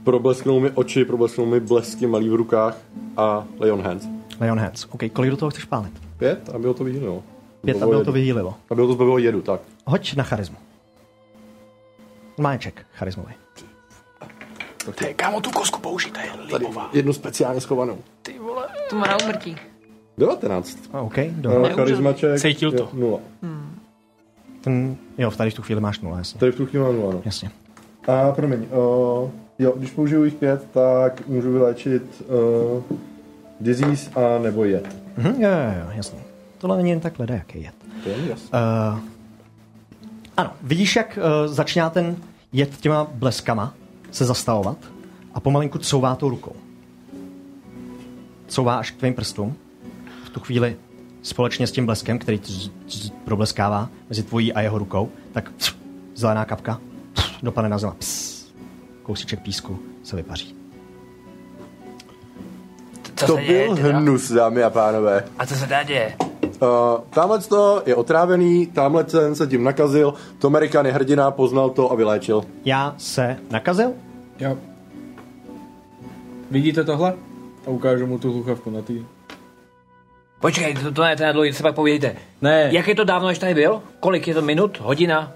J: problesknou mi oči, problesknou mi blesky malý v rukách a lay on hands.
A: Leon Hands. OK, kolik do toho chceš pálit?
J: Pět, aby ho to vyhýlilo.
A: Pět, aby ho to vyhýlilo.
J: Aby ho to zbavilo jedu, tak.
A: Hoď na charismu. Máček charizmový.
K: Ty, kámo, tu kosku použij, ta je libová.
J: Jednu speciálně schovanou.
E: To má na umrtí.
J: 19.
A: A OK, dobře.
J: Eh, charismaček.
D: Cítil to.
J: Jo, nula.
A: Ten, jo, v tady v tu chvíli máš nula, jasně.
J: Tady v tu chvíli mám nula, no.
A: Jasně.
J: A promiň, uh, jo, když použiju jich pět, tak můžu vyléčit uh, disease a nebo jed.
A: Mhm, jo, jo, jo, jasně. Tohle není jen takhle, jaký je.
J: Eh,
A: Uh, ano, vidíš, jak uh, začíná ten jet těma bleskama se zastavovat a pomalinku couvá tou rukou. Couvá až k tvým prstům. V tu chvíli společně s tím bleskem, který tz, tz, probleskává mezi tvojí a jeho rukou, tak pf, zelená kapka pf, dopadne na zem. a Ps, kousíček písku se vypaří.
C: Co
J: to
C: se děje
J: byl
C: teda?
J: hnus, dámy a pánové.
C: A co se dá děje?
J: Uh, tamhle to je otrávený, tamhle ten se tím nakazil, Tomerikan je hrdina, poznal to a vyléčil.
A: Já se nakazil?
B: Jo. Vidíte tohle? A ukážu mu tu sluchavku na tý.
C: Počkej, to, to ne, to je dlouhý, to se pak povědějte. Ne. Jak je to dávno, než tady byl? Kolik je to minut? Hodina?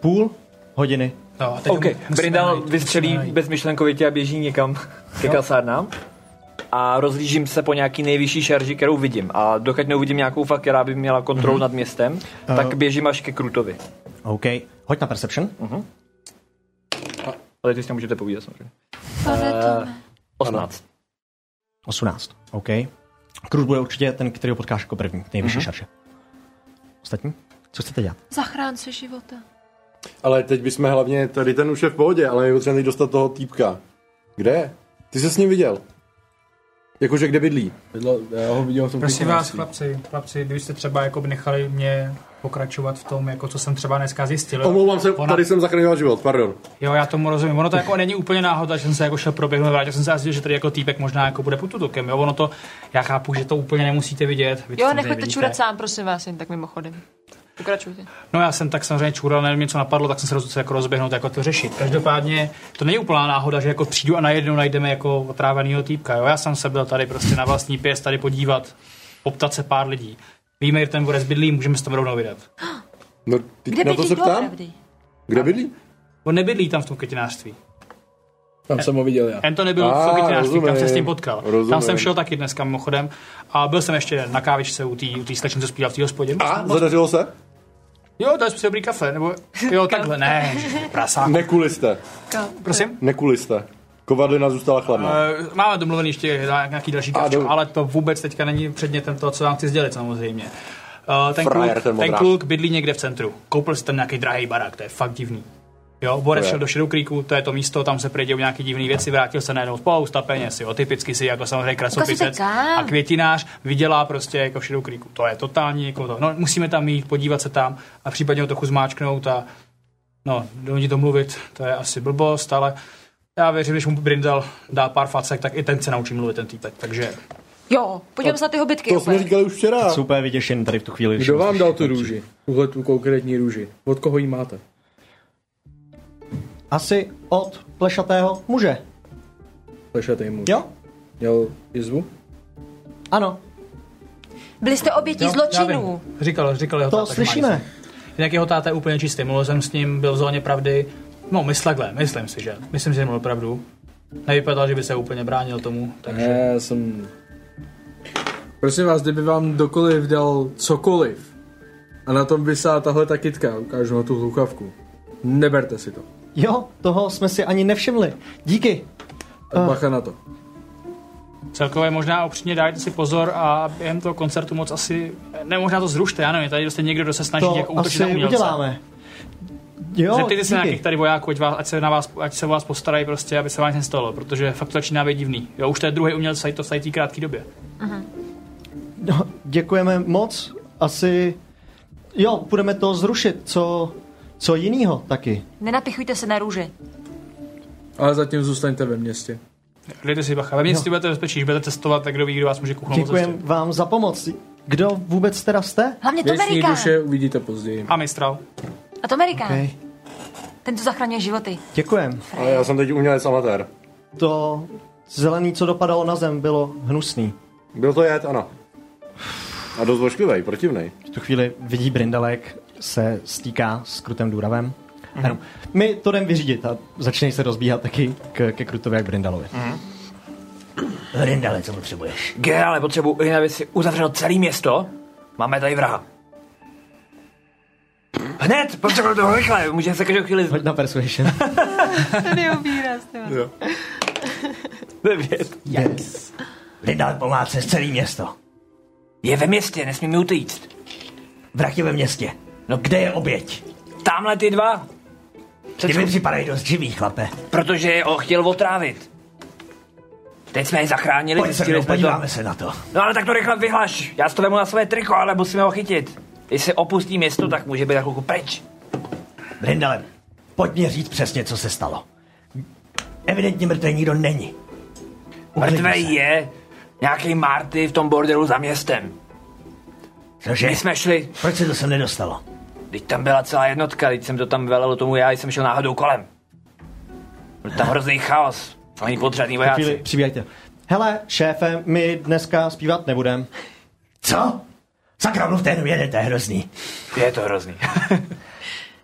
A: Půl hodiny.
D: No, a teď
C: OK,
D: mu musíme
C: Brindal
D: najít,
C: vystřelí
D: musíme najít.
C: bezmyšlenkovitě a běží někam ke kasárnám. A rozlížím se po nějaký nejvyšší šarži, kterou vidím. A dokud neuvidím nějakou fakt, která by měla
D: Mhm.
C: kontrolu nad městem,
A: Eh.
C: tak běžím až ke Krutovi.
A: OK, hoď na perception.
C: Ale ty si nemůžete povídat samozřejmě.
E: Pane
C: Eh, 18.
A: 18. OK. Krut bude určitě ten, který ho potkáš jako první, nejvyšší mm-hmm.
D: Mhm.
A: šarže. Ostatní? Co chcete dělat?
E: Zachránce života.
J: Ale teď bychom hlavně, tady ten už je v pohodě, ale je potřeba teď dostat toho týpka. Kde je? Ty jsi s ním viděl? Jakože kde bydlí?
B: Vedle- Já ho viděl v tom
D: Prosím vás,
B: kuklenství.
D: chlapci, chlapci, kdybyste třeba jako by nechali mě pokračovat v tom, jako co jsem třeba dneska zjistil. jo?
J: Omlouvám se,
D: Ona-
J: tady jsem zachraňoval život, pardon.
D: Jo, já tomu rozumím. Ono to jako není úplně náhoda, že jsem se jako šel proběhnout, vrátil jsem se a zjistil, že tady jako týpek možná jako bude pod tutokem. Jo, ono to, já chápu, že to úplně nemusíte vidět. Vy to
E: Jo,
D: samozřejmě
E: nechoďte
D: vidíte.
E: čurat sám, prosím vás, jen tak mimochodem. Pokračujte.
D: No já jsem tak samozřejmě čural, nevím, mě co napadlo, tak jsem se rozhodl jako rozběhnout, jako to řešit. Každopádně to není úplná náhoda, že jako přijdu a najednou najdeme jako otráveného týpka. Jo? Já jsem se byl tady prostě na vlastní pěst tady podívat, poptat se pár lidí. Víme, kde ten vorec bydlí, můžeme se tam rovnou vydat.
J: No, ty, na to se ptám?
E: doopravdy?
J: Kde bydlí?
D: On nebydlí tam v tom květinářství.
B: Tam jsem ho viděl já.
D: Ten to nebyl v
J: Ah,
D: tom květinářství, tam se s
J: rozumím,
D: ním potkal.
J: rozumím.
D: Tam jsem šel taky dneska mimochodem a byl jsem ještě na kávičce u té u tý slečny, co zpívá v té hospodě.
J: A, zadařilo se?
D: Jo, to je dobrý kafe, nebo jo, takhle, ne, ježiši, prasák.
J: Nekuli jste,
D: Prosím?
J: nekuli jste. Kovadlina zůstala chladná.
D: Eh, Máme domluvený ještě na- nějaký další
J: No. A,
D: kavčo,
J: dobře.
D: ale to vůbec teďka není předmětem toho, co vám chci sdělit samozřejmě. Eh, Ten
J: Frajer,
D: kluk,
J: ten
D: ten,
J: modrák.
D: kluk bydlí někde v centru. Koupil si tam nějaký drahý barák, to je fakt divný. Jo, Borec
J: To je.
D: šel do Shadow Creeku, to je to místo, tam se projdou nějaké divné věci, vrátil se najednou spousta peněz, jo, typicky si jako samozřejmě krasopisec
E: kam?
D: a květinář vydělá prostě jako v Shadow Creeku. To je totální, jako to. No, musíme tam jít, podívat se tam a případně ho trochu zmáčknout a No, do ní to mluvit, to je asi blbost, ale já věřím, když mu Brindal dá pár facek, tak i ten se naučí mluvit ten týpek, takže... no,
E: Jo, podívejme se na ty hobitky.
J: To jsme
E: úplně.
J: říkali už včera.
A: Jsi úplně vyděšen tady v tu chvíli. když
B: Kdo vám
A: musíš-
B: dal tu růži? Tuhle tu konkrétní růži. Od koho ji máte?
A: Asi od plešatého muže.
B: Plešatej mu.
A: Jo?
B: Měl jizvu?
A: Ano,
E: Byli jste obětí zločinů.
D: Říkal, říkal jeho
A: to
D: táta, že má
A: slyšíme.
D: jistý. Jinak jeho táta je úplně čistý, mluvil jsem s ním, byl v zóně pravdy. No, myslakle, myslím si, že. Myslím si, že mluvil pravdu. Nevypadal, že by se úplně bránil tomu, takže...
B: Ne, já jsem... Prosím vás, kdyby vám kdokoliv dal cokoliv a na tom vysá tahle ta kytka, ukážu na tu hluchavku. Neberte si to.
A: Jo, toho jsme si ani nevšimli. Díky.
B: A
D: Ah.
B: bacha na to.
D: Celkově možná upřímně dajte si pozor a během toho koncertu moc asi... Ne, možná to zrušte, já nevím, tady prostě někdo, kdo se snaží
A: To
D: jako útočit na
A: asi
D: umělce.
A: uděláme. Jo,
D: Zeptejte se nějakých
A: díky.
D: tady vojáků, ať, vás, ať, se na vás, ať se o vás postarají prostě, aby se vám nic nestalo, protože fakt to začíná být divný. Jo, už to je druhý umělec, tady to v tady té krátké době.
A: No, děkujeme moc. Asi... Jo, budeme to zrušit. Co, co jinýho taky?
E: Nenapichujte se na růže.
B: Ale zatím zůstaňte ve městě.
D: Dejte si bacha, ve městě budete bezpečí, když budete cestovat, tak kdo ví, kdo vás může kuchnout po
A: Děkujeme
D: cestě.
A: vám za pomoc. Kdo vůbec teda jste?
E: Hlavně to
B: Věcní
E: Amerikán.
B: duše uvidíte později.
D: A mistral.
E: A to Amerikán.
A: Okay.
E: Ten, co zachraňuje životy.
A: Děkujem.
J: Ale já jsem teď umělec amatér.
A: To zelený, co dopadalo na zem, bylo hnusný.
J: Byl to jet, ano. A dost vošklivej, protivnej.
A: V tu chvíli vidí Brindalek, se stýká s Krutem Důravem. Mm-hmm. My to jdem vyřídit a začnej se rozbíhat taky k, ke Krutovi a k Brindalovi. Mm-hmm.
C: Rindale, co potřebuješ? Generále, potřebuji, jinak aby si uzavřel celé město. Máme tady vraha. Hned, potřebuji to rychle, může se každou chvíli z...
A: Hoď na persuasion.
E: Ten je obíraz, ty vole.
C: Devět.
A: yes.
C: Lidal pomáce z celé město. Je ve městě, nesmí mi utíct.
A: vrachy ve městě. No kde je oběť?
C: Tamhle ty dva.
A: Ty mi připadají dost živý, chlape.
C: Protože je o- chtěl otrávit. Teď jsme je zachránili.
A: Pojď se
C: zjistili
A: mnou,
C: jsme to.
A: podíváme se na to.
C: No ale tak to rychle vyhlaš. Já si to vemu na své triko, ale musíme ho chytit. Jestli opustí město, tak může být na chvilku pryč.
A: Brindale, pojď mě říct přesně, co se stalo. Evidentně mrtvý nikdo není. Uklidni se.
C: Mrtvej je nějaký Marty v tom bordelu za městem.
A: Cože?
C: My jsme šli.
A: Proč se to sem nedostalo?
C: Teď tam byla celá jednotka, teď jsem to tam velel tomu já, jsem šel náhodou kolem. Byl tam hrozný chaos. Oni podřadní
A: Chvíli,
C: vojáci.
A: přibíhajte. Hele, šéfe, my dneska zpívat nebudem. Co? Sakra, mluvte jenom jeden, to je hrozný.
C: Je to hrozný.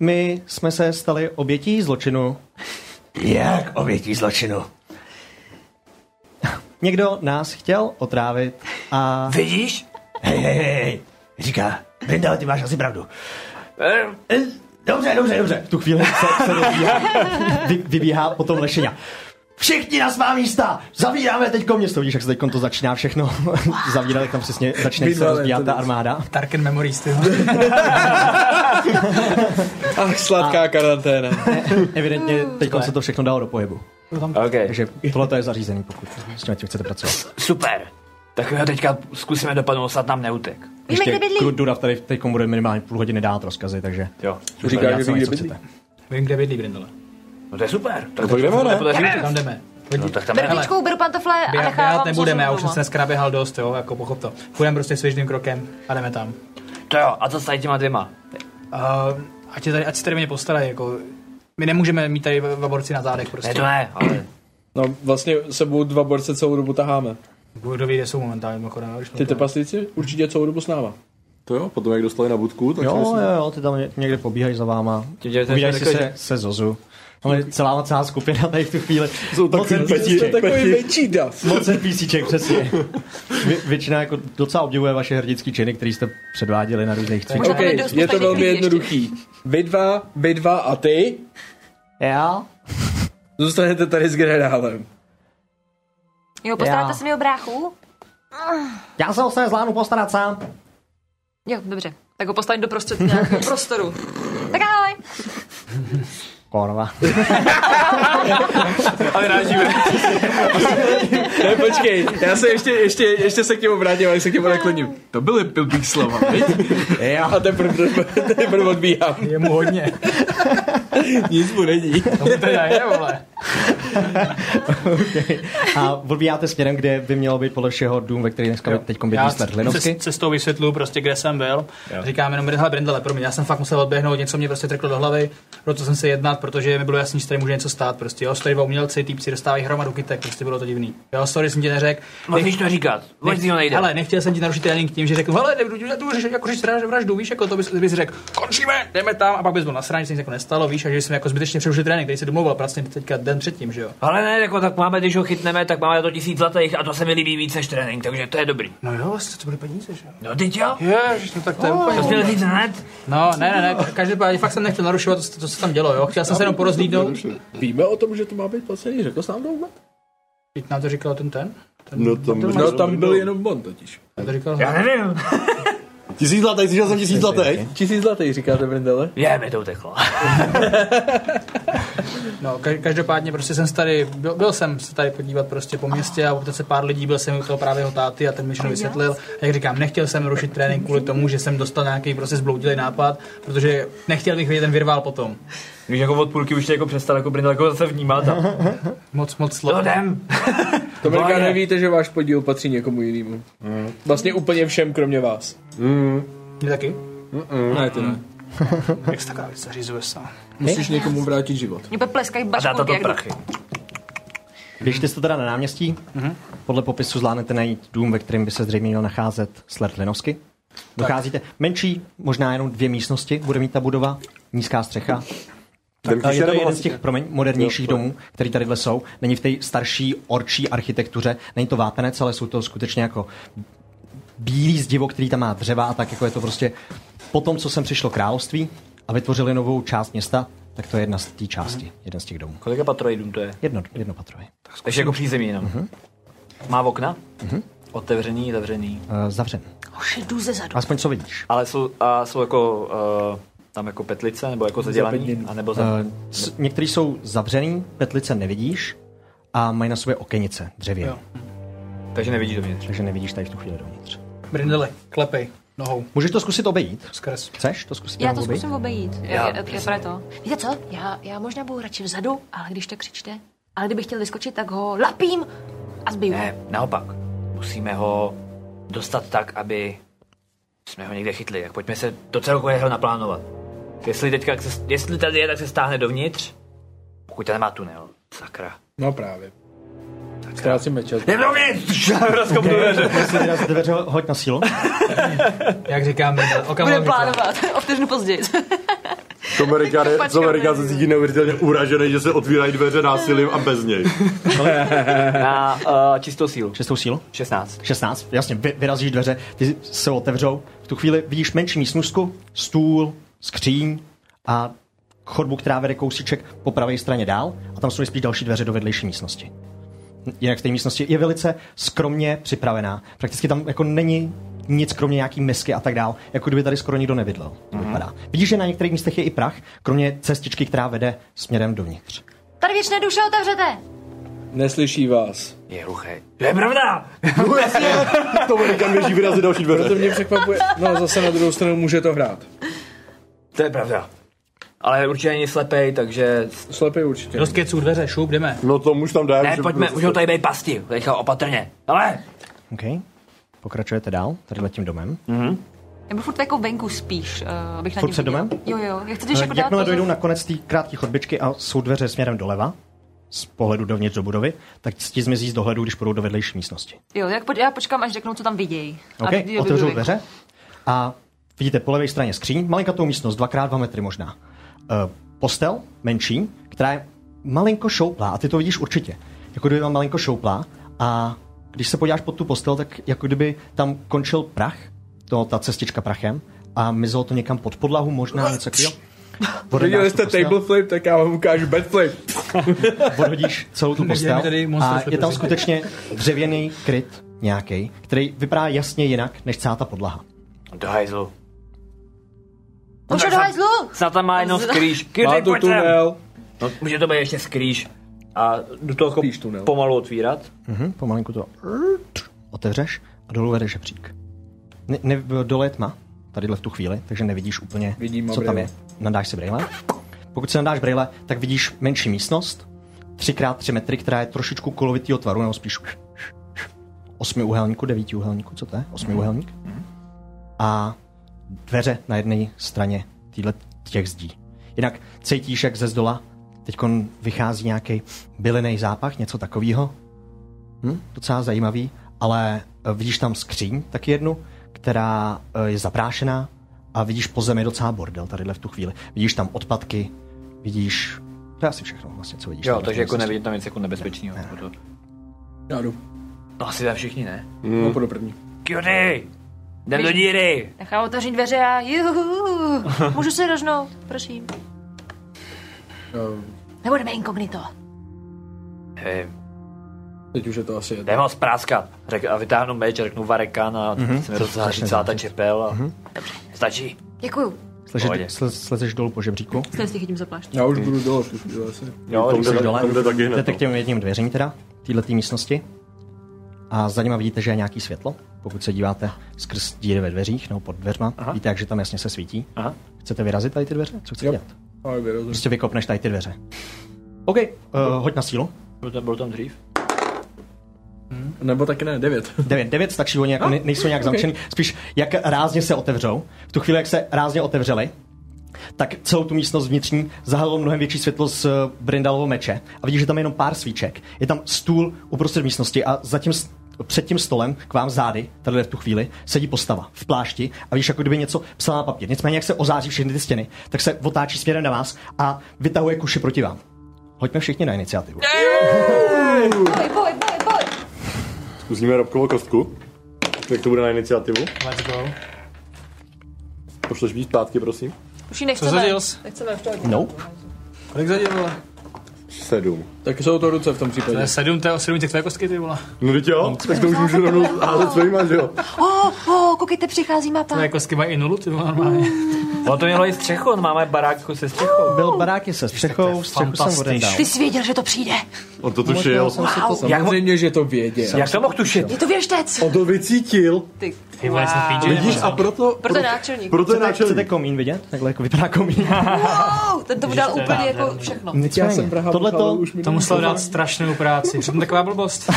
A: My jsme se stali obětí zločinu. Jak obětí zločinu? Někdo nás chtěl otrávit a...
C: Vidíš?
A: Hej, hej, hej, hej. říká, Brindale, ty máš asi pravdu. Eh, Dobře, dobře, dobře. V tu chvíli se, se rozbíhá, vy, vybíhá potom lešeňa. Všichni na svá místa! Zavíráme teď město. Vidíš, jak se teď to začíná všechno zavírat, jak tam přesně začne se
D: Vydvale,
A: rozbíhat
D: to
A: ta
D: dobře.
A: armáda.
D: Tarkin Memories, ty
A: Ach, sladká karanténa. Evidentně teď se to všechno dalo do pohybu.
C: Okay.
A: Takže tohle je zařízený, pokud s tím chcete pracovat.
C: Super. Tak my ho teďka zkusíme dopadnout, snad nám neutek.
A: Ještě Krut Durav tady teď bude minimálně půl hodiny dát rozkazy, takže
C: Jo.
A: Říká, že ví, kde bydlí.
D: Vím, kde bydlí Brindole.
C: No to je super.
D: Tak
C: to jdeme, ne?
D: Jdeme, tam jdeme. No,
C: tak
E: Brtičkou beru pantofle a
D: Běhat,
E: nechávám
D: běhat
E: se
D: nebudeme, já už
E: doma.
D: jsem se dneska naběhal dost, jo, jako pochop to. Půjdeme prostě svěžným krokem a jdeme tam.
C: To jo, a co s tady těma dvěma?
D: Uh, ať, je tady, ať se tady o mě postarají, jako... My nemůžeme mít tady v- vaborci na zádech prostě.
C: Ne, to ne, ale...
B: No vlastně sebou dva borce celou dobu taháme.
D: Kdo ví, kde jsou momentálně, mimochodem. když
B: Ty
D: to-
B: trpaslíci určitě celou dobu s náma.
J: To jo, potom jak dostali na budku, tak
A: Jo,
J: si myslím-
A: jo, jo, ty tam ně- někde pobíhají za váma.
J: Ti děláte
A: Pobíhají si
J: jako,
A: se,
J: že-
A: se Zozu. Tam je celá celá skupina tady v tu chvíli. Jsou
B: takový peti- takový větší dav.
A: Moc NPCček, přesně. Vě, většina jako docela obdivuje vaše hrdinský činy, které jste předváděli na různých cvičeních.
B: OK, je to velmi jednoduchý. Vy dva, vy dva a ty.
A: Já?
B: Zůstanete tady s generálem.
E: Jo, postaráte
A: Já.
E: se mi o bráchu?
A: Já se o sebe zvládnu postarat sám.
E: Jo, dobře. Tak ho postavím do prostřed nějakého prostoru. Tak ahoj.
A: Korva.
B: Ale rážíme. ne, počkej, já se ještě, ještě, ještě se k němu vrátím, ale se k němu nakloním. To byly blbý slova, viď?
A: A
B: teprve teprve odbíhám.
D: Je mu hodně.
B: Nic mu není.
D: To mu teda je, vole.
A: okay. A odbíháte směrem, kde by mělo být podle všeho dům, ve který dneska teď
D: Já
A: bydlí Smrdlinovsky.
D: c- cestou vysvětlu prostě, kde jsem byl.
A: Jo.
D: Říkám jenom, hele Brindele, promiň, já jsem fakt musel odběhnout, něco mě prostě trklo do hlavy, proto jsem se jednat, protože mi bylo jasný, že tady může něco stát. Prostě, jo, stojí dva umělci, týpci dostávají hromadu kytek, prostě bylo to divný. Jo, sorry, jsem ti neřekl.
C: Musíš to říkat, vůbec
D: Nech-
C: jiného nejde.
D: Hele, nechtěl jsem ti narušit trénink tím, že řekl, hele, jdu, jdu, jdu, řešit- jako řešit vraž- vraždu, víš, jako to bys, bys řekl, končíme, jdeme tam, a pak bys byl na straně, nic jako nestalo, víš, a že jsme jako zbytečně přerušili trénink, který se domluvil pracně teďka den předtím, že jo.
C: Ale ne, jako tak máme, když ho chytneme, tak máme to tisíc zlatých a to se mi líbí víc než trénink, takže to je dobrý.
D: No jo, vlastně to byly peníze, že jo.
C: No teď jo?
D: Ježiš, no tak to je úplně...
C: To jsi měl říct hned?
D: No, ne, ne, ne, každopádně fakt jsem nechtěl narušovat to, co- co se tam dělo, jo. Chtěl jsem se jenom porozlídnout.
B: Víme o tom, že to má být placený, řekl jsi nám to vůbec?
D: Teď nám to říkal ten ten? ten
J: No tam,
D: ten-
B: No tam byl jenom Bond totiž.
D: Já to říkal.
C: Já nevím.
J: Tisíc zlatých, slyšel jsem tisíc zlatých.
B: Tisíc zlatých, říkáte Brindele.
C: Je, mi to uteklo.
D: No, ka- každopádně prostě jsem se tady, byl, byl, jsem se tady podívat prostě po městě a optat se pár lidí, byl jsem u toho právě jeho táty a ten mi všechno vysvětlil. A jak říkám, nechtěl jsem rušit trénink kvůli tomu, že jsem dostal nějaký prostě zbloudilý nápad, protože nechtěl bych vidět ten virvál potom.
M: Když jako od půlky už tě jako přestal jako Brindle jako zase vnímat a...
D: Moc, moc slov.
C: No, jdem.
B: To Brka
M: Boje.
B: nevíte, že váš podíl patří někomu jinému. Vlastně úplně všem, kromě vás.
D: Mě taky?
B: Ne, ty ne.
D: Jak se taková věc zařizuje sám?
B: Musíš někomu vrátit život.
E: Mě úplně pleskají baškulky. jak jdu.
A: Běžte jste teda na náměstí. Podle popisu zvládnete najít dům, ve kterém by se zřejmě měl nacházet Sled Linovsky. Docházíte. Menší, možná jenom dvě místnosti bude mít ta budova. Nízká střecha.
J: Jdem
A: Tak, je to
J: příště,
A: jeden
J: nebo
A: z těch
J: vlastně?
A: promiň, modernějších
J: Jo, to je.
A: domů, který tady jsou. Není v té starší, orčí architektuře. Není to vápenec, ale jsou to skutečně jako bílý zdivo, který tam má dřeva a tak jako je to prostě po tom, co sem přišlo království a vytvořili novou část města, tak to je jedna z té části,
J: Mhm.
A: jeden z těch domů.
C: Kolika patroj dům to je?
A: Jedno, jedno patrové.
C: Takže jako přízemí jenom. Má okna?
A: Mhm.
C: Otevřený, zavřený.
A: Uh, zavřen.
E: Už jdu ze zadu.
A: Aspoň co vidíš.
C: Ale jsou, a jsou jako uh, tam jako petlice, nebo jako zadělaný,
A: Zapevněný.
C: anebo za...
A: Eh, s- Některý jsou zavřený, petlice nevidíš a mají na sobě okenice, dřevě.
D: Jo.
C: Takže nevidíš dovnitř.
A: Takže nevidíš tady v tu chvíli dovnitř.
D: Brindeli, klepej nohou.
A: Můžeš to zkusit obejít?
D: Skrz.
A: Chceš to zkusit
E: Já
A: jenom
E: to
A: obejít?
E: zkusím obejít.
A: Já,
E: Já, já,
A: přesně.
E: já, to. Víte co? Já, já možná budu radši vzadu, ale když tak křičte. Ale kdybych chtěl vyskočit, tak ho lapím a zbiju.
C: Ne, naopak. Musíme ho dostat tak, aby jsme ho někde chytli. Tak pojďme se to celkového naplánovat. Jestli teďka, se- jestli tady je, tak se stáhne dovnitř. Pokud tady má tunel. Sakra.
B: No právě. Ztrácíme čas.
C: Jdem dovnitř! Rozkopnu dveře.
A: Jestli teda z dveře ho- hoď na sílu.
D: Jak říkám,
E: Bude
D: okamžitě.
E: plánovat. O vteřinu později.
J: Tomerika se cítí neuvěřitelně uražený, že se otvírají dveře násilím a bez něj.
C: Na uh, čistou sílu.
A: Čistou sílu?
C: 16.
A: 16, jasně, vy, vyrazíš dveře, ty se otevřou. V tu chvíli vidíš menší místnostku, stůl, skříň a chodbu, která vede kousíček po pravé straně dál a tam jsou spíš další dveře do vedlejší místnosti. Jinak v té místnosti je velice skromně připravená. Prakticky tam jako není nic, kromě nějaký misky a tak dál, jako kdyby tady skoro nikdo nebydlel. To Vypadá. Vidíš, že na některých místech je i prach, kromě cestičky, která vede směrem dovnitř.
E: Tady věčné duše otevřete.
B: Neslyší vás.
C: Je ruchej. To je pravda!
J: No jasně, Tomerika běží vyrazit další
B: Proto
J: dveře.
B: mě překvapuje. No zase na druhou stranu může to hrát.
C: To je pravda. Ale určitě není slepej, takže...
B: Slepý určitě.
D: Dost keců dveře, šup, jdeme.
J: No to už tam dá.
C: Ne,
J: že-
C: pojďme, už ho tady dej pasti. Teďka opatrně. Ale!
A: OK? Pokračujete dál, tady tím domem.
E: Nebo furt jako venku spíš, eh, abych na
A: Furt
E: něm
A: před
E: viděla.
A: domem?
E: Jo, jo. Já chci když
A: Eh,
E: jako dát
A: Jakmile
E: pozor.
A: dojdou na konec té krátké chodbičky a jsou dveře směrem doleva, z pohledu dovnitř do budovy, tak ti zmizí z dohledu, když půjdou do vedlejší místnosti.
E: Jo, tak po, já počkám, až řeknou, co tam vidějí. A
A: OK?
E: vidějí-
A: Otevřou
E: vidějí-
A: dveře a vidíte po levé straně skříň, malinkatou místnost, dvakrát dva metry možná. Eh, Postel, menší, která je malinko šouplá, a ty to vidíš určitě. Jako kdyby vám malinko šouplá a když se podíváš pod tu postel, tak jako kdyby tam končil prach, to, ta cestička prachem, a mizelo to někam pod podlahu, možná něco takového.
B: Viděli
A: Odevnáš tu
B: jste
A: postel.
B: table flip, tak já vám ukážu bed flip.
A: odhodíš celou tu
D: Nedělej mi
A: postel
D: tady Monster
A: a je
D: Fantasy.
A: tam skutečně dřevěný kryt nějaký, který vypadá jasně jinak než celá ta podlaha.
C: Do hajzlu.
E: Už
C: tak
E: do
C: snad-
E: hajzlu!
C: Snad tam má jenom
E: Z-
C: skrýž.
B: Má
C: Kdy
B: tu
C: pojď sem!
B: tunel.
C: No, může to být ještě skrýž. A do toho jako
B: Spíš tunel.
C: pomalu otvírat.
A: Mhm, pomalinku to otevřeš a dolů vede žebřík. Ne, ne, dole je tma, tadyhle v tu chvíli, takže nevidíš úplně,
B: Vidím,
A: co tam
B: brýle.
A: je. Nadáš si brýle. Pokud si nadáš brýle, tak vidíš menší místnost, 3x3 metry, která je trošičku kulovitýho tvaru, nebo spíš osmiúhelníku, devítiúhelníku, co to je?
D: Mhm.
A: Osmiúhelník. A dveře na jedné straně týhle těch zdí. Jinak cítíš, jak ze zdola teď vychází nějaký byliný zápach, něco takového. Hm? Docela zajímavý, ale eh, vidíš tam skříň taky jednu, která eh, je zaprášená a vidíš po zemi docela bordel tadyhle v tu chvíli. Vidíš tam odpadky, vidíš... To je asi všechno vlastně, co vidíš.
C: Jo,
A: tady v
C: takže
A: té
C: jako
A: místnosti.
C: nevidím tam nic jako nebezpečného. nebo to-
B: Já jdu.
C: No asi tam všichni, ne?
B: No půjdu první.
C: Kyody! Jdem do díry!
E: Nechám otevřít dveře a juhu, můžu se rožnout, prosím.
B: Ehm,
E: Nebudeme inkognito.
C: Hej,
B: Teď už je to asi jedno.
C: jdem ho zpráskat. Řek, a vytáhnu meč a řeknu varekan a mm-hmm. se mi rozháří celá ta čepel. A... Dobře, stačí.
E: Děkuju.
A: Slezeš,
C: Pohodě.
A: sle- slezeš dolů po žebříku.
E: Snad si chytím za plášť.
B: Já už budu dole, už budu asi.
C: Jo,
J: Tom
C: když
J: jde,
C: jsem
A: dole.
J: tam jde taky hned.
A: Jdete
J: no.
A: k těm jedním dveřím teda, této místnosti. A za nima vidíte, že je nějaký světlo. Pokud se díváte skrz díry ve dveřích nebo pod dveřma, Aha. víte, jak, že tam jasně se svítí.
C: Aha.
A: Chcete vyrazit tady ty dveře? Co chcete
B: Jo.
A: dělat?
B: Ale vyrazím.
A: Prostě vykopneš tady ty dveře. OK, uh, hoď na sílu.
C: byl tam, byl tam dřív.
B: Nebo taky ne, devět.
A: 9, 9 stačí, oni jako ne, nejsou nějak okay. zamčený. Spíš jak rázně se otevřou. V tu chvíli, jak se rázně otevřeli, tak celou tu místnost vnitřní zahalilo mnohem větší světlo z eh, Brindalovo meče. A vidíš, že tam je jenom pár svíček. Je tam stůl uprostřed místnosti a zatím před tím stolem, k vám zády, tady v tu chvíli, sedí postava v plášti a víš, jako kdyby něco psala na papír. Nicméně, jak se ozáří všechny ty stěny, tak se otáčí směrem na vás a vytahuje kuši proti vám. Hoďme všichni na iniciativu.
E: Boj, boj, boj, boj.
J: Zkusíme Robkovo kostku. Jak to bude na iniciativu?
D: Let's go.
J: Pošleš víc zpátky, prosím.
E: Už ji nechceme.
D: zaděl jsi?
E: Nechceme už to hodit.
A: No,
B: Kolik zadělala?
J: Sedm.
B: Tak jsou to ruce v tom
D: To
B: případě.
D: je sedm, to je sedm těch tvé kostky, ty vole.
J: No teď jo, tak to už můžu rovnou házet svýma, že jo?
E: O, o, koukejte, přichází mapa.
D: Tvé kostky mají i nulu, ty vole, normálně.
M: Ale to mělo i střechu,
C: no,
M: on máme
C: jako
M: barák se střechou.
A: Byl barák se střechou, střechu jsem odendal.
E: Ty jsi věděl, že to přijde.
J: On to
A: tušil.
B: Samozřejmě, že to věděl.
M: Jak to mohl tušit?
E: Je to věštec.
J: On to vycítil.
E: Ty.
D: Ty vole, jsem
E: Wow.
D: píče.
J: Vidíš, a proto...
E: Proto je náčelník.
J: Proto je
A: Chcete, chcete
J: náčelník.
A: komín vidět? Takhle jako vypadá komín.
E: Wow, ten to dal
D: to je
E: úplně jako
D: nádherný.
E: všechno.
B: Já
A: Nicméně,
B: jsem Praha
A: tohleto,
B: už mi
D: To muselo dát strašnou práci. Přitom taková blbost.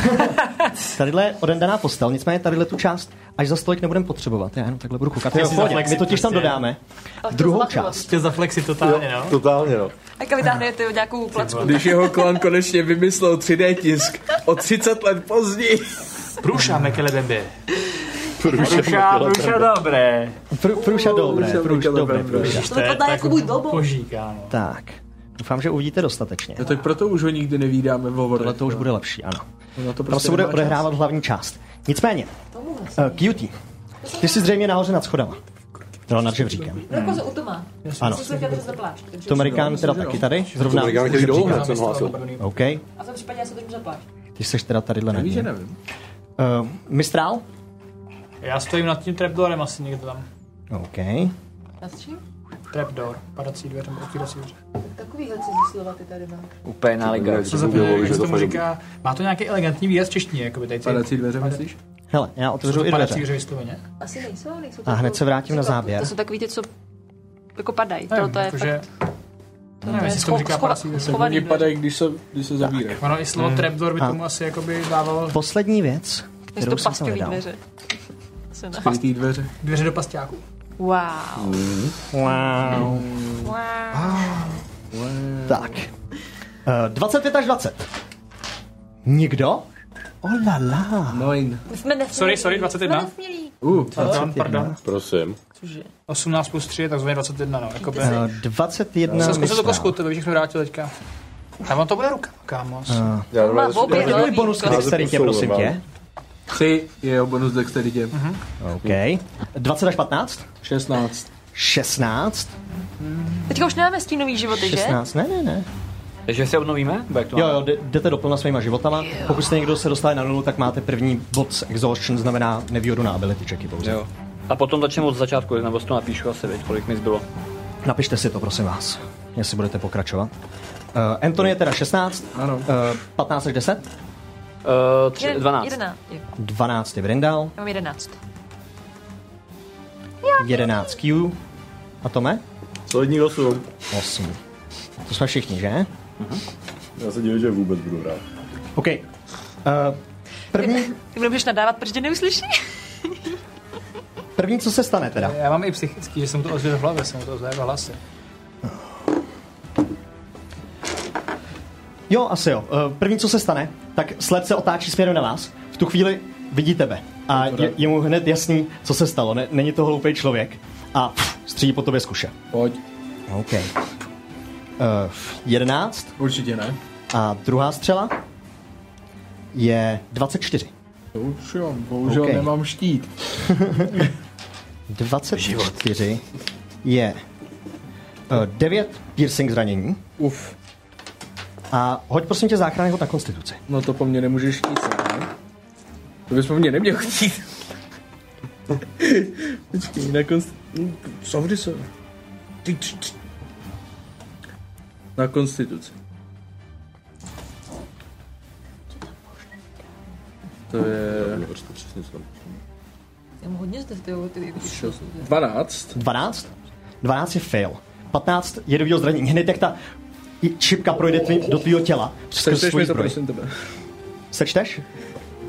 A: tadyhle je odendaná postel, nicméně tadyhle tu část až za stolik nebudeme potřebovat. Já jenom takhle budu koukat. Jo,
D: si
A: v pohodě,
D: zaflexit
A: my totiž tam
D: prostě.
A: dodáme
E: Ale to
A: druhou
E: zlachovat.
A: část.
D: Chtěl zaflexit totálně, no.
J: Totálně, no.
E: Jak vytáhnete nějakou placku.
B: Když jeho klan konečně vymyslel 3D tisk o 30 let později.
D: Průša, Mekelebembe.
M: Průša, průša, dobré.
A: Pr- průša dobré, průš, dobré, průš.
E: To vypadá jako můj dobo.
D: Božík,
C: no.
D: ano.
A: Tak, doufám, že uvidíte dostatečně.
B: No tak proto už ho nikdy nevídáme v hovorech.
A: Tohle to už bude lepší, ano.
B: No to
A: Tam
B: prostě
A: se bude
B: nemá čas.
A: odehrávat hlavní část. Nicméně, eh, Cutie, ty jsi zřejmě nahoře nad schodama. Teda nad žebříkem.
E: Jako se utoma.
A: Ano.
E: Jsem se chtěl přes plášť. takže-
A: To Amerikán teda taky tady,
B: Jako
J: To
A: zrovna.
J: Amerikán chtěl dolů, jak jsem hlásil.
A: OK,
E: A v tom případě já se držím za plášť.
A: ty jsi teda tadyhle na
B: Víš,
A: ní.
B: že nevím.
A: Uh, Mistrál?
D: Já stojím nad tím trapdoorem asi někde tam.
A: OK.
E: Já slyším?
D: Trapdoor, padací dveře, nebo otvírací dveře.
E: Takovýhle cizí slova ty tady mám.
C: Úplně na liga.
D: Co za jak se tomu říká? Má to nějaký elegantní výraz v češtině, jakoby tady ty
B: Padací dveře, myslíš?
A: Hele, já otevřu i
D: padací
A: dveře.
D: dveře vysloveně.
E: Asi nejsou, nejsou.
A: A hned se vrátím na záběr.
E: To jsou takový ty, co jako padají. To, to je fakt,
D: Protože,
E: to
D: nevím,
E: je
D: jestli tomu
E: scho-
D: říká
E: schova-
D: padací dveře.
E: schovaný
B: Oni
E: dveře.
B: padají, když se, když se zavírají.
D: ono i slovo trapdoor by
A: A.
D: tomu asi jakoby dávalo
A: Poslední věc,
E: Nejsou
A: kterou
E: to
A: jsem tam
E: pastový
A: vydal.
E: dveře. Asi ne.
B: Skrytý dveře.
D: dveře do pastáku.
E: Wow.
A: Wow.
E: Wow.
A: Tak. Eh, 25 až 20. Nikdo? Oh la la.
B: Nine.
E: Jsme nesmělí.
D: Sorry, sorry, 21.
E: Jsme nesmělí.
B: Uh,
D: Pardon, pardon.
J: Prosím.
E: Cože?
D: 18 plus 3 je takzvaně 21, no. Jakoby.
A: Eh, 21.
D: Jsem zkusil to
A: mistrál.
D: kosku,
E: no.
D: to bych všechno vrátil teďka. A on to bude ruka, kámos.
J: Já
E: Má obě,
A: Dej
E: jo,
A: mi bonus k
E: jako-
A: dexteritě, prosím tě.
B: Tři je jeho bonus dexteritě.
A: Mhm. OK. 20 až 15?
B: 16.
A: 16?
E: Teďka už nemáme stínový životy, že?
A: 16, ne, ne, ne.
M: Takže se obnovíme? Nebo jak to
A: Jo,
M: máme?
A: jo, jde- jdete doplna svýma životama. Pokud jste někdo se dostali na nulu, tak máte první bod z exhaustion, znamená nevýhodu na ability checky pouze.
B: Jo.
M: A potom začneme od začátku, nebo si to napíšu asi, veď, kolik mi zbylo.
A: Napište si to, prosím vás, jestli budete pokračovat. Uh, Anthony je teda 16,
B: Ano.
A: Uh, 15 až 10,
C: Eh,
M: Uh, tři,
E: Jeden-
M: 12.
E: 11. jo.
A: 12 je Brindal,
E: Já mám 11.
A: 11 Q a Tome
J: Solidní osm.
A: 8. To jsme všichni, že?
J: Já se divím, že vůbec budu hrát.
A: OK. Uh, první,
E: Ty mi můžeš nadávat, protože tě neuslyší.
A: první, co se stane teda?
D: Já mám i psychický, že jsem to ozvěl v hlavě, jsem mu to ozvěl v hlase.
A: Jo, asi jo. Eh, První, co se stane, tak sled se otáčí směrem na vás. V tu chvíli vidí tebe. A je, je mu hned jasný, co se stalo. Ne, není to hloupý člověk. A pff, střílí po tobě z kuše. Eh,
B: Pojď.
A: OK. Uh, 11
B: Určitě ne.
A: a druhá střela je 24.
B: To už jo, bohužel
A: OK.
B: nemám štít.
A: 24 je uh, 9 piercing zranění.
B: Uf,
A: A hoď prosím tě jako záchranný hod na konstituci.
B: no to po mně nemůžeš chtít, ne? To bys po mně neměl chtít. Počkej, na konst... no, Co vždy se... Ty, ty, ty. Na konstituci. To je
E: Já mu hodně zde ty, ty,
B: 12.
A: 12? 12 je fail. 15 je do zranění. Hned jak ta i- čipka projde tvý, do tvýho těla. Přes
B: Sečteš
A: svůj
B: mi to,
A: zbroj.
B: prosím tebe.
A: Sečteš?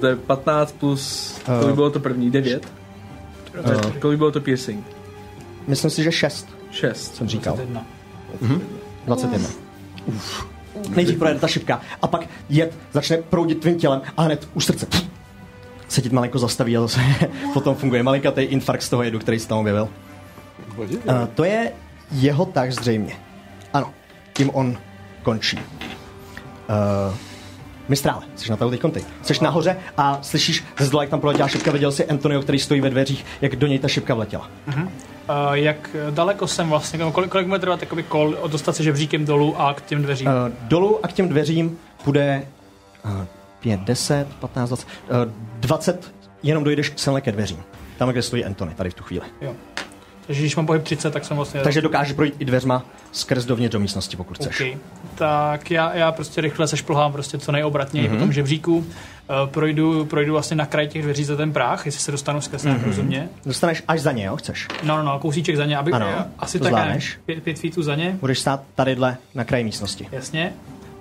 B: To je 15 plus...
A: Eh.
B: Kolik bylo to první? 9? Kolik bylo to piercing?
A: Myslím si, že 6
B: 6.
A: jsem říkal. Mhm.
D: Jedna.
A: 21. Uf. Nejdřív projede ta šipka a pak jed začne proudit tvým tělem a hned už srdce pff, se ti malinko zastaví a zase potom funguje malinkatý infarkt z toho jedu, který se tam objevil. Uh, to je jeho tak zřejmě. Ano, tím on končí. Uh, Mistrále, jsi na tahu teď ty. Jsi nahoře a slyšíš ze zdola, jak tam proletěla šipka, viděl jsi Antonio, který stojí ve dveřích, jak do něj ta šipka vletěla.
D: eh, jak daleko jsem vlastně, nebo kolik, kolik bude trvat jakoby kol, dostat se žebříkem dolů a k těm dveřím?
A: Eh, dolů a k těm dveřím půjde eh, 5, 10, 15, 20, eh, 20 jenom dojdeš semhle ke dveřím. Tam, kde stojí Antony, tady v tu chvíli.
D: Jo. Takže když mám pohyb 30, tak jsem vlastně...
A: Takže dokážeš projít i dveřma skrz dovnitř do místnosti, pokud chceš.
D: OK. Tak já, já prostě rychle sešplhám prostě co nejobratněji mm-hmm.
A: Mhm.
D: po tom žebříku. Eh, Projdu, projdu vlastně na kraj těch dveří za ten práh, jestli se dostanu skrz
A: Mhm.
D: nějak mm-hmm. rozumně.
A: Dostaneš až za ně, jo, chceš.
D: No, no, no, kousíček za ně, aby
A: Ano,
D: eh, asi
A: to
D: tak ne,
A: zvládneš.
D: pět, pět feetů za ně,
A: Budeš stát tadyhle na kraji místnosti.
D: jasně.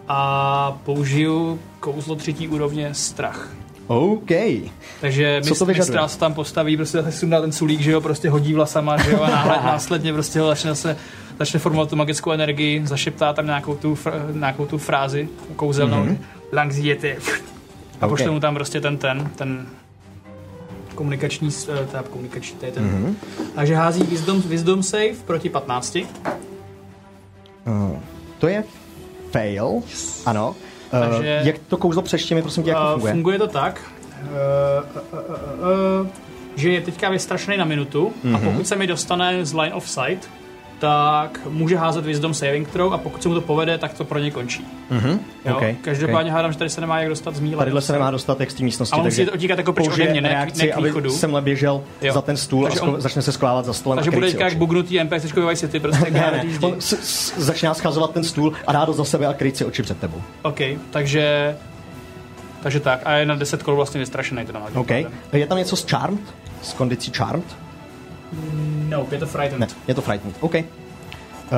D: A použiju kouzlo třetí úrovně strach.
A: OK.
D: Takže
A: Co to
D: mistr,
A: vyžaduje?
D: mistrál se tam postaví, prostě zase sundá ten sulík, že jo, prostě hodí vlasama, že jo, a náhled, následně prostě ho začne se začne formulovat tu magickou energii, zašeptá tam nějakou tu, fr- nějakou tu frázi kouzelnou,
A: Mhm.
D: mm-hmm. langziety, a
A: Ok.
D: pošle mu tam prostě ten, ten, ten komunikační, s- eh, teda komunikační, to je ten. Mm-hmm.
A: Mhm.
D: Takže hází wisdom, wisdom save proti 15.
A: Eh, To je fail, ano. Eh,
D: Takže-
A: Jak to kouzlo přeštěmi, prosím tě, jak to
D: Eh,
A: funguje?
D: funguje to tak, eh, eh, eh, eh, eh, že je teďka vystrašený na minutu a
A: Mhm.
D: pokud se mi dostane z line of sight, tak může házet Wisdom Saving Throw a pokud se mu to povede, tak to pro ně končí.
A: Mhm,
D: Jo?
A: ok,
D: Každopádně
A: ok.
D: hádám, že tady se nemá jak dostat z míle.
A: Tadyhle se nemá dostat jak z té místnosti.
D: A on
A: takže
D: musí otíkat jako pryč
A: použije
D: ode mě, ne k- ne
A: reakci,
D: k
A: aby
D: východu.
A: semhle běžel
D: Jo.
A: za ten stůl
D: Takže
A: a sko-
D: on-
A: začne se skovávat za stolem.
D: Takže
A: a
D: bude
A: kryt si
D: teďka jak
A: oči.
D: bugnutý NPCčko ve Vice City, prostě jak
A: Ne, ne, on s- s- začíná schazovat ten stůl a dá to za sebe a kryt si oči před tebou.
D: OK, takže... Takže tak, a je na 10 kol vlastně vystrašený teda.
A: OK. Eh, Je tam něco s Charmed? S kondicí Charmed?
D: No, je to frightened.
A: Ne, je to Frightened. OK. Eh,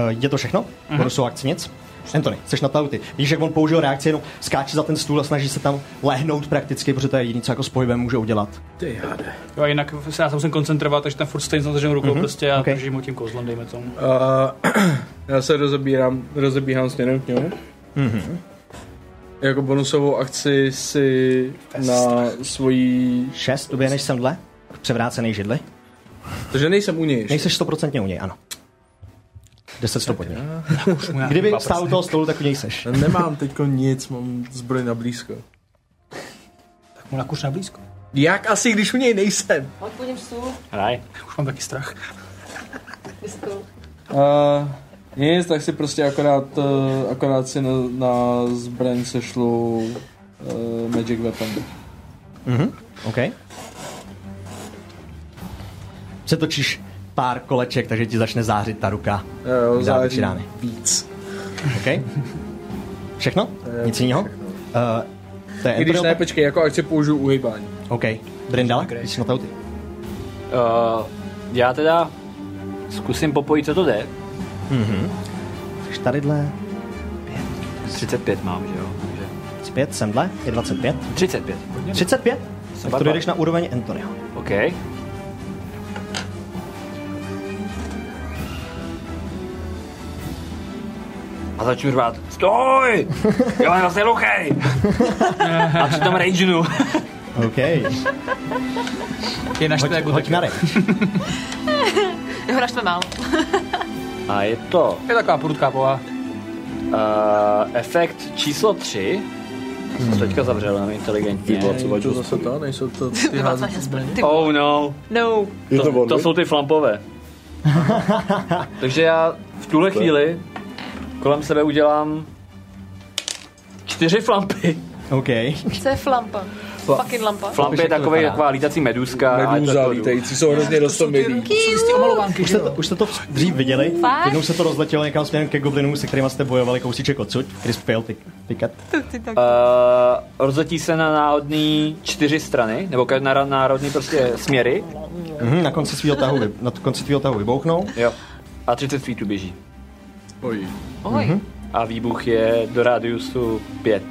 A: je to všechno?
D: Mhm.
A: Mm-hmm. Bonusu akci nic? Anthony, jsi na tauty. Víš, jak on použil reakci, jenom skáče za ten stůl a snaží se tam lehnout prakticky, protože to je jediný, co jako s pohybem může udělat.
D: Ty jade. Jo, a jinak se já se musím koncentrovat, takže tam furt stejně zataženou rukou
A: Mhm,
D: mm-hmm. prostě a okay. držím mu tím kouzlem, dejme tomu.
I: A já se rozebírám, rozebíhám směrem k němu.
A: Mhm.
I: Jako bonusovou akci si na svojí...
A: Šest, to běhneš semhle? K převrácený židli?
I: Takže nejsem u něj ještě.
A: Nejseš 100% u něj, ano. 10 stop od něj.
D: já
A: Kdyby
I: chyba
A: stál u
I: prostě.
A: toho stolu, tak u něj seš.
I: Nemám teďko nic, mám zbroj na blízko.
D: Tak mu nakuř na blízko.
I: Jak asi, když u něj nejsem?
E: Hoď po něm stůl,
C: Hraj.
D: Už mám taky strach.
E: vystůl.
I: Uh, nic, tak si prostě akorát, uh, akorát si na, na zbraň sešlu uh, Magic Weapon.
A: Mhm, OK. Přetočíš pár koleček, takže ti začne zářit ta ruka.
I: Jo, jo,
A: Vydá
I: září
A: větší rány.
I: víc.
A: OK? Všechno? Nic jiného? Uh, to je
I: Eh, I když
A: Antonio-
I: ne, počkej, jako akci použiju uhybání.
A: OK. Brindala, jsi na tauty.
C: Uh, já teda zkusím popojit, co to jde.
A: Mhm. Takže tadyhle
C: 35 mám, že jo? Takže
A: 35, semhle je 25.
C: 35.
A: 35? Tak
C: barva.
A: to dojdeš na úroveň Antonio.
C: OK. A začnu řvát, stoj! Já vás nelouchej! A přitom ragenu.
A: OK. Je naštve,
I: jako
A: jak Hoď na rage.
E: Jeho naštve málo.
C: A je to
D: Je taková prudká pova.
C: uh, efekt číslo 3. Jsem to teďka zavřel, jenom inteligentně.
I: Je to zase ta, nejsou to ty
E: Vyvacovat
I: házet
E: zbraně.
I: zbraně.
E: Ty
C: Oh no.
E: No.
I: Je to
C: to,
I: on,
C: to
I: viď?
C: jsou ty flampové. Takže já v tuhle chvíli kolem sebe udělám čtyři flampy.
A: OK.
E: Co je flampa?
C: Fla-
E: Fucking lampa.
C: Flampy je takový taková lítací meduska. ale to je
I: Medúza
C: to-
I: lítající, jsou hrozně rostomilí.
A: Už jste, to, už jste to dřív viděli,
E: Fakt?
A: jednou se to rozletělo někam směrem ke goblinům, se kterými jste bojovali kousíček odsud, Chris fail ty, tykat.
C: Uh, rozletí se na náhodný čtyři strany, nebo ka- na národní prostě směry.
A: Mhm, na konci svého tahu, vy- na konci tvýho tahu vybouchnou.
C: Jo. A 30 feetů běží.
I: Oj.
E: Oj.
C: A výbuch je do radiusu 5.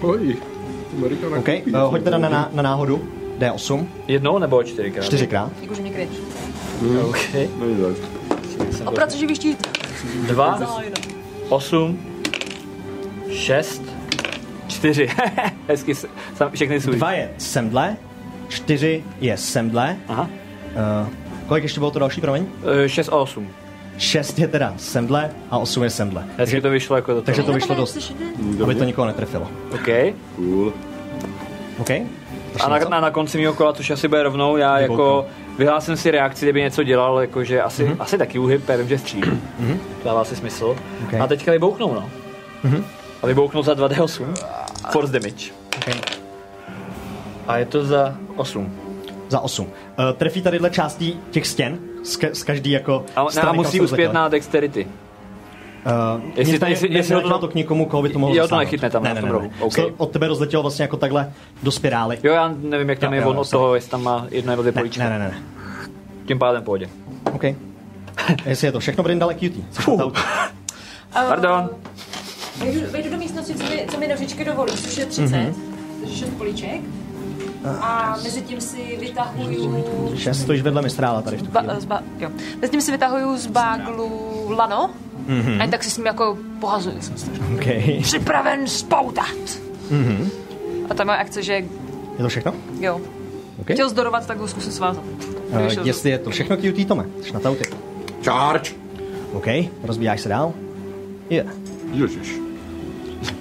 I: Oj. Amerika
A: OK, uh, hoď teda na, ná- na náhodu, D8,
C: Jednou nebo čtyřikrát?
A: čtyřikrát.
E: Jak už mě kryč.
C: OK.
E: Opracuji živý štít.
C: 2, 8, 6, 4. Hezky, se- sam, všechny jsou.
A: Dva je semdle, čtyři je semdle.
C: Aha.
A: Uh, kolik ještě bylo to další, promiň?
C: 6 Eh, a 8.
A: Šest je teda semdle a osm je semdle.
C: Hezky to vyšlo jako to.
A: Takže to vyšlo dost, aby to nikoho netrefilo.
C: OK.
K: Cool.
A: OK?
C: A na, na, na konci mého kola, což asi bude rovnou, já jako Vyhrál jsem si reakci, kdyby něco dělal, jakože asi, mm-hmm. asi taky uhyb, já vím, že střílí.
A: Mhm.
C: Dává si smysl.
A: Okay.
C: Okay. A teďka vybouchnou, no.
A: Mhm.
C: A vybouchnou za 2d8. Force damage.
A: Okay.
C: A je to za 8.
A: Za 8. Uh, trefí tadyhle částí těch stěn, z, ka- z každý jako
C: Ale
A: strany,
C: nám
A: kam
C: musí
A: jsou
C: uspět
A: zletěli.
C: na dexterity.
A: Uh,
C: Jestli
A: jestli,
C: to-
A: tady,
C: jestli-
A: jestli,
C: jestli ho to-
A: to k někomu, koho by to mohlo
C: Jo, to
A: zasáhnout.
C: nechytne tam na tom rohu. OK.
A: To Od tebe rozletělo vlastně jako takhle do spirály.
C: Jo, já nevím, jak tam
A: Jo,
C: je
A: jo,
C: on
A: jo,
C: od toho, jestli tam má jedno nebo dvě políčka.
A: Ne, ne, ne, ne.
C: Tím pádem v pohodě.
A: OK. jestli je to všechno, Brindale, cutie. Jsi na tautu.
C: Pardon.
E: Vejdu, vejdu do místnosti, co mi, co mi nožičky dovolí, což je 30,
A: Mhm.
E: takže 6 políček. A mezi tím si vytahuju...
A: Šest stojíš vedle mistrála tady v tu
E: Ba, zba, jo. Mezi tím si vytahuju z baglu lano
A: Mhm.
E: a jen tak si s ním jako pohazuju.
A: OK.
E: Připraven spoutat!
A: Mhm.
E: A tam má akce, že
A: Je to všechno?
E: jo.
A: OK.
E: Chtěl zdorovat, tak ho zkusím svázat. Když ho-
A: Uh, jestli je to všechno cutie, Tome, jsi na tauty. Charge! OK, rozbíjáš se dál. Je. Yeah.
J: Ježiš.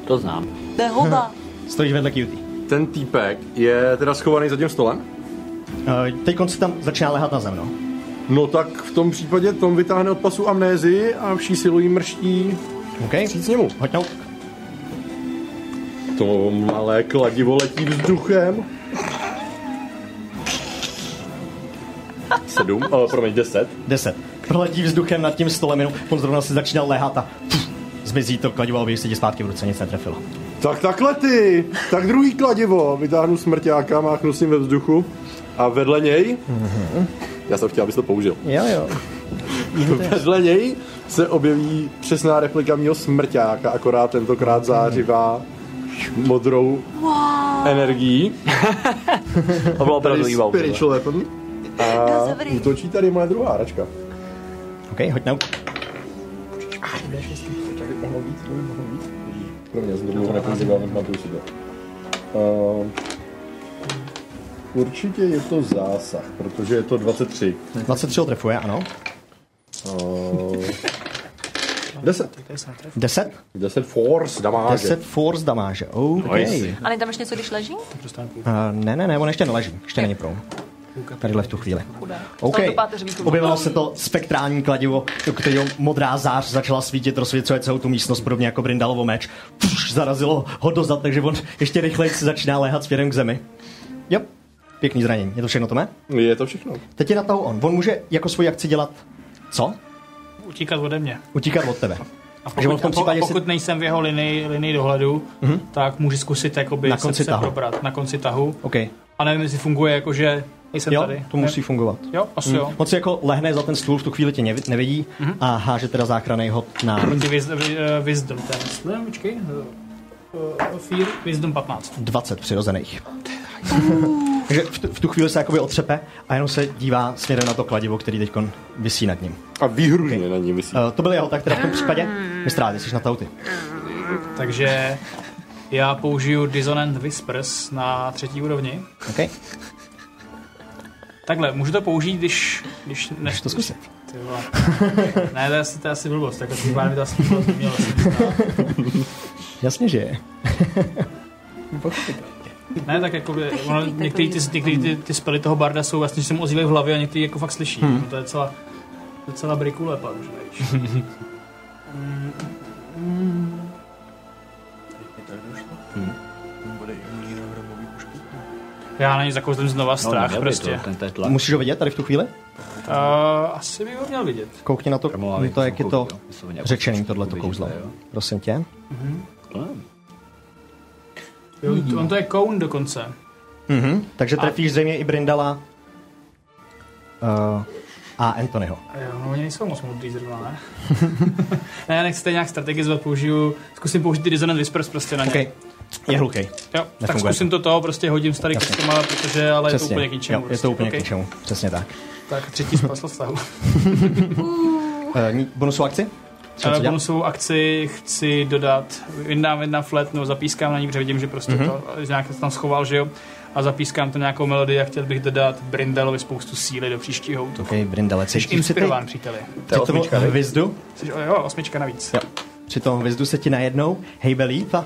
C: To znám.
E: To je hoda.
A: Stojíš vedle cutie.
J: Ten týpek je teda schovaný za tím stolem?
A: Uh, teď si tam začíná lehat na zem, no.
J: No tak v tom případě Tom vytáhne od pasu amnézii a vší silou jí mrští
A: okay.
J: vstříc němu.
A: Hoď no.
J: To malé kladivo letí vzduchem. Sedm, ale promiň, deset.
A: Deset. Proletí vzduchem nad tím stolem, jenom on zrovna si začínal lehat a pff, zmizí to kladivo a objeví se ti zpátky v ruce, nic netrefilo.
J: Tak takhle ty, tak druhý kladivo. Vytáhnu smrťáka, máchnu s ním ve vzduchu a vedle něj,
A: Mhm.
J: já jsem chtěl, abys to použil.
A: Jo, jo.
J: Vedle něj se objeví přesná replika mého smrťáka, akorát tentokrát zářivá modrou
E: Wow.
J: energií.
C: To bylo
J: Tady
C: opravdu evil, tohle.
J: spiritual weapon. A útočí tady moje druhá hračka.
A: OK, hoď na
J: Pro mě zrovna nepoužívám na tu sebe. Ehm, Určitě je to zásah, protože je to 23.
A: 23 ho trefuje, ano.
J: Ehm, 10.
A: 10?
J: 10 force damáže.
A: 10 force damáže, OK.
J: Nice.
E: A není tam ještě něco, když leží?
A: Uh, ne, ne, ne, on ještě neleží, ještě není prone. Tadyhle v tu chvíli. OK,
E: Stalo to páteřový kůl.
A: objevilo se to spektrální kladivo, do kterého modrá zář začala svítit, rozsvěcuje celou tu místnost, podobně jako Brindalovo meč. Pš, zarazilo ho dozad, takže on ještě rychleji se začíná léhat směrem k zemi. Jo, pěkný zranění. Je to všechno, Tome?
J: Je to všechno.
A: Teď je na tahu on. On může jako svoji akci dělat co?
D: Utíkat ode mě.
A: Utíkat od tebe.
D: A
A: Že
D: pokud,
A: on v tom případě
D: a
A: si...
D: pokud nejsem v jeho linii, linii dohledu,
A: Mhm.
D: tak může zkusit jakoby
A: Na konci
D: se,
A: tahu.
D: se probrat na konci tahu.
A: OK.
D: A nevím, jestli funguje jako, že nejsem
A: Jo,
D: tady.
A: to musí
D: Ne?
A: fungovat.
D: Jo, asi
A: Hm.
D: jo.
A: On si jako lehne za ten stůl, v tu chvíli tě nevi- nevidí
D: Mhm.
A: a háže teda záchranný hod na
D: Proti viz, vi, eh, wisdom, ten wisdom, počkej. eh, eh, Fear, wisdom 15.
A: 20 přirozených. Takže v, tu, v tu chvíli se jakoby otřepe a jenom se dívá směrem na to kladivo, který teď visí nad ním.
J: A výhružně okay. na ní visí.
A: Uh, to byl jeho tak teda v tom případě. Mistrá, ty jsi na tauty.
D: Takže já použiju Dissonant Whispers na třetí úrovni.
A: Okay.
D: Takhle, můžu to použít, když... když ne...
A: Můžeš to zkusit.
D: Ty vole. ne, to je asi, to je asi blbost, tak tím pádem by to asi blbost nemělo smysl.
A: Jasně, že je.
D: Ne, tak jako by, ono, některý, ty, některý ty, ty spely toho barda jsou vlastně, že se mu ozývají v hlavě a některý jako fakt slyší.
A: Hmm.
D: Hmm. To je celá, docela brikule pak už, víš. Já na něj zakouzlím znova strach
C: neměl No, by
D: prostě.
C: to, ten- ten tlak.
A: Musíš ho vidět tady v tu chvíli?
D: Uh, asi by ho měl vidět.
A: Koukni na to,
D: Krmolavý,
A: No to jak je to
D: nějak
A: řečený, tohleto kouzlo. Prosím tě.
D: Mhm. Jo,
C: Hmm.
D: to- on to je koun dokonce.
A: Mhm. Takže
D: A-
A: trefíš zřejmě i Brindala uh, a Anthonyho.
D: A Jo, no, oni nejsou moc moudrý zrovna, ne? ne, já nechci to nějak strategizovat, použiju, zkusím použít ty Dissonant Whispers prostě na ně.
A: Okay. Je hluchý.
D: Jo, tak
A: Nefunguje
D: zkusím to toho, prostě hodím starý
A: Jasně.
D: kostomala, protože ale je to úplně k ničemu.
A: jo, je
D: prostě.
A: to úplně
D: OK.
A: k ničemu, přesně tak.
D: Tak třetí spasl vztahu.
A: Eh, ní- bonusovou akci? Třeba
D: Ale
A: co dělá?
D: bonusovou akci chci dodat, vyndám jedna flet, no zapískám na ní, protože vidím, že prostě
A: Mhm.
D: mm-hmm. to, že nějak se tam schoval, že jo, a zapískám to nějakou melodii a chtěl bych dodat Brindalovi spoustu síly do příštího útoku.
A: OK, Brindale, jsi tím si ty...
D: Inspirován, příteli.
A: Při tom hvězdu,
D: Jsi, jo, osmička navíc.
A: Jo. při tom hvězdu se ti najednou hejbe líp a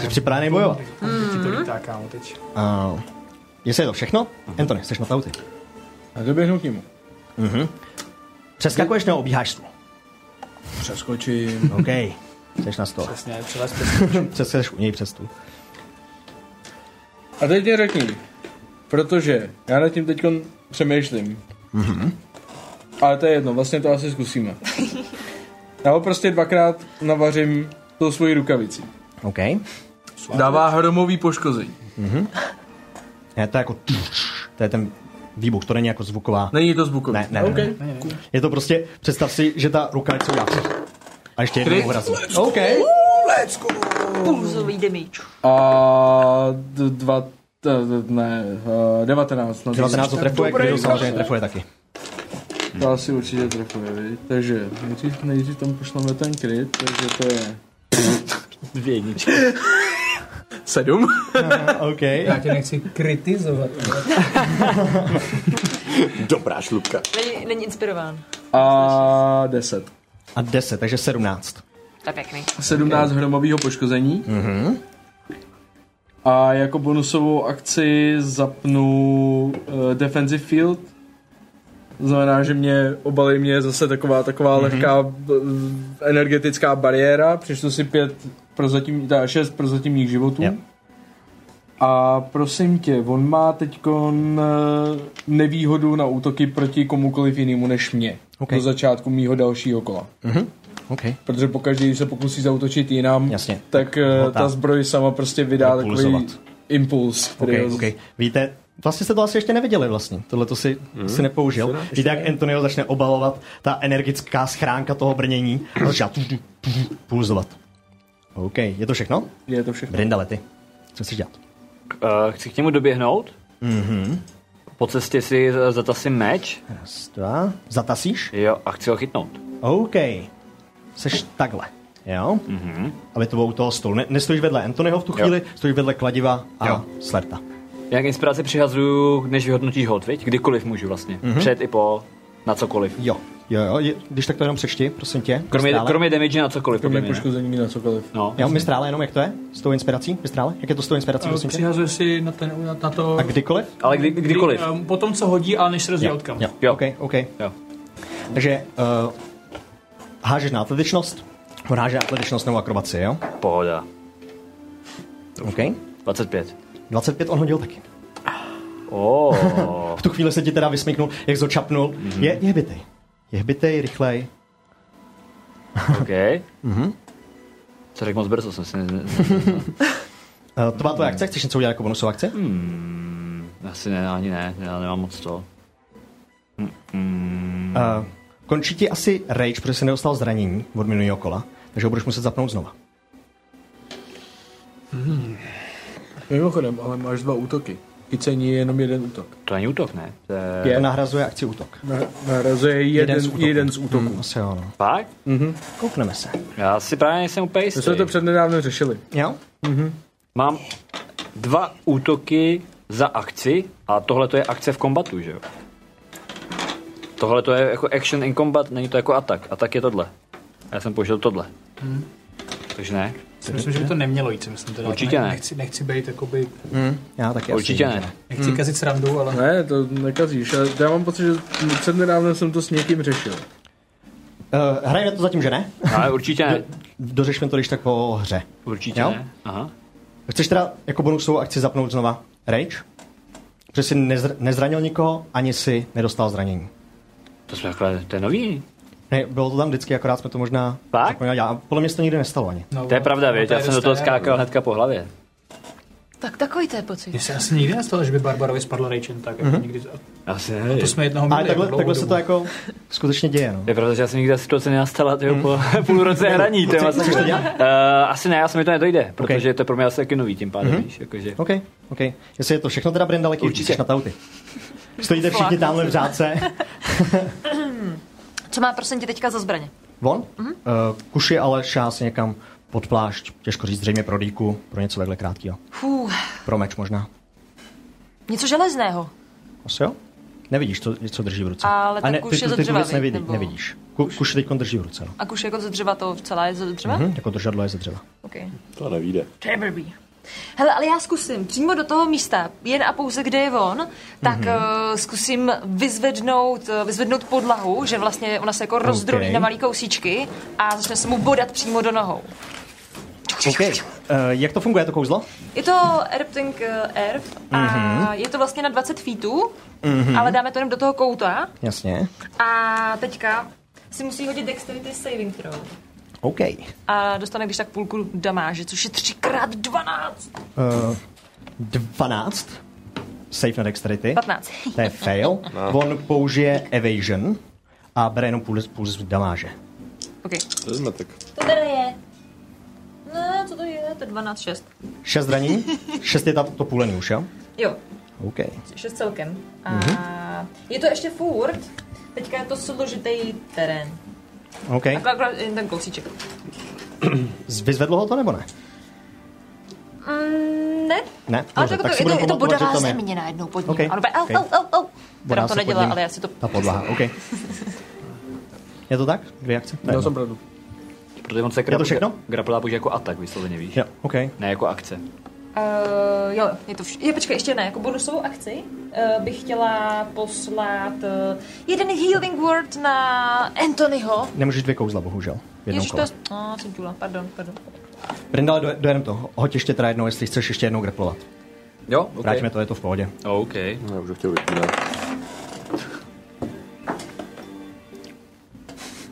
A: jsi připravený bojovat.
D: Teď ti to lítá, kámo, teď.
A: Mhm. A jestli je to všechno, Anthony, jsi na tauty.
B: A doběhnu k němu.
A: Mhm. Přeskakuješ nebo obíháš stůl?
B: Přeskočím.
A: OK. Jsi na stole.
D: Přesně, přelez
A: Přeskakuješ u něj přes stůl.
B: A teď mě řekni, protože já nad tím teď přemýšlím,
A: Mhm.
B: ale to je jedno, vlastně to asi zkusíme. Já ho prostě dvakrát navařím tou svojí rukavicí.
A: OK.
B: Dává hromový poškození.
A: Mhm. Je to jako... tš, To je ten výbuch, to není jako zvuková.
B: Není to zvukový.
A: Ne, ne, ne.
B: Okay.
A: ne. Je to prostě, představ si, že ta ruka něco udělá. A ještě jednou
B: Kryt.
A: urazí.
B: OK.
E: Let's go! Pulzový damage.
B: A d- dva, t- t- ne, a No, 19. na
A: 19 to
B: získat.
A: trefuje,
B: Dobrý
A: Krydo samozřejmě
B: zásah.
A: trefuje taky.
B: To asi určitě trefuje, viď? Takže nejdřív, nejdřív tam pošleme ten kryt, takže to je... Dvě jedničky. Sedm?
A: OK.
D: Já tě nechci kritizovat.
J: Dobrá šlupka.
E: Není, není inspirován.
B: A 10.
A: A 10, takže 17.
E: To je pěkný.
B: 17 hromového poškození. Mm-hmm. A jako bonusovou akci zapnu uh, Defensive Field. Znamená, že mě obalí mě zase taková taková
N: Mhm.
B: mm-hmm. lehká b- energetická bariéra. Přišlo si pět prozatím, teda šest prozatímních životů. Yep. A prosím tě, on má teď nevýhodu na útoky proti komukoliv jinému než mě.
A: Ok.
B: Do začátku mýho dalšího kola.
A: Mhm. OK.
B: Protože pokaždé, když se pokusí zautočit jinam,
A: Jasně.
B: tak eh,
A: Hotá.
B: ta zbroj sama prostě vydá takový
A: Propulzovat.
B: impuls. který
A: Okay,
B: ho-
A: okay. Víte, vlastně jste to asi ještě neviděli vlastně. Tohle to si,
B: Mhm.
A: mm. si nepoužil.
B: Ještě ne,
A: Víte, jak Antonio začne obalovat ta energická schránka toho brnění a začíná tu, tu, tu, tu, pulzovat. OK, je to všechno?
B: Je to všechno.
A: Brindale, ty. Co chceš dělat?
C: Uh, chci k němu doběhnout.
A: Mhm.
C: Po cestě si z- zatasím meč.
A: Raz, dva. Zatasíš?
C: Jo, a chci ho chytnout.
A: OK. Seš takhle. Jo? Mm-hmm. Aby to bylo u toho stolu. Ne, nestojíš vedle Antonyho v tu chvíli, jo. stojíš vedle kladiva a jo. slerta.
C: Jak inspiraci přihazuju, než vyhodnotíš hod, viď? Kdykoliv můžu vlastně.
A: Mhm.
C: Mm-hmm. Před i po, na cokoliv.
A: Jo. Jo, jo, je- když tak to jenom přečti, prosím tě.
C: Kromě,
A: Mistrále.
C: kromě damage na cokoliv.
A: Kromě
C: podle mě, ne?
B: poškození na cokoliv.
C: No.
A: Jo, mistrále jenom, jak to je? S tou inspirací? Mistrále? Jak je to s tou inspirací, prosím tě?
D: Přihazuje si na, ten, na, na to...
A: A kdykoliv?
C: Ale kdy,
D: Kdy, ehm, potom, co hodí, ale než se rozvíjí
A: Jo,
D: odkam.
A: jo. jo. OK, OK.
C: Jo.
A: Takže uh, hážeš na atletičnost? On háže na atletičnost nebo akrobaci, jo?
C: Pohoda.
A: OK.
C: 25.
A: 25 on hodil taky.
C: Oh.
A: V tu chvíli se ti teda vysmíknul, jak zočapnul. Mm-hmm. Je, je hbitej. Je hbitej, rychlej.
C: OK.
A: Mhm.
C: Co řekl moc brzo, jsem si ne... ne-
A: Uh, to má tvoje akce? Chceš něco udělat jako bonusovou akci?
C: Hmm, asi ne, ani ne, já nemám moc to. Mm.
A: Uh, končí ti asi rage, protože jsi nedostal zranění od minulého kola, takže ho budeš muset zapnout znova.
B: Hmm. Mimochodem, ale máš dva útoky. Chycení je jenom jeden útok.
C: To není útok, ne? To je...
A: Je. To nahrazuje akci útok.
B: Na- Nahrazuje jeden, jeden z útoků. Jeden z útoků.
A: Hmm, asi jo, no.
C: Pak?
B: Mhm.
A: Koukneme se.
C: Já si právě nejsem úplně
B: My
C: jistý.
B: jsme to přednedávno řešili.
A: Jo?
B: Mhm.
C: Mám dva útoky za akci a tohle to je akce v kombatu, že jo? Tohle to je jako action in combat, není to jako atak. Atak je tohle. Já jsem použil tohle.
D: Hm.
C: Takže ne.
D: Si myslím, že by to nemělo jít, si myslím teda.
C: Určitě ne.
D: Nechci, nechci být jakoby...
A: Hmm. Já taky
C: Určitě
A: asi.
C: ne.
D: Nechci
B: Hmm.
D: kazit srandu, ale...
B: Ne, to nekazíš. Já, já mám pocit, že přednedávno jsem to s někým řešil.
A: Uh, hrajeme to zatím, že ne?
C: No, Ale určitě ne.
A: Dořešme to když tak po hře.
C: Určitě
A: Jo?
C: ne. Aha.
A: Chceš teda jako bonusovou akci zapnout znova rage? Protože jsi nezr- nezranil nikoho, ani si nedostal zranění.
C: To jsme takhle, to je nový.
A: Ne, bylo to tam vždycky, akorát jsme to možná
C: Fakt?
A: zapomněli. Já, podle mě se to nikdy nestalo ani.
D: No,
C: To je pravda, věď,
D: to je
C: já jsem do toho
D: dost
C: skákal
D: tajemný.
C: hnedka po hlavě.
E: Tak takový to je pocit.
D: Mně se asi nikdy nestalo, že by Barbarovi spadl rejčen tak, jako
C: Mhm.
D: nikdy.
C: Asi
D: A
C: ne.
D: to jsme jednoho
A: Ale
D: měli
A: takhle,
D: jako
A: takhle se
D: dlouhou
A: to jako skutečně děje, no.
C: Je pravda, že já jsem nikdy ta situace nenastala tyjo, po
A: Hmm.
C: půl roce hraní. To je
A: Co-
C: vlastně-
A: chceš to
C: Eh, asi ne, asi mi to nedojde, protože to je pro mě asi taky nový tím pádem,
A: Mhm.
C: víš, jakože.
A: OK, OK. Jestli je to všechno teda Brendaleky,
C: Určitě.
A: určitě na tauty. Stojíte všichni tamhle v řádce.
E: Co má prosím tě teďka za zbraně?
A: Von? Mm-hmm. Uh, kuši ale šás někam pod plášť, těžko říct, zřejmě pro dýku, pro něco takhle krátkého.
E: Fů,
A: Pro meč možná.
E: něco železného.
A: Asi jo? Nevidíš, co, co drží v ruce.
E: Ale
A: A
E: ten
A: ne,
E: kuš
A: ty,
E: je
A: tu-
E: ze
A: ty tu
E: dřeva,
A: věc
E: viď,
A: nevidí,
E: nebo-
A: nevidíš. Ku, kuš teď drží v ruce, no.
E: A kuš jako ze dřeva to celá je ze dřeva?
A: Mhm, jako držadlo je ze dřeva.
E: OK.
J: To nevíde.
E: To je blbý. Hele, ale já zkusím přímo do toho místa, jen a pouze, kde je on, tak mm-hmm. uh, zkusím vyzvednout, eh, vyzvednout podlahu, že vlastně ona se jako
A: Ok.
E: rozdrolí na malý kousíčky a začne se mu bodat přímo do nohou.
A: Okay. Uh, jak to funguje, to kouzlo?
E: Je to Erpting Erf a
A: Mhm.
E: je to vlastně na 20 feetů,
A: Mhm.
E: ale dáme to jenom do toho kouta
A: Jasně.
E: a teďka si musí hodit dexterity saving throw.
A: OK.
E: A dostane když tak půlku damáže, což je 3x12.
A: Uh, 12. Safe na dexterity.
E: 15.
A: To je fail. No. On použije evasion a bere jenom půl, půl z damáže.
E: OK.
A: To je zmetek.
E: To teda je. Ne, co to je? To je 12, 6.
A: Šest zraní, šest je ta, to půlení už, jo?
E: Jo,
A: OK.
E: 6 celkem. A
A: Mhm.
E: je to ještě furt. Teďka je to složitý terén.
A: OK.
E: Akorát akorát jen ten kousíček.
A: Z- Vyzvedlo ho to nebo ne?
E: Mm, ne,
A: Ne?
E: ale tak, tak,
A: si
E: je, to,
A: budeme
E: je to
A: pamatovat, že
E: bodavá
A: tam je.
E: země najednou pod ním.
A: Ok,
E: Okay. Ano, au,
A: ok.
E: au, au, au. Teda
A: Bodá
E: to
A: se pod
E: nedělá,
A: ním
E: ale já si to...
A: Ta podlaha, OK. Je to tak? Dvě akce?
M: Měl
A: jsem
I: pravdu.
M: Protože on se
A: Je to všechno?
M: grapl- graplá použije jako atak, vysloveně víš.
A: Jo, OK.
M: Ne jako akce.
E: Uh, jo, je to vš- je, počkej, ještě ne, jako bonusovou akci uh, bych chtěla poslat uh, jeden healing word na Anthonyho.
A: Nemůžeš dvě kouzla, bohužel. V jednom
E: Ježiš, to
A: kole.
E: je... No, jsem tula, pardon, pardon.
A: Brindale, do, dojedem to. Hoď ještě teda jednou, jestli chceš ještě jednou graplovat.
M: Jo, OK.
A: Vrátíme to, je to v pohodě.
M: OK.
J: Já už ho chtěl vypínat.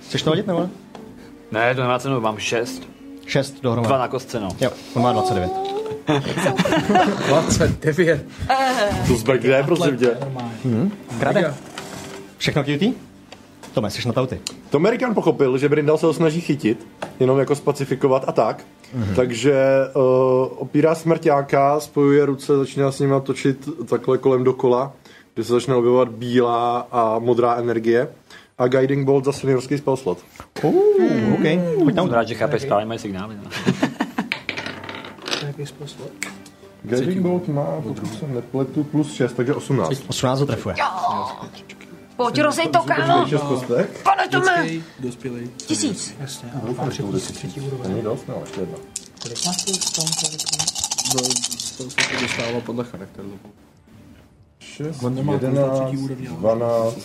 A: Chceš to hodit nebo ne?
M: Ne, to nemá cenu, mám šest.
A: Šest
M: Dva
A: dohromady.
M: na kostce, no.
A: Jo, on má 29.
I: 29.
J: To jsme kde, prosím tě?
A: Hmm. Krade. Všechno cutie? Tome, jsi na tauty.
J: To Amerikan pochopil, že Brindal se ho snaží chytit, jenom jako spacifikovat a tak.
A: Mhm.
J: Mm-hmm. Takže uh, opírá smrťáka, spojuje ruce, začíná s nima točit takhle kolem dokola, kde se začne objevovat bílá a modrá energie. A Guiding Bolt za seniorský spell slot.
E: Mm.
A: Uh, OK. Pojď tam.
M: Jsem rád, že chápe správně moje signály. No.
D: Nějaký způsob.
J: Guiding Bolt má, pokud se nepletu, plus 6, takže 18.
A: 18 ho trefuje.
E: Pojď, rozej to, kámo!
J: 6 kostek.
E: Pane Tome!
I: Dospělý.
E: Tisíc.
D: Jasně.
J: Doufám, že to bude třetí úroveň. Není dost, no, ale ještě jedna.
D: Kolik máš tu v tom, kolik máš?
I: No, to se to dostává podle charakteru.
J: 6,
I: On nemá
J: 11,
I: třetí úrovně, ale-
J: 12,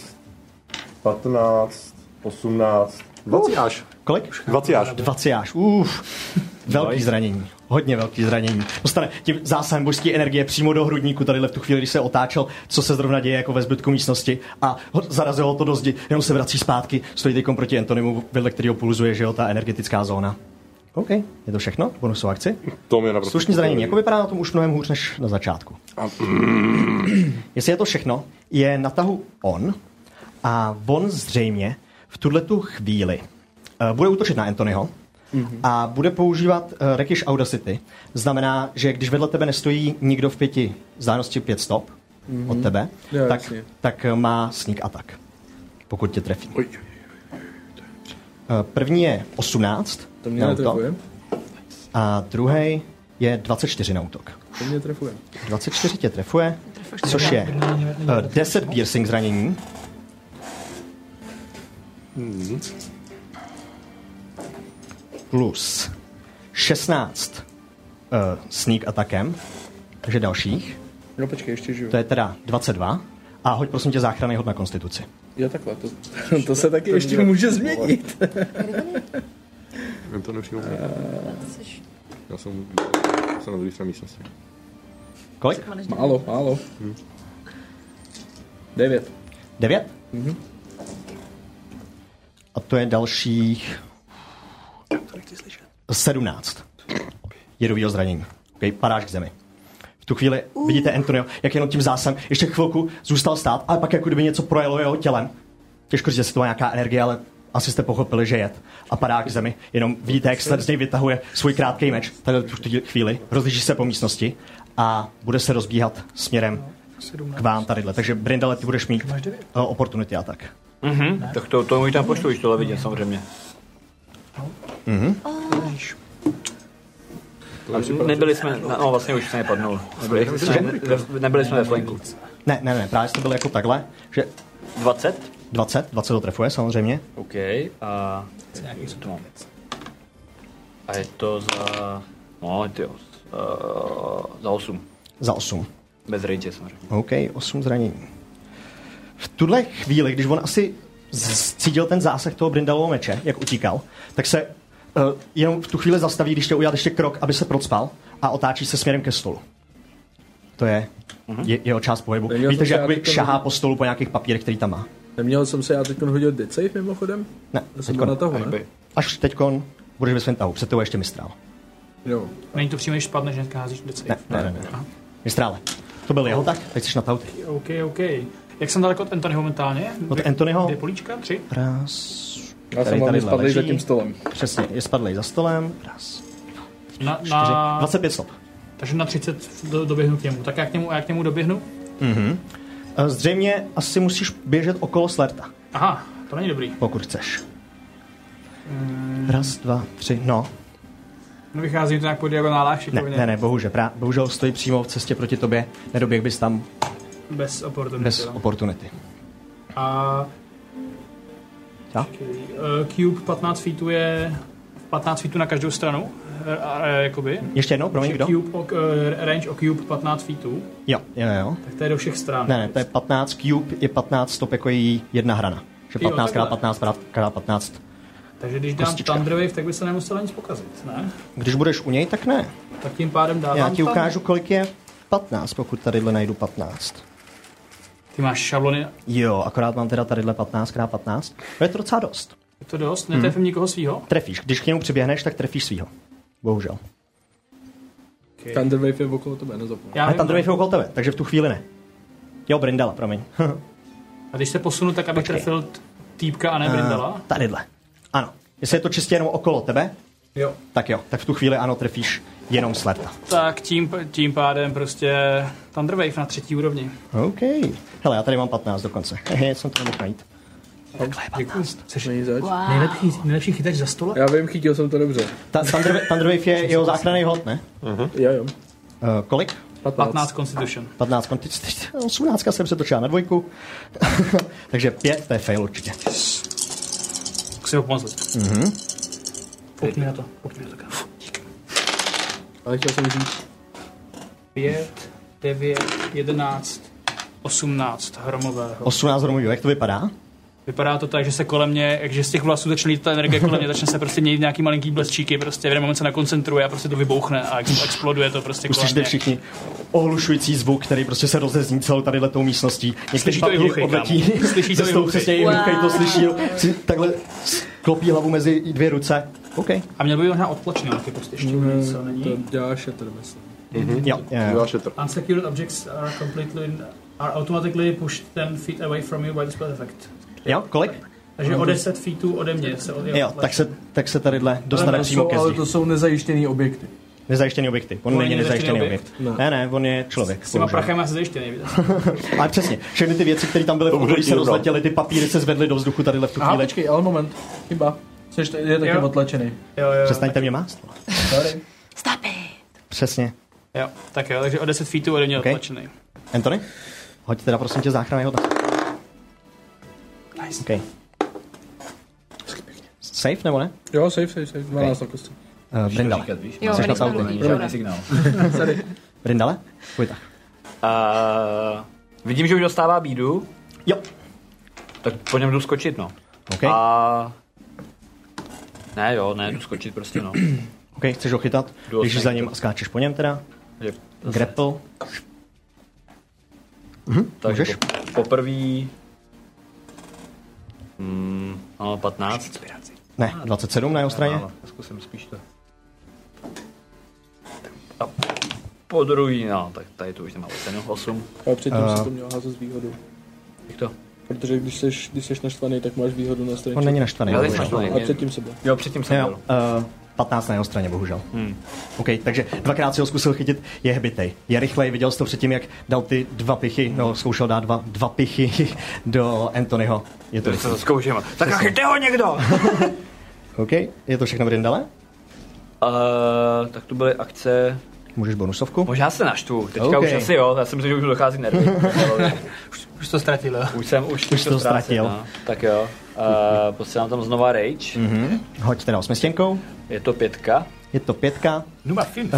J: 15, 18, 20 až.
A: Kolik?
J: 20 až.
A: 20 až. Uf. Velký zranění. Hodně velký zranění. Dostane tím zásahem božské energie přímo do hrudníku, tady v tu chvíli, když se otáčel, co se zrovna děje jako ve zbytku místnosti a ho, zarazilo to do zdi, jenom se vrací zpátky, stojí teď proti Antonimu, vedle kterého pulzuje, že jo, ta energetická zóna. OK, je to všechno, bonusová akci.
J: To mě
I: prostě
J: naprosto
A: Slušný zranění, jako vypadá na tom už mnohem hůř než na začátku. Jestli je to všechno, je na tahu on a on zřejmě v tuhle tu chvíli eh, bude útočit na Anthonyho
I: Mhm.
A: a bude používat eh, Rakish Audacity. Znamená, že když vedle tebe nestojí nikdo v pěti vzdálenosti pět stop
I: Mhm.
A: od tebe,
I: Jo,
A: tak,
I: jasně.
A: tak eh, má sneak attack, pokud tě trefí. Eh, První je 18
I: To mě
A: na útok
I: netrefuje.
A: a druhý je 24 na útok.
I: To mě trefuje.
A: 24 tě trefuje, což je eh, 10 piercing zranění. Plus 16 uh, sneak atakem, takže dalších.
I: No počkej, ještě žiju.
A: To je teda 22. A hoď prosím tě záchranný hod na konstituci.
I: Jo takhle, to, to se taky ještě může změnit.
J: Vím to nepřímo. Já jsem, jsem na druhé straně místnosti.
A: Kolik?
I: Málo, málo.
J: Hm.
I: Devět.
A: Devět?
I: Mhm.
A: A to je dalších 17 jedového zranění. Okay, padáš k zemi. V tu chvíli uh. vidíte Antonio, jak jenom tím zásem ještě chvilku zůstal stát, ale pak jako kdyby něco projelo jeho tělem. Těžko říct, jestli to má nějaká energie, ale asi jste pochopili, že jet. A padá k zemi. Jenom vidíte, jak Sled z něj vytahuje svůj krátký meč. Tady tu tu chvíli rozlíží se po místnosti a bude se rozbíhat směrem k vám tadyhle. Takže Brindale, ty budeš mít uh, opportunity a tak.
M: Mhm, tak to, to mi tam pošlu, když tohle vidím samozřejmě.
A: Mhm.
M: A Nebyli jsme, no vlastně už se nepadnul. Nebyli jsme, ne, nebyli jsme ve flanku.
A: Ne, ne, ne, právě jste byl jako takhle, že
M: 20?
A: 20, 20 to trefuje samozřejmě.
M: OK, a co to mám? A je to za, no, ty jo,
C: Uh, za 8.
A: Za 8.
C: Bez range samozřejmě.
A: OK, 8 zranění. V tuhle chvíli, když on asi z- cítil ten zásah toho Brindalova meče, jak utíkal, tak se uh, jenom v tu chvíli zastaví, když chtěl udělat ještě krok, aby se procpal a otáčí se směrem ke stolu. To je
I: Mhm.
A: je, jeho část pohybu.
I: Neměl
A: Víte,
I: jsem
A: že
I: se já
A: jakoby
I: teďka
A: šahá
I: mluvit.
A: po stolu po nějakých papírech, který tam má.
I: Neměl jsem se já teď hodit dead save mimochodem?
A: Ne,
I: Já jsem byl
A: teďkon,
I: na tahu, ne?
A: až teďkon budeš ve svém tahu, před tebou je ještě mistrál.
I: Jo.
D: Není to přímo, když spadne, že hnedka házíš decej.
A: Ne, ne, ne. ne. Mistrále, to byl jeho tak, teď jsi na tahu ty.
D: OK, OK. Jak jsem daleko od Anthonyho momentálně?
A: Od Anthonyho?
D: Dvě políčka? Tři?
A: Raz.
D: Já jsem hlavně spadlej za tím stolem.
A: Přesně, je spadlej za stolem. Raz,
D: Na,
A: čtyři,
D: na,
A: 25 stop.
D: takže na 30 do, doběhnu k němu. Tak já k němu, já k němu doběhnu?
A: Mhm. E, Zřejmě asi musíš běžet okolo slerta,
D: Aha, to není dobrý.
A: pokud chceš.
D: Mm.
A: Raz, dva, tři, no.
D: Nevychází to nějak po diagonálách
A: Ne,
D: šikovně.
A: ne, ne, bohužel, pra, bohužel stojí přímo v cestě proti tobě, nedoběh bys tam
D: Bez oportunity.
A: bez
D: no.
A: opportunity.
D: A
A: Ja?
D: eh, cube 15 feetů je 15 feetů na každou stranu. eh, eh, jakoby.
A: Ještě jednou, promiň,
D: Takže
A: kdo?
D: Cube, o, eh, range o cube 15 feetů.
A: Jo, jo, jo.
D: Tak to je do všech stran.
A: Ne, ne, to je 15 cube, je 15 stop jako její jedna hrana. Že
D: Jo,
A: 15 x
D: takhle.
A: 15 x 15.
D: Takže když dám
A: kostička.
D: Thunder Wave, tak by se nemuselo nic pokazit, ne?
A: Když budeš u něj, tak ne.
D: Tak tím pádem dávám
A: Já ti
D: tam-
A: ukážu, kolik je 15, pokud tadyhle najdu 15.
D: Ty máš šablony,
A: Jo, akorát mám teda tadyhle 15 x 15. To je to docela dost.
D: je to dost?
A: Hmm.
D: Netrefím nikoho svýho?
A: Trefíš. Když k němu přiběhneš, tak trefíš svýho. Bohužel.
I: Thunderwave je okolo tebe, nezapomínej.
A: Já Ale tam druhý je okolo tebe, takže v tu chvíli ne. Jo, Brindala, promiň.
D: A když se posunu, tak abych trefil t- týpka a ne
A: Eh,
D: Brindala?
A: Tadyhle. Ano. Jestli je to čistě jenom okolo tebe,
I: Jo.
A: tak jo, tak v tu chvíli ano, trefíš jenom slerta.
D: Tak tím, tím pádem prostě Thunder Wave na třetí úrovni.
A: OK. Hele, já tady mám 15 dokonce. Hehe, jsem to nemohl najít.
D: Děkuji. Jsi
E: Wow.
D: nejlepší, nejlepší chytač za stole?
I: Já vím, chytil jsem to dobře.
A: Ta, Thunder, Thunderwave je jeho záchranný hod, ne?
I: Uh-huh. Jo, jo.
A: Uh, kolik?
D: 15 Constitution.
A: 15, kon- teď- teď- 18 jsem se točila na dvojku. Takže 5, to je fail určitě.
D: Zkusím ho pomoct.
A: Mhm.
D: Pojď mi na to, pojď mi na to. kámo.
I: Ale chtěl jsem říct.
D: 5, 9, 11, 18 hromového.
A: 18 hromových, jak to vypadá?
D: Vypadá to tak, že se kolem mě, že z těch vlasů začne lít ta energie kolem mě, začne se prostě měnit v nějaký malinký blesčíky, prostě v jeden moment se nakoncentruje a prostě to vybouchne a ex- exploduje to prostě kolem
A: Uslyšíte
D: mě.
A: všichni ohlušující zvuk, který prostě se rozezní celou tady tou místností. Někteří
D: Slyší to i
A: papíry
D: hluchej,
A: odletí,
D: kámo. Slyší to
A: ze
D: i
A: stolu,
D: hluchej.
A: přesně i hluchej to
D: Wow.
A: slyší. Si takhle klopí hlavu mezi dvě ruce. OK.
D: A měl by být možná odtlačený, ale ty prostě ještě mm, co není.
I: eh, To dělá šetr, myslím.
A: Mhm. Jo, jo, jo.
D: Unsecured objects are completely are automatically pushed 10 feet away from you by the spell effect.
A: Jo, kolik?
D: Takže o 10 feetů ode mě se od,
A: Jo, tak se, tak se tadyhle dostane
I: to
A: přímo
I: jsou,
A: ke
I: ale
A: zdi.
I: to jsou nezajištěný objekty.
A: Nezajištěný objekty. On,
I: On
A: není
I: není
A: nezajištěný
I: zajištěný
A: objekt. Ne, ne, on je člověk.
D: S těma
A: bohužel.
D: prachem já se ještě nejvíc.
A: Ale přesně, všechny ty věci, které tam byly v
I: To bude
A: okolí, se
I: divno.
A: rozletěly, ty papíry se zvedly do vzduchu tadyhle v tu
I: Aha,
A: chvíli.
I: počkej, ale moment. Chyba. Jsi t- je taky
D: Jo.
I: otlačený.
D: Jo, jo,
A: Přestaňte mě mást.
I: Sorry.
A: Přesně.
D: Jo, tak jo, takže o 10 feetů ode mě
A: Okay.
D: okay. odtlačený.
A: Anthony? Hoď teda prosím tě záchranného hodna.
D: Nice.
A: Okay. Safe nebo ne?
I: Jo, safe, safe, safe. 12 okay. kosti.
A: Uh, Brindale.
C: říkat, víš?
E: Jo,
A: Jsi na
E: my nejsme
A: tahu?
E: lidi,
A: Promiň.
E: dobrá. Signál.
I: Sorry.
A: Brindale? Tvůj tak.
C: Uh, vidím, že už dostává bídu.
A: Jo.
C: Tak po něm jdu skočit, no.
A: Okay.
C: A... Ne, jo, ne, jdu skočit prostě, no.
A: OK, chceš ho chytat?
C: Jdu
A: Když
C: osm.
A: za ním a skáčeš po něm teda.
C: Yep.
A: Grapple. Mhm,
C: Takže
A: můžeš?
C: po, poprvý... Mm, no, 15.
A: Ne, 27 na jeho straně.
C: Málo, No, Zkusím spíš to. A po druhý, no, tak tady to už nemá cenu, 8.
I: A předtím
A: Eh.
I: uh. se to měl házet s výhodou.
C: Jak to?
I: Protože když jsi, když jsi naštvaný, tak máš výhodu na straně.
A: On není naštvaný,
I: Ale
A: bohužel.
I: A předtím se byl.
C: Jo, předtím jsem
A: Jo,
C: byl.
A: uh, 15 na jeho straně, bohužel.
C: Hmm.
A: OK, takže dvakrát si ho zkusil chytit, je hbitej. Je rychlej, viděl jsi to předtím, jak dal ty dva pichy, no zkoušel dát dva, dva pichy do Anthonyho. Je to
C: To se
A: rychlý.
C: to zkouším. Tak a
A: Přesně.
C: chyťte ho někdo!
A: OK, je to všechno v Rindale?
C: Uh, tak to byly akce.
A: Můžeš bonusovku?
C: Možná se naštvu, teďka
A: OK.
C: už asi jo, já si myslím, že už mu dochází nervy.
D: Už, už to ztratil, jo.
C: už jsem, už,
A: Už to
C: ztrácím,
A: ztratil.
C: no. Tak jo, uh, posílám tam znova rage,
A: Mhm. Hoď teda osmistěnkou.
C: je to pětka.
A: Je to pětka.
D: Numa film.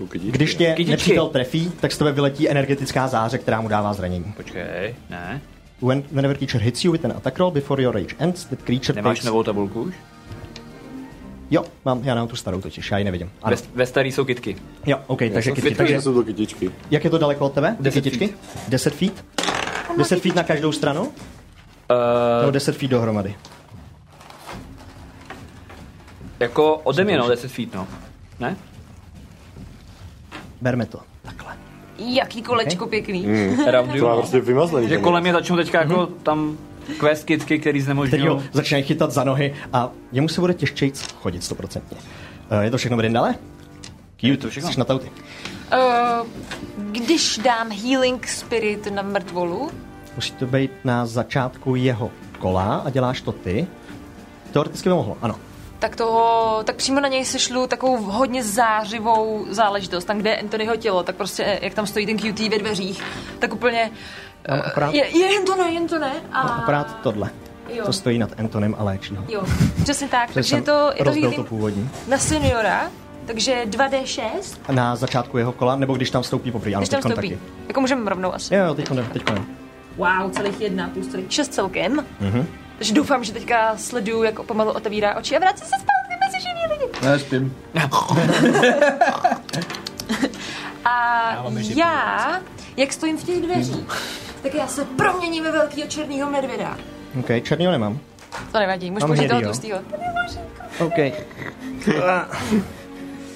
A: Uh, Když tě
C: Kytičky.
A: nepřítel trefí, tak z tebe vyletí energetická záře, která mu dává zranění.
C: Počkej, ne.
A: When, whenever creature hits you with an attack roll before your rage ends, that creature
C: Nemáš
A: takes...
C: novou tabulku už?
A: Jo, mám, já mám tu starou totiž, já ji nevidím.
C: Ve,
A: Ano.
C: ve starý jsou kitky.
A: Jo, OK, takže kytičky. Takže,
J: to kytičky.
A: jak je to daleko od tebe?
C: 10
A: kytičky? 10 feet? 10 feet na každou stranu?
C: Uh,
A: Nebo 10 feet dohromady?
C: jako ode mě, no, 10 feet, no. Ne?
A: Berme to.
E: Jaký kolečko pěkný.
C: Roundu, no.
J: vymazlený.
C: Že
A: ten
C: kolem mě začnou teďka jako tam quest kitky, který
A: Teď
C: znemožňují.
A: ho začínají chytat za nohy a jemu se bude těžčejc chodit stoprocentně. Eh, Je to všechno Brindale? Cute,
C: všechno.
A: jsi na tauty.
E: Uh, když dám healing spirit na mrtvolu,
A: Musí to být na začátku jeho kola a děláš to ty. Teoreticky by mohlo, ano.
E: tak, toho, tak přímo na něj sešlu takovou hodně zářivou záležitost. Tam, kde je Anthonyho tělo, tak prostě, jak tam stojí ten QT ve dveřích, tak úplně...
A: Tam akorát,
E: Je, je jen to ne, jen to ne. A...
A: No, akorát tohle.
E: Jo.
A: To stojí nad Antonem a léčí ho.
E: Jo, přesně tak.
A: Protože
E: Takže je
A: jsem
E: to, je to
A: rozbil to
E: healing
A: původní.
E: na seniora, takže 2D6,
A: Na začátku jeho kola, nebo když tam vstoupí poprvé, ano,
E: když tam
A: teďkon
E: stoupí.
A: taky.
E: Jako můžeme rovnou asi.
A: Jo, jo, teďkon ne, teďkon ne.
E: Wow, celých jedna plus celých šest celkem.
A: Mhm.
E: Takže doufám, že teďka sleduju, jak pomalu otevírá oči a vrací se zpátky mezi živý lidi.
B: Ne, spím.
E: A
B: Já mám ještě
E: já, jak stojím v těch dveřích, tak já se proměním ve velkýho černýho medvěda.
A: OK, černýho nemám.
E: To nevadí, můžu
A: Mám
E: použít toho
A: hnědýho.
E: tlustýho.
A: OK.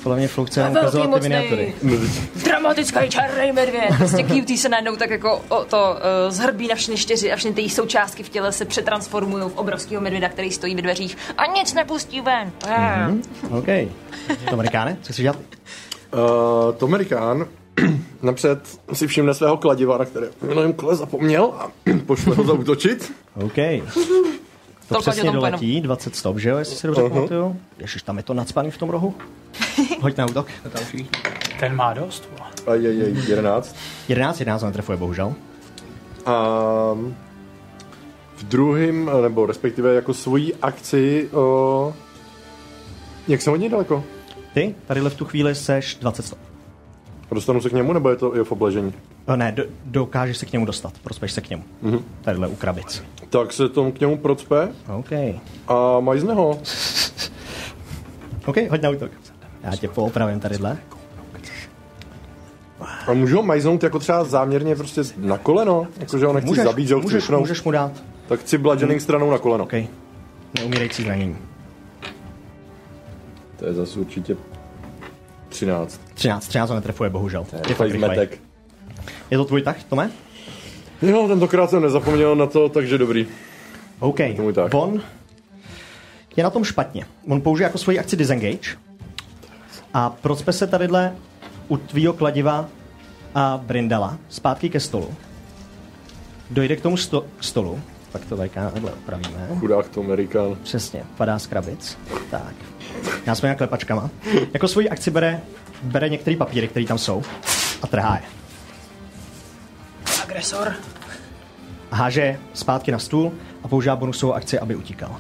A: Podle mě Fluk chce
E: A
A: jenom
E: velký,
A: ukazovat ty
E: mocnej.
A: miniatury.
E: Dramatický černý medvěd. Prostě QT se najednou tak jako o to uh, zhrbí na všechny čtyři a všechny ty její součástky v těle se přetransformují v obrovského medvěda, který stojí ve dveřích a nic nepustí ven. Mm-hmm.
A: Mhm, OK. To Amerikáne, co chceš dělat?
J: Uh, Tomerikán napřed si všimne svého kladiva, na které na jiném kole zapomněl a pošle ho zautočit.
A: OK. To
E: Tolko
A: přesně
E: dělám
A: doletí, 20 stop, že jo, jestli si dobře
J: Mhm.
A: uh-huh. pamatuju. Ježiš, tam je to nadspaný v tom rohu. Hoď na útok.
D: Ten má dost.
J: A je, je 11.
A: 11, 11 ho netrefuje, bohužel.
J: A v druhém, nebo respektive jako svojí akci, uh, jak jsem od něj daleko?
A: Ty, tadyhle v tu chvíli seš 20 stop.
J: Dostanu se k němu, nebo je to je v obležení?
A: O, ne, do, dokážeš se k němu dostat, prospěš se k němu. Mhm. Tadyhle u krabic.
J: Tak se tomu k němu procpe
A: OK.
J: a majzne ho.
A: OK, hoď na útok. Já tě poopravím tadyhle.
J: A můžu ho majznout jako třeba záměrně prostě na koleno? Jakože ho nechci
A: Můžeš,
J: zabít, že ho chci
A: můžeš,
J: vypnout.
A: můžeš Mhm. mu dát.
J: Tak chci bludgeoning stranou na koleno.
A: Okay. Neumírající zranění.
J: To je zase určitě 13.
A: 13, 13 ho netrefuje, bohužel.
J: je
A: fakt
J: fakt
A: rychlej.
J: zmetek.
A: Je to tvůj tah, Tome?
J: Jo, tentokrát jsem nezapomněl na to, takže dobrý.
A: OK, Bon je na tom špatně. On použije jako svoji akci disengage a procpe se tadyhle u tvýho kladiva a Brindala zpátky ke stolu. Dojde k tomu sto- stolu, tak to vejká takhle opravíme.
J: Chudák to Amerikán.
A: Přesně, padá z krabic. Tak. Já jsme jak klepačkama. Jako svoji akci bere, bere některé papíry, které tam jsou a trhá je.
E: Agresor.
A: A Háže je zpátky na stůl a používá bonusovou akci, aby utíkal.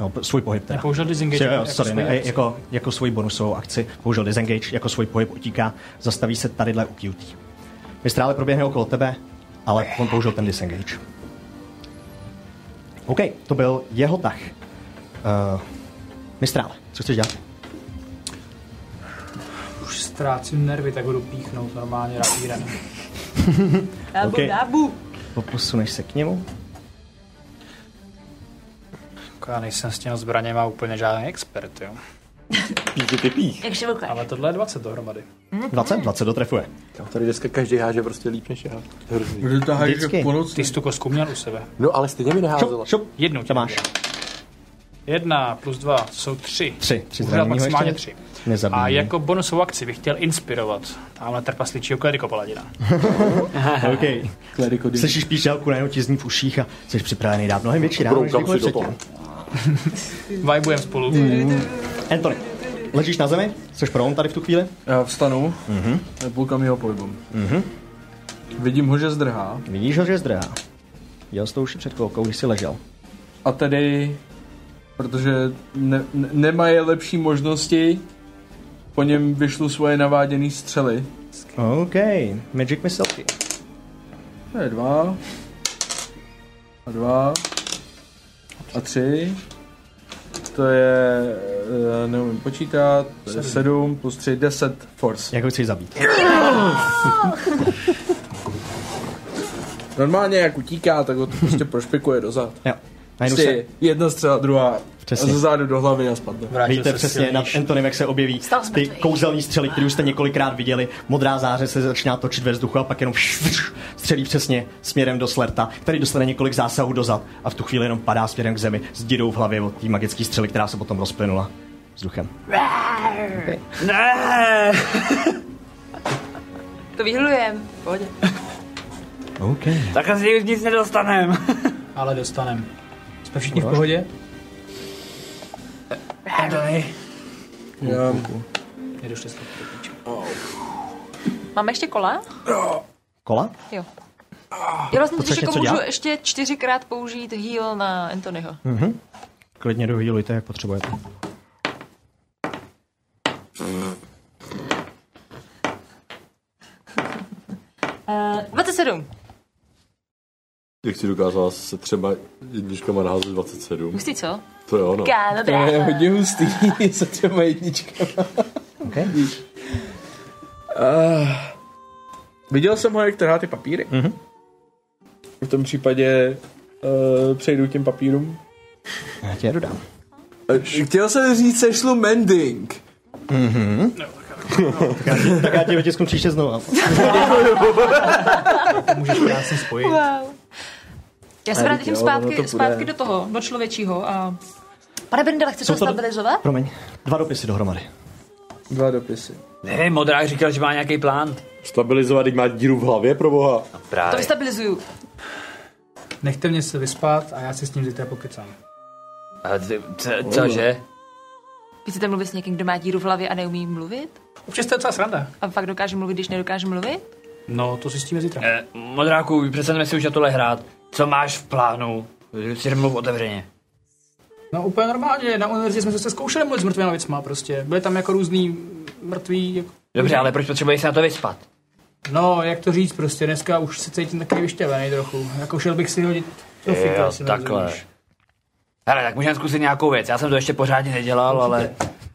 A: No, p- svůj pohyb teda.
D: Nepoužil disengage
A: Jo, jo,
D: jako
A: sorry,
D: svoji
A: ne,
D: akci.
A: jako, jako svoji bonusovou akci. Použil disengage, jako svůj pohyb utíká, zastaví se tadyhle u QT. Mistrále proběhne okolo tebe, ale on použil ten disengage. OK, to byl jeho tah. Uh, mistrále, co chceš dělat?
D: Už ztrácím nervy, tak budu píchnout normálně rapírem.
E: Dábu,
A: Ok.
E: dábu.
A: Posuneš se k němu.
D: Jako Já nejsem s těmi zbraněma úplně žádný expert, jo.
J: Píky ty pích.
E: Jak šivoká.
D: Ale tohle je 20 dohromady.
A: 20? 20 dotrefuje.
J: Tady dneska každý háže prostě líp než já. Hrozný.
D: Vždycky. Ty jsi tu kostku měl u sebe.
J: No ale stejně mi neházela.
A: Šup, šup.
D: Jednu tě máš. Jedna plus dva jsou tři.
A: Tři, tři
D: Můžu dát
A: zranění ho
D: maximálně
A: ještě
D: tři.
A: nezabíjí.
D: A jako bonusovou akci bych chtěl inspirovat tamhle trpasličího klerikopaladina.
A: OK. Slyšíš píšťalku, najednou ti zní v uších a jsi připravený dát mnohem větší ráno, než
J: Broukám
A: kdykoliv
J: si do
A: předtím.
D: Vibujeme spolu.
A: Antony, ležíš na zemi? Jsi prone tady v tu chvíli?
B: Já vstanu, mm-hmm. nepolkám jeho pohybem.
A: Mhm.
B: Vidím ho, že zdrhá.
A: Vidíš ho, že zdrhá. Dělal jsi to už i před chvilkou, když jsi ležel.
B: A tedy, protože ne, ne, nemají lepší možnosti, po něm vyšlu svoje naváděné střely.
A: OK, Magic Missilky.
B: To je dva. A dva. A tři. To je, eh, neumím počítat, to je
A: Sedm.
B: sedm plus tři, deset force.
A: Jak ho chceš zabít?
B: Normálně jak utíká, tak ho to prostě prošpikuje dozad.
A: Jo. Najdu
B: Prostě jedna střela, druhá.
A: Přesně.
B: A ze zádu do hlavy a spadne.
A: Víte přesně, nad Antonem, jak se objeví ty kouzelní střely, které už jste několikrát viděli. Modrá záře se začíná točit ve vzduchu a pak jenom střelí přesně směrem do Slerta, který dostane několik zásahů dozad a v tu chvíli jenom padá směrem k zemi s dírou v hlavě od té magické střely, která se potom rozplynula vzduchem.
O: Ne!
E: To vyhlujem. Pojď.
A: OK.
D: Tak asi už nic nedostanem. Ale dostanem. Jsme všichni v pohodě? Adony.
B: Já-
D: Jedu štěstí.
E: Máme ještě kola?
A: Kola?
E: Jo.
A: Ah,
E: Já vlastně
A: Potřebuješ
E: totiž jako
A: něco
E: můžu
A: dělat?
E: ještě čtyřikrát použít heal na Anthonyho.
A: Mhm. Klidně dohýlujte, jak potřebujete.
E: Uh, 27.
J: Jak si dokázala se třeba jedničkama naházet 27?
E: Hustý, co?
J: To jo, no.
E: Kámo,
B: To je
E: brácho.
B: hodně hustý se těma jedničkama.
A: Okay.
B: Uh, viděl jsem ho, jak trhá ty papíry.
A: Mm-hmm.
B: V tom případě uh, přejdu k těm papírům.
A: Já tě je dodám.
B: Eh, Chtěl jsem říct, sešlu mending.
A: Mhm. tak já tě vytisknu příště znovu.
D: Můžeš krásně spojit.
E: Wow. Já se
A: Ale
E: vrátím
A: jo, ono to
E: zpátky,
A: bude.
E: zpátky do toho, do člověčího a... Pane Brindele, chceš
A: Jsou
E: to
A: to-
E: stabilizovat?
A: Promiň, dva dopisy dohromady.
B: Dva dopisy.
C: Ne, modrák říkal, že má nějaký plán.
J: Stabilizovat, teď má díru v hlavě, pro boha.
D: právě.
E: To stabilizuju.
D: Nechte mě se vyspat a já si s ním zítra pokecám.
C: A ty- Eh, co- Cože?
E: Vy chcete mluvit s někým, kdo má díru v hlavě a neumí mluvit?
D: Občas to je docela sranda.
E: A fakt dokáže mluvit, když nedokáže mluvit?
D: No, to zjistíme zítra.
C: Eh, modráku, přestaneme si už na tohle hrát. Co máš v plánu? Si mluv otevřeně.
D: No úplně normálně, na univerzitě jsme se zkoušeli mluvit s mrtvýma věcma prostě. Byly tam jako různý mrtví, jako...
C: Dobře, ale proč potřebuješ se na to vyspat?
D: No, jak to říct prostě, dneska už se cítím takový vyštěvený trochu. Jako šel bych si hodit do fika, jestli mi
C: takhle.
D: rozumíš.
C: Hele, tak můžeme zkusit nějakou věc. Já jsem to ještě pořádně nedělal, ale,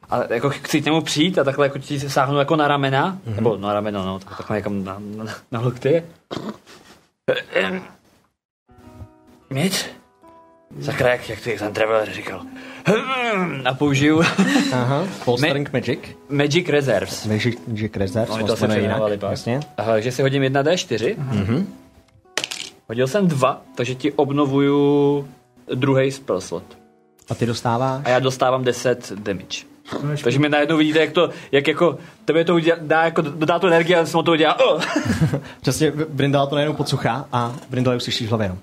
C: ale jako chci k němu přijít a takhle jako ti sáhnu jako na ramena,
A: Mhm.
C: mm-hmm. nebo na rameno, no, tak, takhle někam na, na, na lokty. Ehm. Nic? Sakra, jak, jak to jak jsem Traveler říkal. Ehm, A použiju
A: Aha, Polstering Magic.
C: Magic Reserves.
A: Magic, Magic Reserve,
C: No, Oni
A: jsou
C: to asi
A: osvojené jinak.
C: přejmenovali pak.
A: Jasně.
C: Aha, takže si hodím 1D4.
A: Mhm.
C: Hodil jsem dva, takže ti obnovuju druhý spell slot.
A: A ty dostáváš?
C: A já dostávám 10 damage.
D: To No, je špatný.
C: Takže mi najednou vidíte, jak to, jak jako, tebe to udělá, dá jako, dodá tu energii a jsem to udělá. Oh.
A: Přesně, Brindala to najednou podsuchá a Brindala uslyší v hlavě jenom.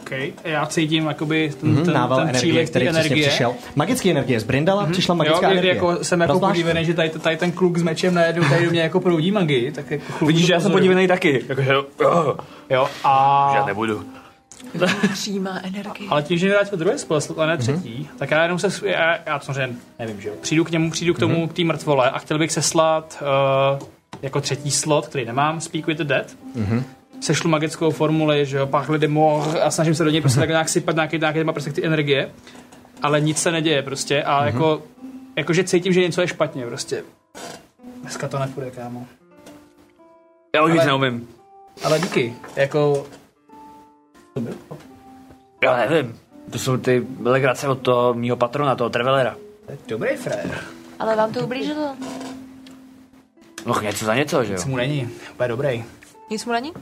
D: Okay. Já cítím jakoby ten,
A: Mhm,
D: ten,
A: nával
D: ten
A: energie,
D: přílek té
A: který přesně
D: energie. Mhm.
A: přišel. Magické energie z Brindala přišla magická
D: jo, kdy
A: energie.
D: Jako, jsem jako
A: Rozvláštní.
D: podívený, že tady, tady ten kluk s mečem najednou tady do mě jako proudí magii. Tak jako chvilku
C: Vidíš, že já jsem
D: pozoruju.
C: podívený taky. Jakože, oh.
D: Jo, a...
C: Já nebudu.
E: Přímá energie.
D: Ale tím, že mi vrátil druhý spolesl,
C: Mhm.
D: ale ne třetí, mm-hmm. tak já jenom se, s- já, já samozřejmě nevím, že jo. Přijdu k němu, přijdu k tomu,
C: Mhm.
D: mm-hmm. k té mrtvole a chtěl bych seslat uh, jako třetí slot, který nemám, Speak with the Dead.
A: Mhm.
D: Sešlu magickou formuli, že jo, pachle de mort a snažím se do něj
C: Mhm.
D: prostě tak nějak sypat nějaký, nějaký má prostě ty energie, ale nic se neděje prostě
C: Mhm.
D: a mm-hmm. jako, jakože cítím, že něco je špatně prostě. Dneska to nepůjde, kámo.
C: Já už
D: Ale-
C: nic neumím.
D: Ale díky, jako...
C: Já nevím. To jsou ty legrace od toho mýho patrona, toho Travelera.
D: Dobrý frajer.
E: Ale vám to ublížilo?
C: No něco za něco, že jo?
D: Nic mu není, úplně dobrý.
E: Nic mu není?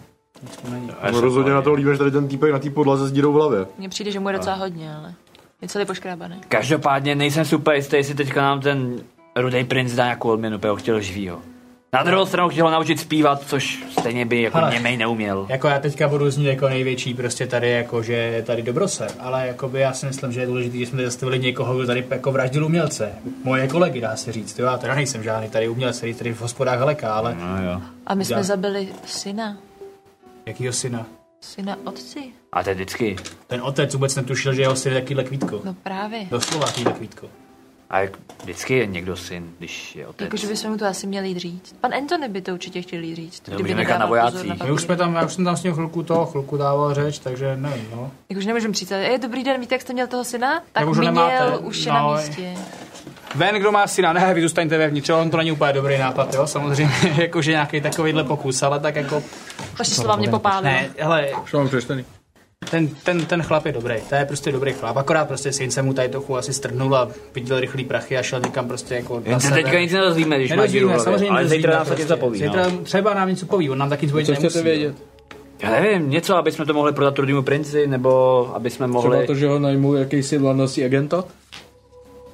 J: No rozhodně na to líbí, že tady ten týpek na té podlaze s dírou v hlavě.
E: Mně přijde, že mu je docela hodně, ale je celý poškrábaný.
C: Každopádně nejsem super jistý, jestli teďka nám ten rudej princ dá nějakou odměnu, protože ho chtěl živýho. Na druhou stranu chtěl ho naučit zpívat, což stejně by jako
D: Hele.
C: němej neuměl.
D: Jako já teďka budu znít jako největší prostě tady, jako že je tady dobroser, ale jakoby já si myslím, že je důležité, že jsme tady zastavili někoho, kdo tady jako vraždil umělce. Moje kolegy, dá se říct, jo, já teda nejsem žádný tady umělec, který tady v hospodách hleká, ale...
C: No jo.
E: A my jsme
D: Já-
E: zabili syna.
D: Jakýho syna?
E: Syna otci.
C: A to je vždycky.
D: Ten otec vůbec netušil, že jeho syn je takovýhle kvítko.
E: No právě.
D: Doslova takovýhle kvítko.
C: A jak vždycky je někdo syn, když je otec.
E: Jakože bychom mu to asi měli jít říct. Pan Anthony by to určitě chtěl jít říct.
C: To můžeme nechat na vojácích.
D: My už jsme tam, já už jsem tam s ním chvilku toho, chvilku dával řeč, takže nevím, no.
E: Jakože nemůžeme přijít. Je dobrý den, víte, jak jste měl toho syna? Tak
D: Jak už ho
E: měl,
D: nemáte.
E: už je
D: No.
E: na místě.
D: Ven, kdo má syna, ne, vy zůstaňte vevnitř, jo, on to není úplně dobrý nápad, jo, samozřejmě, jakože nějaký takovýhle pokus, ale tak jako...
E: Vaše slova mě popálila.
D: Ne, hele,
B: Už mám přečtený.
D: ten, ten, ten chlap je dobrý, to je prostě dobrý chlap, akorát prostě syn se mu tady trochu asi strhnul a viděl rychlý prachy a šel někam prostě jako
C: My se teďka nic nedozvíme, když máš díru v
D: Nedozvíme,
C: hlavě,
D: samozřejmě
C: ale
D: nedozvíme,
C: zítra nám se
D: prostě.
C: tě zapoví. no.
D: Zítra třeba nám něco poví, on nám taky nic povědět
B: Co chcete
D: nemusí.
B: vědět?
C: Já nevím, něco, aby jsme to mohli prodat rudému princi, nebo aby jsme
B: Třeba
C: mohli...
B: to, že ho najmu jakýsi lanosí agenta?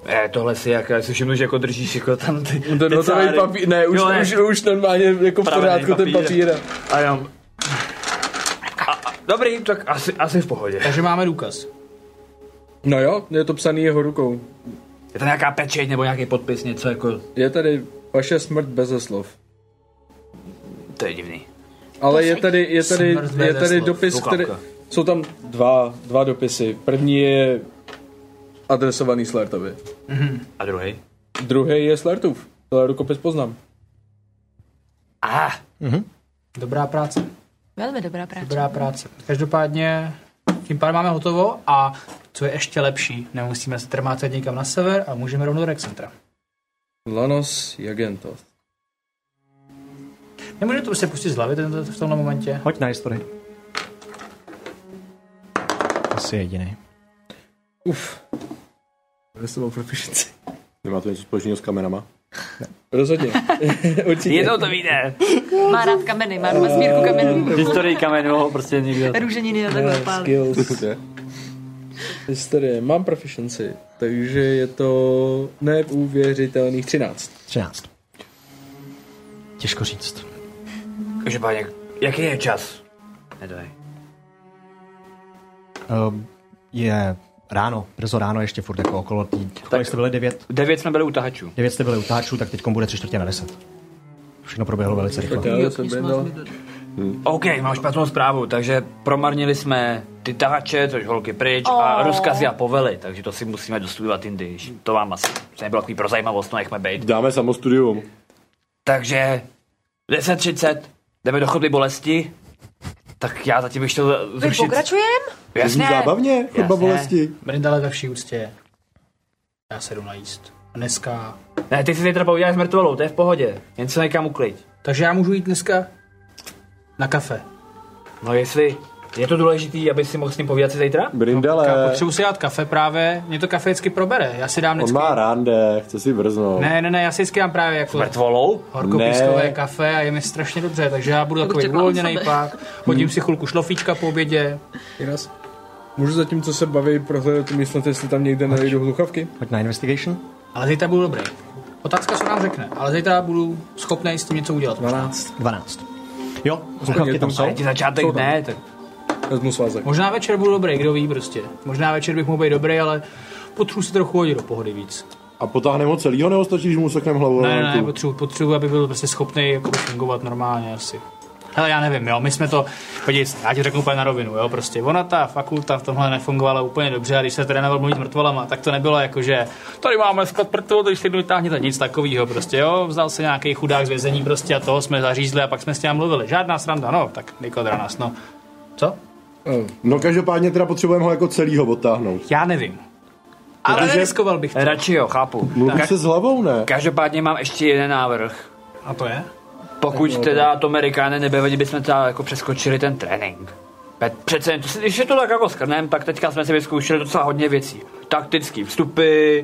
C: Ne, Eh, tohle si jak, já si všimnu, že jako držíš jako tam ty...
B: Ten
C: ty
B: hotový
C: cáry.
B: papír, ne, už,
C: Jo, ne.
B: už, už normálně jako v
C: Pravený
B: pořádku ten papír.
C: papír. A jenom... A, a, dobrý, tak asi, asi v pohodě.
D: Takže máme důkaz.
B: No jo, je to psaný jeho rukou.
C: Je tam nějaká pečeť nebo nějaký podpis, něco jako...
B: Je tady vaše smrt beze slov.
C: To je divný.
B: Ale je tady, je tady,
C: Smrt
B: je
C: beze
B: tady
C: slov.
B: dopis, který...
C: Dukávka.
B: Jsou tam dva, dva dopisy. První je adresovaný Slertovi.
C: A druhý?
B: Druhý je Slertův. Tohle rukopis poznám.
C: Aha,
D: Dobrá práce.
E: Velmi dobrá práce.
D: Dobrá práce. Každopádně tím pádem máme hotovo a co je ještě lepší, nemusíme se trmácet někam na sever a můžeme rovnou do Rexcentra.
B: Lanos Jagentoth.
D: Nemůžeme to prostě pustit z hlavy tento- v tomhle momentě?
A: Hoď na historii. Asi jediný.
B: Uf. Já jsem byl proficiency.
J: Nemá to něco společného s kamenama?
B: Rozhodně. Určitě.
C: jednou to vyjde.
E: Má rád kameny, má rád smírku kamenů.
C: Historii kamenu prostě nikdo.
E: Růženiny a takhle
B: Ne,
E: pálí.
B: skills. Historie. Mám proficiency, takže je to neuvěřitelných 13.
A: 13. Těžko říct.
C: Každopádně, jaký je čas? Nedoj.
A: Ehm, je ráno, brzo ráno, ještě furt jako okolo tý. Kolik jste byli? 9?
C: Devět jsme byli u tahačů.
A: 9 jste byli u táčů, tak teď bude 3 čtvrtě na 10. Všechno proběhlo velice rychle.
C: OK, mám špatnou zprávu, takže promarnili jsme ty tahače, což holky pryč, a
E: Oh.
C: rozkazy a povely, takže to si musíme dostudovat jindy. když To vám asi to nebylo takový pro zajímavost, no nechme být.
J: Dáme samostudium.
C: Takže 10.30, jdeme do chodby bolesti, tak já zatím bych chtěl
E: Vy
C: zrušit.
E: pokračujem?
C: Jasně.
J: Zábavně, chodba
C: Jasně.
J: bolesti.
D: Brindale ve vší úctě. Já se jdu najíst. A dneska...
C: Ne, ty si zítra povídáš s mrtvolou, to je v pohodě. Jen se někam uklid.
D: Takže já můžu jít dneska na kafe.
C: No jestli je to důležitý, aby si mohl s ním povídat si zítra?
D: Já
J: Brindale,
D: No, potřebuji si dát kafe právě, mě to kafe vždycky probere, já si dám
J: on
D: vždycky...
J: má rande, chce si vrznout.
D: Ne, ne, ne, já si vždycky dám právě jako
C: Mrtvolou?
D: horkopískové
J: Ne.
D: kafe a je mi strašně dobře, takže já budu takový
E: čekala
D: uvolněný
E: sebe.
D: pak, hodím si chvilku šlofíčka po obědě.
B: Jiras. Můžu zatím, co se baví, prohledat tu místnost, jestli tam někde najdu hluchavky?
A: Hoď na investigation.
D: Ale zítra budu dobrý. Otázka, co nám řekne, ale zítra budu schopný s tím něco udělat.
B: 12.
A: 12. Jo, sluchavky tam jsou.
C: Ale ti začátek
B: Jsou tam.
C: ne, tak
B: Vezmu svazek.
D: Možná večer budu dobrý, kdo ví prostě. Možná večer bych mohl být dobrý, ale potřebuji si trochu hodit do pohody víc.
J: A potáhneme ho celýho, nebo stačí, když mu usekneme hlavu? na
D: Ne, ne, ne,
J: venku?
D: potřebuji, potřebuji, aby byl prostě schopný jakoby fungovat normálně asi. Hele, já nevím, jo, my jsme to, podívej, se, já ti řeknu úplně na rovinu, jo, prostě, ona ta fakulta v tomhle nefungovala úplně dobře a když se trénoval mluvit s mrtvolama, tak to nebylo jako, že tady máme sklad mrtvol, když si jdu vytáhněte, nic takového, prostě, jo, vzal se nějaký chudák z vězení prostě a toho jsme zařízli a pak jsme s ním mluvili, žádná sranda, no, tak Nikodra nás, no, co?
J: No každopádně teda potřebujeme ho jako celýho odtáhnout.
D: Já nevím. Ale
J: Protože-
D: riskoval bych to.
C: radši jo, chápu.
J: Mluví
C: Ka-
J: se s hlavou, ne?
C: každopádně mám ještě jeden návrh.
D: A to je?
C: Pokud teda to Amerikáne nebevadí, bychom teda jako přeskočili ten trénink. Pe- Přece, jen, to si- když je to tak jako skrneme, tak teďka jsme si vyzkoušeli docela hodně věcí. Taktický vstupy,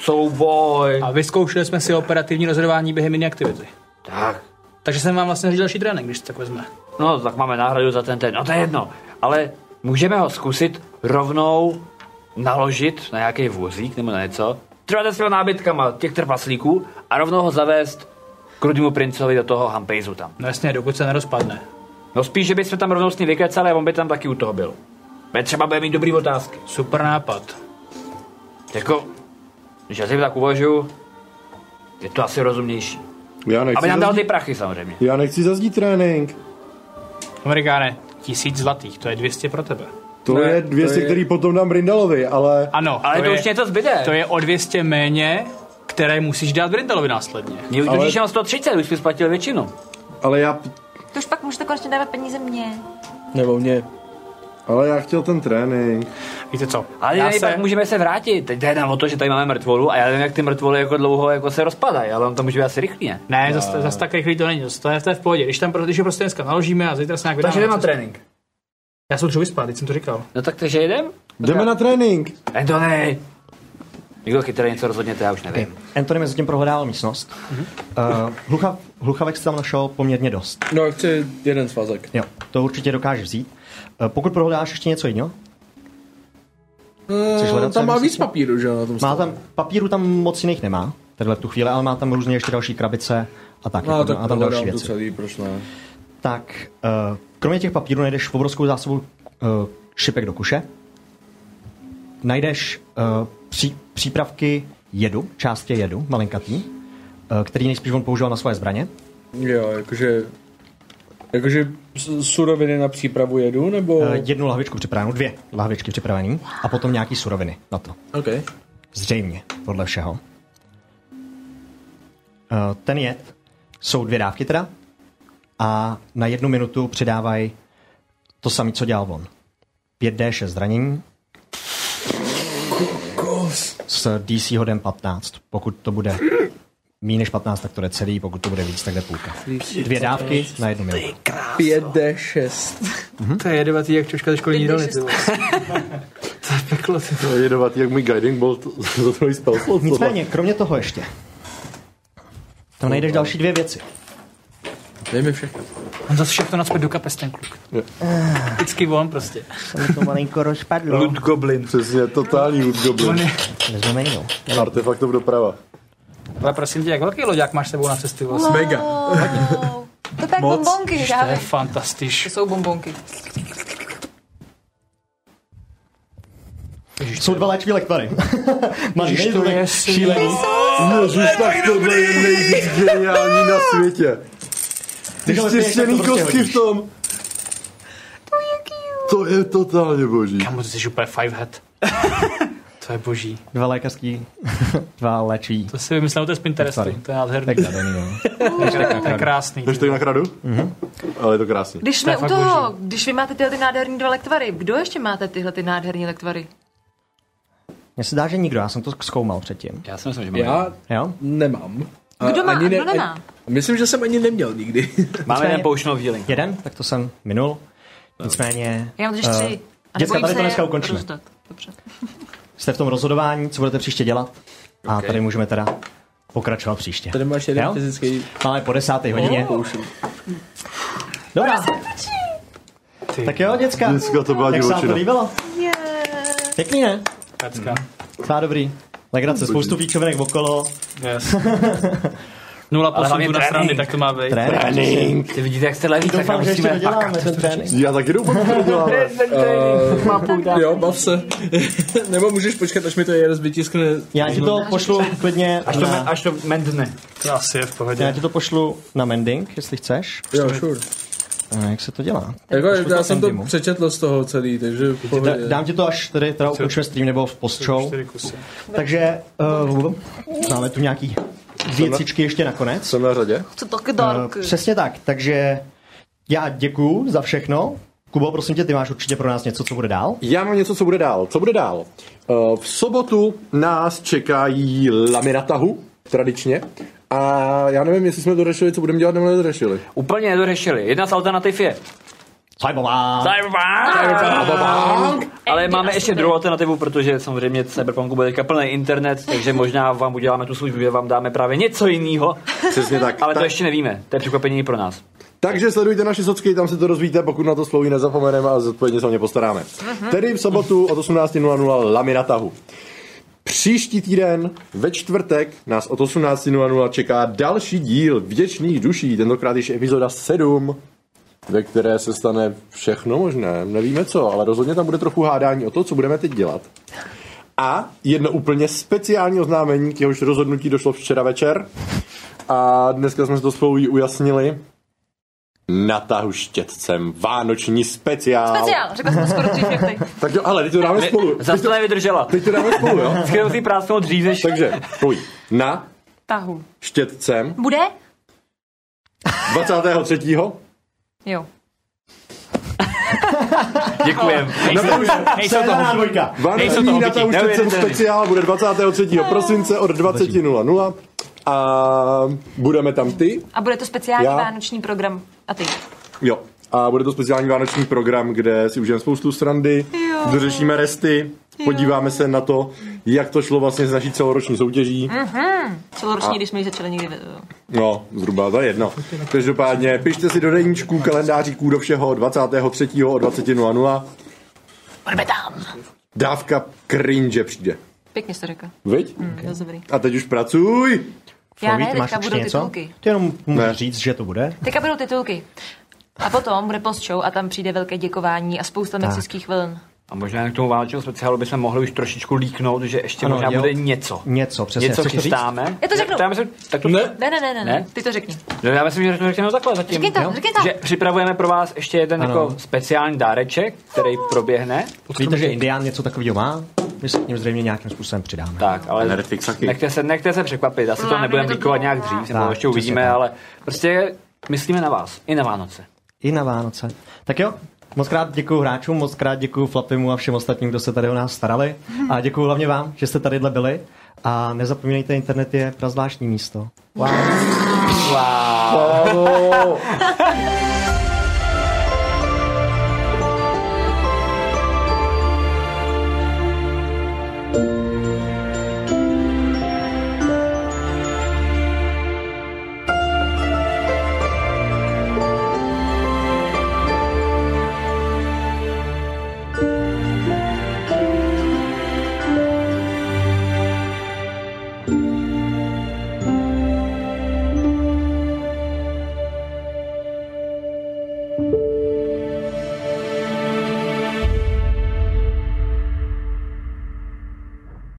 C: souboj.
D: A vyzkoušeli jsme si operativní rozhodování během jiné aktivity.
C: Tak,
D: Takže jsem vám vlastně řídil další trénink, když to tak vezme.
C: no tak máme náhradu za ten ten, no to je jedno. Ale můžeme ho zkusit rovnou naložit na nějaký vůzík nebo na něco. Třeba s těmi nábytkama těch trpaslíků a rovnou ho zavést k rudému princovi do toho hampejzu tam.
D: No jasně, dokud se nerozpadne.
C: No spíš, že bychom tam rovnou s ním vykecali a on by tam taky u toho byl. Ve třeba bude mít dobrý otázky.
D: Super nápad.
C: Jako, když já si tak uvažuju, je to asi rozumnější.
J: Já nechci,
C: Aby nám dal
J: zazdít,
C: ty prachy samozřejmě.
J: já nechci zazdít trénink.
D: Amerikáne, tisíc zlatých, to je 200 pro tebe.
J: To
D: Ne,
J: je 200,
D: to je-
J: který potom dám Brindalovi, ale...
D: Ano.
J: Ale to už
D: něco zbyde. To No, je o 200 méně, které musíš dát Brindalovi následně.
J: Mě už Ale- totiž
D: jenom 130, už jsi splatil většinu.
J: Ale já...
E: To už pak můžete konečně dávat peníze mně.
J: Nebo mě. Ale já chtěl ten trénink.
D: Víte co?
C: Ale
M: Já
C: já se...
M: se-
C: pak můžeme se vrátit. Teď jde nám o to, že tady máme mrtvolu a já nevím, jak ty mrtvoly jako dlouho jako se rozpadají, ale on to může být asi rychlý, ne?
D: Ne, zase zas tak rychlý to není, zas to je, to je v pohodě. Když, tam, pro- když je prostě dneska naložíme a zítra se nějak vydáme.
M: Takže jdeme na
D: co-
M: trénink.
D: Já jsem potřebuji spát, teď jsem to říkal.
C: No tak takže jdem?
J: Jdeme na trénink.
C: Antony! Někdo chytrý něco rozhodněte, já už nevím.
A: Antony mi zatím prohledával místnost.
D: Mhm.
A: Uh, hlucha, hluchavek jsi tam našel poměrně dost.
B: No, já chci jeden svazek.
A: Jo, to určitě dokážeš vzít. Eh, Pokud prohledáš ještě něco jiného, Chceš hledat,
B: Mm,
A: co
B: tam má
A: myslíš?
B: víc papíru, že jo, na tom
A: má tam, papíru tam moc jiných nemá, tenhle v tu chvíli, ale má tam různě ještě další krabice a tak,
B: No,
A: jako,
B: tak
A: a tam další
B: hledám to
A: věci.
B: celý, proč ne?
A: Tak, eh, kromě těch papírů najdeš v obrovskou zásobu eh, šipek do kuše, najdeš eh, pří, přípravky jedu, částě jedu, malinkatý, eh, který nejspíš on používal na svoje zbraně.
B: Jo, jakože... Jakože s- suroviny na přípravu jedu, nebo...
A: Eh, Jednu lahvičku připravenou, dvě lahvičky připravený a potom nějaký suroviny na to.
B: OK.
A: Zřejmě, podle všeho. Eh, Ten jed jsou dvě dávky teda a na jednu minutu přidávají to samé, co dělal on. 5D6 zranění s DC hodem 15. Pokud to bude méně než 15, tak to jde celý, pokud to bude víc, tak jde půlka. Dvě dávky na jednu minutu.
B: 5D6.
D: To je jedovatý, jak čoška ze školní jídelny. ty vole.
J: Peklo se to. Jedovatý, jak můj guiding bolt za druhý spell slot.
A: Nicméně, kromě toho ještě. Tam najdeš další dvě věci.
B: Dej mi všechno.
D: On zase všechno nacpe do kapes ten kluk. Vždycky on prostě.
A: To malinko rozpadlo.
J: Loot Goblin. Přesně, totální Loot Goblin.
A: Neznamenou.
J: Artefaktov doprava.
D: Ale prosím tě, jak velký loďák máš s sebou na cesty? Vlastně?
E: Wow. To tak
D: Moc.
E: bombonky,
D: To je
E: dávej.
D: fantastiš.
E: To jsou bombonky.
A: Jsou dva léčivý lektvary. Máš
D: Ježiš,
A: nejdu
D: to je
A: tak šílený.
J: Ježiš, tak tohle je nejvíc geniální na světě. Ty
A: Tyhle ty, jak
J: štěstěný
A: to prostě
J: kostky
A: hodíš.
J: v tom. To je totálně boží.
D: Kamo, ty jsi úplně five head. to je boží.
A: Dva lékařský, dva léčivý.
D: To si vymyslel, to je z Pinterestu.
A: Lektvary.
D: To je nádherný.
A: Tak nádherný, no.
D: To je krásný.
J: Takže to je na kradu? Ale je to krásný.
E: Když
D: To
E: jsme
D: je
E: u
D: fakt
E: toho, když vy máte tyhle ty nádherný dva lektvary, kdo ještě máte tyhle ty nádherný lektvary?
A: Mně se dá, že nikdo, já jsem to zkoumal předtím.
C: Já si myslím, že
B: Já
A: Jo?
B: nemám.
E: Kdo má a kdo nemá?
B: ani- Myslím, že jsem ani neměl nikdy.
A: Máme jeden
C: poušnou v díli.
A: Jeden, tak to jsem minul. Nicméně...
E: Já mám totiž
A: eh,
E: tři. A
A: Děcka,
E: nebojím
A: tady
E: se
A: to
E: je
A: dneska ukončíme.
E: rozdat. Dobře.
A: Jste v tom rozhodování, co budete příště dělat. A tady můžeme teda pokračovat příště.
B: Tady máš jeden
A: Jo?
B: fyzický...
A: Máme po desáté hodině. Dobrá. Tak jo, děcka.
J: Dneska to byla
A: Jak se vám to
J: divočina.
A: líbilo? Pěkný, ne?
D: Pecka.
A: Docela dobrý. Legrace, spoustu píčovinek okolo.
D: Yes. 0
A: Ale hlavně
D: posun na srandy,
A: trénink.
D: tak to má být.
A: Trénink. Trénink.
C: Ty vidíte, jak se leví, tak
A: Doufám, že ještě
C: musíme
A: doděláme ten trénink.
J: Já taky doufám, že to děláme.
B: jo, bav se. Nebo můžeš počkat, až mi to je vytiskne.
A: Já ti to pošlu klidně
C: Až to, me,
A: na,
C: až to mendne.
D: To asi je v
A: já
D: pohodě.
A: ti to pošlu na mending, jestli chceš.
B: Jo, sure.
A: A jak se to dělá?
B: Jako, já jsem to
A: Antimu.
B: přečetl z toho celý, takže v
A: Da,
B: pohodě.
A: dám ti to až tady teda ukončíme stream nebo v post show.
D: Čtyři kusy.
A: Takže uh, máme tu nějaký věcičky ještě nakonec.
J: Jsem na řadě.
E: Co to k
A: Eh, Přesně tak, takže já děkuju za všechno. Kubo, prosím tě, ty máš určitě pro nás něco, co bude dál.
J: Já mám něco, co bude dál. Co bude dál? Eh, V sobotu nás čekají laminatahu, tradičně. A já nevím, jestli jsme dořešili, co budeme dělat, nebo nedořešili.
C: Úplně nedořešili. Jedna z alternativ je
A: Cyberpunk!
C: Cyberpunk. Ale máme ještě druhou alternativu, protože samozřejmě Cyberpunku bude teďka plný internet, takže možná vám uděláme tu službu, že vám dáme právě něco jiného.
J: Přesně tak.
C: Ale to
J: tak,
C: ještě nevíme. To je překvapení i pro nás.
J: Takže sledujte naše socky, tam se to dozvíte, pokud na to sloví nezapomeneme a zodpovědně se o ně postaráme.
C: Mhm.
J: Tedy v sobotu od 18.00 laminatahu. Příští týden ve čtvrtek nás od 18.00 čeká další díl Vděčných duší, tentokrát již epizoda 7, ve které se stane všechno možné, nevíme co, ale rozhodně tam bude trochu hádání o to, co budeme teď dělat. A jedno úplně speciální oznámení, k jehož rozhodnutí došlo včera večer a dneska jsme si to spolu i ujasnili. Natahu štětcem. Vánoční speciál.
E: Speciál, řekla jsem to skoro dřív jak ty.
J: Tak jo, ale teď to dáme
C: Ne,
J: spolu.
C: Zas to nevydržela.
J: Teď to dáme spolu, jo?
C: Skvěl si prásknout dřív,
J: Takže, pojď. Na
E: Tahu.
J: štětcem
E: Bude?
J: 23.
E: Jo.
C: Děkujem.
J: Na to už
C: Nejsou to hustí. Nejsou to
J: Vánoční na
C: hustí.
J: to
C: Neuvěřitelný.
J: už štětcem speciál bude 23.
E: No.
J: prosince od 20.00 a budeme tam ty.
E: A bude to speciální
J: Já?
E: vánoční program. A ty.
J: Jo. A bude to speciální vánoční program, kde si užijeme spoustu srandy,
E: Jo.
J: dořešíme resty, podíváme se na to, jak to šlo vlastně s naší celoroční soutěží.
E: Mhm. Celoroční,
J: A-
E: když jsme ji začali někdy. eh, ve-
J: No, zhruba, to je jedno. Každopádně, pište si do deníčků, kalendáříků, do všeho 23. o 20.00.
E: Budeme tam.
J: Dávka cringe přijde.
E: Pěkně jsi to řekla.
J: Viď?
E: Hm, okay. dobrý.
J: A teď už pracuj!
E: Já ne,
A: Flaví, ty máš
E: teďka
A: určitě
E: budou
A: něco?
E: titulky.
A: Ty jenom můžeš říct, že to bude.
E: Teďka budou titulky. A potom bude post show a tam přijde velké děkování a spousta
C: Tak.
E: mexických vln.
C: A možná k tomu válečnému speciálu bychom mohli už trošičku líknout, že ještě
A: Ano,
C: ano, možná
A: jo.
C: bude něco.
A: Něco, přesně.
C: Něco
A: Chceš to říct?
C: chystáme.
E: Já to řeknu.
C: Já myslím, tak to ne.
E: Ne, ne, ne, ne, ne.
C: Ne?
E: ty to řekni.
C: No, já myslím, že to řekneme takhle zatím.
E: Řekni to,
C: jo?
E: řekni to.
C: Že připravujeme pro vás ještě jeden
A: Ano.
C: jako speciální dáreček, který proběhne.
A: Víte, že Indián něco takového má? My se k ním zřejmě nějakým způsobem přidáme.
C: Tak, ale
J: Nerfixaky.
C: nechte se, nechte se překvapit, asi to
A: Máme
C: nebudeme
A: to
C: líkovat
A: doma.
C: nějak dřív, nebo
A: Tak,
C: ještě uvidíme,
A: přesně tak.
C: ale prostě myslíme na vás, i na Vánoce.
A: I na Vánoce. Tak jo, moc krát děkuji hráčům, moc krát děkuji Flapimu a všem ostatním, kdo se tady o nás starali. A děkuji hlavně vám, že jste tadyhle byli. A nezapomínejte, internet je prazvláštní místo. Wow.
C: Wow.